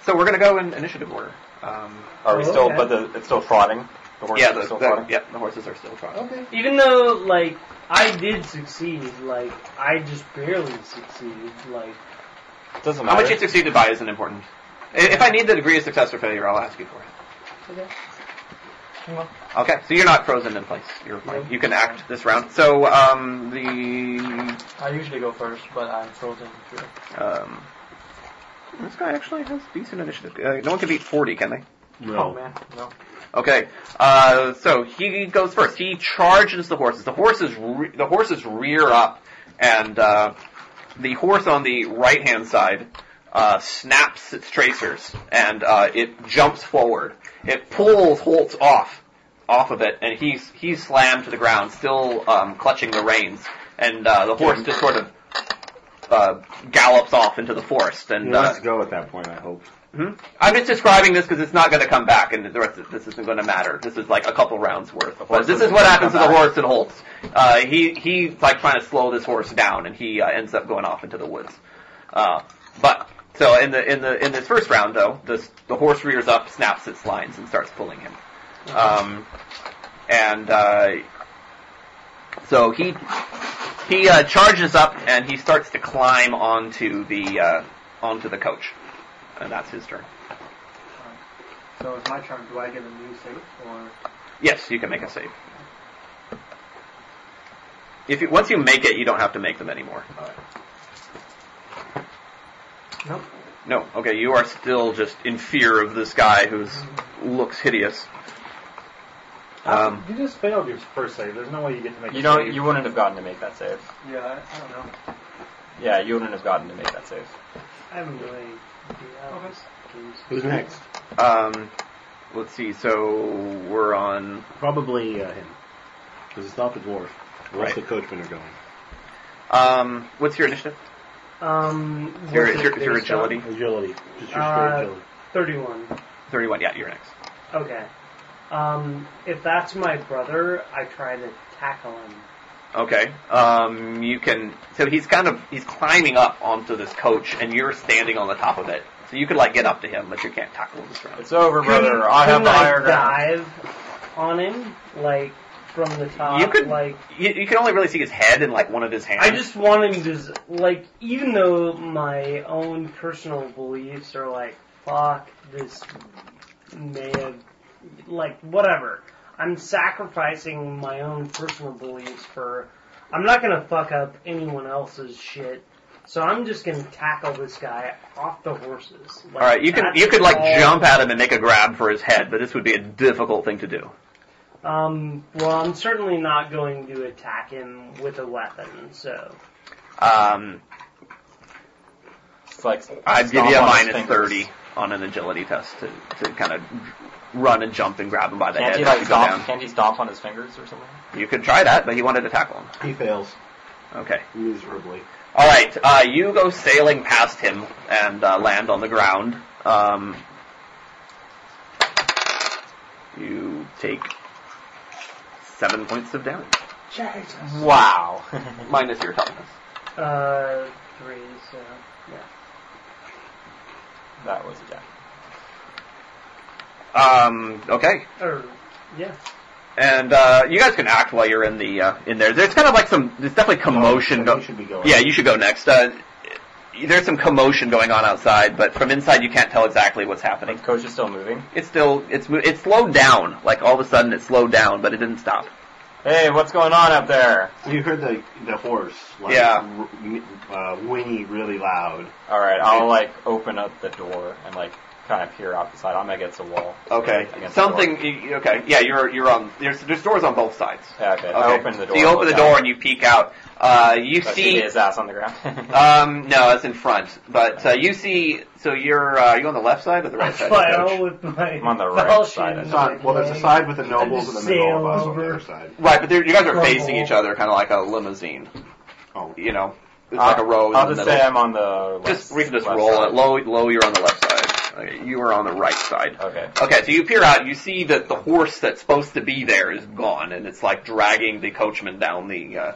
Speaker 2: so we're gonna go in initiative order. Um,
Speaker 3: Are we
Speaker 6: Oh,
Speaker 3: still,
Speaker 6: okay.
Speaker 3: but the, it's still trotting? The horses
Speaker 2: yeah,
Speaker 3: are
Speaker 2: the,
Speaker 3: still
Speaker 2: the,
Speaker 3: trotting?
Speaker 2: yeah, the horses are still trying.
Speaker 6: Even though, like, I did succeed, like, I just barely succeeded, like,
Speaker 3: Doesn't
Speaker 2: How
Speaker 3: matter.
Speaker 2: much you succeeded by isn't important. I- If I need the degree of success or failure, I'll ask you for it. Okay. Okay, so you're not frozen in place. You're fine. You can act this round. So, um, the,
Speaker 13: I usually go first, but I'm frozen here.
Speaker 2: um, this guy actually has decent initiative. Uh, no one can beat 40, can they?
Speaker 13: Oh man, no.
Speaker 2: Okay, uh, so he goes first. He charges the horses. The horses, re- the horses rear up, and uh, the horse on the right hand side uh, snaps its tracers, and uh, it jumps forward. It pulls Holtz off, off of it, and he's he's slammed to the ground, still um, clutching the reins. And uh, the horse just sort of uh, gallops off into the forest, and uh,
Speaker 22: go at that point, I hope.
Speaker 2: Hmm? I'm just describing this because it's not going to come back, and the rest of this isn't going to matter. This is like a couple rounds worth. But this is what happens to the horse and Holtz. Uh, he he's like trying to slow this horse down, and he uh, ends up going off into the woods. Uh, but so in the in the in this first round though, this, the horse rears up, snaps its lines, and starts pulling him. Um, and uh, so he he uh, charges up and he starts to climb onto the uh, onto the coach, and that's his turn.
Speaker 13: So it's my turn. Do I get a new save or?
Speaker 2: Yes, you can make a save. If you, once you make it, you don't have to make them anymore.
Speaker 13: Nope.
Speaker 2: No. Okay, you are still just in fear of this guy who looks hideous. Um,
Speaker 10: you just failed your first save. There's no way you get to make.
Speaker 3: You
Speaker 10: a
Speaker 3: don't.
Speaker 10: save.
Speaker 3: You wouldn't have gotten to make that save.
Speaker 23: Yeah, I, I don't know.
Speaker 3: Yeah, you wouldn't have gotten to make that save.
Speaker 6: I haven't really. Yeah, games.
Speaker 4: Who's next?
Speaker 2: um, let's see. So we're on.
Speaker 4: Probably uh, him. Because it's not the dwarf. Where's the coachman are going?
Speaker 2: Um, what's your initiative?
Speaker 6: Um,
Speaker 2: Your,
Speaker 6: what's
Speaker 2: your,
Speaker 6: it
Speaker 2: your
Speaker 6: based
Speaker 2: agility.
Speaker 4: Agility. Just your straight
Speaker 6: Uh,
Speaker 4: agility.
Speaker 6: on? Thirty-one.
Speaker 2: Thirty-one. Yeah, you're next.
Speaker 6: Okay. Um, if that's my brother, I try to tackle him.
Speaker 2: Okay. Um, you can. So he's kind of he's climbing up onto this coach, and you're standing on the top of it. So you could like get up to him, but you can't tackle him this round.
Speaker 3: It's over, brother. I have
Speaker 6: Couldn't
Speaker 3: the higher ground.
Speaker 6: dive on him, like from the top.
Speaker 2: You could-
Speaker 6: like
Speaker 2: You, you can only really see his head and like one of his hands.
Speaker 6: I just want him to z- like, even though my own personal beliefs are like, fuck this may have like whatever. I'm sacrificing my own personal beliefs for. I'm not gonna fuck up anyone else's shit. So I'm just gonna tackle this guy off the horses. Like,
Speaker 2: All right, you can
Speaker 6: that's
Speaker 2: you could like
Speaker 6: all-
Speaker 2: jump at him and make a grab for his head, but this would be a difficult thing to do.
Speaker 6: Um, well, I'm certainly not going to attack him with a weapon, so.
Speaker 2: Um,
Speaker 3: It's like
Speaker 2: I'd give
Speaker 3: stomp
Speaker 2: you a
Speaker 3: on his
Speaker 2: minus
Speaker 3: fingers.
Speaker 2: thirty on an agility test to, to kind of run and jump and grab him by the
Speaker 3: Can't
Speaker 2: head.
Speaker 3: he
Speaker 2: as
Speaker 3: like
Speaker 2: you, go
Speaker 3: stomp?
Speaker 2: down.
Speaker 3: Can't he stomp on his fingers or something?
Speaker 2: you could try that, but he wanted to tackle him.
Speaker 4: He fails
Speaker 2: Okay.
Speaker 4: miserably.
Speaker 2: All right. Uh, you go sailing past him and uh, land on the ground. Um, you take seven points of damage
Speaker 3: Wow.
Speaker 2: minus your toughness.
Speaker 6: Uh, three, so.
Speaker 3: that was a jack.
Speaker 2: Um, okay.
Speaker 6: Or, yeah.
Speaker 2: And uh, you guys can act while you're in the uh, in there. There's kind of like some. There's definitely
Speaker 10: Oh,
Speaker 2: commotion.
Speaker 4: So
Speaker 2: Go-
Speaker 4: he should be going.
Speaker 2: yeah, you should go next. Uh, there's some commotion going on outside, but from inside you can't tell exactly what's
Speaker 3: The
Speaker 2: happening.
Speaker 3: coach is still moving.
Speaker 2: It's still it's mo- it's slowed down. Like all of a sudden it slowed down, but it didn't stop.
Speaker 3: Hey, what's going on up there?
Speaker 4: You heard the the horse. Like,
Speaker 2: Yeah.
Speaker 4: r- m- uh, whinny really loud.
Speaker 3: All right, I'll like open up the door and like kind of peer out the side. I'm against the wall. Against the
Speaker 2: Something.
Speaker 3: door.
Speaker 2: y- y- Okay. Yeah, you're you're on. There's there's doors on both sides.
Speaker 3: Yeah, okay. I
Speaker 2: Okay.
Speaker 3: open the door.
Speaker 2: So you open
Speaker 3: look
Speaker 2: the
Speaker 3: out.
Speaker 2: door and you peek out. Uh, you
Speaker 3: But
Speaker 2: see.
Speaker 3: his ass on the ground.
Speaker 2: Um, no, that's in front. But uh, you see. So you're uh, you on the left side or the right side? of the
Speaker 6: File
Speaker 2: coach?
Speaker 6: with my
Speaker 3: I'm on the right
Speaker 6: fellowship.
Speaker 3: side, I
Speaker 4: It's not- well, there's a side with the nobles and then the all of us on the
Speaker 6: Sail
Speaker 4: other side.
Speaker 2: Right, but they're- you guys are
Speaker 6: Rumble.
Speaker 2: facing each other, kind of like a limousine.
Speaker 4: Oh,
Speaker 2: You know, it's
Speaker 3: I'll-
Speaker 2: like a row in
Speaker 3: Uh, I'll
Speaker 2: the
Speaker 3: just
Speaker 2: middle.
Speaker 3: say I'm on the. Left,
Speaker 2: just we can just
Speaker 3: left
Speaker 2: roll
Speaker 3: side.
Speaker 2: it. Low, low. You're on the left side. Okay, you are on the right side.
Speaker 3: Okay.
Speaker 2: Okay, so you peer out, you see that the horse that's supposed to be there is gone, and it's like dragging the coachman down the uh,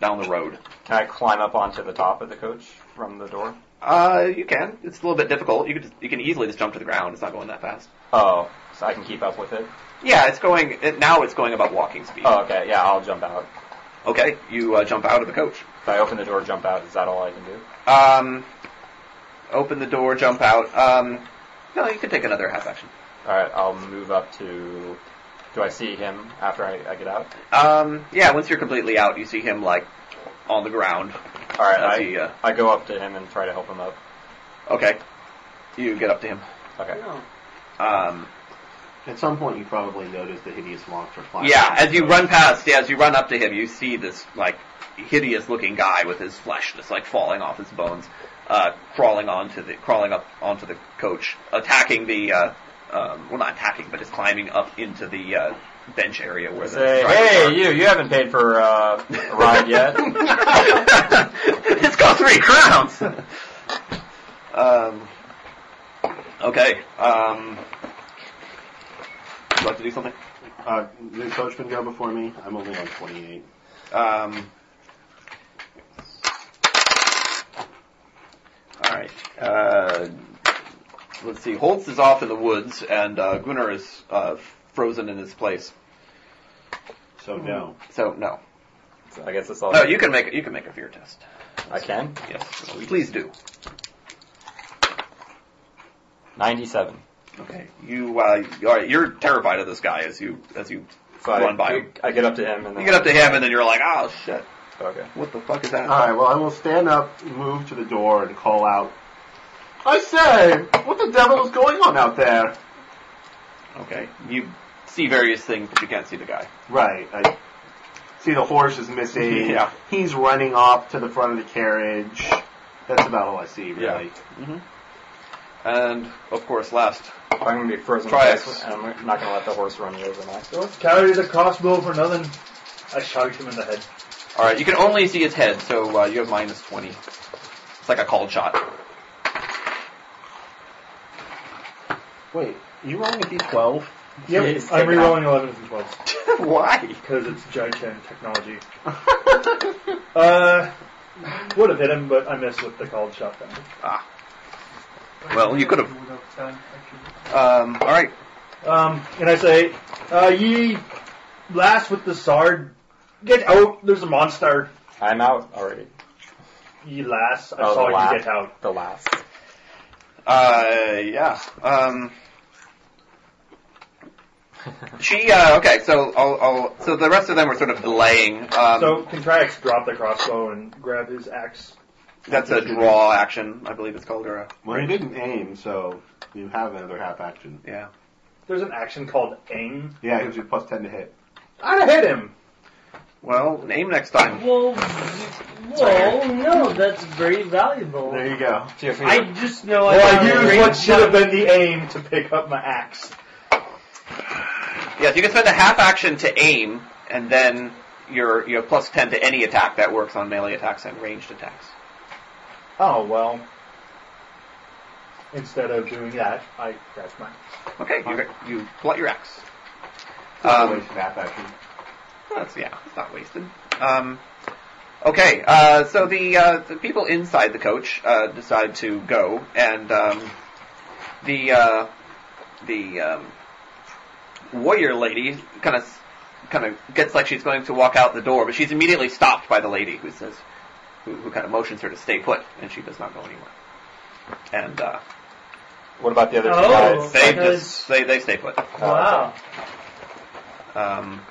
Speaker 2: down the road.
Speaker 3: Can I climb up onto the top of the coach from the door?
Speaker 2: Uh, you can. It's a little bit difficult. You can just, you can easily just jump to the ground. It's not going that fast.
Speaker 3: Oh, so I can keep up with it.
Speaker 2: Yeah, it's going it, now. It's going about walking speed.
Speaker 3: Oh, okay. Yeah, I'll jump out.
Speaker 2: Okay, you uh, jump out of the coach.
Speaker 3: If I open the door, jump out. Is that all I can do?
Speaker 2: Um, open the door, jump out. Um, no, you can take another half action.
Speaker 3: All right, I'll move up to. Do I see him after I, I get out?
Speaker 2: Um, yeah, once you're completely out, you see him like on the ground.
Speaker 3: All right,
Speaker 2: As
Speaker 3: I,
Speaker 2: he, uh,
Speaker 3: I go up to him and try to help him up.
Speaker 2: Okay, you get up to him.
Speaker 3: Okay.
Speaker 6: No.
Speaker 2: Um,
Speaker 4: At some point, you probably noticed the hideous monster flying.
Speaker 2: yeah,
Speaker 4: around.
Speaker 2: as you run past, yeah, as you run up to him, you see this like hideous-looking guy with his flesh just like falling off his bones, uh, crawling onto the crawling up onto the coach, attacking the uh, um, well, not attacking, but just climbing up into the uh, bench area where the
Speaker 3: Say,
Speaker 2: drivers are.
Speaker 3: hey, you, you haven't paid for uh, a ride yet.
Speaker 2: it's cost three crowns. um, okay. Um, would you like to do something?
Speaker 4: Uh, the coachman go before me. I'm only on 28.
Speaker 2: Um, all right. Uh, let's see. Holtz is off in the woods, and uh, Gunnar is uh, frozen in his place.
Speaker 4: So no.
Speaker 2: So no,
Speaker 3: So I guess that's all.
Speaker 2: no. You can make you can make a fear test.
Speaker 3: I can.
Speaker 2: Yes, please do.
Speaker 3: 97.
Speaker 2: Okay. You uh, you are, you're terrified of this guy as you as you
Speaker 3: So I,
Speaker 2: Run by him.
Speaker 3: I get up to him and
Speaker 2: You
Speaker 3: then.
Speaker 2: get up to him, and then you're like, oh shit,
Speaker 3: Okay.
Speaker 2: what the fuck is that?
Speaker 4: All right. Well, I will stand up, move to the door, and call out
Speaker 2: I say, what the devil is going on out there? Okay, you see various things, but you can't see the guy.
Speaker 13: Right. I see the horse is missing.
Speaker 2: Yeah.
Speaker 13: He's running off to the front of the carriage. That's about all I see, really.
Speaker 2: And of course, last
Speaker 24: I'm gonna be frozen.
Speaker 2: Try
Speaker 24: to
Speaker 2: it.
Speaker 24: death, and I'm not gonna let the horse run me over. Now.
Speaker 10: Carried the crossbow for nothing. I shot him in the head.
Speaker 2: All right, you can only see his head, so uh, you have minus twenty. It's like a cold shot.
Speaker 4: Wait, you rolling a d12?
Speaker 10: Yep, I'm rerolling 11s and 12s
Speaker 2: Why?
Speaker 10: because it's Jai Chen technology. uh, would have hit him, but I missed with the called shotgun.
Speaker 2: Well, you could have. Um, all right.
Speaker 10: Um, and I say, uh, ye last with the sword, get out. There's a monster.
Speaker 24: I'm out already.
Speaker 10: Ye lass, I
Speaker 24: Oh,
Speaker 10: saw
Speaker 24: the
Speaker 10: you
Speaker 24: lass.
Speaker 10: get out.
Speaker 24: The last.
Speaker 2: Uh, yeah. Um, she. Uh, okay. So I'll, I'll. So the rest of them were sort of delaying. Um,
Speaker 10: so Contrax dropped the crossbow and grabbed his axe.
Speaker 2: that's a draw action, I believe it's called, or a,
Speaker 13: Well, you didn't aim, so you have another half action.
Speaker 2: yeah.
Speaker 10: There's an action called aim.
Speaker 13: Yeah, it gives you plus 10 to hit.
Speaker 10: I'd have hit him.
Speaker 2: Well, name next time.
Speaker 6: Well, well, no, that's very valuable.
Speaker 13: There you go.
Speaker 24: Do you have
Speaker 6: I just know I
Speaker 10: Well,
Speaker 6: got
Speaker 10: I
Speaker 6: a
Speaker 10: used
Speaker 6: great
Speaker 10: what should have been the aim to pick up my axe.
Speaker 2: Yes, you can spend a half action to aim, and then you're you have plus ten to any attack that works on melee attacks and ranged attacks.
Speaker 10: Oh well. Instead of doing that, I grabbed my.
Speaker 2: Okay, you you pull out your axe.
Speaker 13: Um,
Speaker 2: Um,
Speaker 13: half action.
Speaker 2: That's yeah, it's not wasted. Um, okay, uh, so the uh, the people inside the coach uh, decide to go, and um, the uh, the um, warrior lady kind of kind of gets like she's going to walk out the door, but she's immediately stopped by the lady who says who, who kind of motions her to stay put, and she does not go anywhere. And uh,
Speaker 24: What about the other two
Speaker 6: Oh.
Speaker 24: guys?
Speaker 2: they
Speaker 6: Because-
Speaker 2: just they, they stay put.
Speaker 6: Wow.
Speaker 2: Um,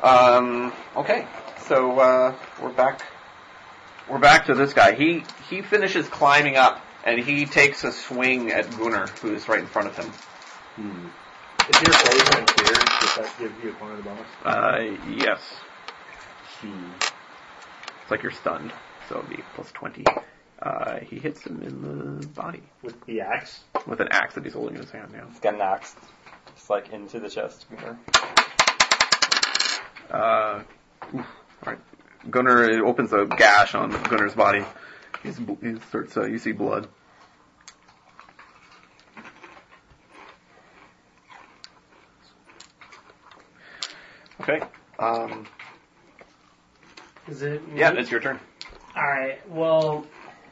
Speaker 2: um, okay, so uh, we're back. We're back to this guy. He he finishes climbing up and he takes a swing at Gunnar, who is right in front of him.
Speaker 10: If you're safe and clear, does that give the opponent a bonus?
Speaker 2: Uh, yes. It's like you're stunned, so it'd be plus twenty. Uh, he hits him in the body
Speaker 10: With the axe?
Speaker 2: with an axe that he's holding in his hand. Yeah.
Speaker 24: It's got an axe. Just like into the chest.
Speaker 2: Uh, oof, all right. Gunnar opens a gash on Gunnar's body. He's, bl- he starts. Uh, you see blood. Okay. Um,
Speaker 6: Is it?
Speaker 2: yeah, it's your turn.
Speaker 6: All right. Well,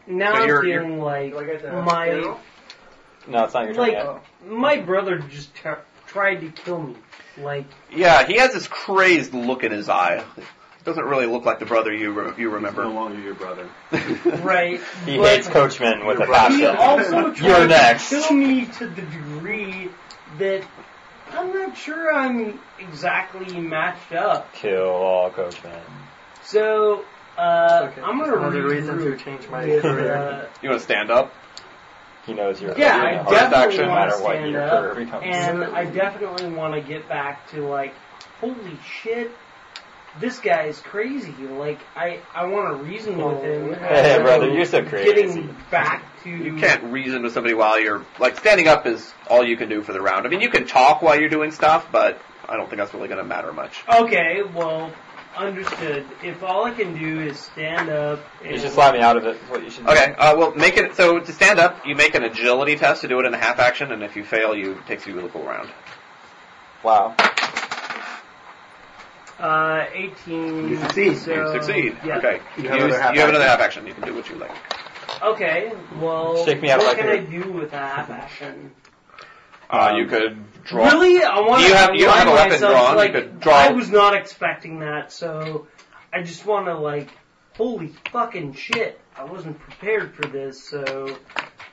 Speaker 6: now
Speaker 2: So
Speaker 6: I'm
Speaker 2: you're- you're-
Speaker 6: feeling like
Speaker 11: Do I get to
Speaker 6: my
Speaker 11: fail?
Speaker 24: No, it's not your turn
Speaker 6: like
Speaker 24: yet.
Speaker 6: my brother just t- tried to kill me. Like
Speaker 2: Yeah, he has this crazed look in his eye. It doesn't really look like the brother you re- you
Speaker 13: Remember. No
Speaker 2: remember.
Speaker 10: Oh,
Speaker 13: longer your brother.
Speaker 6: right.
Speaker 24: He
Speaker 6: but
Speaker 24: hates coachmen with a
Speaker 6: He
Speaker 24: passion.
Speaker 6: also
Speaker 24: You're
Speaker 6: tried to
Speaker 24: next.
Speaker 6: kill me to the degree that I'm not sure I'm exactly matched up.
Speaker 24: Kill all coachmen.
Speaker 6: So uh,
Speaker 11: Okay.
Speaker 6: I'm gonna
Speaker 11: Another reason to
Speaker 6: regroup
Speaker 11: change my
Speaker 6: with.
Speaker 11: career.
Speaker 6: Uh,
Speaker 2: You want to stand up?
Speaker 24: He knows you're
Speaker 6: Yeah,
Speaker 24: you're
Speaker 6: I
Speaker 24: in a hard
Speaker 6: definitely
Speaker 24: action, no
Speaker 6: want to
Speaker 24: matter what
Speaker 6: stand
Speaker 24: your
Speaker 6: up,
Speaker 24: career becomes.
Speaker 6: and I definitely want to get back to like, holy shit, this guy is crazy. Like, I I want to reason
Speaker 11: Oh,
Speaker 6: with him.
Speaker 24: Hey, brother, you're so crazy.
Speaker 6: Getting back to
Speaker 2: You can't reason with somebody while you're like standing up is all you can do for the round. I mean, you can talk while you're doing stuff, but I don't think that's really going to matter much.
Speaker 6: Okay, well, understood. If all I can do is stand up, and
Speaker 24: You should slap me out of it. is What you should do.
Speaker 2: Okay, uh, well, make it so to stand up. You make an agility test to do it in a half action, and if you fail, you it takes you a full round.
Speaker 24: Wow.
Speaker 6: uh, eighteen.
Speaker 4: You succeed.
Speaker 6: So,
Speaker 2: you succeed.
Speaker 6: Uh, yeah.
Speaker 2: Okay,
Speaker 13: You
Speaker 2: you,
Speaker 13: have another half
Speaker 2: you have another half action. You can do what you like.
Speaker 6: Okay. Well,
Speaker 24: Shake me out
Speaker 6: what
Speaker 24: like
Speaker 6: can
Speaker 24: a-
Speaker 6: I do with that action?
Speaker 13: Um,
Speaker 2: Uh, you could draw.
Speaker 6: Really, I want
Speaker 2: You have- you don't have a weapon
Speaker 6: myself,
Speaker 2: drawn, you
Speaker 6: Like,
Speaker 2: could draw-
Speaker 6: I was not expecting that, so I just want to like, holy fucking shit! I wasn't prepared for this, so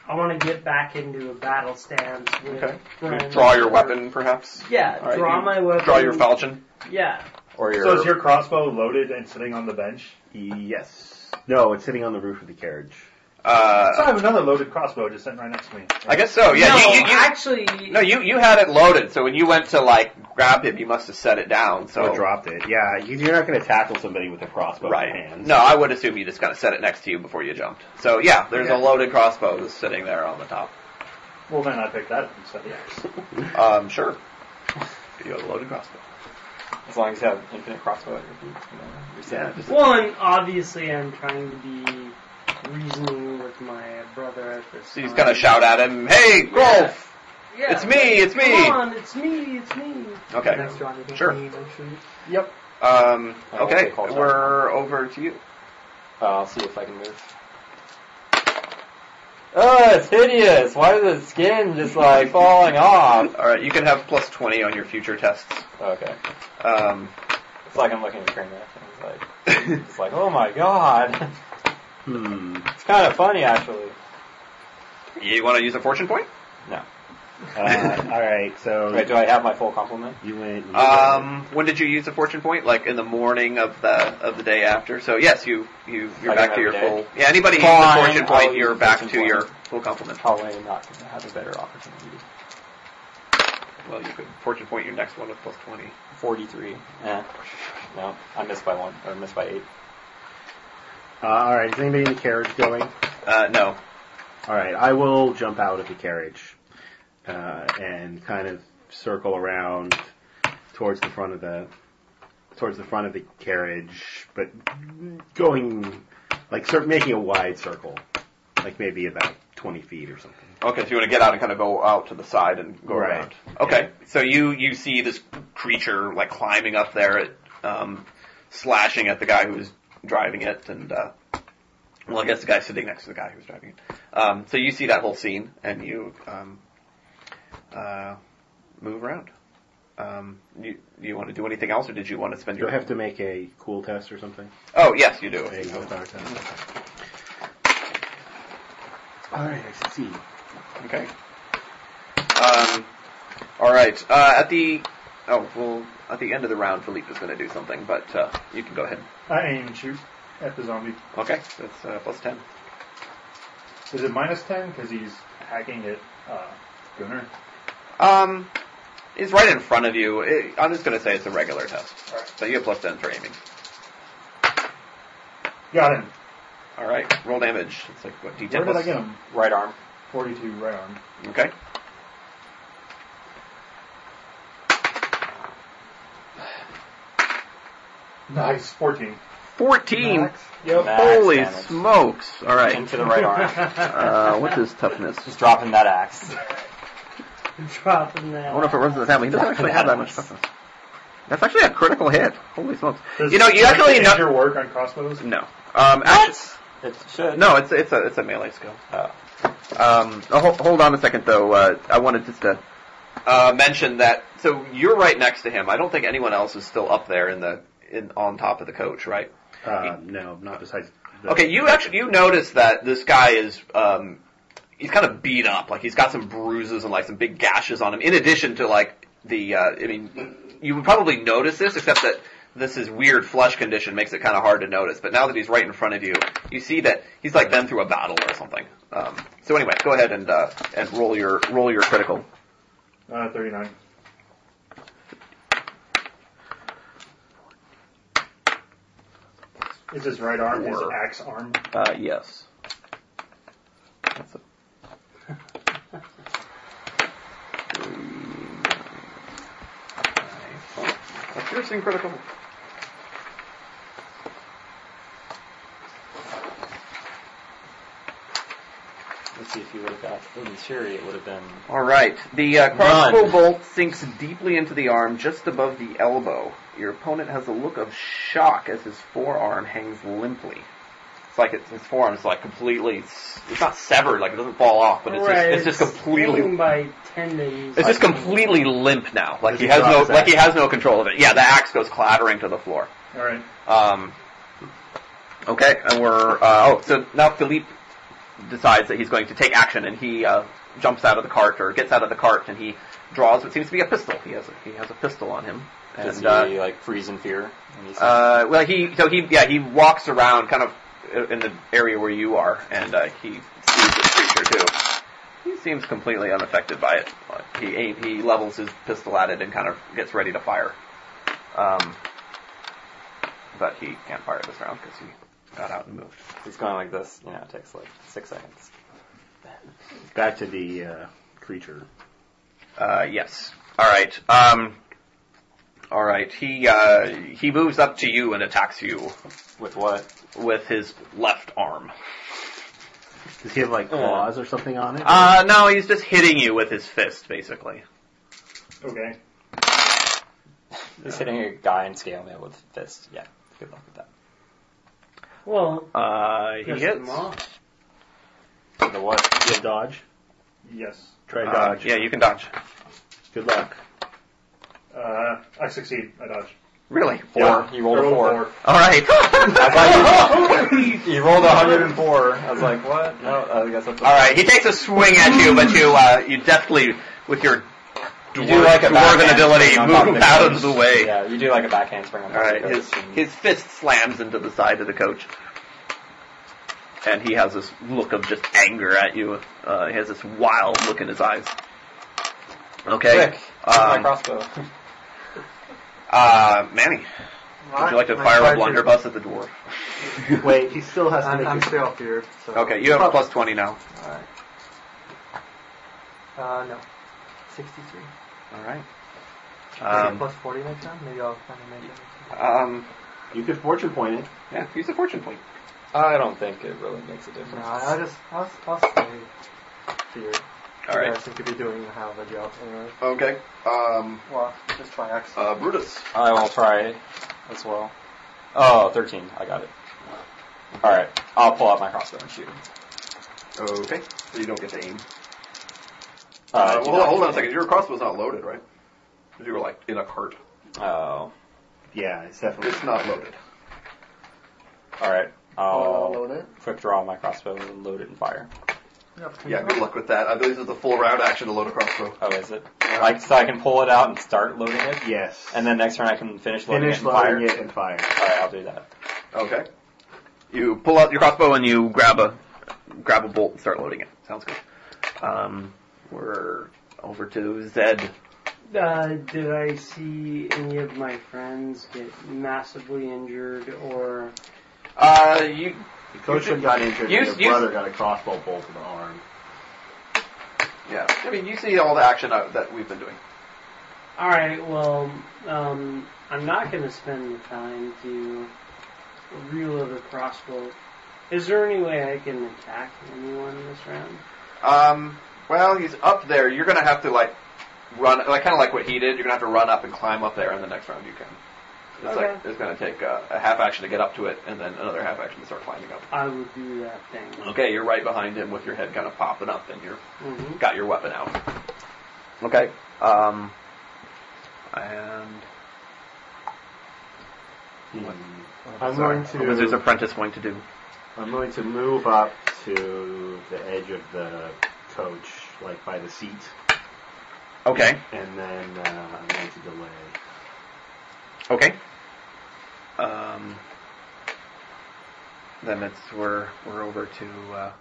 Speaker 6: I want to get back into a battle stance with
Speaker 2: Okay.
Speaker 6: friends.
Speaker 2: Draw your
Speaker 6: or-
Speaker 2: weapon, perhaps.
Speaker 6: Yeah,
Speaker 2: All right,
Speaker 6: draw
Speaker 2: you
Speaker 6: my weapon.
Speaker 2: Draw your falchion.
Speaker 6: Yeah.
Speaker 24: Or your.
Speaker 10: So is your crossbow loaded and sitting on the bench?
Speaker 13: Yes. No, it's sitting on the roof of the carriage.
Speaker 10: So I
Speaker 2: Uh,
Speaker 10: have another loaded crossbow just sitting right next to me.
Speaker 2: I guess so. Oh, Yeah.
Speaker 6: no,
Speaker 2: you, you, you,
Speaker 6: actually,
Speaker 2: no, you you had it loaded, so when you went to like grab him, you must have set it down. So
Speaker 4: I dropped it. Yeah, you- you're not going to tackle somebody with a crossbow in your
Speaker 2: Right.
Speaker 4: hands.
Speaker 2: No, I would assume you just kind of set it next to you before you jumped. So yeah, there's a loaded crossbow just sitting there on the top.
Speaker 10: Well, then I pick that up instead of the axe.
Speaker 2: Um, sure. You have a loaded crossbow.
Speaker 3: As long as you have infinite crossbow at your feet. You know, you're set.
Speaker 4: Yeah, just-
Speaker 6: one obviously I'm trying to be reasoning with my brother at this.
Speaker 2: So you just
Speaker 6: time.
Speaker 2: kind of shout at him, "Hey, Grolf!
Speaker 6: Yeah,
Speaker 2: It's me, it's me.
Speaker 6: Come on, it's me, it's me.
Speaker 2: Okay.
Speaker 25: Next round, you can
Speaker 2: Sure.
Speaker 25: see eventually.
Speaker 6: Yep.
Speaker 2: Um,
Speaker 3: I will
Speaker 2: okay,
Speaker 3: call
Speaker 2: we're over to you.
Speaker 3: Uh, I'll see if I can move.
Speaker 4: Ah,
Speaker 3: Oh, it's hideous! Why is the skin just like falling off?
Speaker 2: All right, you can have plus twenty on your future tests.
Speaker 3: Okay.
Speaker 2: Um,
Speaker 3: It's like I'm looking at Kramer. It's like, it's like, oh my god.
Speaker 4: Hmm.
Speaker 3: It's kind of funny, actually.
Speaker 2: you want to use a fortune point?
Speaker 4: Uh, all right. So
Speaker 3: Wait, do I have my full complement?
Speaker 4: you went. you
Speaker 2: Um, when did you use a fortune point? Like in the morning of the of the day after. So yes, you Oh, you you're
Speaker 3: I
Speaker 2: back
Speaker 3: got
Speaker 2: to your
Speaker 3: every
Speaker 2: full. Yeah, anybody who uses
Speaker 3: Fine,
Speaker 2: a fortune
Speaker 3: I'll
Speaker 2: point,
Speaker 3: use
Speaker 2: you're
Speaker 3: a
Speaker 2: back
Speaker 3: fortune
Speaker 2: to your
Speaker 3: point.
Speaker 2: full complement.
Speaker 3: Probably not going to have a better opportunity.
Speaker 2: Well, you could fortune point your next one with plus twenty.
Speaker 3: 43. Yeah. Eh. No, I missed by one. Or missed by eight.
Speaker 4: Uh, all right. Is anybody in the carriage going?
Speaker 2: Uh, no.
Speaker 4: All right. I will jump out of the carriage uh, and kind of circle around towards the front of the towards the front of the carriage, but going like cir- making a wide circle, like maybe about twenty feet or something.
Speaker 2: Okay, so you want to get out and kind of go out to the side and go
Speaker 4: Right.
Speaker 2: around. Okay, so you you see this creature like climbing up there, at, um, slashing at the guy who was driving it, and uh, well, I guess the guy sitting next to the guy who was driving it. Um, so you see that whole scene, and you um, uh, move around. Um, you do you want to do anything else, or did you want to spend
Speaker 4: Do
Speaker 2: your?
Speaker 4: I have to make a cool test or something?
Speaker 2: oh yes, you do.
Speaker 4: There you go, power test. All right, I succeed.
Speaker 2: Okay. Um, all right. Uh, at the oh well, at the end of the round, Philippe is going to do something, but uh, you can go ahead.
Speaker 10: I aim and shoot at the zombie.
Speaker 2: Okay, that's uh, plus ten.
Speaker 10: Is it minus 10 because he's hacking at uh, Gunnar?
Speaker 2: Um, he's right in front of you. It, I'm just going to say it's a regular test.
Speaker 10: All right.
Speaker 2: So you have plus ten for aiming.
Speaker 10: Got him.
Speaker 2: All right, roll damage. It's like what D10
Speaker 10: Where did I
Speaker 2: plus-
Speaker 10: get him?
Speaker 3: Right arm.
Speaker 10: 42 right arm.
Speaker 2: Okay.
Speaker 10: Nice. 14.
Speaker 2: 14.
Speaker 10: Yep.
Speaker 3: Max
Speaker 2: Holy
Speaker 3: damage.
Speaker 2: smokes. All right.
Speaker 3: Into the right arm.
Speaker 2: Uh, what's his toughness?
Speaker 3: Just dropping that axe.
Speaker 6: Dropping that.
Speaker 2: I wonder if it runs in the family. He doesn't actually have that much toughness. That's actually a critical hit. Holy smokes.
Speaker 10: Does-
Speaker 2: You know, you
Speaker 10: does
Speaker 2: actually
Speaker 10: it
Speaker 2: know-
Speaker 10: injure work on crossbows?
Speaker 2: No. Um, actually,
Speaker 3: It should.
Speaker 2: No, it's it's a it's a melee skill. Uh, Um, oh, ho- hold on a second though. Uh, I wanted just to uh, mention that. So you're right next to him. I don't think anyone else is still up there in the in on top of the coach, right?
Speaker 4: Uh, no, not besides. The,
Speaker 2: Okay, you actually you notice that this guy is um, he's kind of beat up. Like he's got some bruises and like some big gashes on him. In addition to like the uh, I mean, you would probably notice this, except that this is weird flush condition makes it kind of hard to notice. But now that he's right in front of you, you see that he's like been through a battle or something. Um, so anyway, go ahead and uh, and roll your roll your critical.
Speaker 10: Uh, 39. Is his right arm his
Speaker 2: Four.
Speaker 10: axe arm?
Speaker 2: Uh, yes. That's a... A piercing critical.
Speaker 3: Let's see if you would have got Interior, it would have been.
Speaker 2: All right. The uh, crossbow
Speaker 3: None.
Speaker 2: bolt sinks deeply into the arm, just above the elbow. Your opponent has a look of shock as his forearm hangs limply. It's like it's, his forearm is like completely. It's, it's not severed, like it doesn't fall off, but it's
Speaker 6: Right,
Speaker 2: just, it's just completely
Speaker 6: hanging by tendons.
Speaker 2: It's just completely limp now. Like he
Speaker 4: he
Speaker 2: has
Speaker 4: drop
Speaker 2: no
Speaker 4: his
Speaker 2: like he has no control of it. Yeah, the axe goes clattering to the floor.
Speaker 10: Alright.
Speaker 2: Um, okay, and we're uh, oh so now Philippe decides that he's going to take action, and he uh, jumps out of the cart or gets out of the cart, and he draws what seems to be a pistol. He has a, he has a pistol on him,
Speaker 3: Does
Speaker 2: and
Speaker 3: he
Speaker 2: uh,
Speaker 3: like freeze in fear? when he sees-
Speaker 2: uh, well, he so he yeah he walks around, kind of in the area where you are, and uh, he sees this creature too. He seems completely unaffected by it. Uh, He he levels his pistol at it and kind of gets ready to fire. Um, but he can't fire this round because he got out and moved.
Speaker 3: He's going like this. You know, it takes like six seconds.
Speaker 4: Back to the uh, creature.
Speaker 2: Uh, yes. All right. Um, all right. He uh, he moves up to you and attacks you
Speaker 3: With what?
Speaker 2: with his left arm.
Speaker 4: Does he have like claws or something on it?
Speaker 2: Uh, no, he's just hitting you with his fist, basically.
Speaker 10: Okay.
Speaker 3: He's hitting a guy and scaling it with a fist. Yeah. Good luck with that.
Speaker 6: Well,
Speaker 2: Uh, he hits.
Speaker 3: The what?
Speaker 4: You'll dodge.
Speaker 10: Yes.
Speaker 4: Try to
Speaker 2: Uh,
Speaker 4: dodge.
Speaker 2: yeah, you can dodge.
Speaker 4: Good luck.
Speaker 10: Uh, I succeed. I dodge.
Speaker 2: Really?
Speaker 3: Four. You rolled
Speaker 10: I
Speaker 3: a
Speaker 10: rolled
Speaker 3: four.
Speaker 2: All right.
Speaker 3: You rolled 104. I was like, what? No, I guess that's
Speaker 2: All right. He takes a swing at you, but you uh, you deftly with your
Speaker 3: You
Speaker 2: dwarf,
Speaker 3: do like a
Speaker 2: dwarven
Speaker 3: backhand
Speaker 2: ability
Speaker 3: swing on top of
Speaker 2: move
Speaker 3: the
Speaker 2: out
Speaker 3: coach.
Speaker 2: of the way.
Speaker 3: Yeah, you do like a backhand spring on
Speaker 2: All
Speaker 3: top
Speaker 2: right.
Speaker 3: of
Speaker 2: Uh,
Speaker 3: the
Speaker 2: His
Speaker 3: coach and-
Speaker 2: his fist slams into the side of the coach, and he has this look of just anger at you. Uh, he has this wild look in his eyes. Okay.
Speaker 3: Quick, my
Speaker 2: Um,
Speaker 3: crossbow.
Speaker 2: uh, Manny, would you like to fire a blunderbuss at the dwarf?
Speaker 4: Wait, he still has to
Speaker 13: I'm,
Speaker 4: make
Speaker 13: I'm
Speaker 4: his
Speaker 13: still feared. So.
Speaker 2: Okay, you have plus twenty now.
Speaker 13: Alright. Uh, no. 63.
Speaker 2: All right.
Speaker 13: Um,
Speaker 2: Um,
Speaker 13: plus 40 next time? Maybe I'll finally make it.
Speaker 2: um,
Speaker 4: You could fortune point it.
Speaker 2: yeah, use a fortune point.
Speaker 3: I don't think it really makes a
Speaker 13: No,
Speaker 3: difference.
Speaker 13: I'll just, I'll, I'll stay feared.
Speaker 2: All right.
Speaker 13: I seem to be doing half a job anyway.
Speaker 26: Okay. Um,
Speaker 13: Well, just try X.
Speaker 26: uh, Brutus.
Speaker 3: I will try as well. Oh, 13. I got it. Alright, I'll pull out my crossbow and shoot. him.
Speaker 26: Okay. So you don't get to aim.
Speaker 3: Uh, I
Speaker 26: Uh,
Speaker 3: do
Speaker 26: well,
Speaker 3: not
Speaker 26: hold on
Speaker 3: get
Speaker 26: a second. Your crossbow's not loaded, right? 'Cause You were like in a cart.
Speaker 3: it. Oh,
Speaker 4: Yeah, it's definitely.
Speaker 26: It's not loaded.
Speaker 3: alright. I'll
Speaker 13: load it.
Speaker 3: quick draw my crossbow and load it and fire.
Speaker 26: Yeah, good luck with that. I believe it's a full round action to load a crossbow.
Speaker 3: Oh, is it? Like, so I can pull it out and start loading it?
Speaker 4: Yes.
Speaker 3: And then next turn I can finish loading
Speaker 4: finish
Speaker 3: it and fire.
Speaker 4: loading it and fire.
Speaker 3: Alright, I'll do that.
Speaker 26: Okay.
Speaker 2: You pull out your crossbow and you grab a grab a bolt and start loading it. Sounds good. Um, we're over to Zed.
Speaker 6: uh, did I see any of my friends get massively injured or?
Speaker 2: Uh, you
Speaker 4: The coach
Speaker 2: You-
Speaker 4: got injured.
Speaker 2: you-
Speaker 4: and your
Speaker 2: you-
Speaker 4: brother got a crossbow bolt in the arm.
Speaker 26: Yeah. I mean, you see all the action uh, that we've been doing.
Speaker 6: All right. Well, um, I'm not going to spend the time to reload a crossbow. Is there any way I can attack anyone this round?
Speaker 26: Um, well, he's up there. You're gonna have to like run, like kind of like what he did. You're gonna have to run up and climb up there, and the next round you can. It's like
Speaker 6: Okay.
Speaker 26: it's gonna take uh, a half action to get up to it, and then another half action to start climbing up.
Speaker 6: I will do that thing.
Speaker 2: Oh.
Speaker 26: Okay, you're right behind him with your head kind of popping up, and you're
Speaker 6: hmm
Speaker 26: got your weapon out.
Speaker 2: okay? Um, and
Speaker 13: Hmm.
Speaker 4: I'm
Speaker 2: sorry,
Speaker 4: going
Speaker 2: what was his
Speaker 4: to.
Speaker 2: apprentice going to do?
Speaker 4: I'm going to move up to the edge of the coach, like by the seat,
Speaker 2: Okay,
Speaker 4: and then uh, I'm going to delay.
Speaker 2: okay. Um, then it's we're we're over to uh,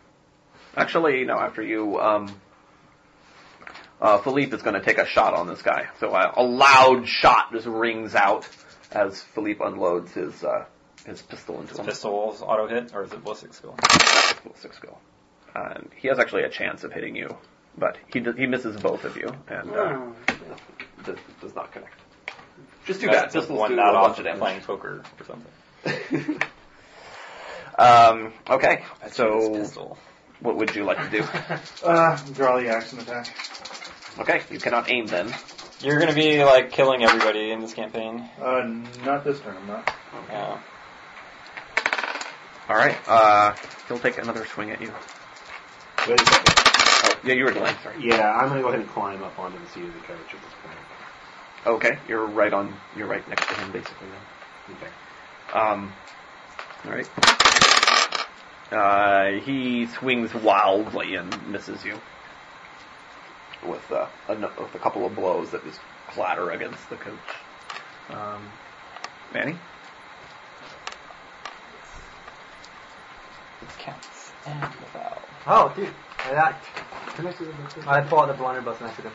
Speaker 2: actually no after you um. Uh, Philippe is going to take a shot on this guy. So uh, a loud shot just rings out as Philippe unloads his uh, his pistol into
Speaker 3: Is
Speaker 2: him.
Speaker 3: pistols auto hit, or is it ballistic skill?
Speaker 2: Well, six skill. And he has actually a chance of hitting you, but he d- he misses both of you and uh,
Speaker 6: Oh,
Speaker 2: does, does not connect. Just too
Speaker 3: That's
Speaker 2: bad. Pistols
Speaker 3: one
Speaker 2: do
Speaker 3: not
Speaker 2: a
Speaker 3: off
Speaker 2: bunch of
Speaker 3: of
Speaker 2: damage.
Speaker 3: playing poker or something.
Speaker 2: Um, okay,
Speaker 3: That's his
Speaker 2: so
Speaker 3: pistol.
Speaker 2: what would you like to do?
Speaker 10: Uh, draw the action attack.
Speaker 2: Okay, you cannot aim then.
Speaker 3: You're gonna be like killing everybody in this campaign.
Speaker 10: Uh, not this turn. I'm
Speaker 2: Oh,
Speaker 10: not.
Speaker 3: Yeah.
Speaker 2: All right, uh, he'll take another swing at you.
Speaker 4: Wait a second.
Speaker 2: Oh, yeah, you were delayed. Sorry.
Speaker 4: Yeah, I'm going to go ahead and climb up onto the seat of the coach at this point.
Speaker 2: Okay, you're right on. You're right next to him, basically.
Speaker 4: Okay.
Speaker 2: Then. Um, all right. Uh, he swings wildly and misses you. with, uh, a, nu- with a couple of blows that just clatter against the coach. Um, Manny?
Speaker 3: It's counts and without.
Speaker 13: Oh, dude. I, I, I fought the blunderbuss and I should have.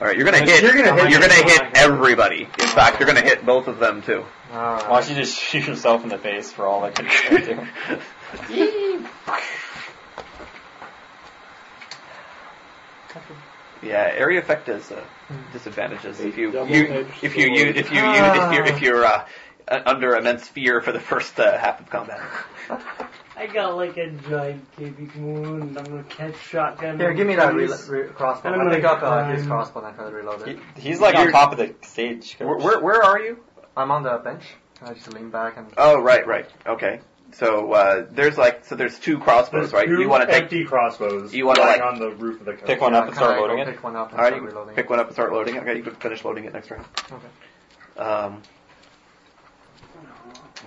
Speaker 2: All right, you're gonna hit. You're gonna hit, everybody. In fact, you're gonna hit both of them too.
Speaker 3: Why
Speaker 13: Alright.
Speaker 3: don't you just shoot yourself in the face for all that good stuff, too?
Speaker 2: Yeah, area effect is uh, disadvantages if you,
Speaker 4: Double
Speaker 2: you
Speaker 4: edged
Speaker 2: if you use
Speaker 4: sword.
Speaker 2: if you, you if you're if you're uh, uh, under immense fear for the first uh, half of combat.
Speaker 6: I got like a giant cubic moon. and I'm gonna catch shotgun.
Speaker 13: Here, give me that re-
Speaker 6: piece.
Speaker 13: re- crossbow.
Speaker 6: I'm
Speaker 13: I pick
Speaker 6: gonna
Speaker 13: up uh, his
Speaker 6: climb.
Speaker 13: crossbow and I try to reload it.
Speaker 3: He- he's like on
Speaker 2: You're-
Speaker 3: top of the stage.
Speaker 2: Where, where where are you?
Speaker 13: I'm on the bench. I just lean back and.
Speaker 2: Oh, right, right. Okay. So uh, there's like so there's two crossbows,
Speaker 10: There's
Speaker 2: right?
Speaker 10: two
Speaker 2: You want to take
Speaker 10: empty crossbows
Speaker 2: You wanna,
Speaker 10: lying
Speaker 2: like-
Speaker 10: on the roof of the
Speaker 3: Pick
Speaker 10: coach.
Speaker 3: one
Speaker 13: Yeah,
Speaker 3: up and start
Speaker 13: kinda
Speaker 3: loading
Speaker 13: go
Speaker 3: it.
Speaker 13: Pick one up and
Speaker 2: Alright,
Speaker 13: start reloading.
Speaker 2: pick one up and start loading it. Okay, you can finish loading it next round. Okay. Um,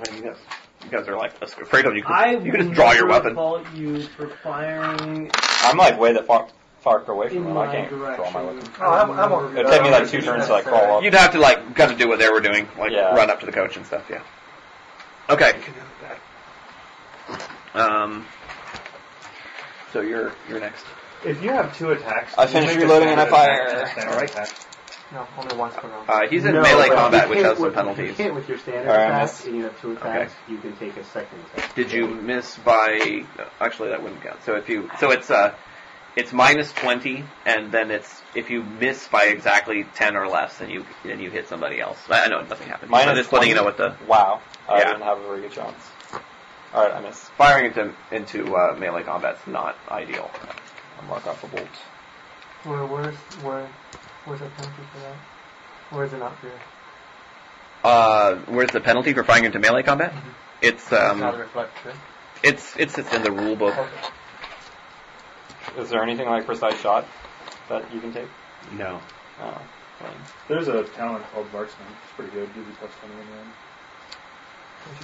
Speaker 2: I mean, you guys, you guys are like afraid of you. Can,
Speaker 6: I
Speaker 2: you can just draw your
Speaker 6: never
Speaker 2: weapon.
Speaker 6: fault you for firing
Speaker 3: I'm like way the far, far away from
Speaker 6: in
Speaker 3: him.
Speaker 6: my
Speaker 3: I can't draw
Speaker 6: direction.
Speaker 3: my weapon.
Speaker 13: Oh, I, I won't.
Speaker 3: It'll take me like two turns to like crawl up.
Speaker 2: You'd have to like kind of do what they were doing, like
Speaker 3: Yeah.
Speaker 2: run up to the coach and stuff. Yeah. Okay. Um. So you're you're next.
Speaker 10: If you have two attacks,
Speaker 3: I
Speaker 10: you
Speaker 3: finish
Speaker 10: make a
Speaker 3: reloading and I
Speaker 10: standard
Speaker 3: fire.
Speaker 10: attack and a standard attack.
Speaker 13: No, only once per round.
Speaker 2: Uh, he's in
Speaker 4: No,
Speaker 2: melee
Speaker 4: but
Speaker 2: combat,
Speaker 4: you
Speaker 2: which
Speaker 4: can't
Speaker 2: has some
Speaker 4: with- You
Speaker 2: penalties.
Speaker 4: can't with your standard
Speaker 3: All right, I
Speaker 4: attack,
Speaker 3: missed.
Speaker 4: and you have two attacks. You can take a second attack.
Speaker 2: Did you miss by? Actually, that wouldn't count. So if you, so it's uh, it's minus twenty, and then it's if you miss by exactly ten or less, then you then you hit somebody else. I I know nothing happened. I'm
Speaker 3: Minus
Speaker 2: just letting you know what the
Speaker 3: Wow. I
Speaker 2: Yeah.
Speaker 3: didn't have a very good chance. Alright, I missed.
Speaker 2: firing into into uh, melee combat's not ideal.
Speaker 3: I'll mark off a bolt.
Speaker 13: Where, where's, where, where's the penalty for that? Where is it not here?
Speaker 2: Uh, where's the penalty for firing into melee combat? It's
Speaker 13: Not a
Speaker 2: um,
Speaker 13: reflector.
Speaker 2: it's it's it's in the rule book.
Speaker 3: Is there anything like precise shot that you can take?
Speaker 2: No.
Speaker 3: Oh, lame.
Speaker 10: There's a talent called marksman. It's pretty good. Gives you plus twenty in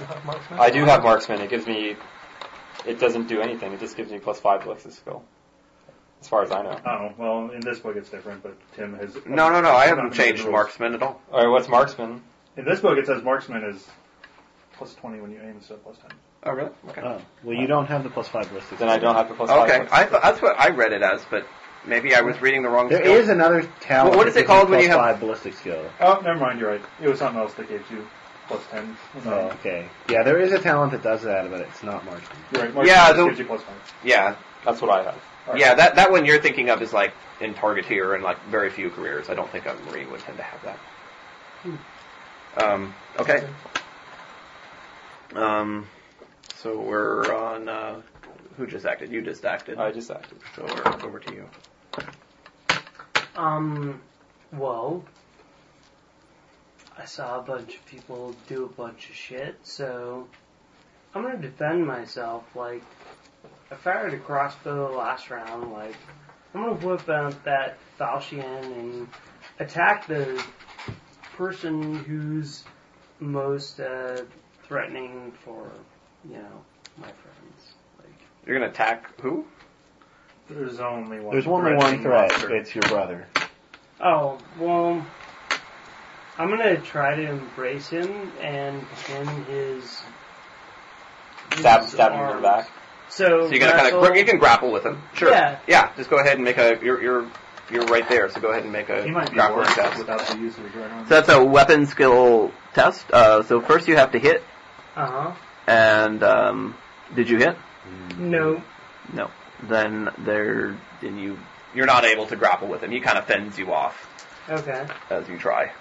Speaker 10: the end.
Speaker 13: Don't you have marksman?
Speaker 3: I do have marksman. It gives me. It doesn't do anything. It just gives me plus five to Lexus skill. As far as I know.
Speaker 10: Oh well, in this book it's different, but Tim has.
Speaker 2: No, no, no. I haven't
Speaker 10: Not
Speaker 2: changed
Speaker 10: individuals.
Speaker 2: marksman at all.
Speaker 3: Alright, what's marksman?
Speaker 10: In this book, it says marksman is plus twenty when you aim instead of plus ten.
Speaker 2: Oh, really? Okay.
Speaker 4: Oh, well, you don't have the plus five listed.
Speaker 3: Then I don't have the plus five.
Speaker 2: Okay,
Speaker 3: Lexus
Speaker 2: I
Speaker 3: skill.
Speaker 2: th- that's what I read it as, but maybe I was reading the wrong.
Speaker 4: There
Speaker 2: skill.
Speaker 4: is another talent.
Speaker 2: What- what is
Speaker 4: that
Speaker 2: it called
Speaker 4: gives
Speaker 2: when you
Speaker 4: plus
Speaker 2: have-
Speaker 4: five ballistic skill?
Speaker 10: Oh, never mind. You're right. It was something else that gave you plus ten.
Speaker 2: Mm-hmm.
Speaker 10: Uh,
Speaker 4: Oh, okay. Yeah, there is a talent that does that, but it's not marked.
Speaker 10: You're right. Marksman
Speaker 2: Yeah,
Speaker 10: just
Speaker 2: the-
Speaker 10: gives you plus five.
Speaker 2: Yeah,
Speaker 3: That's what I have.
Speaker 10: Alright.
Speaker 2: yeah. That that one you're thinking of is like in Targeteer and like very few careers. I don't think a Marine would tend to have that. Um, okay. Um, so we're on. Uh, who just acted? You just acted.
Speaker 3: I just acted.
Speaker 2: So we're over to you.
Speaker 6: Um, well, I saw a bunch of people do a bunch of shit, so I'm gonna defend myself. Like, I fired a crossbow last round. Like, I'm gonna whip out that falchion and attack the person who's most uh, threatening for, you know, my friends. Like,
Speaker 2: You're gonna attack who?
Speaker 10: There's only one.
Speaker 4: There's only one threat. It's your brother.
Speaker 6: oh, well, I'm gonna try to embrace him and pin his.
Speaker 3: Stab,
Speaker 6: his
Speaker 3: stab him in the
Speaker 6: arms.
Speaker 3: back.
Speaker 6: So,
Speaker 2: So you're gonna kind
Speaker 6: wrestle-
Speaker 2: of you can grapple with him. Sure.
Speaker 6: Yeah.
Speaker 2: Just go ahead and make a. You're you're you're right there. So go ahead and make a
Speaker 10: He might be
Speaker 2: grappling
Speaker 10: worse
Speaker 2: test.
Speaker 10: without the use of his right arm.
Speaker 2: So that's a weapon skill test. Uh, so first you have to hit,
Speaker 6: Uh-huh.
Speaker 2: and um, did you hit?
Speaker 6: No.
Speaker 2: No. Then there, then you you're not able to grapple with him. He kind of fends you off
Speaker 6: Okay.
Speaker 2: as you try.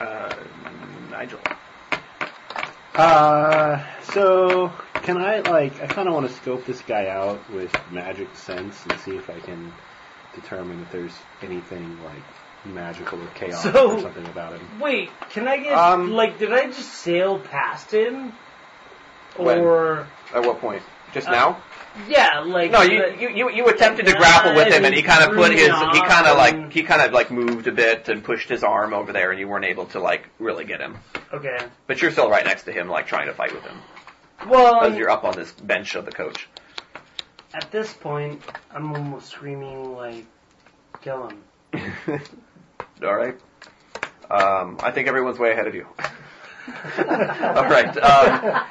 Speaker 2: Uh, Nigel.
Speaker 4: Uh, so can I like? I kind of want to scope this guy out with magic sense and see if I can determine if there's anything like magical or chaotic
Speaker 6: So-
Speaker 4: or something about him.
Speaker 6: Wait, can I get
Speaker 2: Um,
Speaker 6: like? Did I just sail past him?
Speaker 2: When?
Speaker 6: Or
Speaker 2: At what point? Just
Speaker 6: Uh,
Speaker 2: now?
Speaker 6: yeah, like
Speaker 2: No, you,
Speaker 6: the-
Speaker 2: you you you attempted to
Speaker 6: Yeah,
Speaker 2: grapple with him, and he kind of
Speaker 6: threw
Speaker 2: put
Speaker 6: me
Speaker 2: his
Speaker 6: off
Speaker 2: he kind of like
Speaker 6: and-
Speaker 2: he kind of like moved a bit and pushed his arm over there, and you weren't able to like really get him.
Speaker 6: okay.
Speaker 2: But you're still right next to him, like trying to fight with him.
Speaker 6: Well,
Speaker 2: As you're up on this bench of the coach.
Speaker 6: at this point, I'm almost screaming like, "Kill him!"
Speaker 2: All right. Um, I think everyone's way ahead of you. All right. Um,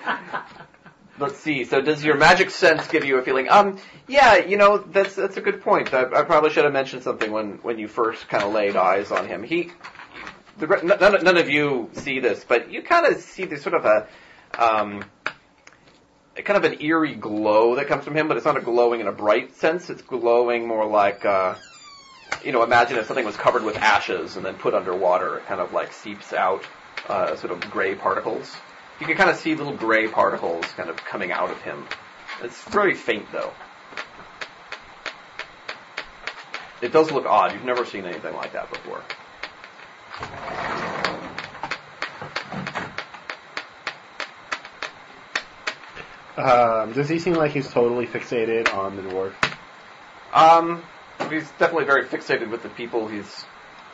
Speaker 2: let's see. So, does your magic sense give you a feeling? Um, yeah, you know, that's that's a good point. I, I probably should have mentioned something when when you first kind of laid eyes on him. He, the, re- none, none of- none of you see this, but you kind of see there's sort of a, um, a kind of an eerie glow that comes from him, but it's not a glowing in a bright sense. It's glowing more like. Uh, you know, imagine if something was covered with ashes and then put underwater, it kind of like seeps out uh, sort of gray particles. You can kind of see little gray particles kind of coming out of him. It's very faint though. It does look odd. You've never seen anything like that before.
Speaker 4: Um, does he seem like he's totally fixated on the dwarf?
Speaker 2: Um, he's definitely very fixated with the people. He's,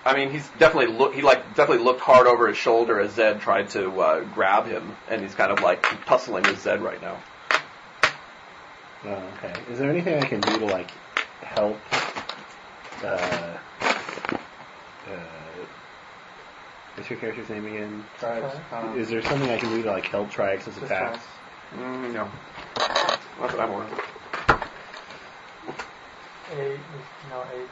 Speaker 2: I mean, he's definitely look. He like definitely looked hard over his shoulder as Zed tried to uh, grab him, and he's kind of like tussling with Zed right now.
Speaker 4: Oh, okay. Is there anything I can do to like help? Uh, uh, what's your character's name again?
Speaker 11: Um,
Speaker 4: Is there something I can do to like help Triax's
Speaker 11: just
Speaker 4: attacks?
Speaker 11: try.
Speaker 2: Mm, no, not that I'm aware of.
Speaker 11: Eight, no, eight.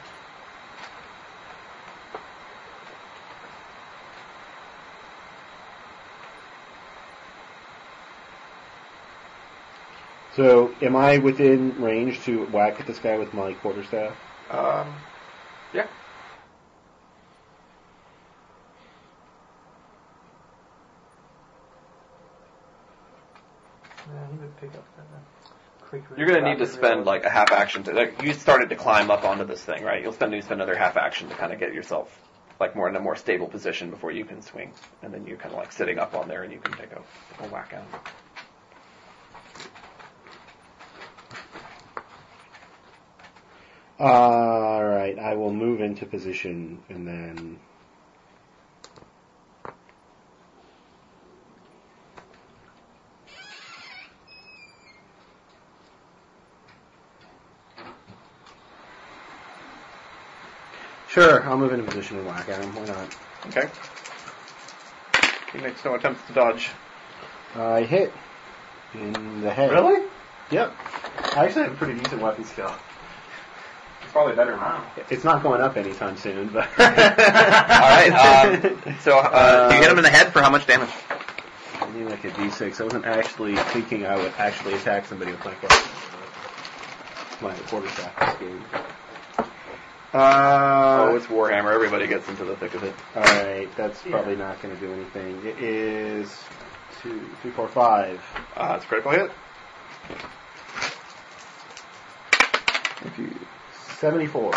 Speaker 4: So, am I within range to whack at this guy with my quarterstaff?
Speaker 2: Um, yeah.
Speaker 11: Yeah, he would pick up that. uh, quick
Speaker 2: You're gonna
Speaker 11: rapid
Speaker 2: need to spend
Speaker 11: reload.
Speaker 2: like a half action to. Like, you started to climb up onto this thing, right? You'll spend need to spend another half action to kind of get yourself like more in a more stable position before you can swing, and then you're kind of like sitting up on there and you can take a, a whack out.
Speaker 4: All right, I will move into position and then. Sure, I'll move into position and whack at him. Why not?
Speaker 2: Okay. He makes no attempts to dodge.
Speaker 4: I hit in the head.
Speaker 11: Really?
Speaker 4: Yep.
Speaker 11: I actually have a pretty decent weapon skill.
Speaker 3: It's probably better now.
Speaker 4: It's not going up anytime soon, but
Speaker 2: All right. Um, so uh, do you hit him in the head for how much damage?
Speaker 4: I need like a d6. I wasn't actually thinking I would actually attack somebody with my quarterstaff. My quarterstaff this game.
Speaker 2: oh,
Speaker 24: Oh,
Speaker 4: Uh,
Speaker 2: it's Warhammer. Everybody gets into the thick of it.
Speaker 4: alright, that's probably not going to do anything. It is two, three, four, five.
Speaker 2: Uh, it's a critical hit.
Speaker 4: 74.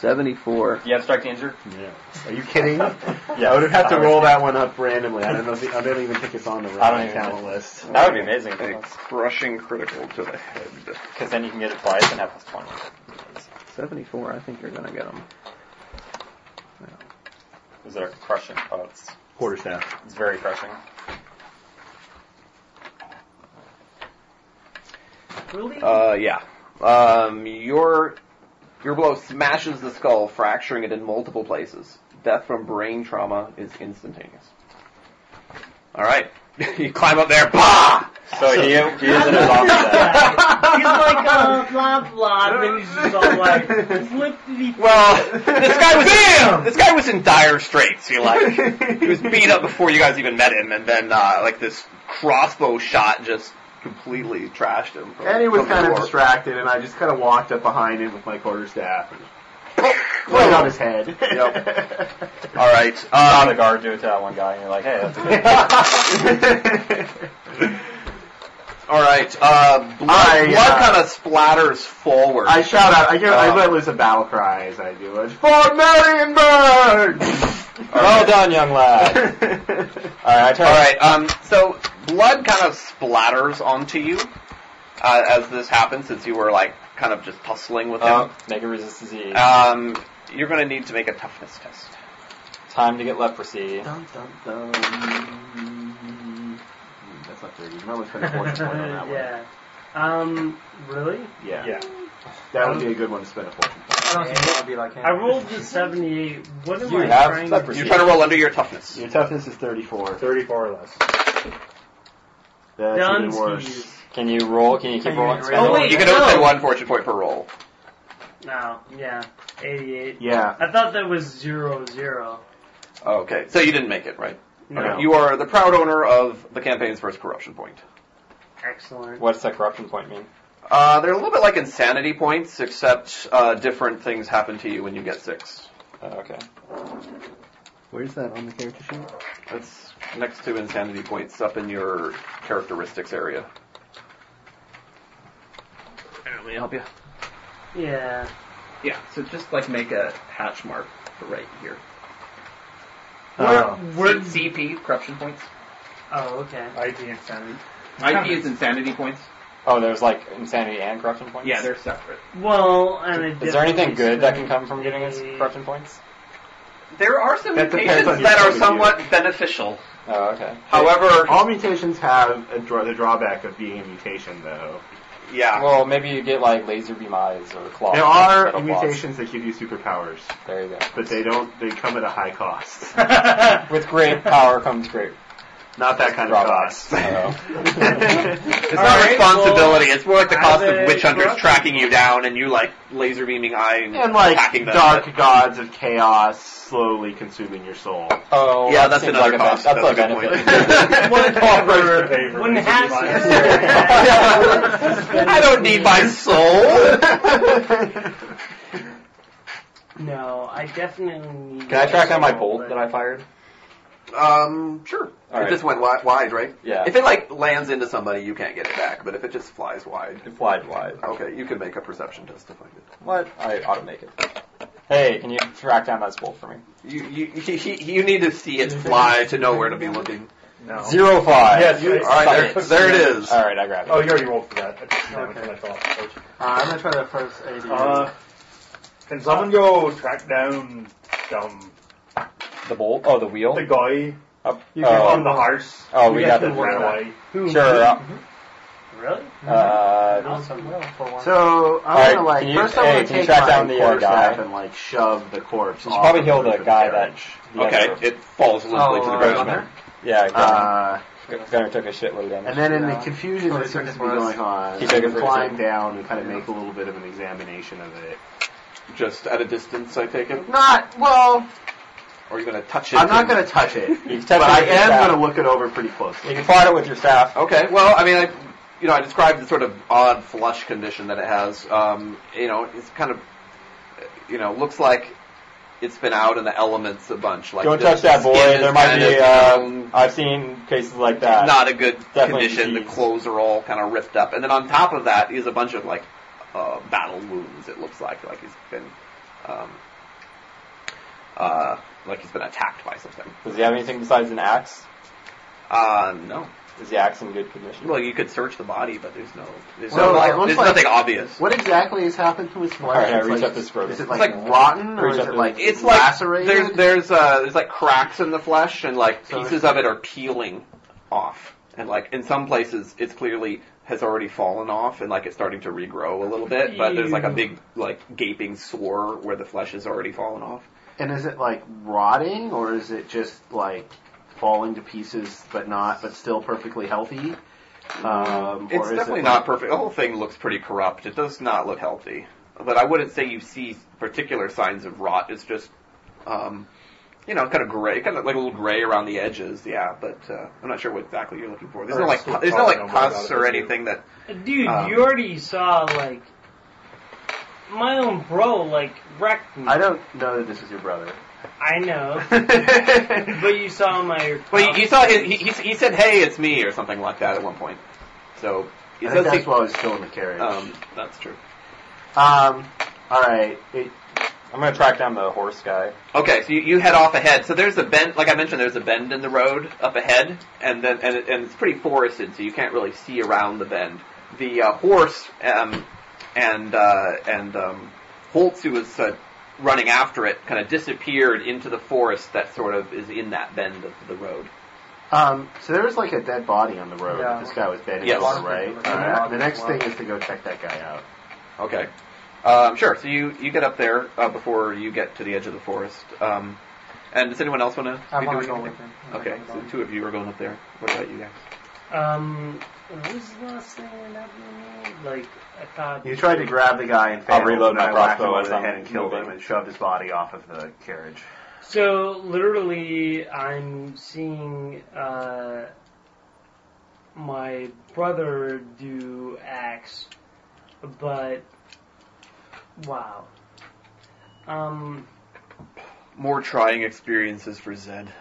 Speaker 12: 74.
Speaker 24: You abstract injured?
Speaker 4: Yeah. Are you kidding?
Speaker 24: Yeah.
Speaker 4: I would have had to
Speaker 24: would-
Speaker 4: roll that one up randomly. I don't know. If the, I don't even think it's on the
Speaker 24: I don't
Speaker 4: random
Speaker 24: even
Speaker 4: talent
Speaker 24: know.
Speaker 4: list.
Speaker 24: That would be amazing.
Speaker 2: A crushing critical to the head.
Speaker 24: Because then you can get it twice and have plus 20.
Speaker 12: 74, I think you're going to get him.
Speaker 24: Is there a crushing? Oh, it's,
Speaker 4: Quarterstaff.
Speaker 24: it's very crushing.
Speaker 6: Really?
Speaker 2: Uh, yeah. Um, your your blow smashes the skull, fracturing it in multiple places. Death from brain trauma is instantaneous. All right, you climb up there. Bah!
Speaker 24: So he, he is in a zombie then.
Speaker 6: He's like, uh, blah, blah, and then he's just all like, flipped the
Speaker 2: Well, this guy was this guy was in dire straits. You like he was beat up before you guys even met him, and then uh, like this crossbow shot just completely trashed him. from-
Speaker 4: And he was
Speaker 2: from the
Speaker 4: kind of
Speaker 2: war.
Speaker 4: distracted, and I just kind of walked up behind him with my quarterstaff and laid on
Speaker 2: Whoa.
Speaker 4: his head.
Speaker 2: All right.
Speaker 24: Saw
Speaker 2: Um,
Speaker 24: the guard do it to that one guy, and you're like, hey, that's a
Speaker 2: All right. Uh, blood
Speaker 4: I, uh,
Speaker 2: kind of splatters forward.
Speaker 4: I shout out. I give. I
Speaker 2: Um,
Speaker 4: let loose a battle cry as I do it. For Marienburg!
Speaker 24: Well done, young lad. Alright, I turn.
Speaker 2: All right. Um, so blood kind of splatters onto you uh, as this happens, since you were like kind of just tussling with him.
Speaker 24: Uh, make a resist disease.
Speaker 2: Um, you're going to need to make a toughness test.
Speaker 24: Time to get leprosy.
Speaker 4: dun, dun, dun.
Speaker 13: Hmm,
Speaker 4: That's not thirty. No one's going to point on that one.
Speaker 6: yeah. Um, really?
Speaker 4: Yeah.
Speaker 24: Yeah.
Speaker 13: That would be a good one to spend a fortune.
Speaker 11: I don't think I want to be like him.
Speaker 6: I rolled the 78. What am
Speaker 3: You
Speaker 6: I
Speaker 3: have
Speaker 6: trying to
Speaker 3: leprosy.
Speaker 2: You're trying to roll under your toughness.
Speaker 13: Your toughness is 34.
Speaker 10: 34 or less.
Speaker 13: That's even worse.
Speaker 6: Dunskies.
Speaker 3: Can you roll? Can you
Speaker 11: Can
Speaker 3: keep
Speaker 11: you
Speaker 3: rolling?
Speaker 11: raise-
Speaker 3: Spend
Speaker 6: Oh,
Speaker 3: it?
Speaker 6: wait.
Speaker 2: You can only
Speaker 6: no.
Speaker 2: spend one fortune point per roll.
Speaker 6: No, yeah, 88.
Speaker 13: Yeah.
Speaker 6: I thought that was zero zero.
Speaker 2: Okay, so you didn't make it, right?
Speaker 6: No.
Speaker 2: Okay. You are the proud owner of the campaign's first corruption point.
Speaker 6: Excellent.
Speaker 3: What's that corruption point mean?
Speaker 2: Uh, they're a little bit like insanity points, except uh, different things happen to you when you get six.
Speaker 3: Uh, okay.
Speaker 27: Where's that on the character sheet?
Speaker 2: That's next to insanity points up in your characteristics area. Let me help you.
Speaker 6: Yeah.
Speaker 2: Yeah, so just like make a hatch mark for right here.
Speaker 6: Where,
Speaker 2: Um,
Speaker 6: where,
Speaker 2: CP, corruption points.
Speaker 6: oh, okay.
Speaker 10: IT insanity.
Speaker 2: IP is insanity points.
Speaker 3: Oh, there's like insanity and corruption points.
Speaker 2: Yeah, they're separate.
Speaker 6: Well, and it
Speaker 3: Is there anything
Speaker 6: definitely
Speaker 3: good that
Speaker 6: said
Speaker 3: can come from getting its
Speaker 6: a-
Speaker 3: corruption points?
Speaker 2: There are some
Speaker 13: That depends
Speaker 2: mutations
Speaker 13: on your
Speaker 2: that
Speaker 13: point
Speaker 2: are
Speaker 13: of
Speaker 2: somewhat beneficial.
Speaker 3: Oh, okay.
Speaker 2: However,
Speaker 13: All mutations have a draw, the drawback of being a mutation, though.
Speaker 2: yeah.
Speaker 3: Well, maybe you get like laser beam eyes or claws.
Speaker 13: There are
Speaker 3: metal claws.
Speaker 13: mutations that give you superpowers,
Speaker 3: There you go.
Speaker 13: but they don't. They come at a high cost.
Speaker 3: With great power comes great.
Speaker 13: Not that kind of
Speaker 3: Drawbacks.
Speaker 13: cost.
Speaker 2: It's
Speaker 6: All
Speaker 2: not
Speaker 6: right,
Speaker 2: responsibility. it's more like the
Speaker 6: as
Speaker 2: cost
Speaker 6: a
Speaker 2: of witch hunters
Speaker 6: corruption-
Speaker 2: tracking you down and you like laser beaming eye and,
Speaker 13: and like
Speaker 2: attacking them.
Speaker 13: dark gods of chaos slowly consuming your soul.
Speaker 3: Oh,
Speaker 2: Yeah,
Speaker 3: that
Speaker 2: that's
Speaker 3: seems
Speaker 2: another
Speaker 3: like
Speaker 2: cost.
Speaker 3: A, ben-
Speaker 2: That's a
Speaker 3: that's,
Speaker 2: good
Speaker 3: a
Speaker 2: point.
Speaker 3: benefit.
Speaker 6: One
Speaker 13: Where's the
Speaker 6: copper
Speaker 13: paper?
Speaker 6: wouldn't have
Speaker 2: I don't need my soul.
Speaker 6: No, I definitely need.
Speaker 3: Can I track down my bolt that I fired?
Speaker 2: um, sure.
Speaker 3: All
Speaker 2: It
Speaker 3: right.
Speaker 2: just went wi- wide, right?
Speaker 3: Yeah.
Speaker 2: If it like lands into somebody, you can't get it back. But if it just flies wide,
Speaker 3: It flied wide.
Speaker 2: okay, you can make a perception test to find it.
Speaker 3: What? I ought to make it. Hey, can you track down that bolt for me?
Speaker 2: You you you, you need to see it fly to know where to be looking.
Speaker 10: No.
Speaker 3: Zero five.
Speaker 10: Yes,
Speaker 3: All
Speaker 10: you-
Speaker 3: right, there,
Speaker 2: there it is.
Speaker 3: All right, I grabbed it.
Speaker 10: Oh, you already rolled for that. That's not
Speaker 11: Okay.
Speaker 10: okay. that's all.
Speaker 11: Uh, I'm gonna try the first 80.
Speaker 10: Uh, can someone go track down some
Speaker 3: The bolt? Oh, the wheel?
Speaker 10: the guy
Speaker 3: Up-
Speaker 10: you
Speaker 3: oh.
Speaker 10: on the horse?
Speaker 3: Oh, we
Speaker 10: who
Speaker 3: got
Speaker 10: ran
Speaker 3: the-
Speaker 10: away.
Speaker 3: Sure. uh,
Speaker 6: Really?
Speaker 3: Uh,
Speaker 6: Awesome.
Speaker 13: So
Speaker 3: All right,
Speaker 13: I'm gonna like
Speaker 3: can you-
Speaker 13: first I'm
Speaker 3: hey,
Speaker 13: gonna
Speaker 3: can you
Speaker 13: take
Speaker 3: track
Speaker 13: my
Speaker 3: down the, uh,
Speaker 13: quarter staff
Speaker 3: guy?
Speaker 13: and like shove the corpse.
Speaker 3: you should
Speaker 13: off
Speaker 3: probably
Speaker 13: of
Speaker 3: heal
Speaker 13: the,
Speaker 3: the
Speaker 13: roof of
Speaker 3: guy that.
Speaker 13: carriage.
Speaker 3: the
Speaker 2: okay,
Speaker 3: other-
Speaker 2: it falls limply to the
Speaker 11: uh,
Speaker 2: ground.
Speaker 3: yeah, Gunner,
Speaker 13: Uh,
Speaker 3: Gunner took a shitload of damage.
Speaker 13: and then in the
Speaker 11: Yeah.
Speaker 13: confusion
Speaker 11: Totally
Speaker 13: that seems
Speaker 11: took
Speaker 13: to
Speaker 11: it
Speaker 13: be
Speaker 11: for us.
Speaker 13: going on,
Speaker 3: He
Speaker 13: I
Speaker 3: took it
Speaker 13: can
Speaker 3: for a
Speaker 13: climb
Speaker 3: second.
Speaker 13: down and kind of make a little bit of an examination of it.
Speaker 2: Just at a distance, I take it.
Speaker 13: Not well.
Speaker 2: Or are you gonna touch it?
Speaker 13: I'm not
Speaker 2: and-
Speaker 13: gonna touch it,
Speaker 3: You can touch
Speaker 13: but I
Speaker 3: it with your
Speaker 13: am
Speaker 3: staff.
Speaker 13: gonna look it over pretty
Speaker 3: You
Speaker 13: closely.
Speaker 3: can fight it with your staff.
Speaker 2: Okay, well, I mean, I, you know, I described the sort of odd flush condition that it has. Um, you know, it's kind of, you know, looks like it's been out in the elements a bunch. Like
Speaker 3: Don't
Speaker 2: the
Speaker 3: touch that boy.
Speaker 2: skin is
Speaker 3: There might
Speaker 2: kind
Speaker 3: be.
Speaker 2: of,
Speaker 3: Uh,
Speaker 2: um,
Speaker 3: I've seen cases like that.
Speaker 2: not a good
Speaker 3: definitely
Speaker 2: condition. The
Speaker 3: disease.
Speaker 2: clothes are all kind of ripped up, and then on top of that is a bunch of like uh, battle wounds. It looks like like he's been, um, uh, like he's been attacked by something.
Speaker 3: Does he have anything besides an axe?
Speaker 2: Uh, no.
Speaker 3: Is the axe in good condition?
Speaker 2: Well, you could search the body, but there's no, there's
Speaker 13: Well,
Speaker 2: no,
Speaker 13: like,
Speaker 2: like,
Speaker 13: looks
Speaker 2: there's
Speaker 13: like-
Speaker 2: nothing obvious.
Speaker 13: What exactly has happened to his flesh?
Speaker 3: Alright, I
Speaker 13: It's
Speaker 3: reach
Speaker 13: like-
Speaker 3: up to scrotum.
Speaker 13: Is it
Speaker 3: It's
Speaker 13: like,
Speaker 2: like-
Speaker 13: rotten, or
Speaker 3: Reach
Speaker 13: is
Speaker 3: up
Speaker 13: it
Speaker 3: to-
Speaker 13: like
Speaker 2: It's like
Speaker 13: lacerated?
Speaker 2: there's there's uh there's like cracks in the flesh and like
Speaker 13: So
Speaker 2: pieces of it are peeling off and like in some places it's clearly has already fallen off and like it's starting to regrow a little bit but there's like a big like gaping sore where the flesh has already fallen off.
Speaker 13: And is it like rotting, or is it just like falling to pieces, but not, but still perfectly healthy? Um,
Speaker 2: It's
Speaker 13: or is
Speaker 2: definitely
Speaker 13: it,
Speaker 2: not
Speaker 13: Like,
Speaker 2: perfect. The whole thing looks pretty corrupt. It does not look healthy. But I wouldn't say you see particular signs of rot. It's just, um, you know, kind of gray, kind of like a little gray around the edges. Yeah, but uh, I'm not sure what exactly you're looking for. There's no like, pu- there's no like pus or anything that.
Speaker 6: Dude,
Speaker 3: Uh.
Speaker 2: Um,
Speaker 6: you already saw like my own bro like wrecked me.
Speaker 13: I don't know that this is your brother.
Speaker 6: I know,
Speaker 2: well,
Speaker 6: but you saw my. um,
Speaker 2: you, you saw his, he, he he said, "Hey, it's me" or something like that at one point. So he
Speaker 13: I
Speaker 2: does
Speaker 13: think that's
Speaker 2: seem-
Speaker 13: why I was still in the carriage. Um,
Speaker 2: um, that's true.
Speaker 13: all right. It,
Speaker 3: I'm gonna track down the horse guy.
Speaker 2: Okay, so you, you head off ahead. So there's a bend, like I mentioned, there's a bend in the road up ahead, and then and, it, and it's pretty forested, so you can't really see around the bend. The uh, horse um, and uh, and um, Holtz, who was uh, running after it, kind of disappeared into the forest that sort of is in that bend of the road.
Speaker 13: um, so there was like a dead body on the road.
Speaker 11: Yeah.
Speaker 13: that This guy was bending
Speaker 2: Yes.
Speaker 13: over, right?
Speaker 11: Yeah.
Speaker 13: All right. The next thing is to go check that guy out.
Speaker 2: Okay, Um, sure. So you, you get up there uh, before you get to the edge of the forest. Um, and does anyone else want to?
Speaker 11: I
Speaker 2: be
Speaker 11: want
Speaker 2: doing
Speaker 11: to go
Speaker 2: anything?
Speaker 11: with him. I wanna
Speaker 2: Okay,
Speaker 11: go
Speaker 2: so
Speaker 11: with
Speaker 2: the
Speaker 11: him.
Speaker 2: two of you are going up there. What about you guys?
Speaker 6: Um, what was the last thing I remember? Like, I thought.
Speaker 4: You tried to grab the guy and failed,
Speaker 3: I'll reload
Speaker 4: and
Speaker 3: my
Speaker 4: I whacked him
Speaker 3: crossbow
Speaker 4: over
Speaker 3: as
Speaker 4: the
Speaker 3: I'm
Speaker 4: head and killed him
Speaker 3: moving.
Speaker 4: and shoved his body off of the carriage.
Speaker 6: So literally, I'm seeing uh, my brother do acts, but wow. Um,
Speaker 2: More trying experiences for Zed.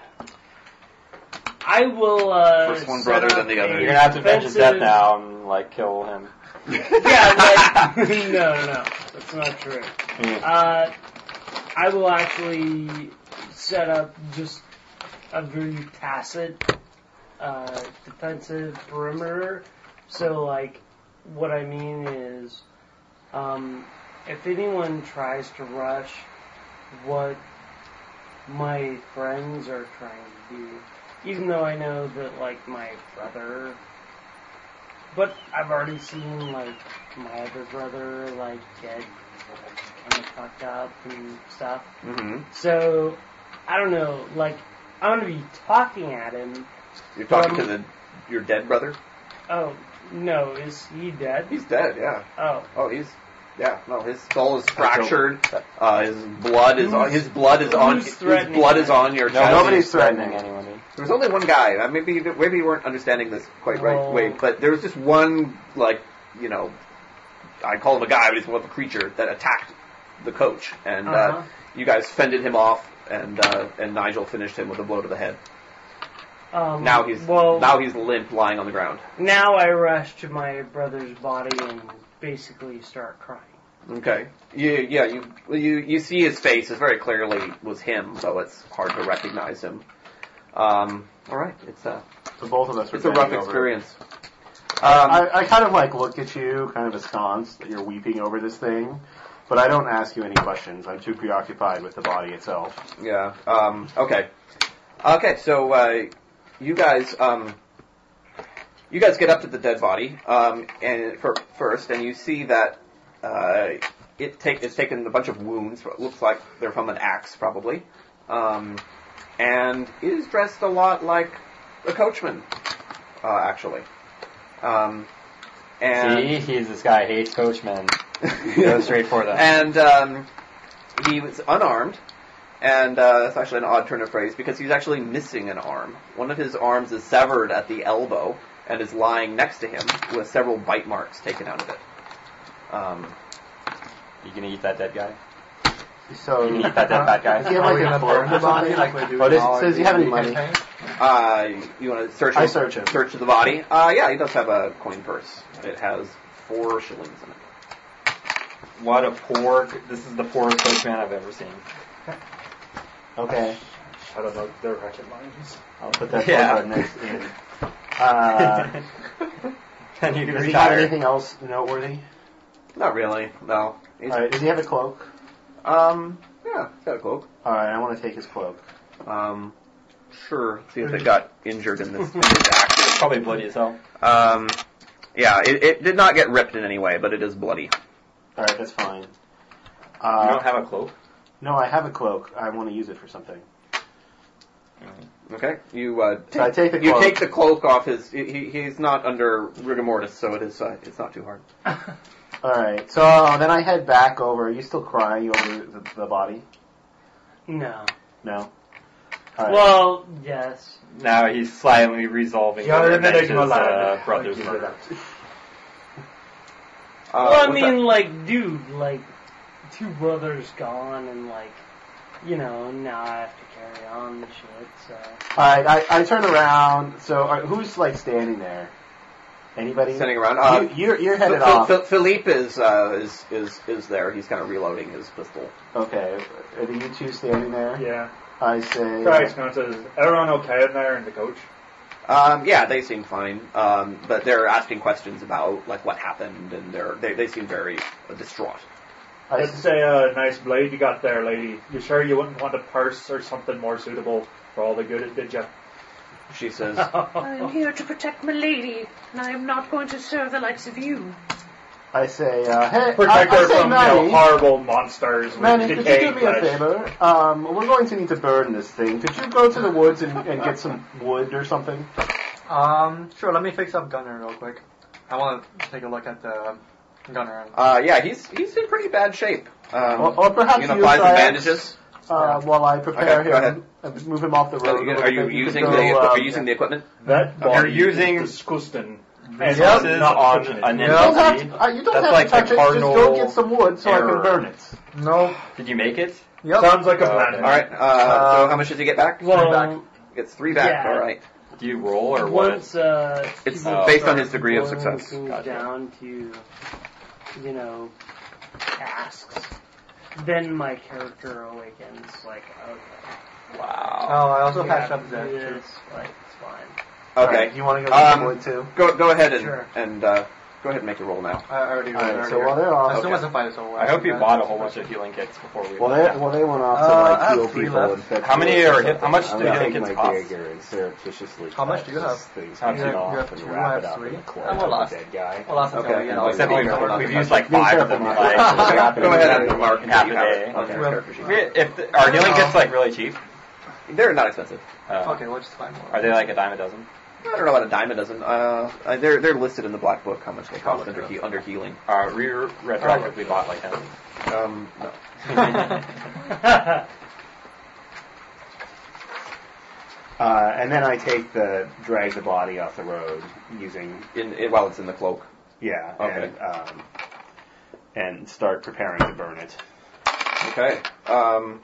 Speaker 6: I will. Uh,
Speaker 2: First one
Speaker 6: set
Speaker 2: brother,
Speaker 6: up
Speaker 2: then the
Speaker 6: a
Speaker 2: other.
Speaker 3: You're gonna have to avenge his death
Speaker 6: defensive-
Speaker 3: now and like kill him.
Speaker 6: yeah, like, no, no, that's not true.
Speaker 3: Mm.
Speaker 6: Uh, I will actually set up just a very tacit uh, defensive perimeter. So, like, what I mean is, um, if anyone tries to rush what my friends are trying to do, even though I know that, like, my brother. But I've already seen, like, my other brother, like, get kind of fucked up and stuff.
Speaker 2: Mm-hmm.
Speaker 6: So, I don't know, like, I'm gonna be talking at him.
Speaker 2: You're talking
Speaker 6: Um,
Speaker 2: to the your dead brother.
Speaker 6: Oh, no, is he dead?
Speaker 2: He's dead. Yeah.
Speaker 6: Oh.
Speaker 2: Oh, he's yeah. No, his skull is fractured. Uh, his blood is on. His blood is on.
Speaker 6: Who's
Speaker 2: His
Speaker 6: threatening
Speaker 2: blood is
Speaker 6: him?
Speaker 2: on your chest.
Speaker 3: Nobody's threatening anyone.
Speaker 2: There was only one guy. Uh, Maybe you, didn't- maybe you weren't understanding this quite right
Speaker 6: Well-
Speaker 2: way, but there was just one like you know, I call him a guy, but he's more of a creature that attacked the coach, and uh
Speaker 6: Uh-huh.
Speaker 2: you guys fended him off, and uh, and Nigel finished him with a blow to the head.
Speaker 6: Um,
Speaker 2: Now he's
Speaker 6: well.
Speaker 2: now he's limp, lying on the ground.
Speaker 6: Now I rush to my brother's body and basically start crying.
Speaker 2: Okay. Yeah, yeah. You you you see his face. It very clearly was him, though it's hard to recognize him. Um. All right. It's a
Speaker 4: So both of us were
Speaker 2: it's a
Speaker 4: bending
Speaker 2: rough
Speaker 4: over.
Speaker 2: experience. Um,
Speaker 4: I, I kind of like look at you, kind of astonished that you're weeping over this thing, but I don't ask you any questions. I'm too preoccupied with the body itself.
Speaker 2: Yeah. Um, okay. Okay. So uh, you guys, um, you guys get up to the dead body, um, and for, first, and you see that uh, it take it's taken a bunch of wounds. It looks like they're from an axe, probably, um, and it is dressed a lot like a coachman, uh, actually. Um, and
Speaker 3: See, he's this guy hates coachmen. Go straight for them.
Speaker 2: and um, he was unarmed, and uh, that's actually an odd turn of phrase because he's actually missing an arm. One of his arms is severed at the elbow and is lying next to him with several bite marks taken out of it. Um,
Speaker 3: You gonna eat that dead guy?
Speaker 4: So,
Speaker 3: You eat that dead bad guy?
Speaker 4: Does he have like an
Speaker 11: Burn the
Speaker 4: authority?
Speaker 11: body like we do
Speaker 4: Oh,
Speaker 11: in
Speaker 4: does,
Speaker 11: all
Speaker 4: so does he
Speaker 11: our
Speaker 4: have any
Speaker 11: D&D
Speaker 4: money?
Speaker 11: campaigns?
Speaker 2: uh, you want to search?
Speaker 4: I search him.
Speaker 2: Search the body. Uh, yeah, he does have a coin purse. It has four shillings in it.
Speaker 3: What a poor. This is the poorest coachman I've ever seen. Okay.
Speaker 10: I don't know. They're racket lions.
Speaker 4: I'll put that
Speaker 3: Yeah.
Speaker 4: yeah. next in. Uh,
Speaker 3: and you
Speaker 4: does
Speaker 3: just
Speaker 4: he have
Speaker 3: tired.
Speaker 4: anything else noteworthy?
Speaker 2: Not really. No. He's-
Speaker 4: Alright, does he have a cloak?
Speaker 2: Um. Yeah. He's got a cloak.
Speaker 4: Alright, I want to take his cloak.
Speaker 2: Um. Sure. See if it got injured in this, in this act.
Speaker 3: Probably bloody as hell.
Speaker 2: Um, yeah, it, it did not get ripped in any way, but it is bloody.
Speaker 4: Alright, that's fine.
Speaker 3: you
Speaker 4: Uh,
Speaker 3: don't have a cloak.
Speaker 4: no, I have a cloak. I want to use it for something.
Speaker 2: Okay, you uh,
Speaker 4: So I take the
Speaker 2: you
Speaker 4: cloak.
Speaker 2: take the cloak off his. He, he- he's not under rigor mortis, so it is. Uh, it's not too hard.
Speaker 4: Alright, so oh, then I head back over. Are you still crying over the, the body?
Speaker 6: No.
Speaker 4: No? Alright.
Speaker 6: Well, yes.
Speaker 3: Now he's silently resolving
Speaker 10: Yeah,
Speaker 3: the
Speaker 10: they're not
Speaker 3: revenge his,
Speaker 10: allowed.
Speaker 3: uh, brother's murder.
Speaker 2: Uh,
Speaker 6: well, I
Speaker 2: what's
Speaker 6: mean, like, dude, like, two brothers gone and, like, you know, now I have to carry on and shit, so.
Speaker 4: Alright, I, I turn around. So all right, who's like standing there? Anybody?
Speaker 2: that? standing around. Uh,
Speaker 4: you, you're, you're headed
Speaker 2: F-
Speaker 4: off.
Speaker 2: F- F- Philippe is uh, is is is there. He's kind of reloading his pistol.
Speaker 4: okay, are the you two standing there?
Speaker 10: Yeah.
Speaker 4: I say.
Speaker 10: Christ, no, it says, everyone okay in there and the coach?
Speaker 2: Um, yeah, they seem fine, um, but they're asking questions about like what happened, and they're they, they seem very distraught.
Speaker 4: I
Speaker 10: Let's say a uh, nice blade you got there, lady. You sure you wouldn't want a purse or something more suitable for all the good it did you?
Speaker 2: She says,
Speaker 6: Oh,
Speaker 28: I am here to protect my lady, and I am not going to serve the likes of you.
Speaker 29: I say, uh, hey,
Speaker 10: Protect
Speaker 29: I, I
Speaker 10: her
Speaker 29: say
Speaker 10: from you know,
Speaker 29: Manny,
Speaker 10: horrible monsters with
Speaker 29: Manny, could you
Speaker 10: decaying
Speaker 29: do me a
Speaker 10: flesh.
Speaker 29: favor? Um, we're going to need to burn this thing. Could you go to the woods and, and get some wood or something?
Speaker 11: Um, sure. Let me fix up Gunner real quick. I want to take a look at the Gunner. And,
Speaker 2: Uh, yeah, he's he's in pretty bad shape. Um,
Speaker 29: Or- or
Speaker 4: oh,
Speaker 29: perhaps
Speaker 2: you gonna
Speaker 29: you
Speaker 2: find some
Speaker 29: try-
Speaker 2: bandages.
Speaker 29: Uh, while I prepare
Speaker 2: Okay, go
Speaker 29: him and move him off the
Speaker 2: Are
Speaker 29: road. a
Speaker 2: you,
Speaker 29: little
Speaker 2: are you
Speaker 29: bit, could
Speaker 2: using
Speaker 29: go,
Speaker 2: the Um,
Speaker 29: uh,
Speaker 2: are you using the equipment?
Speaker 10: That
Speaker 3: You're
Speaker 10: body
Speaker 3: using-
Speaker 10: is disgusting. And
Speaker 3: Resources
Speaker 10: not
Speaker 3: on
Speaker 10: fortunate.
Speaker 3: an
Speaker 29: You don't have
Speaker 3: entity.
Speaker 29: to, uh, you don't
Speaker 3: That's
Speaker 29: have
Speaker 3: like
Speaker 29: to touch it.
Speaker 3: the
Speaker 29: Just go
Speaker 3: cardinal
Speaker 29: get some wood so I
Speaker 3: error.
Speaker 29: can burn it.
Speaker 11: no.
Speaker 3: Did you make it?
Speaker 11: Yep.
Speaker 10: Sounds like a
Speaker 3: Okay.
Speaker 10: plan.
Speaker 2: All right. Uh, so how much does he get back?
Speaker 6: Well,
Speaker 2: It's three back.
Speaker 6: Yeah.
Speaker 2: All right.
Speaker 3: Do you roll or what?
Speaker 6: once uh,
Speaker 2: It's
Speaker 6: people
Speaker 2: based on
Speaker 6: start
Speaker 2: his degree of
Speaker 6: boiling
Speaker 2: success.
Speaker 6: things
Speaker 3: Gotcha.
Speaker 6: down to you know tasks, then my character awakens. Like, okay,
Speaker 11: Oh, I also
Speaker 6: yeah,
Speaker 11: patched up
Speaker 6: do
Speaker 11: the.
Speaker 6: this, like it's fine.
Speaker 2: Okay.
Speaker 29: You want to go get some
Speaker 2: Um,
Speaker 29: wood too?
Speaker 2: Go go ahead and
Speaker 6: Sure.
Speaker 2: and uh, go ahead and make your roll now.
Speaker 11: I already. I
Speaker 29: Alright,
Speaker 11: already
Speaker 29: so while they're
Speaker 11: as
Speaker 29: off,
Speaker 11: soon as the fight is over.
Speaker 3: I hope you
Speaker 11: think
Speaker 3: bought a
Speaker 11: that's
Speaker 3: whole
Speaker 11: the
Speaker 3: bunch of
Speaker 11: first
Speaker 3: healing kits before we.
Speaker 29: well they, well, they went off to
Speaker 11: Uh, I
Speaker 29: like
Speaker 11: have
Speaker 29: heal
Speaker 11: three
Speaker 29: people
Speaker 11: left.
Speaker 29: and fetch
Speaker 3: How many
Speaker 29: wood or
Speaker 3: are hit-
Speaker 29: something.
Speaker 3: how much
Speaker 29: I'm
Speaker 3: do
Speaker 29: gonna
Speaker 3: healing
Speaker 29: take my
Speaker 3: kits cost?
Speaker 29: dagger and surreptitiously.
Speaker 11: How much
Speaker 29: cut
Speaker 11: do you
Speaker 29: this
Speaker 11: have?
Speaker 29: Thing's
Speaker 3: How much
Speaker 29: head
Speaker 3: do you
Speaker 29: off
Speaker 11: have?
Speaker 29: and
Speaker 11: You
Speaker 29: wrap
Speaker 11: have
Speaker 29: it up
Speaker 11: three?
Speaker 29: in a clutch
Speaker 11: I'm
Speaker 29: of a
Speaker 11: lost.
Speaker 29: dead guy.
Speaker 11: Well, that's
Speaker 2: Okay,
Speaker 11: okay.
Speaker 2: and
Speaker 11: we got all
Speaker 2: like
Speaker 3: Except
Speaker 11: the-
Speaker 3: we've,
Speaker 2: Okay, we're not
Speaker 3: we've
Speaker 2: gonna
Speaker 3: used like
Speaker 29: Be
Speaker 3: five of
Speaker 29: careful,
Speaker 3: them.
Speaker 29: Mark.
Speaker 3: Like,
Speaker 2: Go go ahead and mark
Speaker 3: half
Speaker 2: you
Speaker 3: a
Speaker 2: have
Speaker 3: day.
Speaker 2: it on your
Speaker 11: Well-
Speaker 2: character sheet.
Speaker 3: If the, are healing kits like really cheap?
Speaker 2: They're not expensive.
Speaker 3: Uh,
Speaker 11: Okay, we'll just find more.
Speaker 3: Are they like a dime a dozen?
Speaker 2: I don't know about a dime a dozen. Uh, uh, they're they're listed in the black book how much they cost
Speaker 11: look
Speaker 2: under
Speaker 11: it
Speaker 2: he, under healing.
Speaker 3: Uh, we retroactively bought like ten.
Speaker 2: Um, no.
Speaker 29: Uh, and then I take the drag the body off the road using
Speaker 2: in, in while it's in the cloak.
Speaker 29: yeah
Speaker 2: Okay.
Speaker 29: and um, and start preparing to burn it.
Speaker 2: Okay. Um,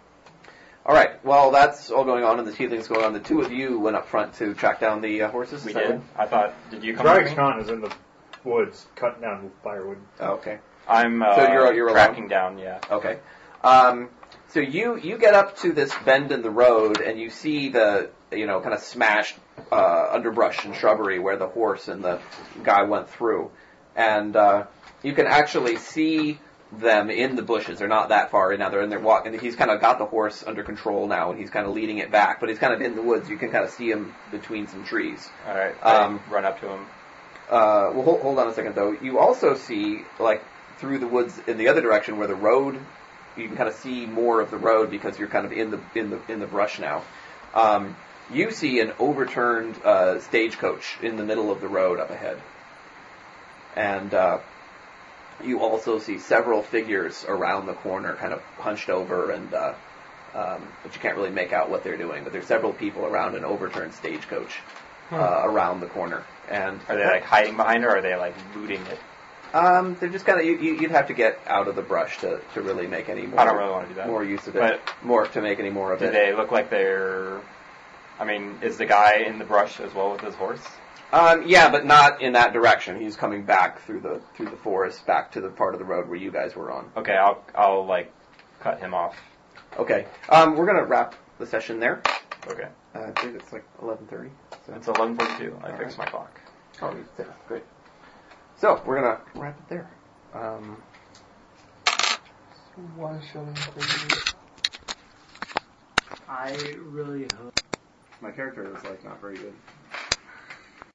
Speaker 2: all right. While that's all going on and the healing's going on, the two of you went up front to track down the uh, horses. is
Speaker 3: We
Speaker 2: that
Speaker 3: did.
Speaker 2: right?
Speaker 3: I thought. Did you come? with
Speaker 10: Dragon's
Speaker 3: me?
Speaker 10: Con is in the woods, cutting down firewood.
Speaker 2: Oh, okay.
Speaker 3: I'm uh,
Speaker 2: So you're- you're alone?
Speaker 3: tracking down. Yeah.
Speaker 2: Okay. Um, so you you get up to this bend in the road and you see the you know kind of smashed uh, underbrush and shrubbery where the horse and the guy went through, and uh, you can actually see them in the bushes. They're not that far in now. They're in their walk, and he's kind of got the horse under control now, and he's kind of leading it back. But he's kind of in the woods. You can kind of see him between some trees.
Speaker 3: All right.
Speaker 2: Um,
Speaker 3: I run up to him.
Speaker 2: Uh, well, hold, hold on a second though. You also see like through the woods in the other direction where the road. You can kind of see more of the road because you're kind of in the in the in the brush now. Um, you see an overturned uh, stagecoach in the middle of the road up ahead, and uh, you also see several figures around the corner, kind of hunched over, and uh, um, but you can't really make out what they're doing. But there's several people around an overturned stagecoach uh, around the corner, and
Speaker 3: Are they like hiding behind her? Or are they like looting it?
Speaker 2: um, they're just kind of you, you, you'd have to get out of the brush to, to really make any more.
Speaker 3: I don't really want to do that.
Speaker 2: more use of it.
Speaker 3: But
Speaker 2: more to make any more of
Speaker 3: do
Speaker 2: it.
Speaker 3: they look like they're? I mean, is the guy in the brush as well with his horse?
Speaker 2: Um, yeah, but not in that direction. He's coming back through the through the forest, back to the part of the road where you guys were on.
Speaker 3: Okay, I'll I'll like cut him off.
Speaker 2: Okay, um, we're gonna wrap the session there.
Speaker 3: Okay.
Speaker 2: Uh, I believe it's like eleven thirty.
Speaker 3: It's 11:42. I
Speaker 2: All
Speaker 3: fixed my clock.
Speaker 2: Oh, yeah, great. So we're gonna wrap it there. Um,
Speaker 6: I really hope
Speaker 2: my character is like not very good.